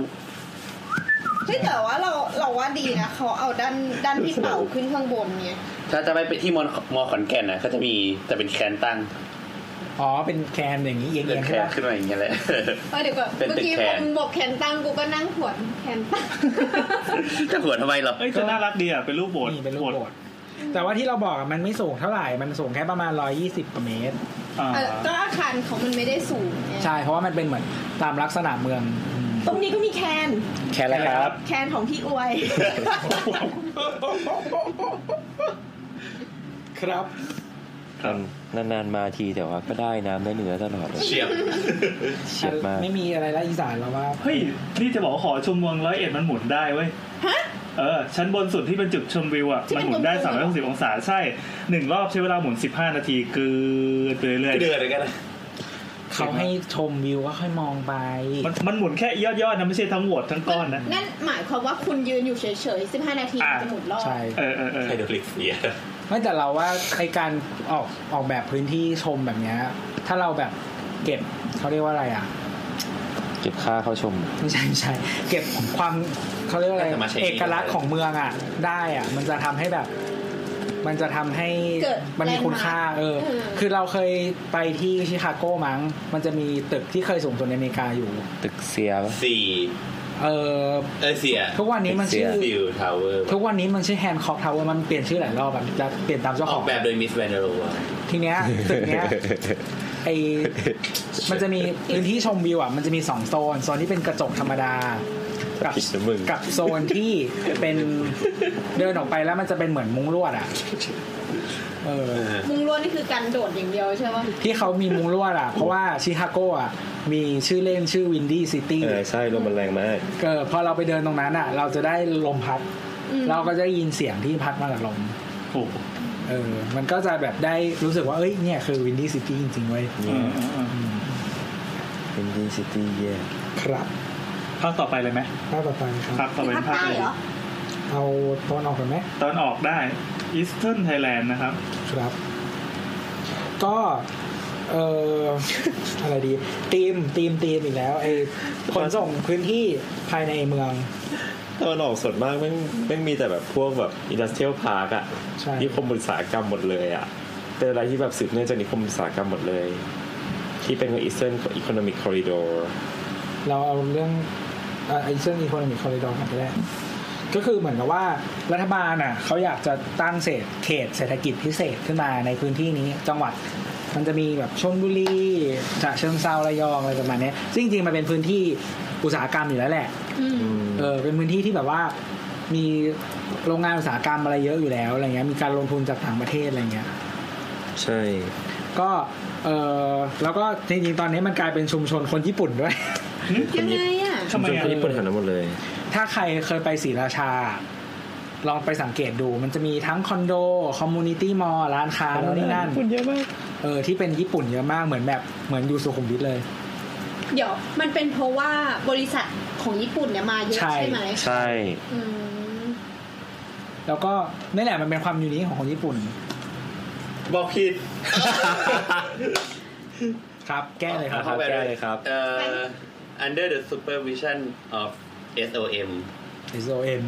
S13: เฮ้ยแต่ว่าเราเราว่าดีนะเขาเอาด้านด้านที่เป่าขึ้นข้างบนเนี่ย
S6: ถ้าจะไปไปที่มอนมอขอนแก่นนะก็จะมีแต่เป็นแคนตั้ง
S5: อ๋อเป็นแคนอย่างนี้เอียง
S6: เป็น
S5: ๆ
S6: แค
S5: ใช่
S6: น
S5: ปะ
S6: ขึ้นมาอย่างเงี้ยแหละ
S13: เออเดี๋ยวก่อน
S6: เป็น
S13: เมื่อกี้
S6: เป็นแคน
S13: ผมบอกแขนตั้งกูก็นั่งขวนแขนตั้ง
S6: จะหัวทำไมเรา
S2: เอ้ยจะน่ารักดีอ่ะเป็นรูปโบสถ์
S5: เป็นรูปโหวตแต่ว่าที่เราบอกอะมันไม่สูงเท่าไหร่ มันสูงแค่ประมาณร้อยยี่สิบเมตร
S13: เออก็อาคารเขามันไม่ได้สูงไง
S5: ใช่ เพราะว่ามันเป็นเหมือนตามลักษณะเมือง
S10: ตรงนี้ก็มีแคน
S7: แค่แล้วครับ
S10: แคนของพี่อวย
S5: ครับ
S7: นานๆมาทีแต่ว่าก็ได้น้ำได้เนื้อตลอด
S6: เฉี ยบ
S7: เฉียบมาก
S5: ไม่มีอะไรละอีสานแล้วว่า
S2: เฮ้ยนี่จะบอกว่าหอชมเมืองร้อยเอ็ดมันหมุนได้เว้ยเออชั้นบนสุดที่เป็นจุดชมวิวอ่ะมันหมุนได้ 360 องศาใช่หนึ่งรอบใช้เวลาหมุน 15 นาทีกืดไปเรื่อย
S6: เดือดเลยกันนะ
S5: เขาให้ชมวิวก็ค่อยมองไป
S2: ๆมันมันหมุนแค่ยอดๆนะไม่ใช่ทั้งโหวตทั้งก้อนนะ
S13: นั่นหมายความว่าคุณยืนอยู่เฉยๆ 15 นาที
S2: อ่ะ
S13: จะหมุนรอบ
S5: ใช่
S2: เออเออเออ
S6: ไฮโดรลิกเสีย
S5: ไม่แต่เราว่าไอการออกออกแบบพื้นที่ชมแบบเนี้ย ถ้าเราแบบเก็บเขาเรียกว่าอะไรอ่ะ
S7: เก็บค่าเข้าชม
S5: ไม่ใช่ไม่ใช่ เก็บความเขาเรียกว่าอะไร
S7: น่าจะมาใช้
S5: เอกลักษณ์ของเมืองอ่ะ ได้อ่ะ มันจะทำให้แบบ มันจะทำให้
S7: เกิด
S5: มันมีคุณค่า
S7: landmark
S5: เออ
S7: เออ
S5: คือเราเคยไปที่ชิคาโกมั้ง มันจะมีตึกที่เคยสูงสุดในอเมริกาอยู่
S7: ตึกเสียปะ
S6: สี่
S5: เออ
S6: เออเสีย
S5: ทุกวันนี้มันชื่อ
S6: ฟิวทาวเวอร์
S5: ทุกวันนี้มันชื่อแฮนด์คอกทาวเวอร์มันเปลี่ยนชื่อหลายรอบแบบจะเปลี่ยนตามเจ้า
S6: อ
S5: ข
S6: อ
S5: อก ง
S6: แบบโดยมิสแวนเดอร์โรว
S5: ทีเนี้ยตึกเนี้ย ไอ มันจะมีพื้นที่ชมวิวอ่ะ มันจะมีสองโซน โซนที่เป็นกระจกธรรมดา กับ
S7: ผิดนะมึง
S5: กับโซนที่ เป็นเดินออกไปแล้วมันจะเป็นเหมือนมุ้งลวดอ่ะ เออ
S13: มุงลวดนี่คือการโดดอย่างเดียวใช่ไหม
S5: ที่เขามีมุ้งลวดอ่ะ เพราะว่าชิคาโกอ่ะ มีชื่อเล่นชื่อวินดี้ซิตี้
S7: เออใช่ลมมันแรงมาก
S5: เออพอเราไปเดินตรงนั้นอ่ะ เราจะได้ลมพัด เราก็จะได้ยินเสียงที่พัดมากับลม
S2: โอ้โห
S5: เออ มันก็จะแบบได้รู้สึกว่า เอ้ย เนี่ยคือวินดี้ซิตี้จริงๆเว้ย
S2: อืมอืมอืม
S5: อืม
S7: เป็นดีซิตี้แย่
S5: ครับ
S2: ภาคต่อไปเลยไหม
S5: ภาพต่อไปครับ
S2: ภาคต่อไปเป็นภาคอะไร
S5: เอาตอนออกกันไหม
S2: ตอนออกได้อีสเทิร์นไทยแลนด์นะครับ
S5: ครับ ก็เอ่อ อะไรดีตีมตีมตีมอีกแล้วไอ้ขนส่งพื้นที่ภายในเมือง
S7: ตอนออกสดมากไม่ไม่งมีแต่แบบพวกแบบอินดัสเทรียลพาร์กอะ
S5: ใช่
S7: นิคมอุตสาหกรรมหมดเลยอะเป็นอะไรที่แบบสืบเนื่องจากนิคมอุตสาหกรรมหมดเลย ที่เป็นอีสเทิร์นอีโคโนมิกคอริดอร์
S5: เราเอาเรื่องเอ่อไอ้เรื่องอีโคโนมิคคอริดอร์กันไปแรกก็คือเหมือนกับว่ารัฐบาลอ่ะเขาอยากจะตั้งเศษเขตเศรษฐกิจพิเศษขึ้นมาในพื้นที่นี้จังหวัด มันจะมีแบบชลบุรีฉะเชิงเซาระยองอะไรประมาณเนี้ยซึ่งจริงๆมันเป็นพื้นที่อุตสาหกรรมอยู่แล้วแหละ
S13: อืม
S5: เออเป็นพื้นที่ที่แบบว่า มีโรงงานอุตสาหกรรมอะไรเยอะอยู่แล้วอะไรเงี้ยมีการลงทุนจากต่างประเทศอะไรเงี้ย
S7: ใช่
S5: ก็เออแล้วก็จริงๆ ตอนนี้มันกลายเป็นชุมชนคนญี่ปุ่นด้วย
S13: ยังไงอ่ะ
S7: ชุมชนคนญี่ปุ่นหันมาหมดเลย
S5: ถ้าใครเคยไปศรีราชา ลองไปสังเกตดู มันจะมีทั้งคอนโด คอมมูนิตี้มอลล์ร้านค้าโน่นนี่นั่น
S2: ญี่ปุ่นเยอะมาก
S5: เออที่เป็นญี่ปุ่นเยอะมากเหมือนแบบเหมือนอยู่สุขุมวิทเลย
S13: เดี๋ยวมันเป็นเพราะว่าบริษัทของญี่ปุ่นเนี่ยมาเยอะใช่ไหม
S22: ใช่
S13: อืม
S5: แล้วก็นี่แหละมันเป็นความยูนิคของคนญี่ปุ่น
S6: บอกผิด
S5: ครับแก้เลยครับ
S6: เข้าไปเลยครับเอ่อ under the supervision of SOM
S5: SOM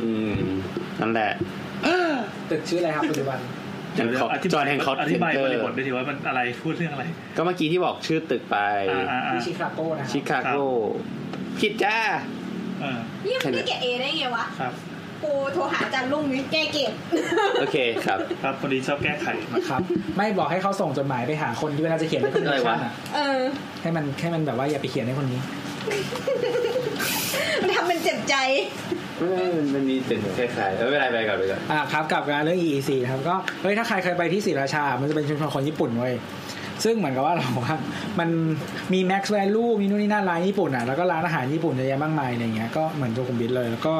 S6: อืมนั่นแหละ
S5: ตึกชื่ออะไรครับปัจจุบัน
S6: จอนแห่งคอร์
S2: ธิบาย
S6: จอนแห่งคอร์
S2: อธิบายบริบทด้วยทีว่ามันอะไรพูดเรื่องอะไร
S6: ก็เมื่อกี้ที่บอกชื่อตึกไป
S2: อ่า
S5: ที่ชิคาโก้นะครับ
S6: ชิคาโกผิดจ้า
S13: เรียกได้แกเอได้ไงวะ
S2: ครับ
S13: กูโทรหาอาจารย์ลุงนี่แกเก็บ
S6: โอเคครับ
S2: ครับพอดีชอบแก้ไข
S5: ครับ ไม่บอกให้เขาส่งจดหมายไปหาคนที่เวลาจะเขียนในคอมมิชชั่นอะ
S13: เออ
S5: ให้มันให้มันแบบว่าอย่าไปเขียนให้คนนี้
S13: ทำเป็นเจ็บใจ
S6: ไม่ไม่มันมันมีตึกคล้ายๆเออไม่เป็นไรไปก่อนไปก่อน
S5: อ่าครับกลับมาเรื่อง EEC นะครับก็เฮ้ยถ้าใครเคยไปที่ศรีราชา มันจะเป็นชุมชนคนญี่ปุ่นเว้ยซึ่งเหมือนกับว่าเราว่ามันมี Max Value มีนู่นนี่นั่นร้านญี่ปุ่นอ่ะแล้วก็ร้านอาหารญี่ปุ่นเยอะแยะมากมายอะไรเงี้ยก็เหมือนสุขุมวิทเลย แล้วก็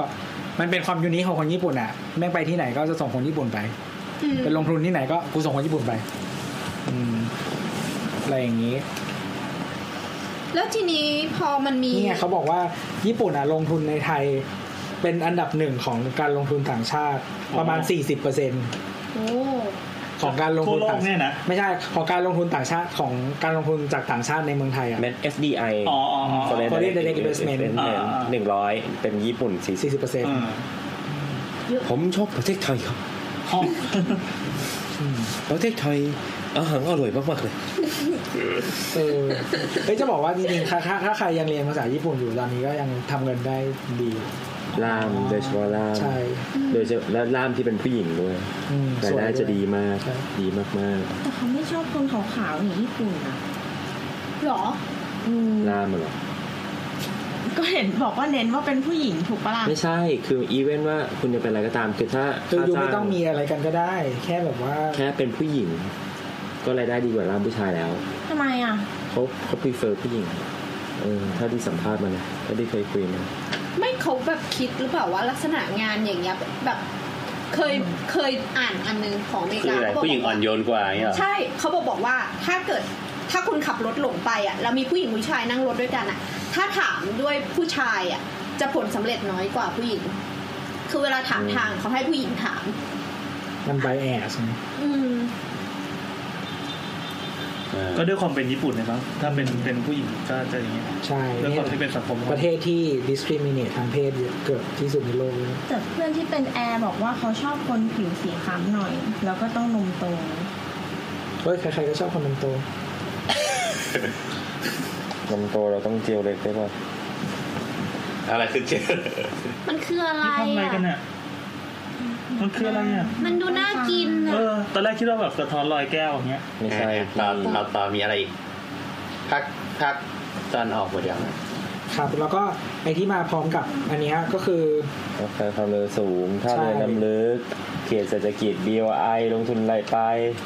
S5: มันเป็นความยูนิคของคนญี่ปุ่นอ่ะแม่งไปที่ไหนก็จะส่งคนญี่ปุ่นไปเป็นลงทุนที่ไหนก็กูส่งคนญี่ปุ่นไป อืมอะไรอย่างนี้
S13: แล้วทีนี้พอมันมี
S5: นี่ไงเขาบอกว่าญี่ปุ่นอ่ะลงทุนในไทยเป็นอันดับหนึ่งของการลงทุนต่างชาติประมาณ 40เปอร์เซ็นต์
S13: โอ้
S5: ของการลงทุน
S2: ทั่วโลก
S5: ต่าง
S2: เนี่
S5: ชายติ
S2: นะ
S5: ไม่ใช่ของการลงทุนต่างชาติของการลงทุนจากต่างชาติในเมืองไทยอ่ะ
S7: เป็น FDI
S2: อ๋ออ๋ออ๋อ
S7: Foreign
S5: Foreign Direct
S7: Direct
S5: Investment
S7: Investment
S5: อ่า
S7: หนึ่งร้อยเป็นญี่ปุ่นสี่สิบ
S5: 40เปอร์เซ็นต์
S7: ผมชอบประเทศไทยครับ
S2: ห้อง
S7: ประเทศไทยอาหารอร่อยมากๆเลย
S5: เออเฮ้ยจะบอกว่าจริงๆถ้าถ้าถ้าใครยังเรียนภาษาญี่ปุ่นอยู่ตอนนี้ก็ยังทำเงินได้ดี
S7: ล่ามโดยเฉพาะล่าม
S5: ใช่
S7: โดยเฉพาะและล่ามที่เป็นผู้หญิงด้วย
S5: อืม
S7: ราย
S5: สวย
S7: ได้
S5: วย
S7: จะดีมาก
S5: ใช่
S7: ดีมาก
S10: แต่เขาไม่ชอบคนขาวๆอย่างญี่ปุ่นอ่ะ
S13: หรอ
S10: อืม
S7: ๆล่ามเหรอ
S10: ก็เห็นบอกว่าเน้นว่าเป็นผู้หญิงถูกปะล่ะ
S7: ไม่ใช่ คืออีเวนว่าคุณจะเป็นอะไรก็ตาม คือถ้า
S5: คืออยู่ไม่
S7: ค่าจ้า
S5: ต้องมีอะไรกันก็ได้ แค่แบบว่า
S7: แค่เป็นผู้หญิง ก็รายได้ดีกว่าล่ามผู้ชายแล้ว
S10: ทำไมอ่ะ
S7: เขาเขา prefer ผู้หญิง เออ ถ้าที่สัมภาษณ์มันนะถ้าที่เคยคุยมัน
S13: ไม่เขาแบบคิดหรือเปล่าว่าลักษณะงานอย่างเงี้ยแบบเคยเคยอ่านอันนึงของอเม
S6: คือก
S13: ริา
S6: อะไร
S13: เขาบอก
S6: ผู้หญิงอ่อนโยนกว่าอย่างเงี้ยเหรอ
S13: ใช่เขาบอกบอกว่าถ้าเกิดถ้าคุณขับรถหลงไปอ่ะแล้วมีผู้หญิงผู้ชายนั่งรถด้วยกันอ่ะ ถ้าถามด้วยผู้ชายอ่ะจะผลสำเร็จน้อยกว่าผู้หญิง คือเวลาถามทางเขาให้ผู้หญิงถาม
S5: มันไปแอสนะ
S13: อืม
S6: เออ
S2: ก็ด้วยความเป็นญี่ปุ่นนะครับ ถ้าเป็นเป็นผู้หญิงก็จะอย่างเงี้ย
S5: ใช่
S2: ด้วยค
S5: เนี่
S2: วาม
S5: ย
S2: ที่เป็นสังคม
S5: ประเทศที่ discriminate ทางเพศเยอะเกือบที่สุดในโลกเลยนะ
S10: แต่เพื่อนที่เป็นแอร์บอกว่าเขาชอบคนผิวสีคล้ำหน่อย แล้วก็ต้องนมโต
S5: เฮ้ยใครๆก็ชอบคนนมโต
S7: นมโตเราต้องเจียวเล็กได้ป่ะ
S6: อะไรคือเจอ
S13: มันคืออะไร
S2: ทำอะไรกัน
S13: อ่ะ
S2: อ่ะมันคืออะไรอ่ะ
S13: มันดูน่ากิน
S2: เออ
S13: อ่ะ
S2: ตอนแรกคิดว่าแบบกระท้อนลอยแก้วอย่างเงี้ย
S7: ไม่ใช่
S6: ตอนตอนตอนมีอะไรอีกภาคภาคตอนออกหมดยัง
S5: ครับ แล้วก็ไอที่มาพร้อมกับอันเนี้ยก็คือ
S7: รถไฟความเร็วสูง ถ้าเรือ
S5: ใช่
S7: น้ำลึก เขตเศรษฐกิจ BOI ลงทุนอะไรไป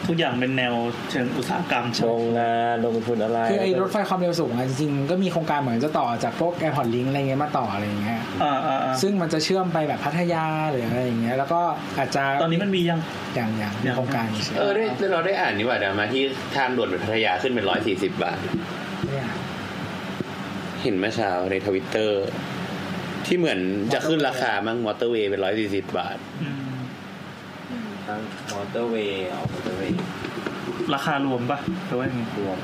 S2: ทุกอย่างเป็นแนวเชิงอุตสาหกรรม
S7: โรงงานลงทุนอะไร
S5: คือไอ้รถไฟความเร็วสูงอะจริงๆก็มีโครงการเหมือนจะต่อจากพวกแอร์พอร์ตลิงอะไรเงี้ยมาต่ออะไรอย่างเงี้ย
S2: อ่าอ่าอ่า
S5: ซึ่งมันจะเชื่อมไปแบบพัทยาหรืออะไรอย่างเงี้ยแล้วก็อาจจะ
S2: ตอนนี้มันมียัง
S5: อย่างอย่าง
S2: ยัง
S5: โครงการเฉย
S6: เออได้เราได้อ่านนี่ว่าเดี๋ยวมาที่ทางด่วนพัทยาขึ้นเป็นร้อยสี่สิบบาท
S5: เนี่ย
S6: เห็นเมื่อเช้าในทวิตเตอร์ ที่เหมือนจะขึ้นราคามั้งมอเตอร์เวย์เป็นร้อยสี่สิบบาท
S2: อืม
S7: ทั้งมอเตอร์เวย์ออกมอเตอร์เวย์
S2: ราคารวมปะหรือว่ายังไง
S7: รวม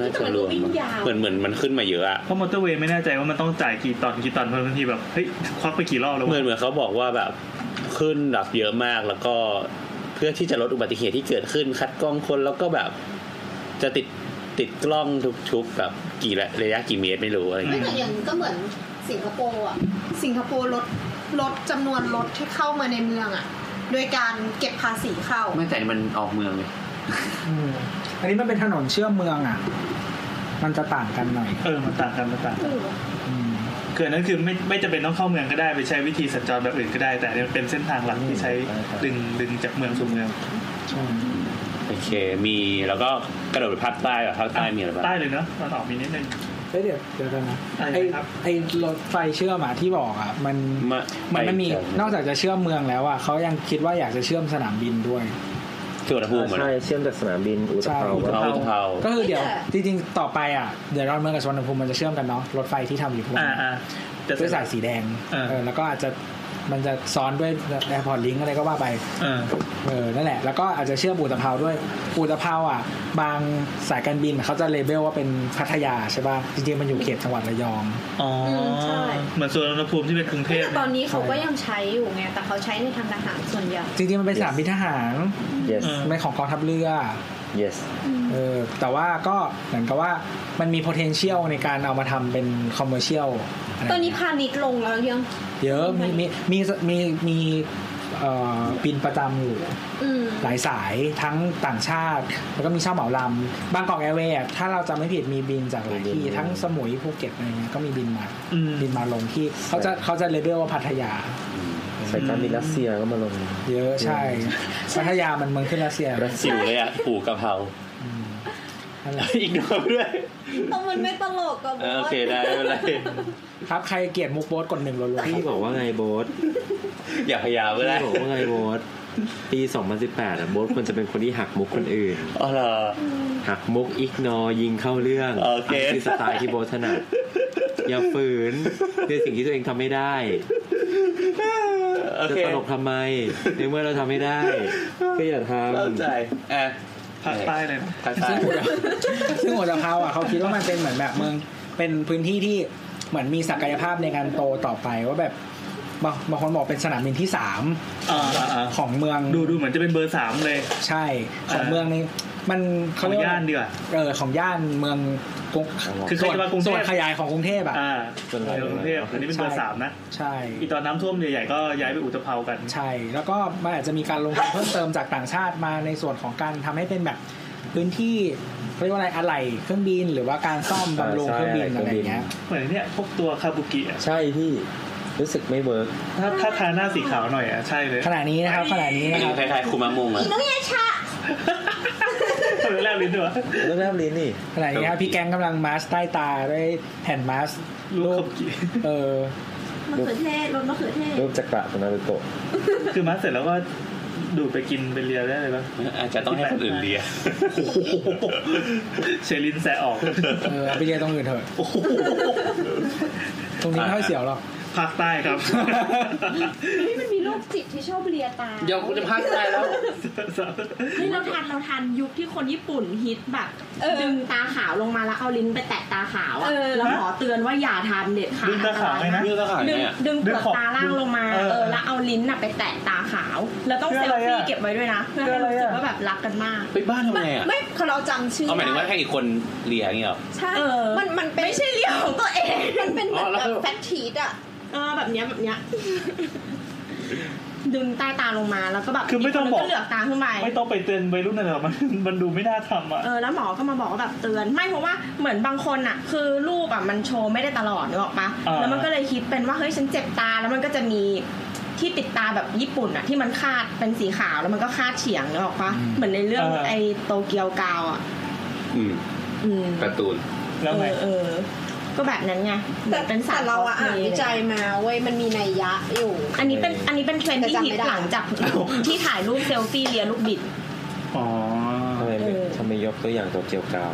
S6: น่าจะรวมมั้งเหมือนเหมือนมันขึ้นมาเยอะอะ
S2: เพราะมอเตอร์เวย์ไม่แน่ใจว่ามันต้องจ่ายกี่ตอนกี่ตอนเพราะบางทีแบบเฮ้ยควักไปกี่รอบแล้ว
S6: เหมือน
S2: วะ
S6: เหมือนเขาบอกว่าแบบขึ้นแบบเยอะมากแล้วก็เพื่อที่จะลดอุบัติเหตุที่เกิดขึ้น คัดกรองคนแล้วก็แบบ จะติดติดกล้องทุกชุกแบบกี่ระระยะกี่เมตรไม่รู้อะไรอย่าง
S13: ไม่
S6: เงี้ย
S13: แต่อย่างก็เหมือนสิงคโปร์อ่ะ สิงคโปร์ลดลดจำนวนรถที่เข้ามาในเมืองอ่ะ โดยการเก็บภาษีเข้า
S6: ไม่แต่มันออกเมืองเลย
S5: อืมอันนี้มันเป็นถนนเชื่อมเมืองอ่ะ มันจะต่างกันหน่อย
S2: เออมันต่างกันมันต่างกัน
S5: อืม
S2: คืออันนั้นคือไม่ไม่จำเป็นต้องเข้าเมืองก็ได้ไปใช้วิธีสัญจรแบบอื่นก็ได้ แต่อันนี้มันเป็นเส้นทางหลักที่ใช้ดึงดึงจากเมืองสู่เมือง
S6: โอเค มีแล้วก็กระโดดไปภาคใต้เหรอภาคใต้มีอะไรบ้าง
S2: ใต้เลยเนอะมันออกมีนิดนึง
S5: เฮ้ยเดี๋ยวเดี๋ยวก่อนนะไอ้ไอ้รถไฟเชื่อมอะที่บอกอะมันมันไม่มีนอกจากจะเชื่อมเมืองแล้วอะเขายังคิดว่าอยากจะเชื่อมสนามบินด้วย
S6: สุวรรณภูมิเหรอ
S7: ใช่เชื่อมจากสนามบินอุต
S5: ใช่
S7: ภา
S5: อุต
S7: วะ
S5: ภาวะก็คือเดี๋ยวจริงๆต่อไปอ่ะเดี๋ยวดอนเมืองกับสุวรรณภูมิมันจะเชื่อมกันเนาะรถไฟที่ทำอยู่ทุกวันด้วยสายสีแดงเออแล้วก็อาจจะมันจะซ้อนด้วยแอร์พอร์ตลิงอะไรก็ว่าไปเออนั่นแหละ แล้วก็อาจจะเชื่อมอุตภาวด้วยอุตภาวอ่ะ บางสายการบินเขาจะเลเบลว่าเป็นพัทยาใช่ป่ะจริงๆมันอยู่เขตจังหวัดระยอง
S2: อ๋อ
S10: ใช่
S2: เหมือนสุวรรณภูมิที่เป็นกรุงเทพ
S10: แต่ตอนนี้เขาก็ยังใช้อยู่ไงแต่เขาใช้ในทางทหารส่วนใหญ่
S5: จริงๆมันเป็นสนามบินทหารไม่ของกองทัพเรือ
S7: yes
S5: เออแต่ว่าก็เหมือนกับว่ามันมี potential ในการเอามาทำเป็น commercial อะไร
S10: ตอนนี้พาณิชย์ลงแล้วยัง
S5: เยอะมีมีมีมีมีเอ่อบินประจำอยู่
S10: อืม
S5: หลายสายทั้งต่างชาติ แล้วก็มีเช่าเหมาลำบางกอกแอร์เวย์อะถ้าเราจำไม่ผิดมีบินจากหลายที่ ทั้งสมุยภูเก็ตอะไรเงี้ยก็มีบินมาบินมาลงที่เขาจะเขาจะเลเบลว่าพัทยา
S7: สายการบินรัสเซียก็มาลง
S5: เยอะใช่ พัทยามันเมืองขึ้นรัสเซีย
S6: สิวเลยอ่ะผูกกะเพราอีกหน่อยด้วย
S10: ต้องมันไม่ตลกกับ
S6: เออโอเคได้ไม่เป็นไร
S5: ครับใครเกลียดมุกโบสกดหนึ่งรัวๆ
S7: พี่บอกว่าไงโบส
S6: อย่าพยายามก็ได้
S7: พี่บอกว่าไงโบสปี 2018อะโบสควรจะเป็นคนที่หักมุกคนอื่น
S6: อ๋อเหรอ
S7: หักมุกอิกนอยิงเข้าเรื่อง
S6: โอเค
S7: นนี้คือสไตล์ที่โบสถนัดอย่าฝืนในสิ่งที่ตัวเองทำไม่ได้
S6: โอ
S7: จะ
S6: เค
S7: ตลกทำไมในเมื่อเราทำไม่ได้ก็อย่าทำ
S6: เข้าใจอ่ะ
S2: ภาคใต้เลยนะ
S6: ภาคใต้
S5: ซึ่งหัวตะเภาอ่ะเขาคิดว่ามันเป็นเหมือนแบบเมืองเป็นพื้นที่ที่เหมือนมีศักยภาพในการโตต่อไปว่าแบบบางบางคนบอกเป็นสนามบินที่สาม ของเมือง
S2: ดูดูเหมือนจะเป็นเบอร์สามเลย
S5: ใช่ของเมืองในมัน
S2: ของ
S5: เขเรีกว่
S2: ย่านดีกว่า
S5: เออของย่านเมืองกรุง
S2: คือ
S5: ส่ว
S2: ใคร
S5: น
S2: จะมากรุงเทพ
S5: ส่วนขยายของกรุงเทพอ่ะ
S2: อ่าในกรุงเทพอันนี้เป็นเบอร์
S5: ใช่
S2: สามนะ
S5: ใช่
S2: อีตอนน้ำท่วมใหญ่ๆก็ย้ายไปอุตภเปากัน
S5: ใช่ แล้วก็มันอาจจะมีการลงทุนเพิ่มเติมจากต่างชาติมาในส่วนของการทำให้เป็นแบบพื้นที่เขาเรียกว่าอะไรอะไหล่เครื่องบินหรือว่าการซ่อมบำรุงเครื่องบินอะไรอย่างเงี้ย
S2: เหมือนเนี่ยพวกตัวคาบุกิอะ
S7: ใช่พี่ รู้สึกไม่เวิร์ก
S2: ถ้าถ้าทาหน้าสีขาวหน่อยอะใช่เลย
S5: ขณะนี้นะครับขณะนี้นะครับ
S6: คล้ายๆคุมะมุงอ่ะ
S10: น้องยาชะ
S2: เรื่องแรกลิ้นด้วย
S7: เรื่องแรกลิ้นนี่
S5: ขณะนี้ครับพี่แก๊งกำลังมาสก์ใต้ตาด้วยแผ่นมาสก์รูปเออ
S10: มะเขือเทศรสมะเขือเทศ
S7: รูปจักระของนารูโตะ
S2: คือมาเสร็จแล้วก็ดูดไปกินไปเลียได้เลยปะ
S6: อาจจะต้องให้คนอื่นเลีย
S2: เชลินแสออก
S5: เออเอาไปเรียนตรงอื่นเถอะตรงนี้ไม่ค่อยเสียวหรอก
S2: ภาคใต้ครับ
S10: นี่มันมีโรคจิตที่ชอบเลียตา
S2: เดี๋ยวกูจะพักตายแล้ว
S10: เฮ้ยเราทันเราทันยุคที่คนญี่ปุ่นฮิตแบบดึงตาขาวลงมาแล้วเอาลิ้นไปแตะตาขาวอะ
S23: เออ
S10: แล้วหมอเตือนว่าอย่าทำเด็ดขาด
S2: ดึงตาขาวไหมนะ
S10: อันตราย
S2: ดึงตาขาว
S10: มาก
S2: ไหม
S10: ดึงดึง
S2: ดึ
S10: เปลื
S2: ง
S10: อก
S2: ขอบ
S10: ตาล่างลงมา
S2: เออ
S10: เออแล้วเอาลิ้นน่ะไปแตะตาขาว แล้วต้อง
S2: เพื่
S10: เซ
S2: อ
S10: ล
S2: อะไร
S10: ฟี่
S2: อะ
S10: เก็บไว้ด้วยนะเพื่อให้รู้สึกว่าแบบรักกันมาก
S6: ไปบ้านทำไงอ่ะ
S10: ไม่เราจำชื่อ
S6: เอาหมายถึงว่าให้อีกคนเลียอย่างเงี้ยเหรอ
S10: ใช่มันมันเป็นไม่ใช่เลี้ยวของตัวเอง มันเป็นเหมือนแบบแฟตทีดอ่ะเออแบบเนี้ยแบบเนี้ยดึงใต้ตาลงมาแล้วก็แบบ
S2: คือไม่ต้องบอก
S10: กคนนึก็เหลือกตาขึ้นมา
S2: ไม่ต้องไปเตือนวัยรุ่นอะไรห รอกมันมันดูไม่น่าทำอ่ะ
S10: เออแล้วหมอก็มาบอกว่าแบบเตือนไม่เพราะว่าเหมือนบางคนอ่ะ คือรูปอ่ะมันโชว์ไม่ได้ตลอดนึกออกปะ
S2: อ่า
S10: แล้วมันก็เลยคิดเป็นว่าเฮ้ยฉันเจ็บตาแล้วมันก็จะมีที่ติดตาแบบญี่ปุ่นอ่ะที่มันคาดเป็นสีขาวแล้วมันก็คาดเฉียงนึกออกปะเหมือนในเรื่องไอโตเกียวกาวอ่ะ
S6: อืม
S10: อืม
S6: การ์ตูน
S2: แล้วไง
S10: เออ ก็แบบนั้นไงเหมือนเป็นสา
S13: แต่
S10: ร
S13: เราอะอ่านวิจัย
S10: เลย
S13: มาเว้ยมันมีนัยยะอยู่
S10: อันนี้เป็นอันนี้เป็นเทรนด์ที่
S13: แต่จำ
S10: ฮิ
S13: ไม่
S10: ต
S13: ได้
S10: หลังจากที่ถ่ายรูปเซลฟี่เลียลูกบิด
S2: อ๋อ
S7: ทำไมไม่
S10: เออ
S7: ทำไมยกตัวอย่างตัวเกียวกาว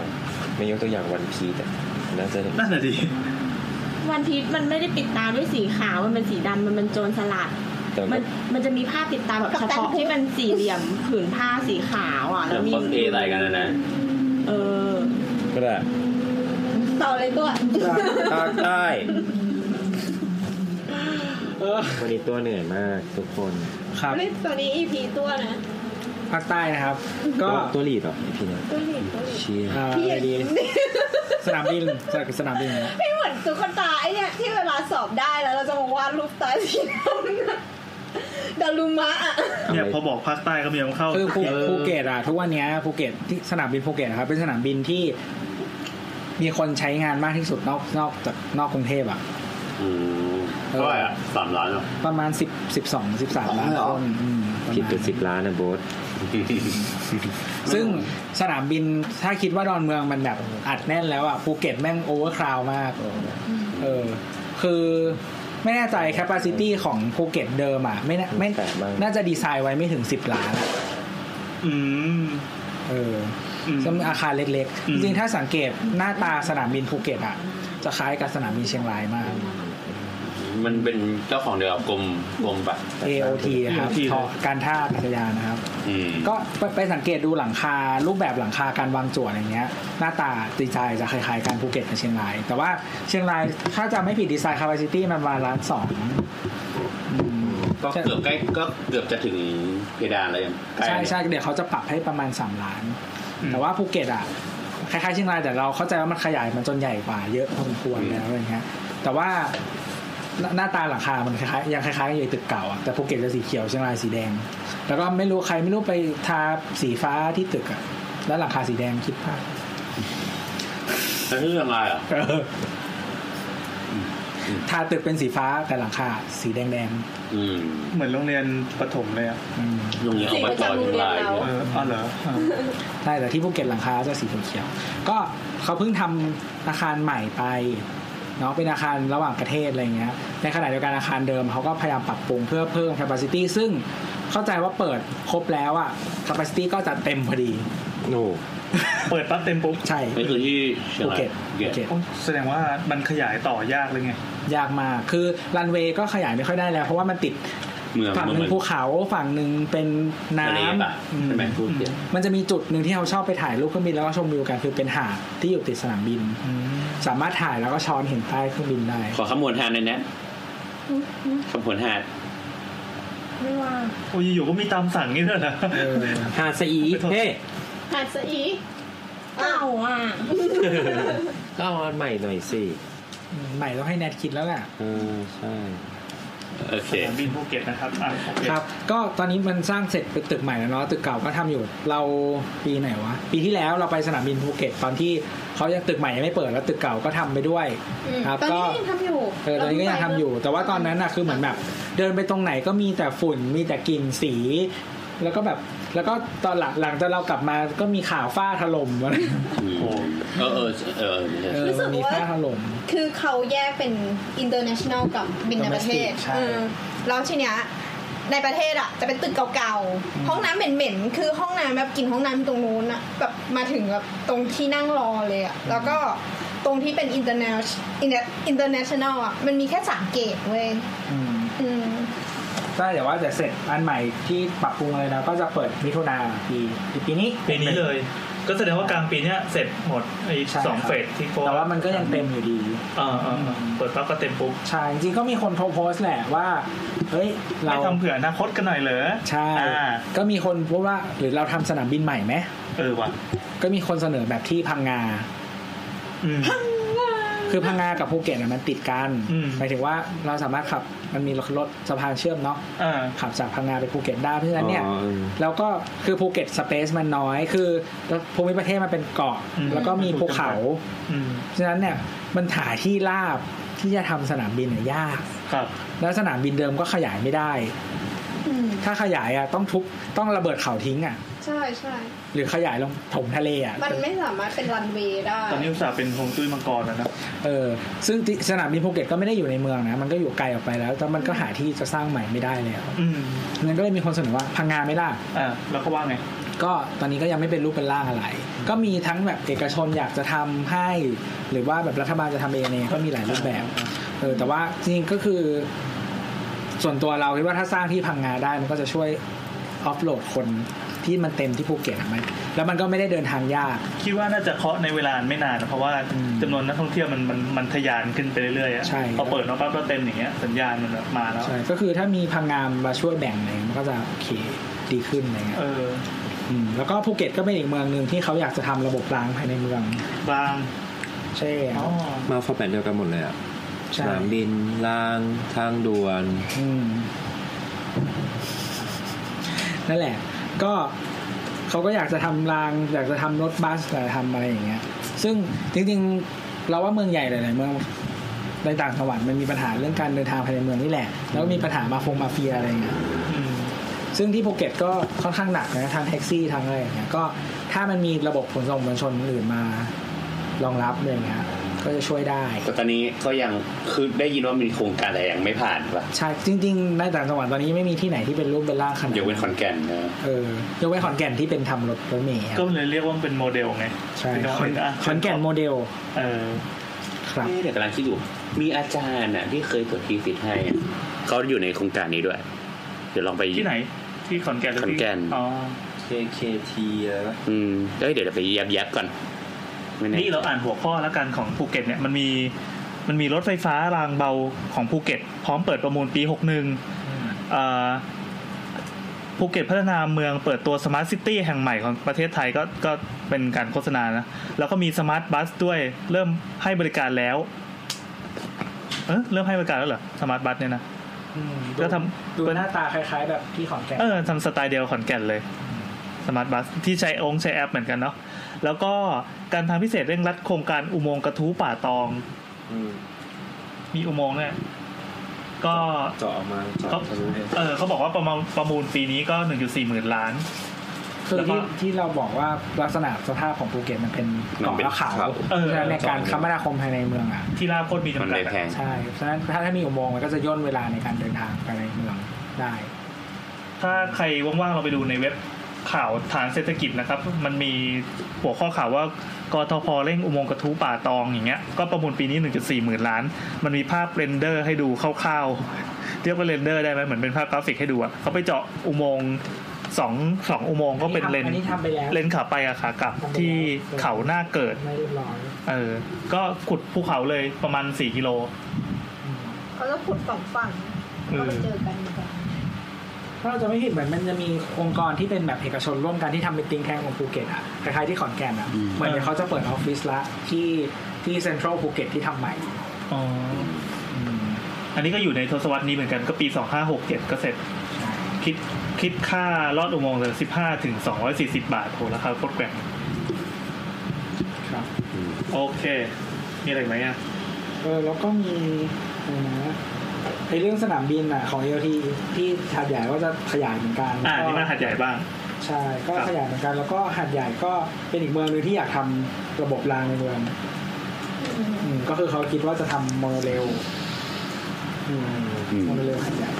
S7: ไม่ยกตัวอย่างวันพีแต่น่าจะเห็น
S2: นั่นแหะดิ
S10: วันพีชมันไม่ได้ปิดตาด้วยสีขาวมันเป็นสีดำมันเป็นโจรสลัด
S7: แต่
S10: มั
S7: มัน น
S10: มันจะมีผ้าปิดตาแบบเฉพาะที่มันสี่เหลี่ยมผืนผ้าสีขาวอ่ะ แล้
S6: แล้วว
S10: มี
S6: คอสเพลย์อะไรกันนะนะ
S10: เออ
S7: ก็ได้
S13: ต่อเลยตัว
S7: ภาคใต้วันนี้ตัวเหนื่อยมากทุกคน
S5: ครับ
S13: เฮ้ยตัวนี้ EP ตัวนะ
S5: ภาคใต้นะครับ ก็
S7: ตัวตัวหลีดเหรอไอ้พี่เนี่ย
S13: ตัวนี้ตัวนี้
S7: เชียร์
S5: เอ่ออะไรดีสนามบิน สนามสนามบินนะ
S13: ไม่เหมือนตุ๊กตาไอเนี่ยที่เวลาสอบได้แล้วเราจะมาวาดรูปตาสีน้ำนะดารุมะอะ
S2: เนี่ยพอบอกภาคใต้ก็มีมันเข้า
S5: คือภูภูเก็ตอะทุกวันเนี้ยภูเก็ตที่สนามบินภูเก็ตนะครับเป็นสนามบินที่มีคนใช้งานมากที่สุดนอกนอกจากนอกกรุงเทพอะ
S24: เท่าไหร่อ่ะสามล้านเหรอ
S5: ประมาณสิบสิบสองสิบสามล้าน
S24: เหรอ
S5: คนอืมประมาณ
S7: ผิดเป็นสิบล้านนะโบ๊ท
S5: ซึ่งสนามบินถ้าคิดว่าดอนเมืองมันแบบอัดแน่นแล้วอ่ะภูเก็ตแม่งโอเวอร์คราวมาก เออ คือไม่แน่ใจแคปซิตี้ของภูเก็ตเดิมอ่ะ ไม่น่าไม่น่าจะดีไซน์ไว้ไม่ถึงสิบล้านอะ
S14: อืม
S5: เออซึ่งอาคารเล็กๆ จริงๆถ้าสังเกตหน้าตาสนามบินภูเก็ตอ่ะ จะคล้ายกับสนามบินเชียงรายมาก
S24: มันเป็นเจ้าของเดียวกับกรมกรมปะ
S5: AOT นะครับทอการท่าอากาศยานนะครับ
S24: อืม
S5: ก็ไปไปสังเกตดูหลังคารูปแบบหลังคาการวางจั่วอะไรเงี้ย หน้าตาดีไซน์จะคล้ายๆกันภูเก็ตกับเชียงราย แต่ว่าเชียงรายถ้าจะไม่ผิดดีไซน์คาปาซิตี้มันประมาณล้านสอง
S24: ก็เกือบใกล้ก็เกือบจะถึงเพดานแล้วยังใกล้
S5: ใช่
S24: เนี่ย
S5: ใช่เดี๋ยวเขาจะปรับให้ประมาณ 3 ล้าน แต่ว่าภูเก็ตอ่ะคล้ายๆเชียงรายแต่เราเข้าใจว่ามันขยายมันจนใหญ่กว่าเยอะพอสมควรแล้วอะไรเงี้ยแต่ว่าหน้าหน้าตาหลังคา มันคล้ายๆยังคล้ายๆกันอยู่ในตึกเก่าอะแต่ภูเก็ตจะสีเขียวเชียงรายสีแดง แล้วก็ไม่รู้ใครไม่รู้ไปทาสีฟ้าที่ตึกอ่ะแล้วหลังคาสีแดงคิดภาพ
S24: แล้วที่เชียงรายเหรอ
S5: ทาตึกเป็นสีฟ้าแต่หลังคาสีแดง
S24: อืม
S14: เหมือนโรงเรียนประถมเลยอ่ะ
S24: โรงเรียนอบตเชียงรายเนี่ย
S14: เอออ๋อเหรออ่า
S5: ๆใช่แต่ที่ภูเก็ตหลังคาจะสีเขียวๆก็เขาเพิ่งทำอาคารใหม่ไปเนาะเป็นอาคารระหว่างประเทศอะไรเงี้ยในขณะเดียวกันอาคารเดิมเขาก็พยายามปรับปรุงเพื่อเพิ่ม capacity ซึ่งเข้าใจว่าเปิดครบแล้วอะ capacity ก็จะเต็มพอดี
S7: โอ้
S14: เปิดปั๊บเต็มปุ๊บ
S5: ใช่
S24: นี่คือที่เชียง
S5: ภู
S24: ราย
S5: เก็ตภูเก็ต
S14: โอ้แสดงว่ามันขยายต่อยากเลยไง
S5: ยากมาก คือรันเวย์ก็ขยายไม่ค่อยได้แล้ว เพราะว่ามันติด
S24: เมือง
S5: ฝั่งหนึ่
S24: เมื
S5: ง
S24: อง
S5: ภูเขาฝั่งหนึ่งเป็นน้
S24: ทะเลปะ
S5: ำอืม
S24: ใช่ไหมพูดเกี่ยว
S5: มันจะมีจุดหนึ่งที่เราชอบไปถ่ายรูปเครื่องบินแล้วก็ชมวิวกันคือเป็นหาดที่อยู่ติดสนามบิน สามารถถ่ายแล้วก็ช้อนเห็นใต้เครื่องบินได้
S6: ขอขมวดหาดเลยนะขมวดหาด
S16: ไม่ว่า
S14: โอ้ยอยู่ๆก็มีตามสั่งนี่ ด้วยนะ
S7: หาดซีเฮ้
S16: หาดสะอี
S10: เก่าอ่ะ
S7: ก็เอาอันใหม่หน่อยสิ
S5: ใหม่ต้องให้แนทคิดแล้วแหละ
S7: เออใช่
S24: โอเค
S14: บินภูเก็ตนะครับอ่ะโอเค
S5: ครับ ก็ตอนนี้มันสร้างเสร็จเป็นตึกใหม่แล้วเนาะตึกเก่าก็ทำอยู่เราปีไหนวะปีที่แล้วเราไปสนามบินภูเก็ตตอนที่เขายังตึกใหม่ยังไม่เปิดแล้วตึกเก่าก็ทำไปด้วยครับ
S16: ตอน
S5: ก็
S16: นี้ก็ยังทำอยู่
S5: เออตอนนี้ก็ยังทำอยู่ แต่ว่าตอนนั้นน่ะคือเหมือนแบบ เดินไปตรงไหนก็มีแต่ฝุ่นมีแต่กลิ่นสี แล้วก็แบบแล้วก็ตอนหลังหลังจากเรากลับมาก็มีข่าวฝ้าถล่มอะไร
S24: เออเออเออ
S5: เออมันมีฝ้าถล่ม
S13: คือเขาแยกเป็น international กับบินในประเทศ
S5: Domestic ใช่
S13: เออแล้วทีเนี้ยในประเทศอ่ะ จะเป็นตึกเก่าๆ ห้องน้ำเหม็นๆ คือห้องน้ำแบบกลินห้องน้ำตรงนู้นอ่ะแบบมาถึงแบบตรงที่นั่งรอเลยอ่ะ แล้วก็ตรงที่เป็น international international อ่ะ มันมีแค่สามเกตเว้ย
S5: อืม
S13: อืม
S5: ใช่แต่ว่าจะเสร็จอันใหม่ที่ปรับปรุงอะไรนะก็จะเปิดมิถุนาปีปีนี้
S14: ปีนี้เลย ก็แสดงว่ากลางปีเนี้ยเสร็จหมดไอ้
S5: ใช่ครับ
S14: สองเฟสที่โฟ
S5: แต่ว่ามันก็ยังเต็มอยู่ดี
S14: อ่าอ่าอ่าเปิดปั๊บก็เต็มปุ๊บ
S5: ใช่จริงๆก็มีคนโพสต์แหละว่าเฮ้ยเรา
S14: ให้ทำเผื่ออนาคตกันหน่อยเหรอ
S5: ใช่
S14: อ่า
S5: ก็มีคนพูดว่าหรือเราทำสนามบินใหม่ไหม
S14: เออว่ะ
S5: ก็มีคนเสนอแบบที่พังงา
S14: อืม
S5: คือพังงากับภูเก็ตอะมันติดกัน
S14: อืม
S5: หมายถึงว่าเราสามารถขับมันมีรถสะพานเชื่อมเนาะ
S14: อ่า
S5: ขับจากพังงาไปภูเก็ตได้เพราะฉะนั้นเนี่ย
S7: อ๋ออืม
S5: แล้วก็คือภูเก็ตสเปซมันน้อยคือภูมิประเทศมันเป็นเกาะ
S14: อืม
S5: แล้วก็มีภูเขา
S14: อืม
S5: ฉะนั้นเนี่ยมันหาที่ราบที่จะทำสนามบินเนี่ยยาก
S14: ครับ
S5: แล้วสนามบินเดิมก็ขยายไม่ได้ ถ้าขยายอ่ะต้องทุบต้องระเบิดเขาทิ้งอ่ะ
S13: ใช่ใช่
S5: หรือขยายลงถมทะเลอ่ะ
S13: มันไม่สามารถเป็นรันเวย์ได้
S14: ตอนนี้อุตส่าห์เป็นฮวงจุ้ยมังกรแล้วนะ
S5: เออ ซึ่งที่สนามบินภูเก็ตก็ไม่ได้อยู่ในเมืองนะ มันก็อยู่ไกลออกไปแล้ว แต่มันก็หาที่จะสร้างใหม่ไม่ได้เลยอะ
S14: อืม
S5: งั้นก็เลยมีคนเสนอว่าพังงาไหม่ล่ะ
S14: อ่าแล้วก็ว่าไง
S5: ก็ตอนนี้ก็ยังไม่เป็นรูปเป็นร่างอะไร ก็มีทั้งแบบเอกชนอยากจะทำให้ หรือว่าแบบรัฐบาลจะทำเองเนี่ยก็มีหลายรูปแบบ เออ แต่ว่าจริงๆก็คือ ส่วนตัวเราคิดว่าถ้าสร้างที่พังงาได้มันก็จะช่วยออฟโหลดคนที่มันเต็มที่ภูเก็ตไหมแล้วมันก็ไม่ได้เดินทางยาก
S14: คิดว่าน่าจะเคาะในเวลาไม่นานนะเพราะว่าจำนวนนักท่องเที่ยวมันมันมันทะยานขึ้นไปเรื่อยๆอะ
S5: ใช่
S14: พอเปิดมาปั๊บก็เต็มอย่างเงี้ยสัญญาณมันแบบมาแล้ว
S5: ใช่ ก็คือถ้ามีพังงามมาช่วยแบ่งอะไรมันก็จะโอเคดีขึ้นอะไรเงี้ย
S14: เออ
S5: อืมแล้วก็ภูเก็ตก็เป็นอีกเมืองหนึ่งที่เขาอยากจะทำระบบรางภายในเมือง
S14: บาง
S5: ใช่ครับ
S7: มาฟอร์แมตเดียวกันหมดเลยอ่ะ
S5: ใช่
S7: สนามบินรางทางด่วน
S5: อืมนั่นแหละ ก็เขาก็อยากจะทำราง อยากจะทำรถบัสอยากจะทำอะไรอย่างเงี้ย ซึ่งจริงๆ เราว่าเมืองใหญ่หลายๆเมือง ในต่างจังหวัดมันมีปัญหาเรื่องการเดินทางภายในเมืองนี่แหละ แล้วก็มีปัญหามาฟงมาเฟียอะไรเงี้ยซึ่งที่ภูเก็ตก็ค่อนข้างหนักนะทางแท็กซี่ทางอะไรอย่างเงี้ยก็ถ้ามันมีระบบขนส่งมวลชนอื่นมารองรับอะไรเงี้ยก็จะช่วยได้
S25: แต่ตอนนี้ก็ยังคือได้ยินว่ามีโครงการแต่ยังไม่ผ่านป่ะ
S5: ใช่จริงๆในต่างจังหวัดตอนนี้ไม่มีที่ไหนที่เป็นรูปเป็นร่างขนาด
S25: ยกเว้นขอนแก่นนะ
S5: เออยกเว้นขอนแก่นที่เป็นทำรถรถเมย์ครับ
S2: ก็เลยเรียกว่ามันเป็นโมเดลไง
S5: ใช่
S2: เป็น
S5: ขอนขอนแก่นโมเดล
S2: เออ
S5: ครับ
S25: เดี๋ยวกำลังคิดอยู่มีอาจารย์น่ะที่เคยเปิดทีสิทธิ์ให้อะเขาอยู่ในโครงการนี้ด้วย เดี๋ยวลองไป
S2: ที่ไหน ที่ขอนแก่นหรื
S25: ขอนแก่น
S2: อ๋อ
S12: KKT อะไรปะ
S25: อืมเอ้ยเดี๋ยวเราไปยับยับก่อนไม่แ
S2: นี่เราอ่านหัวข้อแล้วกันของภูเก็ตเนี่ยมันมีมันมีรถไฟฟ้ารางเบาของภูเก็ต พร้อมเปิดประมูลปี 61อ่าภูเก็ตพัฒนาเมืองเปิดตัวสมาร์ทซิตี้แห่งใหม่ของประเทศไทยก็ก็เป็นการโฆษณานะ แล้วก็มีสมาร์ทบัสด้วยเริ่มให้บริการแล้ว เออเริ่มให้บริการแล้วเหรอสมาร์ทบัสเนี่ยนะ ก็ทำ
S5: ดูหน้าตาคล้ายๆ แบบที่ขอนแก่น
S2: เออทำสไตล์เดียวขอนแก่นเลยสมาร์ทบัสที่ใช้องค์ใช้แอปเหมือนกันเนาะแล้วก็การทางพิเศษเร่งรัดโครงการอุโมงค์กระทู้ป่าตอง มีอุโมงค์เนี่ยก็
S12: เจาะออกมาเจาะ
S2: ก็
S12: ทะลุเนี่ย
S2: เออเขาบอกว่าประมาณประมูลปีนี้ก็หนึ่งจุดสี่หมื่นล้าน
S5: คือ
S2: แล้วก็
S5: ที่ที่เราบอกว่าลักษณะสภาพของภูเก็ตมันเป็นเกาะและเขา
S2: เออ
S5: ฉะนั้นในการคมนาคมภายในเมืองอ่ะ
S2: ที่ราบโคตรมีจำกัดอะ
S5: ใช่ฉะนั้นถ้าถ้ามีอุโมงค์มันก็จะย่นเวลาในการเดินทางภายในเมืองได้
S2: ถ้าใครว่างๆเราไปดูในเว็บข่าวฐานเศรษฐกิจนะครับ มันมีหัวข้อข่าวว่ากทพเร่งอุโมงค์กระทู้ป่าตองอย่างเงี้ยก็ประมูลปีนี้ 1.4 หมื่นล้าน มันมีภาพเรนเดอร์ให้ดูคร่าวๆ เรียกว่าเรนเดอร์ได้ไหมเหมือนเป็นภาพกราฟิกให้ดูอะเขาไปเจาะอุโมงค์สองสองอุโมงค์ก็เป็นเลน
S5: อันนี้ทำไปแล้ว
S2: เลนขาไปอะขากลับที่เขาหน้าเกิด
S5: ไม่เรียบร้อย
S2: เออ ก็ขุดภูเขาเลยประมาณ 4 กิโล
S13: เขาจะขุดสองฝั่งแล้วก็ไปเจอกันดีกว่า
S5: ถ้าเราจะไม่ผิดเหมือนมันจะมีองค์กรที่เป็นแบบเอกชนร่วมกันที่ทำเป็นติงแทงของภูเก็ตอ่ะคล้ายๆที่ขอนแก่นอ่ะ
S2: อืม
S5: เหมือนเดี๋ยวเขาจะเปิดออฟฟิศละที่ที่เซ็นทรัลภูเก็ตที่ทำใหม่
S2: อ๋ออืมอันนี้ก็อยู่ในทศวรรษนี้เหมือนกันก็ปี 2567 ก็เสร็จ คิดคิดค่าลอดอุโมงค์เลย15 ถึง 240 บาทโหราคาโคตรแกว่ง
S5: ครับ
S2: โอเค มีอะไรอีกไหมอ่ะ
S5: เออแล้วก็มีอะไรนะไอเรื่องสนามบินอ่ะของเอทีที่หาดใหญ่ก็จะขยายเหมือนกัน
S2: อ่า
S5: แล้วก็
S2: นี่มาหัดใหญ่บ้าง
S5: ใช่ก็
S2: ครับ
S5: ขยายเหมือนกัน แล้วก็หาดใหญ่ก็เป็นอีกเมืองหนึงที่อยากทำระบบรางในเมืองอืมก็คือเขาคิดว่าจะทำโมโนเรลอืมโมโนเรลหาดใหญ่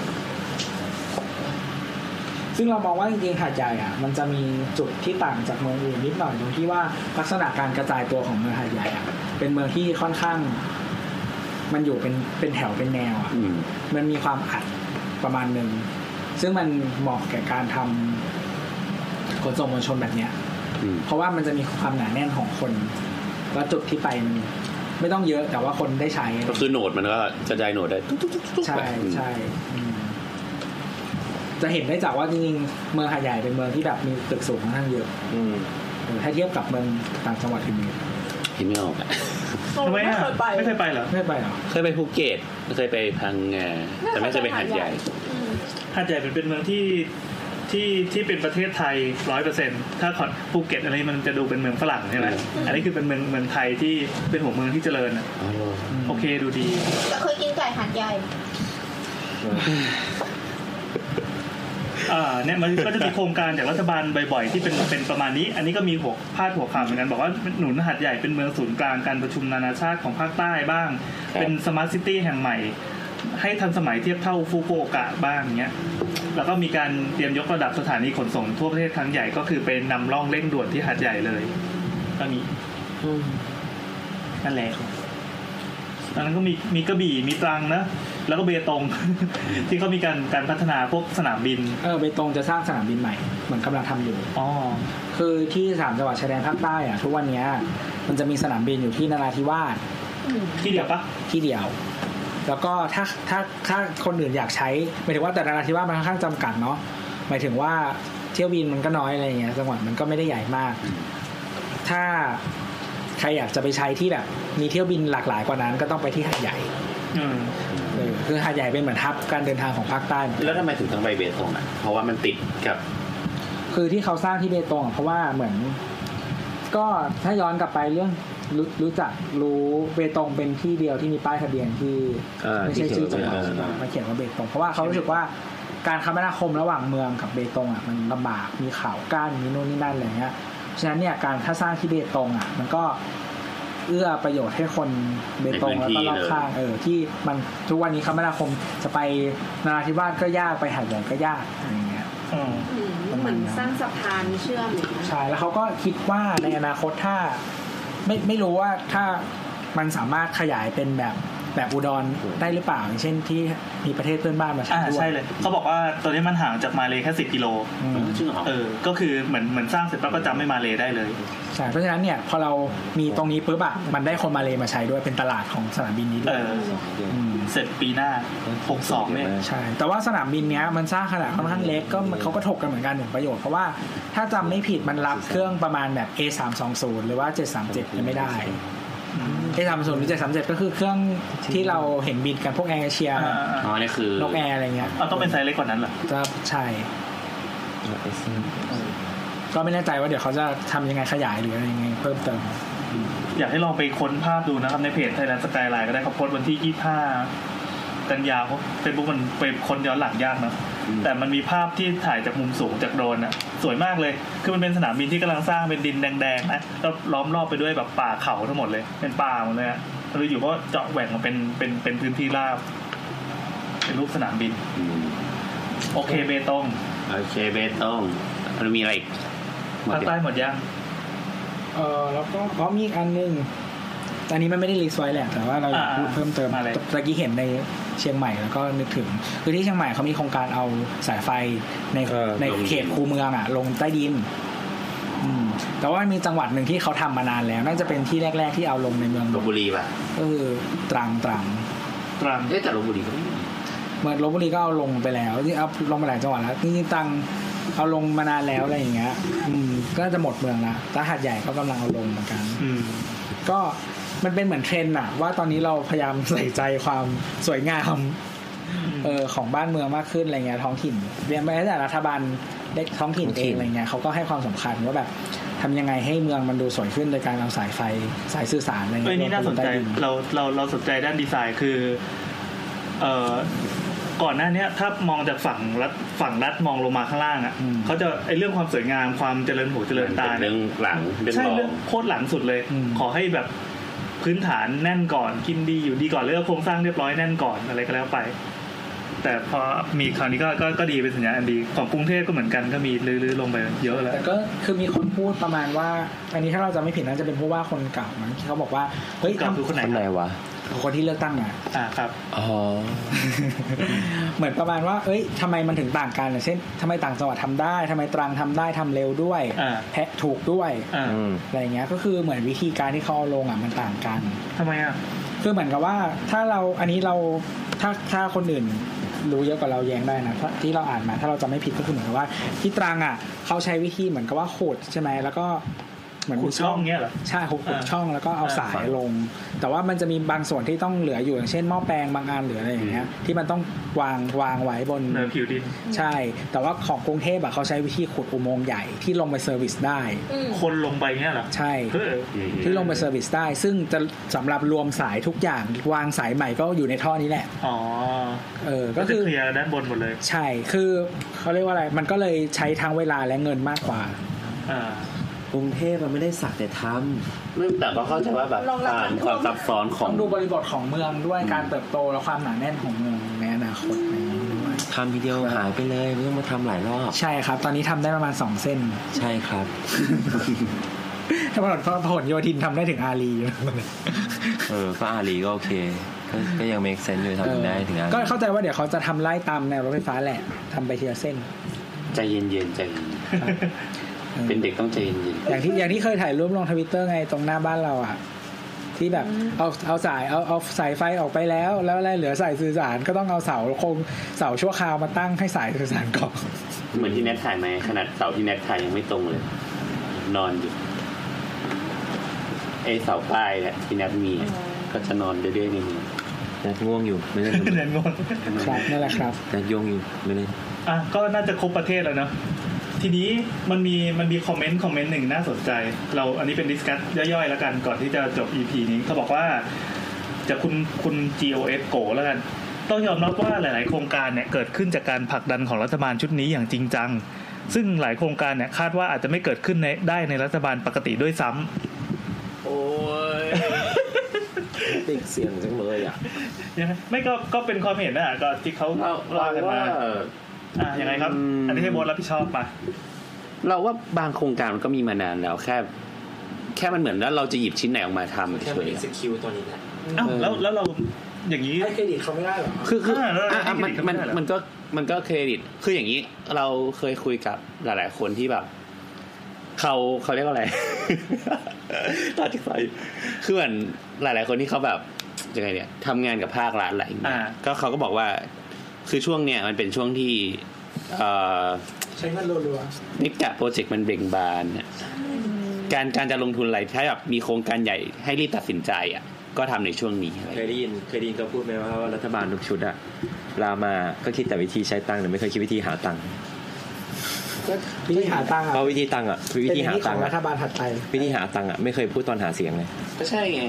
S5: ซึ่งเรามองว่าจริงๆหาดใหญ่อ่ะมันจะมีจุดที่ต่างจากเมืองอื่นนิดหน่อยตรงที่ว่าลักษณะการกระจายตัวของเมืองหาดใหญ่อ่ะเป็นเมืองที่ค่อนข้าง มันอยู่เป็นเป็นแถวเป็นแนวอ่ะมันมีความอัดประมาณหนึ่งซึ่งมันเหมาะแก่การทำขนส่งมวลชนแบบเนี้ย เพราะว่ามันจะมีความหนาแน่นของคนแล้วจุดที่ไปมันไม่ต้องเยอะแต่ว่าคนได้ใช้
S25: ก็คือโหนดมันก็กระจายโหนดได้ตุ๊กๆๆๆ
S5: ใช่
S25: ไปอืม
S5: ใช่อืมจะเห็นได้จากว่าจริงๆเมืองหาดใหญ่เป็นเมืองที่แบบมีตึกสูงค่อนข้างเยอะเออถ้าเทียบกับเมืองต่างจังหวัดอื่น
S25: คิดไม่ออกอะ
S2: ทำไมอ่ะ ไม่เคยไปเหรอ
S5: ๆไม่ไปหรอ
S25: เคยไปภูเก็ตเคยไปพังงาแต่ไม่เคยไปหาดใหญ่
S2: หาดใหญ่เป็นเป็นเมืองที่ที่ที่เป็นประเทศไทยร้อยเปอร์เซ็นถ้าขอนภูเก็ตอะไรมันจะดูเป็นเมืองฝรั่งใช่ไหมอันนี้คือเป็นเมืองเมืองไทยที่เป็นหัวเมืองที่เจริญอะโอเคดูดี
S4: เคยกินไก่หัดใหญ่
S2: อ่าเนี่ยมันก็จะมีโครงการจากรัฐบาลบ่อยๆที่เป็นเป็นประมาณนี้ อันนี้ก็มีหัวพาดหัวข่าวเหมือนกันบอกว่าหนุนหัดใหญ่เป็นเมืองศูนย์กลางการประชุมนานาชาติของภาคใต้บ้าง เป็นสมาร์ทซิตี้แห่งใหม่ ให้ทันสมัยเทียบเท่าฟูกุโอกะบ้างเงี้ยแล้วก็มีการเตรียมยกระดับสถานีขนส่งทั่วประเทศครั้งใหญ่ก็คือเป็นนำร่องเร่งด่วนที่หัดใหญ่เลยก็มีนั่นแหละอันนั้นก็มีมีกระบี่มีตรังนะแล้วก็เบตง ที่เขามีการการพัฒนาพวกสนามบิน
S5: เออเบตงจะสร้างสนามบินใหม่เหมือนกำลังทำอยู่
S2: อ๋อ
S5: คือที่สามจังหวัดชายแดนภาคใต้อ่ะทุกวันเนี้ยมันจะมีสนามบินอยู่ที่นราธิวาส
S2: ที่เดียวปะ
S5: ที่เดียว แล้วก็ถ้าถ้าถ้าคนอื่นอยากใช้หมายถึงว่าแต่นราธิวาสมันค่อนข้างจำกัดเนาะหมายถึงว่าเที่ยวบินมันก็น้อยอะไรอย่างเงี้ยจังหวัดมันก็ไม่ได้ใหญ่มาก ถ้าใครอยากจะไปใช้ที่แบบ มีเที่ยวบินหลากหลายกว่านั้น ก็ต้องไปที่หาดใหญ่
S2: อืม
S5: เออคือหาดใหญ่เป็นเหมือนทับการเดินทางของภาคใต้เหมือนกัน
S25: แล้วทำไมถึงต้องไปเบตงอ่ะ เพราะว่ามันติดกับ
S5: คือที่เขาสร้างที่เบตงอะเพราะว่าเหมือน ก็ถ้าย้อนกลับไปเรื่องรู้รู้จักรู้เบตงเป็นที่เดียวที่มีป้ายทะเบียนที่
S12: อ่า
S5: ไม่ใช่
S12: ที่เขี
S5: ชื่
S12: ย
S5: อน
S12: ว่า
S5: จังหวั
S12: เบตง
S5: ดใช่ไหมมาเขียนว่าเบตงเพราะว่าเขารู้สึกว่าการคมนาคมระหว่างเมืองกับเบตงอ่ะมันลำบากมีเขากั้นมีนู่นนี่นั่นอะไรเงี้ยฉะนั้นเนี่ยการถ้าสร้างที่เบตงอ่ะ มันก็เอื้อประโยชน์ให้คนเบตง
S12: ในพื้นที่
S5: แล้วก็รอบข้าง
S12: เลย
S5: เออที่มันทุกวันนี้คมนาคมจะไปนราธิวาสก็ยากไปหาดใหญ่ก็ยากอะไรเงี้ย
S16: เหมือนสร้างสะพานเชื่อมอย่างเงี้ย
S5: ใช่แล้วเขาก็คิดว่าในอนาคตถ้าไม่ไม่รู้ว่าถ้ามันสามารถขยายเป็นแบบแบบอุดรได้หรือเปล่าอย่างเช่นที่มีประเทศเพื่อนบ้านมาใช้
S2: อ่า
S5: ด้วย
S2: ใช่เลยเขาบอกว่าตัวนี้มันห่างจากมาเลยแค่สิบกิโลเออ ก็คือเหมือนเหมือนสร้างเสร็จแล้วก็จำไม่มาเลยได้เลย
S5: ใช่เพราะฉะนั้นเนี่ยพอเรามีตรงนี้ปุ๊บอะมันได้คนมาเลยมาใช้ด้วยเป็นตลาดของสนามบินนี้ด้
S2: เอ
S5: วย
S2: อ เสร็จปีหน้าหกสองเนี่ย
S5: ใช่แต่ว่าสนามบินเนี้ยมันสร้างขนาดค่อนข้างเล็กก็มันเขาก็ถกกันเหมือนกันถึงประโยชน์เพราะว่าถ้าจำไม่ผิดมันรับเครื่องประมาณแบบ A 3 2 0หรือว่า 737ยังไม่ได้ ที่ทำศูนย์วิจัยสามเจ็ดก็คือเครื่องที่เราเห็นบินกันพวกแอร์เอเชีย
S25: อ๋อนี่คือน
S5: กแอร์อะไรเงี้ย
S2: เอาต้องเป็นไซส์เล็กกว่านั้นเหรอ
S5: จะใช่ก็ไม่แน่ใจว่าเดี๋ยวเขาจะทำยังไงขยายหรืออะไรยังไงเพิ่มเติม
S2: อยากให้ลองไปค้นภาพดูนะครับ ในเพจไทยแลนด์สกายไลน์ก็ได้เขาโพสต์วันที่ 25 กันยาเพราะเฟซบุ๊กมันไปค้นย้อนหลังยากเนอะแต่มันมีภาพที่ถ่ายจากมุมสูงจากโดรนอะสวยมากเลย คือมันเป็นสนามบินที่กำลังสร้างเป็นดินแดงๆนะแล้วล้อมรอบไปด้วยแบบป่าเขาทั้งหมดเลย เป็นป่าหมดเลยอะแล้วอยู่ก็เจาะแหว่งมาเป็นเป็นเป็นพื้นที่ราบ เป็นรูปสนามบิน โอเคเบตง
S25: โอเคเบตงมันมีอะไรอีก
S2: ภาคใต้หมดยัง
S5: เออแล้วก็เพราะมีอีกอันหนึงอันนี้มันไม่ได้รีสไว้แหละแต่ว่าเราอยากพูดเพิ่มเติมตะกี้เห็นในเชียงใหม่แล้วก็นึกถึงคือที่เชียงใหม่เขามีโครงการเอาสายไฟในในเขตคูเมืองอ่ะ ลงใต้ดินอืมแต่ว่ามีจังหวัดหนึ่งที่เขาทำมานานแล้ว น่าจะเป็นที่แรก ๆที่เอาลงในเมือง
S25: ลบบุรีป่ะ
S5: ก็คือตรังตรัง
S2: ตรัง
S25: เอ๊ะแต่ลบบุรีก็ไม่มี
S5: เหมือนลบบุรีก็เอาลงไปแล้วที่เอาลงไปหลายจังหวัดแล้วจริงๆตรังเอาลงมานานแล้วอะไรอย่างเงี้ย อืมก็น่าจะหมดเมืองละแต่หาดใหญ่ก็กำลังเอาลงเหมือนกัน ก็มันเป็นเหมือนเทรนด์อะว่าตอนนี้เราพยายามใส่ใจความสวยงามเออของบ้านเมืองมากขึ้นอะไรเงี้ยท้องถิ่นเรียนไปแต่รัฐบาลเล็กท้องถิ่นเองอะไรเงี้ยเขาก็ให้ความสำคัญว่าแบบทำยังไงให้เมืองมันดูสวยขึ้นโดยการเอาสายไฟสายสื่อสารอะไร
S2: เอ้
S5: เงี้
S2: ย
S5: ย
S2: นี่น่าสนใจ
S5: ลงไปใต้ดิ
S2: เราเราเราสนใจด้านดีไซน์คือเอ่อก่อนหน้าเนี้ยถ้ามองจากฝั่งรัฐฝั่งรัฐมองลงมาข้างล่างอ่ะเขาจะไอเรื่องความสวยงามความเจริญหูเจริญตา
S25: เป็นเรื่องหลังเรื่อง
S2: ใช่
S25: รอง
S2: เรื่องโคตรหลังสุดเลย ขอให้แบบพื้นฐานแน่นก่อนกินดีอยู่ดีก่อนแล้วก็โครงสร้างเรียบร้อยแน่นก่อนอะไรก็แล้วไป แต่พอมีคราวนี้ก็ก็ก็ดีเป็นสัญญาณอันดี ของกรุงเทพก็เหมือนกันก็มีลื้อๆลงไปเยอะแล้ว
S5: แต่ก็คือมีคนพูดประมาณว่า อันนี้ถ้าเราจะไม่ผิดน่าจะเป็นผู้ว่าคนเก่ามั้งที่เขาบอกว่าเฮ้ย
S2: เก่าคือคนไหน
S5: คนไหนวะคนที่เลือกตั้งอะ
S2: อ่าครับ
S5: อ๋อ เหมือนประมาณว่า เอ้ยทำไมมันถึงต่างกันอย่างเช่นทำไมต่างจังหวัดทำได้ทำไมตรังทำได้ทำเร็วด้วย แพะถูกด้วยอะไรเงี้ย ก็คือเหมือนวิธีการที่เขาเอาลงอ่ะมันต่างกัน
S2: ทำไมอ่ะ
S5: คือเหมือนกับว่าถ้าเราอันนี้เราถ้าถ้าคนอื่นรู้เยอะกว่าเราแย้งได้นะถ้าที่เราอ่านมา ถ้าเราจะไม่ผิดก็คือเหมือนกับว่าที่ตรังอ่ะเขาใช้วิธีเหมือนกับว่าขุดใช่ไหมแล้วก็เหมือนมี
S2: ขุดช่องเงี้ยเหรอ
S5: ใช่ขุดขุด
S2: อ่า
S5: ช่องแล้วก็เอา
S2: อ่า
S5: สายลง แต่ว่ามันจะมีบางส่วนที่ต้องเหลืออยู่อย่างเช่นหม้อแปลงบางอันเหลืออะไรอย่างเงี้ยที่มันต้องวางวางไว้บน
S2: เหนือผิวดิน
S5: ใช่ แต่ว่าของกรุงเทพอะเขาใช้วิธีขุดอุโมงค์ใหญ่ที่ลงไปเซอร์วิสได้
S2: คนลงไปเงี้ยเหรอ
S5: ใช่
S2: เออ
S5: ที่ลงไปเซอร์วิสได้ ซึ่งจะสำหรับรวมสายทุกอย่างวางสายใหม่ก็อยู่ในท่อนี้แหละ
S2: อ๋อ
S5: เออ
S2: ก็
S5: ก็
S2: คื
S5: คืออ
S2: เคลียร์ด้านบนหมดเลย
S5: ใช่ คือเขาเรียกว่าอะไร มันก็เลยใช้ทั้งเวลาและเงินมากกว่า
S12: กรุงเทพมันไม่ได้สักแต่ท
S25: ไม่แต่ก็เข้าใจว่าแบบ
S5: ลองรับ
S25: ตามความซับซ้อนขอ
S5: ต้อง งดูบริบทของเมืองด้วยการเติบโตและความหนาแน่นของเมืองในอนาคตอะไรอย่างเงี้ยด้วย
S12: ำทำทีเดียวหายไปเลยไม่ต้องมาทำหลายรอบ
S5: ใช่ครับ ตอนนี้ทำได้ประมาณสองเส้น
S12: ใช่ครับ
S5: ถ้าผลผลโยธินทำได้ถึงอารีอยู่
S1: เออ ก็อาลีก็โอเค ก็ก็ยังเมคเซนต์อยู่ทำได้ถึงอา
S5: ก็
S1: ลี
S5: เข้าใจว่าเดี๋ยวเขาจะทำไล่ตามแนวรถไฟฟ้าแหละทำไปทีละเส้น
S25: ใจเย็นๆใจเย็นเป็นเด็กต้องใจเย็นๆ
S5: อย่างที่อย่างที่เคยถ่ายรูปลงทวิตเตอร์ไงตรงหน้าบ้านเราอ่ะ ที่แบบเอาเอาสายเอาเอาสายไฟออกไปแล้ว แล้วอะไรเหลือสายสื่อสารก็ต้องเอาเสาโครงเสาชั่วคราวมาตั้งให้สายสื่อสารก่อน
S25: เหมือนที่แนทถ่ายไหมขนาดเสาที่แนทถ่ายยังไม่ตรงเลย นอนอยู่ไอเสาป้ายแหละที่แนทมีอะก็จะนอนเรื่อยๆในมือ
S1: แนทง่วงอยู่ไม่ได้
S2: แนทง่วง
S5: ครับนั่นแหละครับ
S1: แนทย่วงอยู่ไม่ได้
S2: อ่ะ ก็น่าจะครบประเทศแล้วเนอะ ทีนี้มันมีมันมีคอมเมนต์คอมเมนต์หนึ่งน่าสนใจ เราอันนี้เป็นดิสคัสย่อยๆแล้วกันก่อนที่จะจบ EP นี้เขาบอกว่าจากคุณคุณ GOS โกแล้วกัน ต้องยอมรับว่าหลาย ๆ โครงการเนี่ยเกิดขึ้นจากการผลักดันของรัฐบาลชุดนี้อย่างจริงจัง ซึ่งหลายโครงการเนี่ยคาดว่าอาจจะไม่เกิดขึ้นในได้ในรัฐบาลปกติด้วยซ้ำ
S26: โอ้ยติดเสียงจังเลยอ่ะ
S2: ยังไงไม่ก็ก็เป็นความเห็นนะก็ที่เขาว่ากันมา
S27: เราว่า
S2: อ่ะยังไงครับ อันนี้ให้โบทรับผิดชอบไป
S6: เราว่าบางโครงการมันก็มีมานานแล้วแค่ แค่มันเหมือนว่าเราจะหยิบชิ้นไหนออกมาทำ
S26: แค่
S6: เฉ
S26: มัน
S6: ย
S26: เอ็กซ์คิวตัวนี้แหละ
S2: อ้าวแล้วแล้วเราอย่างนี้
S26: ให้เครดิตเขาไม่ได้หรอ
S6: คือคือ
S26: แล้ว
S6: อ่ะอ่ะมัน
S26: ให้เครดิต
S6: มั
S26: เขาไม่
S6: น
S26: ได้เหรอ
S6: มันก็มันก็เครดิต คืออย่างนี้เราเคยคุยกับหลาย ๆ คนที่แบบเขาเขาเรียกว่า อะไร ตอนที่ไปคือเหมือนหลาย ๆ คนที่เขาแบบยังไงเนี่ยทำงานกับภาครัฐอะไรอย่างเงี้ยก็เขาก็บอกว่า คือช่วงเนี้ยมันเป็นช่วงที่ เอ่อ
S26: ใช้เงินรัว
S6: นิกะโปรเจกต์มันเบ่งบานน่ะการการจะลงทุนอะไรถ้าแบบมีโครงการใหญ่ให้รีบตัดสินใจอ่ะ ก็ทำในช่วงนี้อะไร
S7: เคยได้ยินเคยได้ยินเขาพูดไหมว่าว่ารัฐบาลทุกชุดอะลามาก็คิดแต่วิธีใช้ตังค์แต่ไม่เคยคิดวิธีหาตังค์
S5: ก็วิธีหาตังค์อะ
S7: เพราะวิธีตังค์อะคือวิธีหา
S5: เป็นอย่นี้ข
S7: ตั
S5: องง
S7: ค์
S5: รั
S7: อะ
S5: ฐบาลถัดไป
S7: วิธีหาตังค์อะไม่เคยพูดตอนหาเสียงเลย
S6: ก็ใช่ไง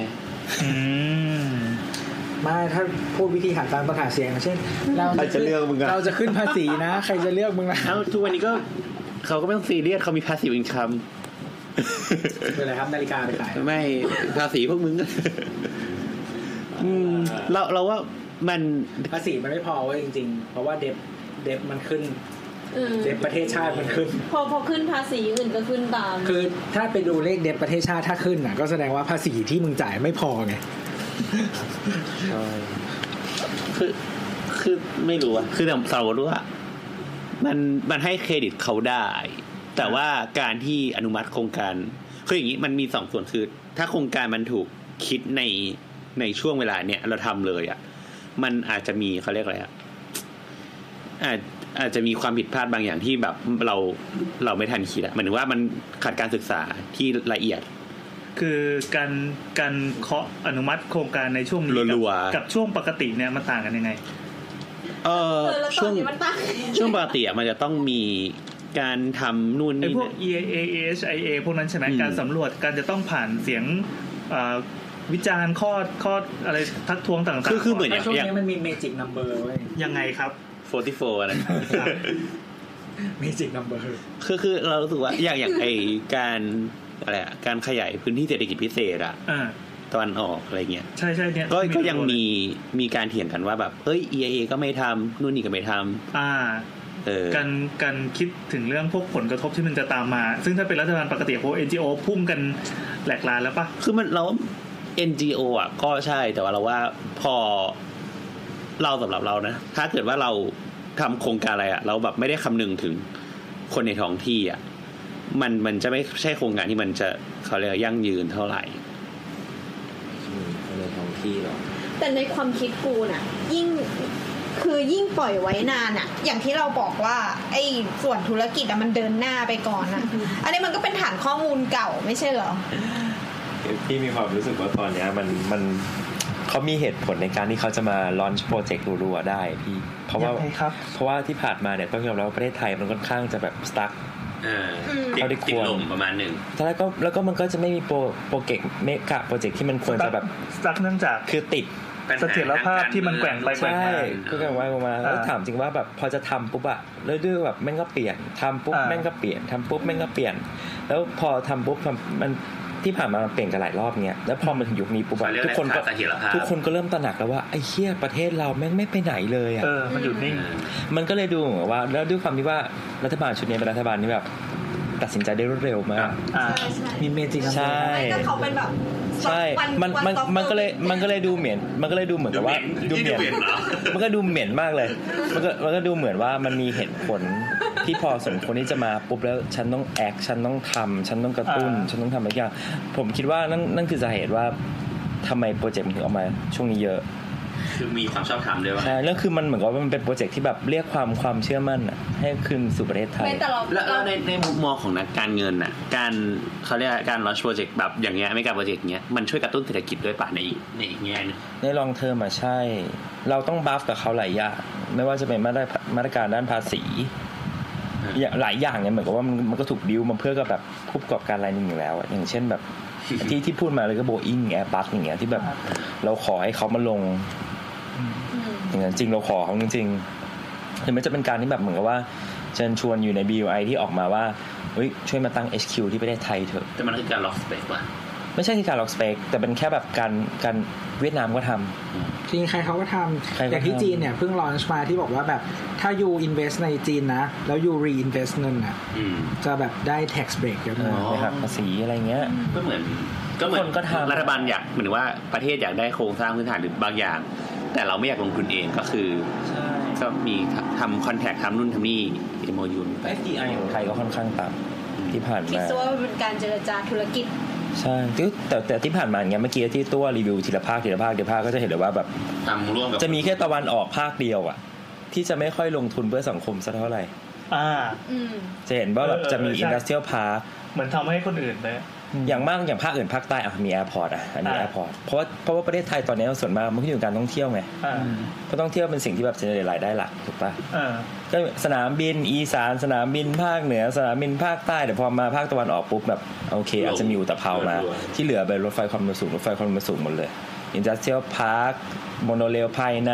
S5: มาถ้าพูดวิธีหาตังค์ต้องหาเสียงนะเช่นเรา
S26: ใครจะเลือกมึงอะ
S5: เราจะขึ้นภาษีนะ ใครจะเลือกมึงนะ
S6: เอ้าทุกวันนี้ก็เขาก็ไม่ต้องซีเรียสเขามีภาษีอินคัม
S5: เป็นไรครับนาฬิกาไปขาย
S6: ไม่ภาษีพวกมึง อืมเราเราว่ามัน
S5: ภาษีมันไม่พอเว้ยจริงๆ เพราะว่าเด็บเด็บมันขึ้น
S4: อืม
S5: เด็บประเทศชาติมันขึ้น
S4: พอพอขึ้นภาษีอื่นก็ขึ้นตาม
S5: คือถ้าไปดูเลขเด็บประเทศชาติถ้าขึ้นน่ะ ก็แสดงว่าภาษีที่มึงจ่ายไม่พอไง
S6: ใช่คือคือไม่รู้อะคือแต่สาวรู้ว่ามันมันให้เครดิตเขาได้ แต่ว่าการที่อนุมัติโครงการคืออย่างนี้มันมีสองส่วนคือ ถ้าโครงการมันถูกคิดในในช่วงเวลาเนี้ยเราทำเลยอะมันอาจจะมีเขาเรียกอะไรอะอาจอาจจะมีความผิดพลาดบางอย่างที่แบบเราเราไม่ทันคิดอะหมายถึงว่ามันขาดการศึกษาที่ละเอียด
S2: คือการการเคาะอนุมัติโครงการในช่วงนี้
S6: รั
S2: กับ
S6: วๆ
S2: กับช่วงปกติเนี่ยมันต่างกันยังไง
S6: เออ
S2: เออแล้วตอน
S6: ช่
S2: นี้
S6: วง
S2: มันตั้ง
S6: ช่วงปกติอะมันจะต้องมีการทำนู่น
S2: ไอ้
S6: นี่
S2: พวก
S6: นะ
S2: EIA AHIA พวกนั้นใช่ไหมการสำรวจการจะต้องผ่านเสียงเอ่อวิจารณ์ข้อข้ออะไรทักท้วงต่างๆ
S6: คือคือเหมือนอย่าง
S5: ช่วง
S6: อย่า
S5: นี้
S6: ง
S5: มันมีเมจิกนัมเบอร์เว้ย
S2: ยังไงครับ
S6: 44อะไร
S5: เมจิกนัมเบอร์
S6: คือคือเรารู้สึกว่าอย่างอย่างไอการอะไรอะการขยายพื้นที่เศรษฐกิจพิเศษอะ
S2: อ่า
S6: ตอนออกอะไรเงี้ย
S2: ใช่ใช่เนี่ย
S6: ก็ก็ยัง
S2: ตัวเล
S6: มีมีการเถียงกันว่าแบบเอ้ย EIA ก็ไม่ทำนู่นนี่ก็ไม่ทำ
S2: อ่า
S6: เออ
S2: การการคิดถึงเรื่องพวกผลกระทบที่มันจะตามมา ซึ่งถ้าเป็นรัฐบาลปกติพวก NGO พุ่งกันแหลกลานแล้วปะ
S6: คือมันเรา NGO อ่ะก็ใช่แต่ว่าเราว่าพอเราสำหรับเรานะ ถ้าเกิดว่าเราทำโครงการอะไรอ่ะ เราแบบไม่ได้คำนึงถึงคนในท้องที่อ่ะมันมันจะไม่ใช่โครงการที่มันจะเขาเรียกว่ายั่งยืนเท่าไหร่
S7: คนในท้องที่หรอ
S13: แต่ในความคิดกูน่ะ ยิ่งคือยิ่งปล่อยไว้นานอะอย่างที่เราบอกว่า ไอ้ส่วนธุรกิจอะมันเดินหน้าไปก่อนอะอันนี้มันก็เป็นฐานข้อมูลเก่าไม่ใช่เหรอ
S7: พี่มีความรู้สึกว่าตอนเนี้ยมันมันเขามีเหตุผลในการที่เขาจะมาลอนช์โปรเจกต์รัวๆได้พี่ เพราะว่า
S2: ยังไงครับ
S7: เพราะว่าที่ผ่านมาเนี่ยต้องยอมรับว่าประเทศไทยมันค่อนข้างจะแบบสตั๊ก
S28: เออ
S7: อืม
S28: ติดติดลมประมาณหนึ่ง
S7: แล้วก็แล้วก็มันก็จะไม่มีโปรโปรเจกต์เมกะโปรเจกต์ที่มันควรจะแบบ
S2: สักเนื่องจาก
S7: คือติด
S2: เสถียรภาพที่มันแกว่งไปแกว่ง
S7: ใช่
S2: มา
S7: ก็แกว่งไปแกว่งมาแล้ว
S2: อ่า
S7: ถามจริงว่าแบบพอจะทำปุ๊บอะแล้วด้วยแบบแม่งก็เปลี่ยนทำปุ๊บ
S2: อ่า
S7: แม่งก็เปลี่ยนทำปุ๊บแม่งก็เปลี่ยน แล้วพอทำปุ๊บทำมันที่ผ่านมามันเปลี่ยนกันหลายรอบเนี้ยแล้วพอมันถึงยุคนี้ปุ๊บอะ
S28: เขาเรียก
S7: ทุกคนก็
S28: ขาดเสถียรภาพ
S7: ทุกคนก็เริ่มตระหนักแล้วว่าไอ้เหี้ยประเทศเราแม่งไม่ไปไหนเลยอะ
S2: เออ มันหยุดนิ่ง
S7: มันก็เลยดูเหมือนว่าแล้วด้วยความที่ว่ารัฐบาลชุดนี้เป็นรัฐบาลที่แบบตัดสินใจได้รวดเร็วมาก
S5: มีเมจิก
S7: ใช่
S13: ก็เขาเป็นแบบ
S7: ใช่มันมันมันก็เลยมันก็เลยดูเหมือนมันก็เลยดูเหมือนกับว่า
S28: ดูเหม็นนี่ดูเหม็นเหรอ
S7: มันก็ดูเหม็นมากเลย มันก็มันก็ดูเหมือนว่ามันมีเหตุผลที่พอสมควรที่จะมาปุ๊บแล้วฉันต้องแอคฉันต้องทำฉันต้องกระตุ้น ฉันต้องทำอะไรอย่างผมคิดว่านั่นนั่นคือสาเหตุว่าทำไมโปรเจกต์มันถึงออกมาช่วงนี้เยอะ
S28: คือมีความชอบธรรมด้วยว่า
S7: ใช่แล้วคือมันเหมือนกับว่ามันเป็นโปรเจกต์ที่แบบเรียกความความเชื่อมั่นน่ะให้คืนสู่ประเทศไทย
S6: แล้วแล้วในในมุมมองของนักการเงินน่ะ การเขาเรียกว่าการลอนช์โปรเจกต์แบบอย่างเงี้ยไม่การโปรเจกต์เงี้ยมันช่วยกระตุ้นเศรษฐกิจด้วยป่ะในอีกในอีกแง่หนึง
S7: ในลองเทอมอ่ะใช่ เราต้องบัฟกับเขาหลายอย่าง ไม่ว่าจะเป็นมาตรมาตรการด้านภาษี
S6: อ่
S7: อย่างหลายอย่างเนี่ยเหมือนกับว่ามันมันก็ถูกดิวมาเพื่อกับแบบผู้ประกอบการรายหนึ่งอยู่แล้วอะอย่างเช่นแบบ ที่ที่พูดมาเลยก็โบอิงแอร์บัสอย่างเงี้ยที่แบบเราขอให้เขามาลง อย่างนั้นจริงเราขอเขาจริงๆหรือมันจะเป็นการที่แบบเหมือนกับว่าเชิญชวนอยู่ใน BUI ที่ออกมาว่าเฮ้ยช่วยมาตั้ง HQ ที่ประเทศไทยเถอะ
S25: แต่มันคือการล็อกสเปกว่ะ
S7: ไม่ใช่ที่การล็อกสเปกแต่เป็นแค่แบบการการเวียดนามก็ทำ
S5: จริงใครเขาก็ท
S7: ใครก็
S5: ำอ
S7: ทำ
S5: ย่างที่จีนเนี่ยเพิ่งลอนช์มาที่บอกว่าแบบถ้า you invest ในจีนนะ แล้ว you reinvest เงินนะจะแบบได้ tax break เยอะมาก
S7: ไปหักภาษีอะไรเงี้ย
S25: ก็เหมือน ก็เหมือน
S7: คนก็ทำ
S25: รัฐบาลอยากเหมือนว่าประเทศอยากได้โครงสร้างพื้นฐานหรือบางอย่าง แต่เราไม่อยากลงทุนเองก็คือก็มีทำคอนแทคทำนู่นทำนี่ MOU ไป
S7: FDI ของไทยก็ค่อนข้างต่ำที่ผ่าน
S4: คิด
S7: มา
S4: ซะว่ามันเป็นการเจรจาธุรกิจ
S7: ใช่แต่แต่แต่ที่ผ่านมาอย่างเงี้ยเมื่อกี้ที่ตัวรีวิวทีละภาคทีละภาคทีละภาคก็จะเห็นเลยว่าแบบ
S25: ทำร่วมกับ
S7: จะมีแค่ตะวันออกภาคเดียวอะที่จะไม่ค่อยลงทุนเพื่อสังคมสักเท่าไหร่
S2: อ่า
S7: จะเห็นว่าแบบ
S2: เออเออ
S7: จะมี
S2: ใช่
S7: อินดัสเทรียลพาร์ค
S2: เหมือนทำให้คนอื่นเลย
S7: อย่างมากอย่างภาคอื่นภาคใต้อ่ะมีแอร์พอร์ตอ่ะอันนี้
S2: อ่า
S7: แอร์พอร์ตเพราะว่าเพราะว่าประเทศไทยตอนนี้ส่วนมากมันขึ้นอยู่กับการท่องเที่ยวไง
S2: อ่า
S7: เพราะท่องเที่ยวเป็นสิ่งที่แบบเจเนเรตรายได้หลักถูกปะ
S2: อ่า
S7: ก็สนามบินอีสานสนามบินภาคเหนือ สนามบินภาคใต้แต่พอมาภาคตะวันออกปุ๊บแบบโอเค อาจจะมีอุตภาวมา ที่เหลือเป็นรถไฟความเร็วสูงรถไฟความเร็วสูงหมดเลยอินดัสเทรียลพาร์คโมโนเรลภายใน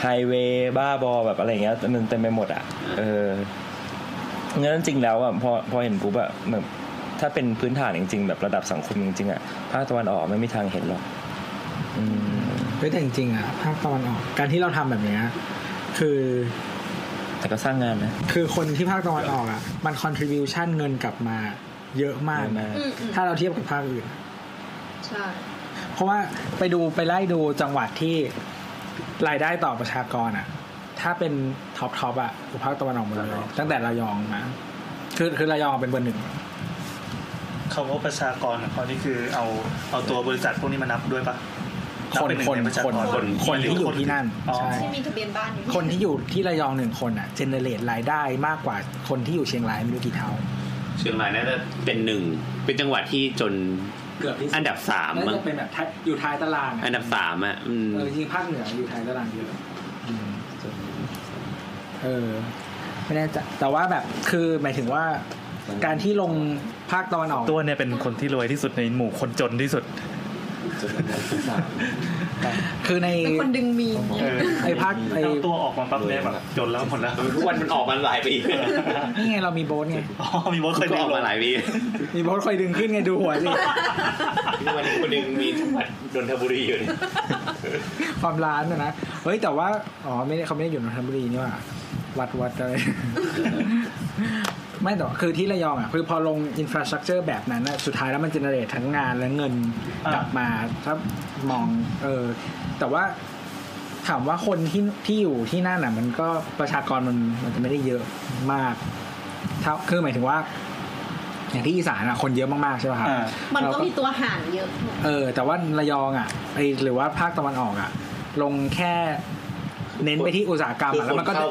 S7: ไฮเวย์บ้าบอแบบอะไรอย่างเงี้ยมันเต็มไปหมดอ่ะเออ งั้นจริงแล้วอ่ะพอพอเห็นปุ๊บอ่ะแบบถ้าเป็นพื้นฐานจริงๆ แบบระดับสังคมจริงๆอ่ะภาคตะวันออกไม่มีทางเห็นหรอก
S5: เฮ้ยแต่จริงๆอะภาคตะวันออกการที่เราทำแบบเนี้ยคือ
S7: แต่ก็สร้างงานนะ
S5: คือคนที่ภาคตะวันออกอะมัน contribution เงินกลับมาเยอะมากนะ
S4: อืมอืม
S5: ถ้าเราเทียบกับภาคอื่น
S4: ใช่
S5: เพราะว่าไปดูไปไล่ดูจังหวัดที่รายได้ต่อประชากรอะถ้าเป็นท็อปท็อปอะคือภาคตะวันออกหมดเลยตั้งแต่ระยองมา คือคือระยองเป็นเบอร์หนึ่ง
S2: คำว่าประชากรของเขานี่คือเอาเอาตัวบริษัทพวกนี้มานับด้วยปะบเป็หง
S5: คน
S2: ใประชากร
S5: คนคนคนที่อยู่ที่นั่น
S2: อ๋อ
S5: ใช่
S4: ที่มีทะเบียนบ้านอยู่
S5: คนที่อยู่ที่ระยองหนึ่งคนอะเจเนเรตรายได้มากกว่าคนที่อยู่เชียงรายไม่รู้กี่เท่า
S25: เชียงรายน่าจะเป็นหนึ่ง เป็นจังหวัดที่จน
S5: เกือบที่สุด
S25: อันดับสาม
S5: น่า
S25: มั้ง
S5: จะเป็นแบบท้ายอยู่ท้ายตารางอะ
S25: อันดับสามอ่ะอืม
S5: เออจริงๆภาคเหนืออยู่ท้ายตารางเยอะอืมเออไม่แน่ใจแต่ว่าแบบคือหมายถึงว่า การที่ลงภาคตะวันออก
S2: ตัวเนี่ยเป็นคนที่รวยที่สุดในหมู่คนจนที่สุด
S5: คือใน
S4: เป็นคนดึงมีน
S2: เออ
S5: ไอ้ภาคไอ้
S2: เอาตัวออกมาปั๊บเนี่ยแบบจนแล้วหมดแล้ว
S25: ทุกวันมันออกมาหลายปี
S5: นี่ไงเรามีโบนไง
S2: อ๋อมีบอสเคย
S25: ก็
S2: ดู
S25: ออกมาหลายปี
S5: มีโบนคอยดึงขึ้นไงดูหัวสิ
S25: ทุกวันนี้คนหนึงมีจังหวัดนนทบุรีอยู่เนี่ย
S5: ความร้านนะนะเฮ้ยแต่ว่าอ๋อไม่ได้เขาไม่ได้อยู่นนทบุรีนี่หว่าวัดวัดอะไร ไม่แต่ว่าคือที่ระยองอ่ะคือพอลงอินฟราสตรักเจอร์แบบนั้นอะสุดท้ายแล้วมันเจเนเรตทั้งงานและเงินกลับมาถ้ามองเออแต่ว่าถามว่าคนที่ที่อยู่ที่นั่นอ่ะ มันก็ประชากรมันมันจะไม่ได้เยอะมากเท่าคือหมายถึงว่า อย่างที่อีสานอ่ะคนเยอะมากๆใช่ป่ะครับ
S16: มัน
S5: เรา
S16: ก็มีตัวหารเยอะ
S5: เออ แต่ว่าระยองอ่ะไอหรือว่าภาคตะวันออกอ่ะ ลงแค่ เน้นไปที่อุตสาหกรรมอะแล้วมันก็ได้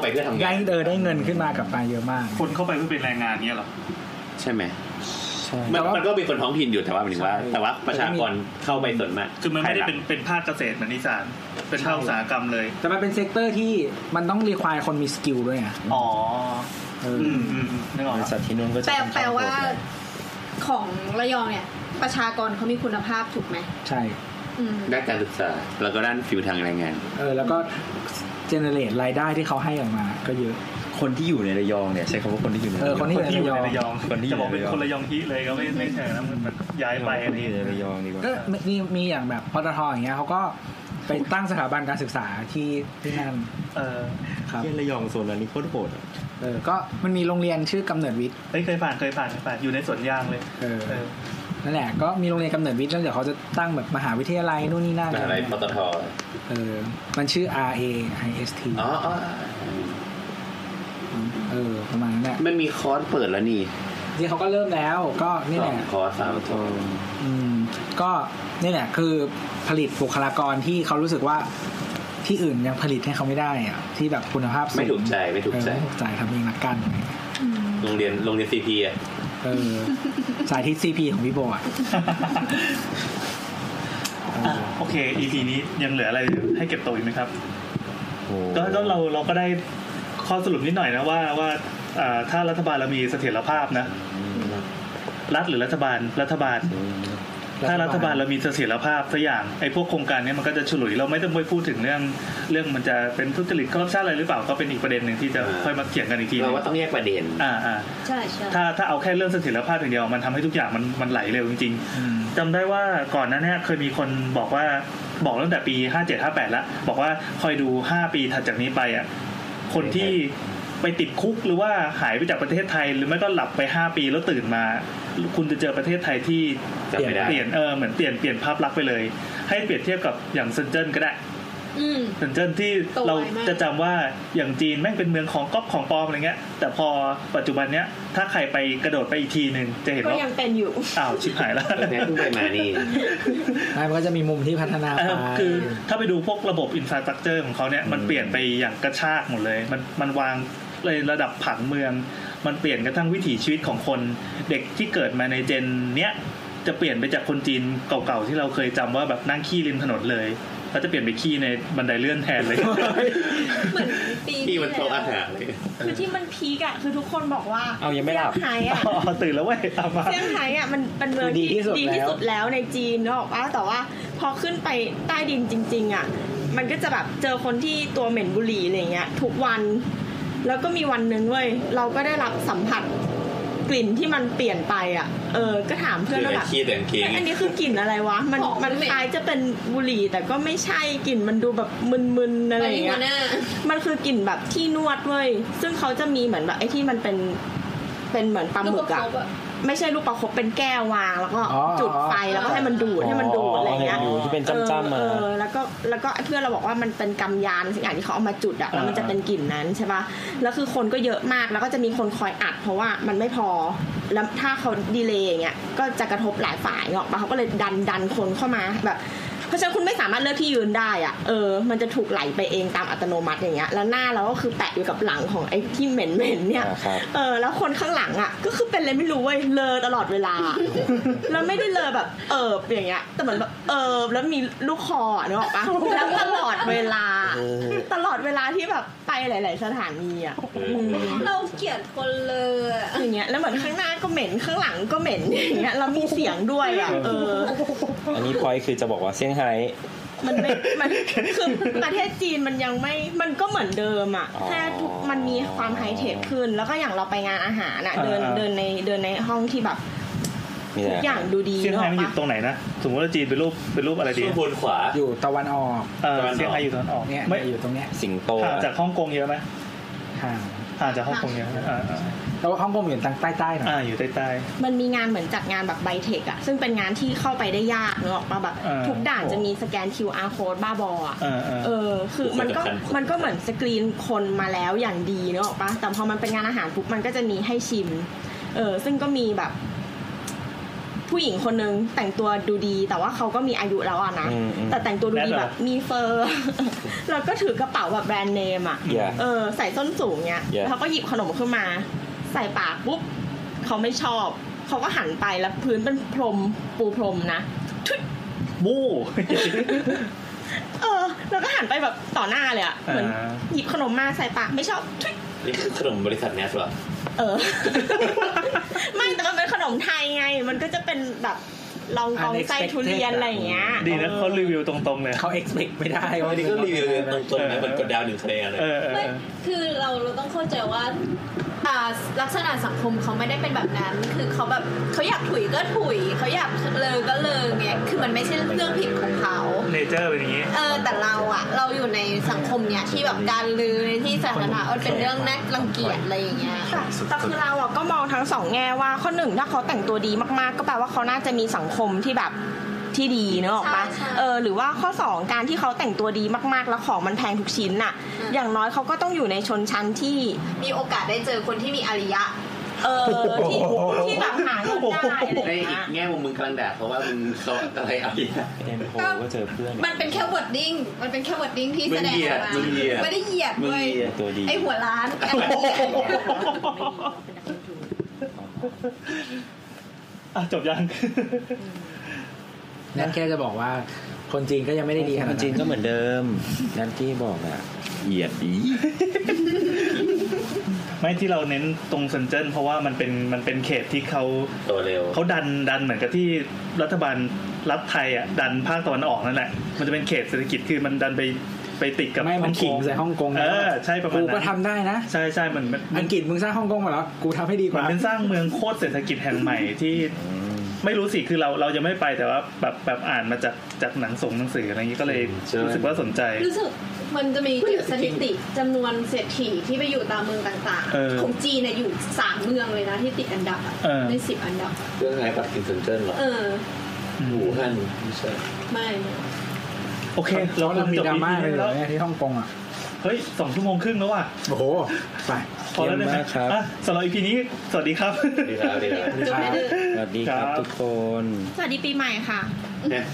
S5: เออได้เงินขึ้นมากลับมาเยอะมาก
S2: คนเข้าไปเพื่อเป็นแรงงานเนี่ยเหรอ
S25: ใช่ไหมมันมันก็มีคนท้องถิ่นอยู่แต่ว่าหมายถึงว่า แต่ว่าประชากรเข้าไปส่วนมาก
S2: คือมันไม่ได้เป็นเป็นภาคเกษตรเหมือนอีสานเป็นภาคอุตสาหกรรมเลย
S5: แต่มันเป็นเซกเตอร์ที่มันต้องรีควายคนมีสกิลด้วยไง
S2: อ๋อ
S5: เออ
S2: อืมอืมอืมนึกออก
S7: บ
S2: แล้
S7: ริ
S2: ว
S7: ษัทที่นู่นก็จะ
S16: แปล
S7: ค่อน
S16: แปล
S7: ข้งโหด
S16: ว่า
S7: หน่อย
S16: ของระยองเนี่ย ประชากรเขามีคุณภาพถูกไหม
S5: ใช่
S16: อืม
S25: ด้านการศึกษา แล้วก็ด้านฟิวทางแรงงาน
S5: เออแล้วก็เจเนเรตรายได้ที่เขาให้ออกมาก็เยอะ
S7: คนที่อยู่ในระยองเนี่ยใช้คำว่าคนที่อยู่ใน
S5: เออคนที่อยู่ในระยอง
S2: ระยอง
S7: คนที่อ
S2: จะ
S7: ยู่
S2: บอก
S7: ใน
S2: เป็นคน
S7: ระยอง
S2: ระยองฮิเลยก็ไม่ไม่ใช่นะมันมันย้ายไปอะไรอย่าง
S7: อยู่
S2: เงี้ย
S7: ในระยองดีกว่า
S5: ก็มีมีอย่างแบบปตทอย่างเงี้ยเขาก็ไปตั้งสถาบันการศึกษาที่ที่นั่น
S2: เออ
S5: ครับ
S12: เที่ยระยองโซนนั้นนี่โคตรโหดอะ
S5: เออก็มันมีโรงเรียนชื่อกำเนิดวิทย์
S2: เฮ้ยเคยผ่านเคยผ่านเคยผ่านอยู่ในสวนยางเลย
S5: เออ
S2: เออ
S5: นั่นแหละก็มีโรงเรียนกำเนิดวิทย์แล้วเดี๋ยวเขาจะตั้งแบบมหาวิทยาลัยนู่นนี่นั่น
S25: มหาลัยปตท
S5: เออมันชื่อ R A I S T
S25: อ๋ออ๋อ
S5: เออประมาณนั้นแหละ
S25: มันมีคอร์สเปิดแล้วนี่
S5: ที่เขาก็เริ่มแล้วก็นี่
S25: ส
S5: แห
S25: อง
S5: ละ
S25: คอร์สสามคอร์ส
S5: อืมก็นี่แหละคือผลิตบุคลากรที่เขารู้สึกว่าที่อื่นยังผลิตให้เขาไม่ได้อะที่แบบคุณภาพสูง
S25: ไม่ถูกใจไม่ถูกใจ
S5: เออไม่ถูกใจทำเองละกัน
S25: โรงเรียนโรงเรียนซีพีอ่ะ
S5: เออสายที่ซีพีของพี่โบอะ
S2: อ่ะโอเค EP นี้ยังเหลืออะไรให้เก็บตัวอีกไหมครับ
S7: โอ้
S2: ก็ก็เราเราก็ได้ข้อสรุปนิดหน่อยนะว่าว่า อ่าถ้ารัฐบาลเรามีเสถียรภาพนะ รัฐหรือรัฐบาลรัฐบาล ถ้ารัฐบาลเรามีเสถียรภาพสักอย่างไอ้พวกโครงการเนี้ยมันก็จะฉลุยเราไม่ต้องไปพูดถึงเรื่องเรื่องมันจะเป็นทุจริตคอร์รัปชันอะไรหรือเปล่าก็เป็นอีกประเด็นหนึ่งที่จะค่อยมาเถียงกันอีกที
S6: เราว่าต้องแยกประเด็น
S2: อ่าอ่า
S16: ใช่ใช่
S2: ถ้าถ้าเอาแค่เรื่องเสถียรภาพอย่างเดียวมันทำให้ทุกอย่างมันมันไหลเร็วจริงๆจำได้ว่าก่อนหน้าเนี้เคยมีคนบอกว่าบอกตั้งแต่ปี 57 58แล้วบอกว่าคอยดู 5 ปีถัดจากนี้ไปอ่ะคนที่ไปติดคุกหรือว่าหายไปจากประเทศไทย หรือไม่ก็หลับไป 5 ปีแล้วตื่นมา คุณจะเจอประเทศไทยที่
S6: จำไม่ได้
S2: เปลี่ยนเออเหมือนเปลี่ยนเปลี่ยนภาพลักษณ์ไปเลย ให้เปรียบเทียบกับอย่างเซนเจิ้นก็ได้
S16: อืม
S2: เซนเจิ้นที่
S16: ตัว
S2: เรา
S16: ไวมาก
S2: จะจำว่าอย่างจีนแม่งเป็นเมืองของก๊อปของปลอมอะไรเงี้ย แต่พอปัจจุบันเนี้ยถ้าใครไปกระโดดไปอีกทีหนึ่งจะเห็น
S16: ก็
S2: ว่า
S16: ยังเป็นอยู่
S2: อ้าวชิบหายแล้ว
S6: แม่เพิ่งไปมานี่
S29: ไม่มันก็จะมีมุมที่พัฒนา
S2: เอ
S29: ไป
S2: อคือถ้าไปดูพวกระบบอินฟราสตรักเจอร์ของเขาเนี่ยมันเปลี่ยนไปอย่างกระชากหมดเลย มันมันวางเลยระดับผังเมือง มันเปลี่ยนกระทั่งวิถีชีวิตของคน เด็กที่เกิดมาในเจนเนี้ยจะเปลี่ยนไปจากคนจีนเก่าๆที่เราเคยจำว่าแบบนั่งขี้ริมถนนเลยแล้วจะเปลี่ยนไปขี้ในบันไดเลื่อนแทน เลย
S16: เหมือนปี
S6: ที่
S16: ที่
S6: มันโตะ
S16: แล้
S6: อาว หารเลย
S10: คือที่มันพีกอ่ะคือทุกคนบอกว่า
S7: เอายังไม่หลับ
S10: เซี่ยงไฮ้อ่ะ
S2: อ๋อตื่นแล้วเว้ยเอามา
S10: เซี่ยงไฮ้อ่ะมันเป็นเมือง
S2: ดี
S10: ที่
S2: ที่สุด
S10: ดี
S2: แล้ว
S10: ที่สุดแล้วในจีนเนกอะว่าแต่ว่าพอขึ้นไปใต้ดินจริง ๆ อ่ะ มันก็จะแบบเจอคนที่ตัวเหม็นบุหรี่อะไรเงี้ยทุกวัน แล้วก็มีวันหนึ่งเว้ยเราก็ได้รับสัมผัสกลิ่นที่มันเปลี่ยนไปอ่ะ เออ ก็ถามเพื่อนว่าแบบ
S24: ขี้แต่งเกง
S10: อันนี้คือกลิ่นอะไรวะ มันมันคล้ายจะเป็นบุหรี่แต่ก็ไม่ใช่กลิ่นมันดูแบบมึนๆอะไรอย่างเงี้ย
S16: มันยิ่งกว่าหน้า
S10: มันคือกลิ่นแบบที่นวดเว้ย ซึ่งเขาจะมีเหมือนแบบไอ้ที่มันเป็นเป็นเหมือนปลาหมึกอะไม่ใช่ลูกประคบเป็นแก้ววาง แล้วก็
S7: อ๋อ
S10: จุดไฟแล้วก็ให้มันดูด
S7: อ๋อ
S10: ให้มันดูดอะไรเงี้ย
S7: อยู่ที่เป็นจ้ำๆมา
S10: เออเออแล้วก็แล้วก็ไอ้เพื่อนเราบอกว่ามันเป็นกำยานสิ่งอย่างที่เขาเอามาจุดอะแล้วมันจะเป็นกลิ่นนั้นใช่ป่ะ แล้วคือคนก็เยอะมากแล้วก็จะมีคนคอยอัด เพราะว่ามันไม่พอ แล้วถ้าเขาดีเลย์อย่างเงี้ยก็จะกระทบหลายฝ่ายเนาะเขาก็เลยดันดันคนเข้ามาแบบ เพราะฉะนั้นคุณไม่สามารถเลือกที่ยืนได้อะเออ มันจะถูกไหลไปเองตามอัตโนมัติอย่างเงี้ย แล้วหน้าเราก็คือแปะอยู่กับหลังของไอ้ที่เหม็นๆเนี่ย
S7: อ่าครับ
S10: เออ แล้วคนข้างหลังอะก็คือเป็นอะไรไม่รู้เว้ย เลอตลอดเวลา แล้วไม่ได้เลอแบบ เอิบอย่างเงี้ย แต่เหมือนแบบเอิบแล้วมีลูกคออะนึกออกปะแล้วตลอดเวลา ตลอดเวลาที่แบบไปหลาย ๆ สถานีอะม
S16: เราเกลียดคนเลยอะ
S10: อย่างเงี้ยแล้วเหมือนข้างหน้าก็เหม็นข้างหลังก็เหม็นอย่างเงี้ยแล้วมีเสียงด้วยอ่ะเออ
S7: อันนี้พอยคือจะบอกว่าเซี่ยงไฮ้
S10: มันไม่มันคือประเทศจีนมันยังไม่มันก็เหมือนเดิมอ่ะแค่ทุกมันมีความไฮเทคขึ้น แล้วก็อย่างเราไปงานอาหารอ่ะ
S2: อ่า
S10: เดิน
S2: อ่า
S10: เดินในเดินในห้องที่แบบทุกอย่างดูดี
S2: เซี่ยงไฮ้มันอ
S10: เนอะ
S2: ยู่ตรงไหนนะสมมติว่าจีนเป็นรูปเป็นรูปอะไรดี
S24: บนขวา
S29: อยู่ตะวันออก
S2: เออเซี่ยงไฮ้อยู่ตะวันออก
S29: เนี่ย
S2: ไม่
S29: อยู่ตรงเนี้ย
S7: สิงโต
S2: ห่างจากฮ่องกงเยอะไหม
S29: ห่าง
S2: ห่างจากฮ่องกงเยอะไหมอ่าอ่า
S29: แต่ว่าฮ่องกงอยู่ทางใต้ๆหน่อย
S2: อ่าอยู่ใต้
S10: มันมีงานเหมือนจัดงานแบบไบเทคอ่ะซึ่งเป็นงานที่เข้าไปได้ยากเนกอะปะแบบ
S2: อ่า
S10: ทุกด่านจะมีสแกน QR code บ้าบออ่ะ
S2: ๆอ่าอ่า
S10: เออคือมันก็
S24: สำคัญ
S10: มันก็เหมือนสกรีนคนมาแล้วอย่างดีเนกอะปะแต่พอมันเป็นงานอาหารปุ๊บมันก็จะมีให้ชิม เออซึ่งก็มีแบบ ผู้หญิงคนนึงแต่งตัวดูดี แต่ว่าเขาก็มีอายุแล้วอะนะ
S7: อืมอืม
S10: แต่แต่งตัวดูดีแบบมีเฟอร์ แล้วก็ถือกระเป๋าแบบแบรนด์เนมอะ
S7: อย่า
S10: เออใส่ส้นสูงเนี้ย
S7: Yeah.
S10: เขาก็หยิบขนมขึ้นมา ใส่ปากปุ๊บเขาไม่ชอบ เขาก็หันไปแล้วพื้นเป็นพรมปูพรมนะทุย
S2: บู้
S10: เออ แล้วก็หันไปแบบต่อหน้าเลยอะเหมือน
S2: อ่า
S10: หยิบขนมมาใส่ปากไม่ชอบทุย
S24: นี่คือขนมบริษัทเนสเหรอ
S10: เอ อ ไม่แต่มันเป็นขนมไทยไง มันก็จะเป็นแบบลองกองไส้ทุเรียนอะไรอย่างเงี้ย
S2: ดีนะเขารีวิวตรงๆเลย
S29: เขา expect ไม่ได้ว่า
S24: วันนี้ก็รีวิวตรงๆนะมันกดดาวหนึ่งคะแนนเลย
S2: เออเออ
S16: ไม่คือเราเราต้องเข้าใจว่าอ่าลักษณะสังคมเขาไม่ได้เป็นแบบนั้น คือเขาแบบเขาอยากถุยก็ถุยเขาอยากเลอก็เลอเนี่ยคือมันไม่ใช่เรื่องผิดของเขา
S2: เนเจอร์เป็นอย่างนี้
S16: เออแต่เราอะเราอยู่ในสังคมเนี่ยที่แบบการลือในที่สาธารณะมันเป็นเรื่องน่ารังเกียจอะไรอย่างเงี้ย
S10: แต่แต่คือเราอะก็มองทั้งสองแง่ว่าข้อหนึ่งถ้าเขาแต่งตัวดีมากๆ ก็แปลว่าเขาน่าจะมีสังคมที่แบบที่ดีเนอะออกปะ
S16: ใช่ใช่
S10: เออหรือว่าข้อสองการที่เขาแต่งตัวดีมากๆ แล้วของมันแพงทุกชิ้นน่ะ อย่างน้อยเขาก็ต้องอยู่ในชนชั้นที่
S16: มีโอกาสได้เจอคนที่มีอริยะ
S10: เออที่ที่แบบหาเงินได้อะไร
S6: ใน
S10: อ
S6: อี
S10: ย่างเงี้
S6: ก
S10: ย
S6: แง่มุมมึงกำลังด่าเพราะว่ามึงเขาอะไรอ่ะ
S7: เอ็นโพก็เจอเพื่อน
S16: มันเป็นแค่วอร์ดดิ้ง มันเป็นแค่วอร์ดดิ้งที่แสดงออกมา
S6: มึงเหยียดมึงเหยียด
S16: ไม่ได้เหยียด
S6: มึง
S16: เว้ย
S6: เหี้ย
S7: ตัวดี
S16: ไอหัวร้านไอ้เหี้ย
S2: อ่ะจบยัง
S29: นั่นแค่จะบอกว่าคนจีนก็ยังไม่ได้ดีข
S7: ค
S29: นาด
S7: นจีน
S29: นั้น
S7: ก็เหมือนเดิมนั่นที่บอกอะเหยียดดี
S2: ไม่ที่เราเน้นตรงเซนเจิ้นเพราะว่ามันเป็นมันเป็นเขตที่เขา
S30: โตเร็ว
S2: เขาดันดันเหมือนกับที่รัฐบาลรัฐไทยอ่ะดันภาคตะวันออกนั่นแหละ มันจะเป็นเขตเศรษฐกิจคือมันดันไปไปติดกับ
S5: ไม่มันขิงใส่ฮ่องกง
S2: เออใช่ประมาณ
S5: กู
S2: นั้น
S5: ก็ทำได้นะ
S2: ใช่ใช่มันมัน
S5: อังกฤษมึงสร้างฮ่องกงมาแล้ว กูทำให้ดีก
S2: มัน
S5: ว่า
S2: เป็นสร้างเมืองโคตรเศรษฐกิจแห่งใหม่ที่ไม่รู้สิคือเราเรายังไม่ไปแต่ว่าแบบแบบอ่านมาจากจากหนังสงหนังสืออะไรอย่างนี้ก็เลยรู้สึกว่าสนใจ
S4: รู้สึกมันจะมีเก็บสถิติจำนวนเศรษฐีที่ไปอยู่ตามเมืองต่าง
S2: เออ
S4: ๆ ของจีนน่ะอยู่สามเมืองเลยนะที่ติดอันดับอะ
S2: เออ
S4: ในสิบอันดับอะ
S6: เรื่องอะไรปักกิ่งเซินเจิ้นเหรอ
S4: เออ
S6: หูฮั่นไม่ใช่
S4: ไม่
S2: โอเค เรา
S5: เรามีดราม่าเลยเหรอเนี่ยที่ฮ่องกงอ่ะ
S2: เฮ้ยสองชั่วโมงครึ่งแล้วว่ะ
S5: โอ้โห ไป
S2: พอแล้วได้ไหมอ่ะสำหรับอีพีนี้ สวัสดีครับ
S6: สวัสดีครับ
S7: สวัสดีครับทุกคน
S10: สวัสดีปีใหม่ค่ะ
S30: เนี่ย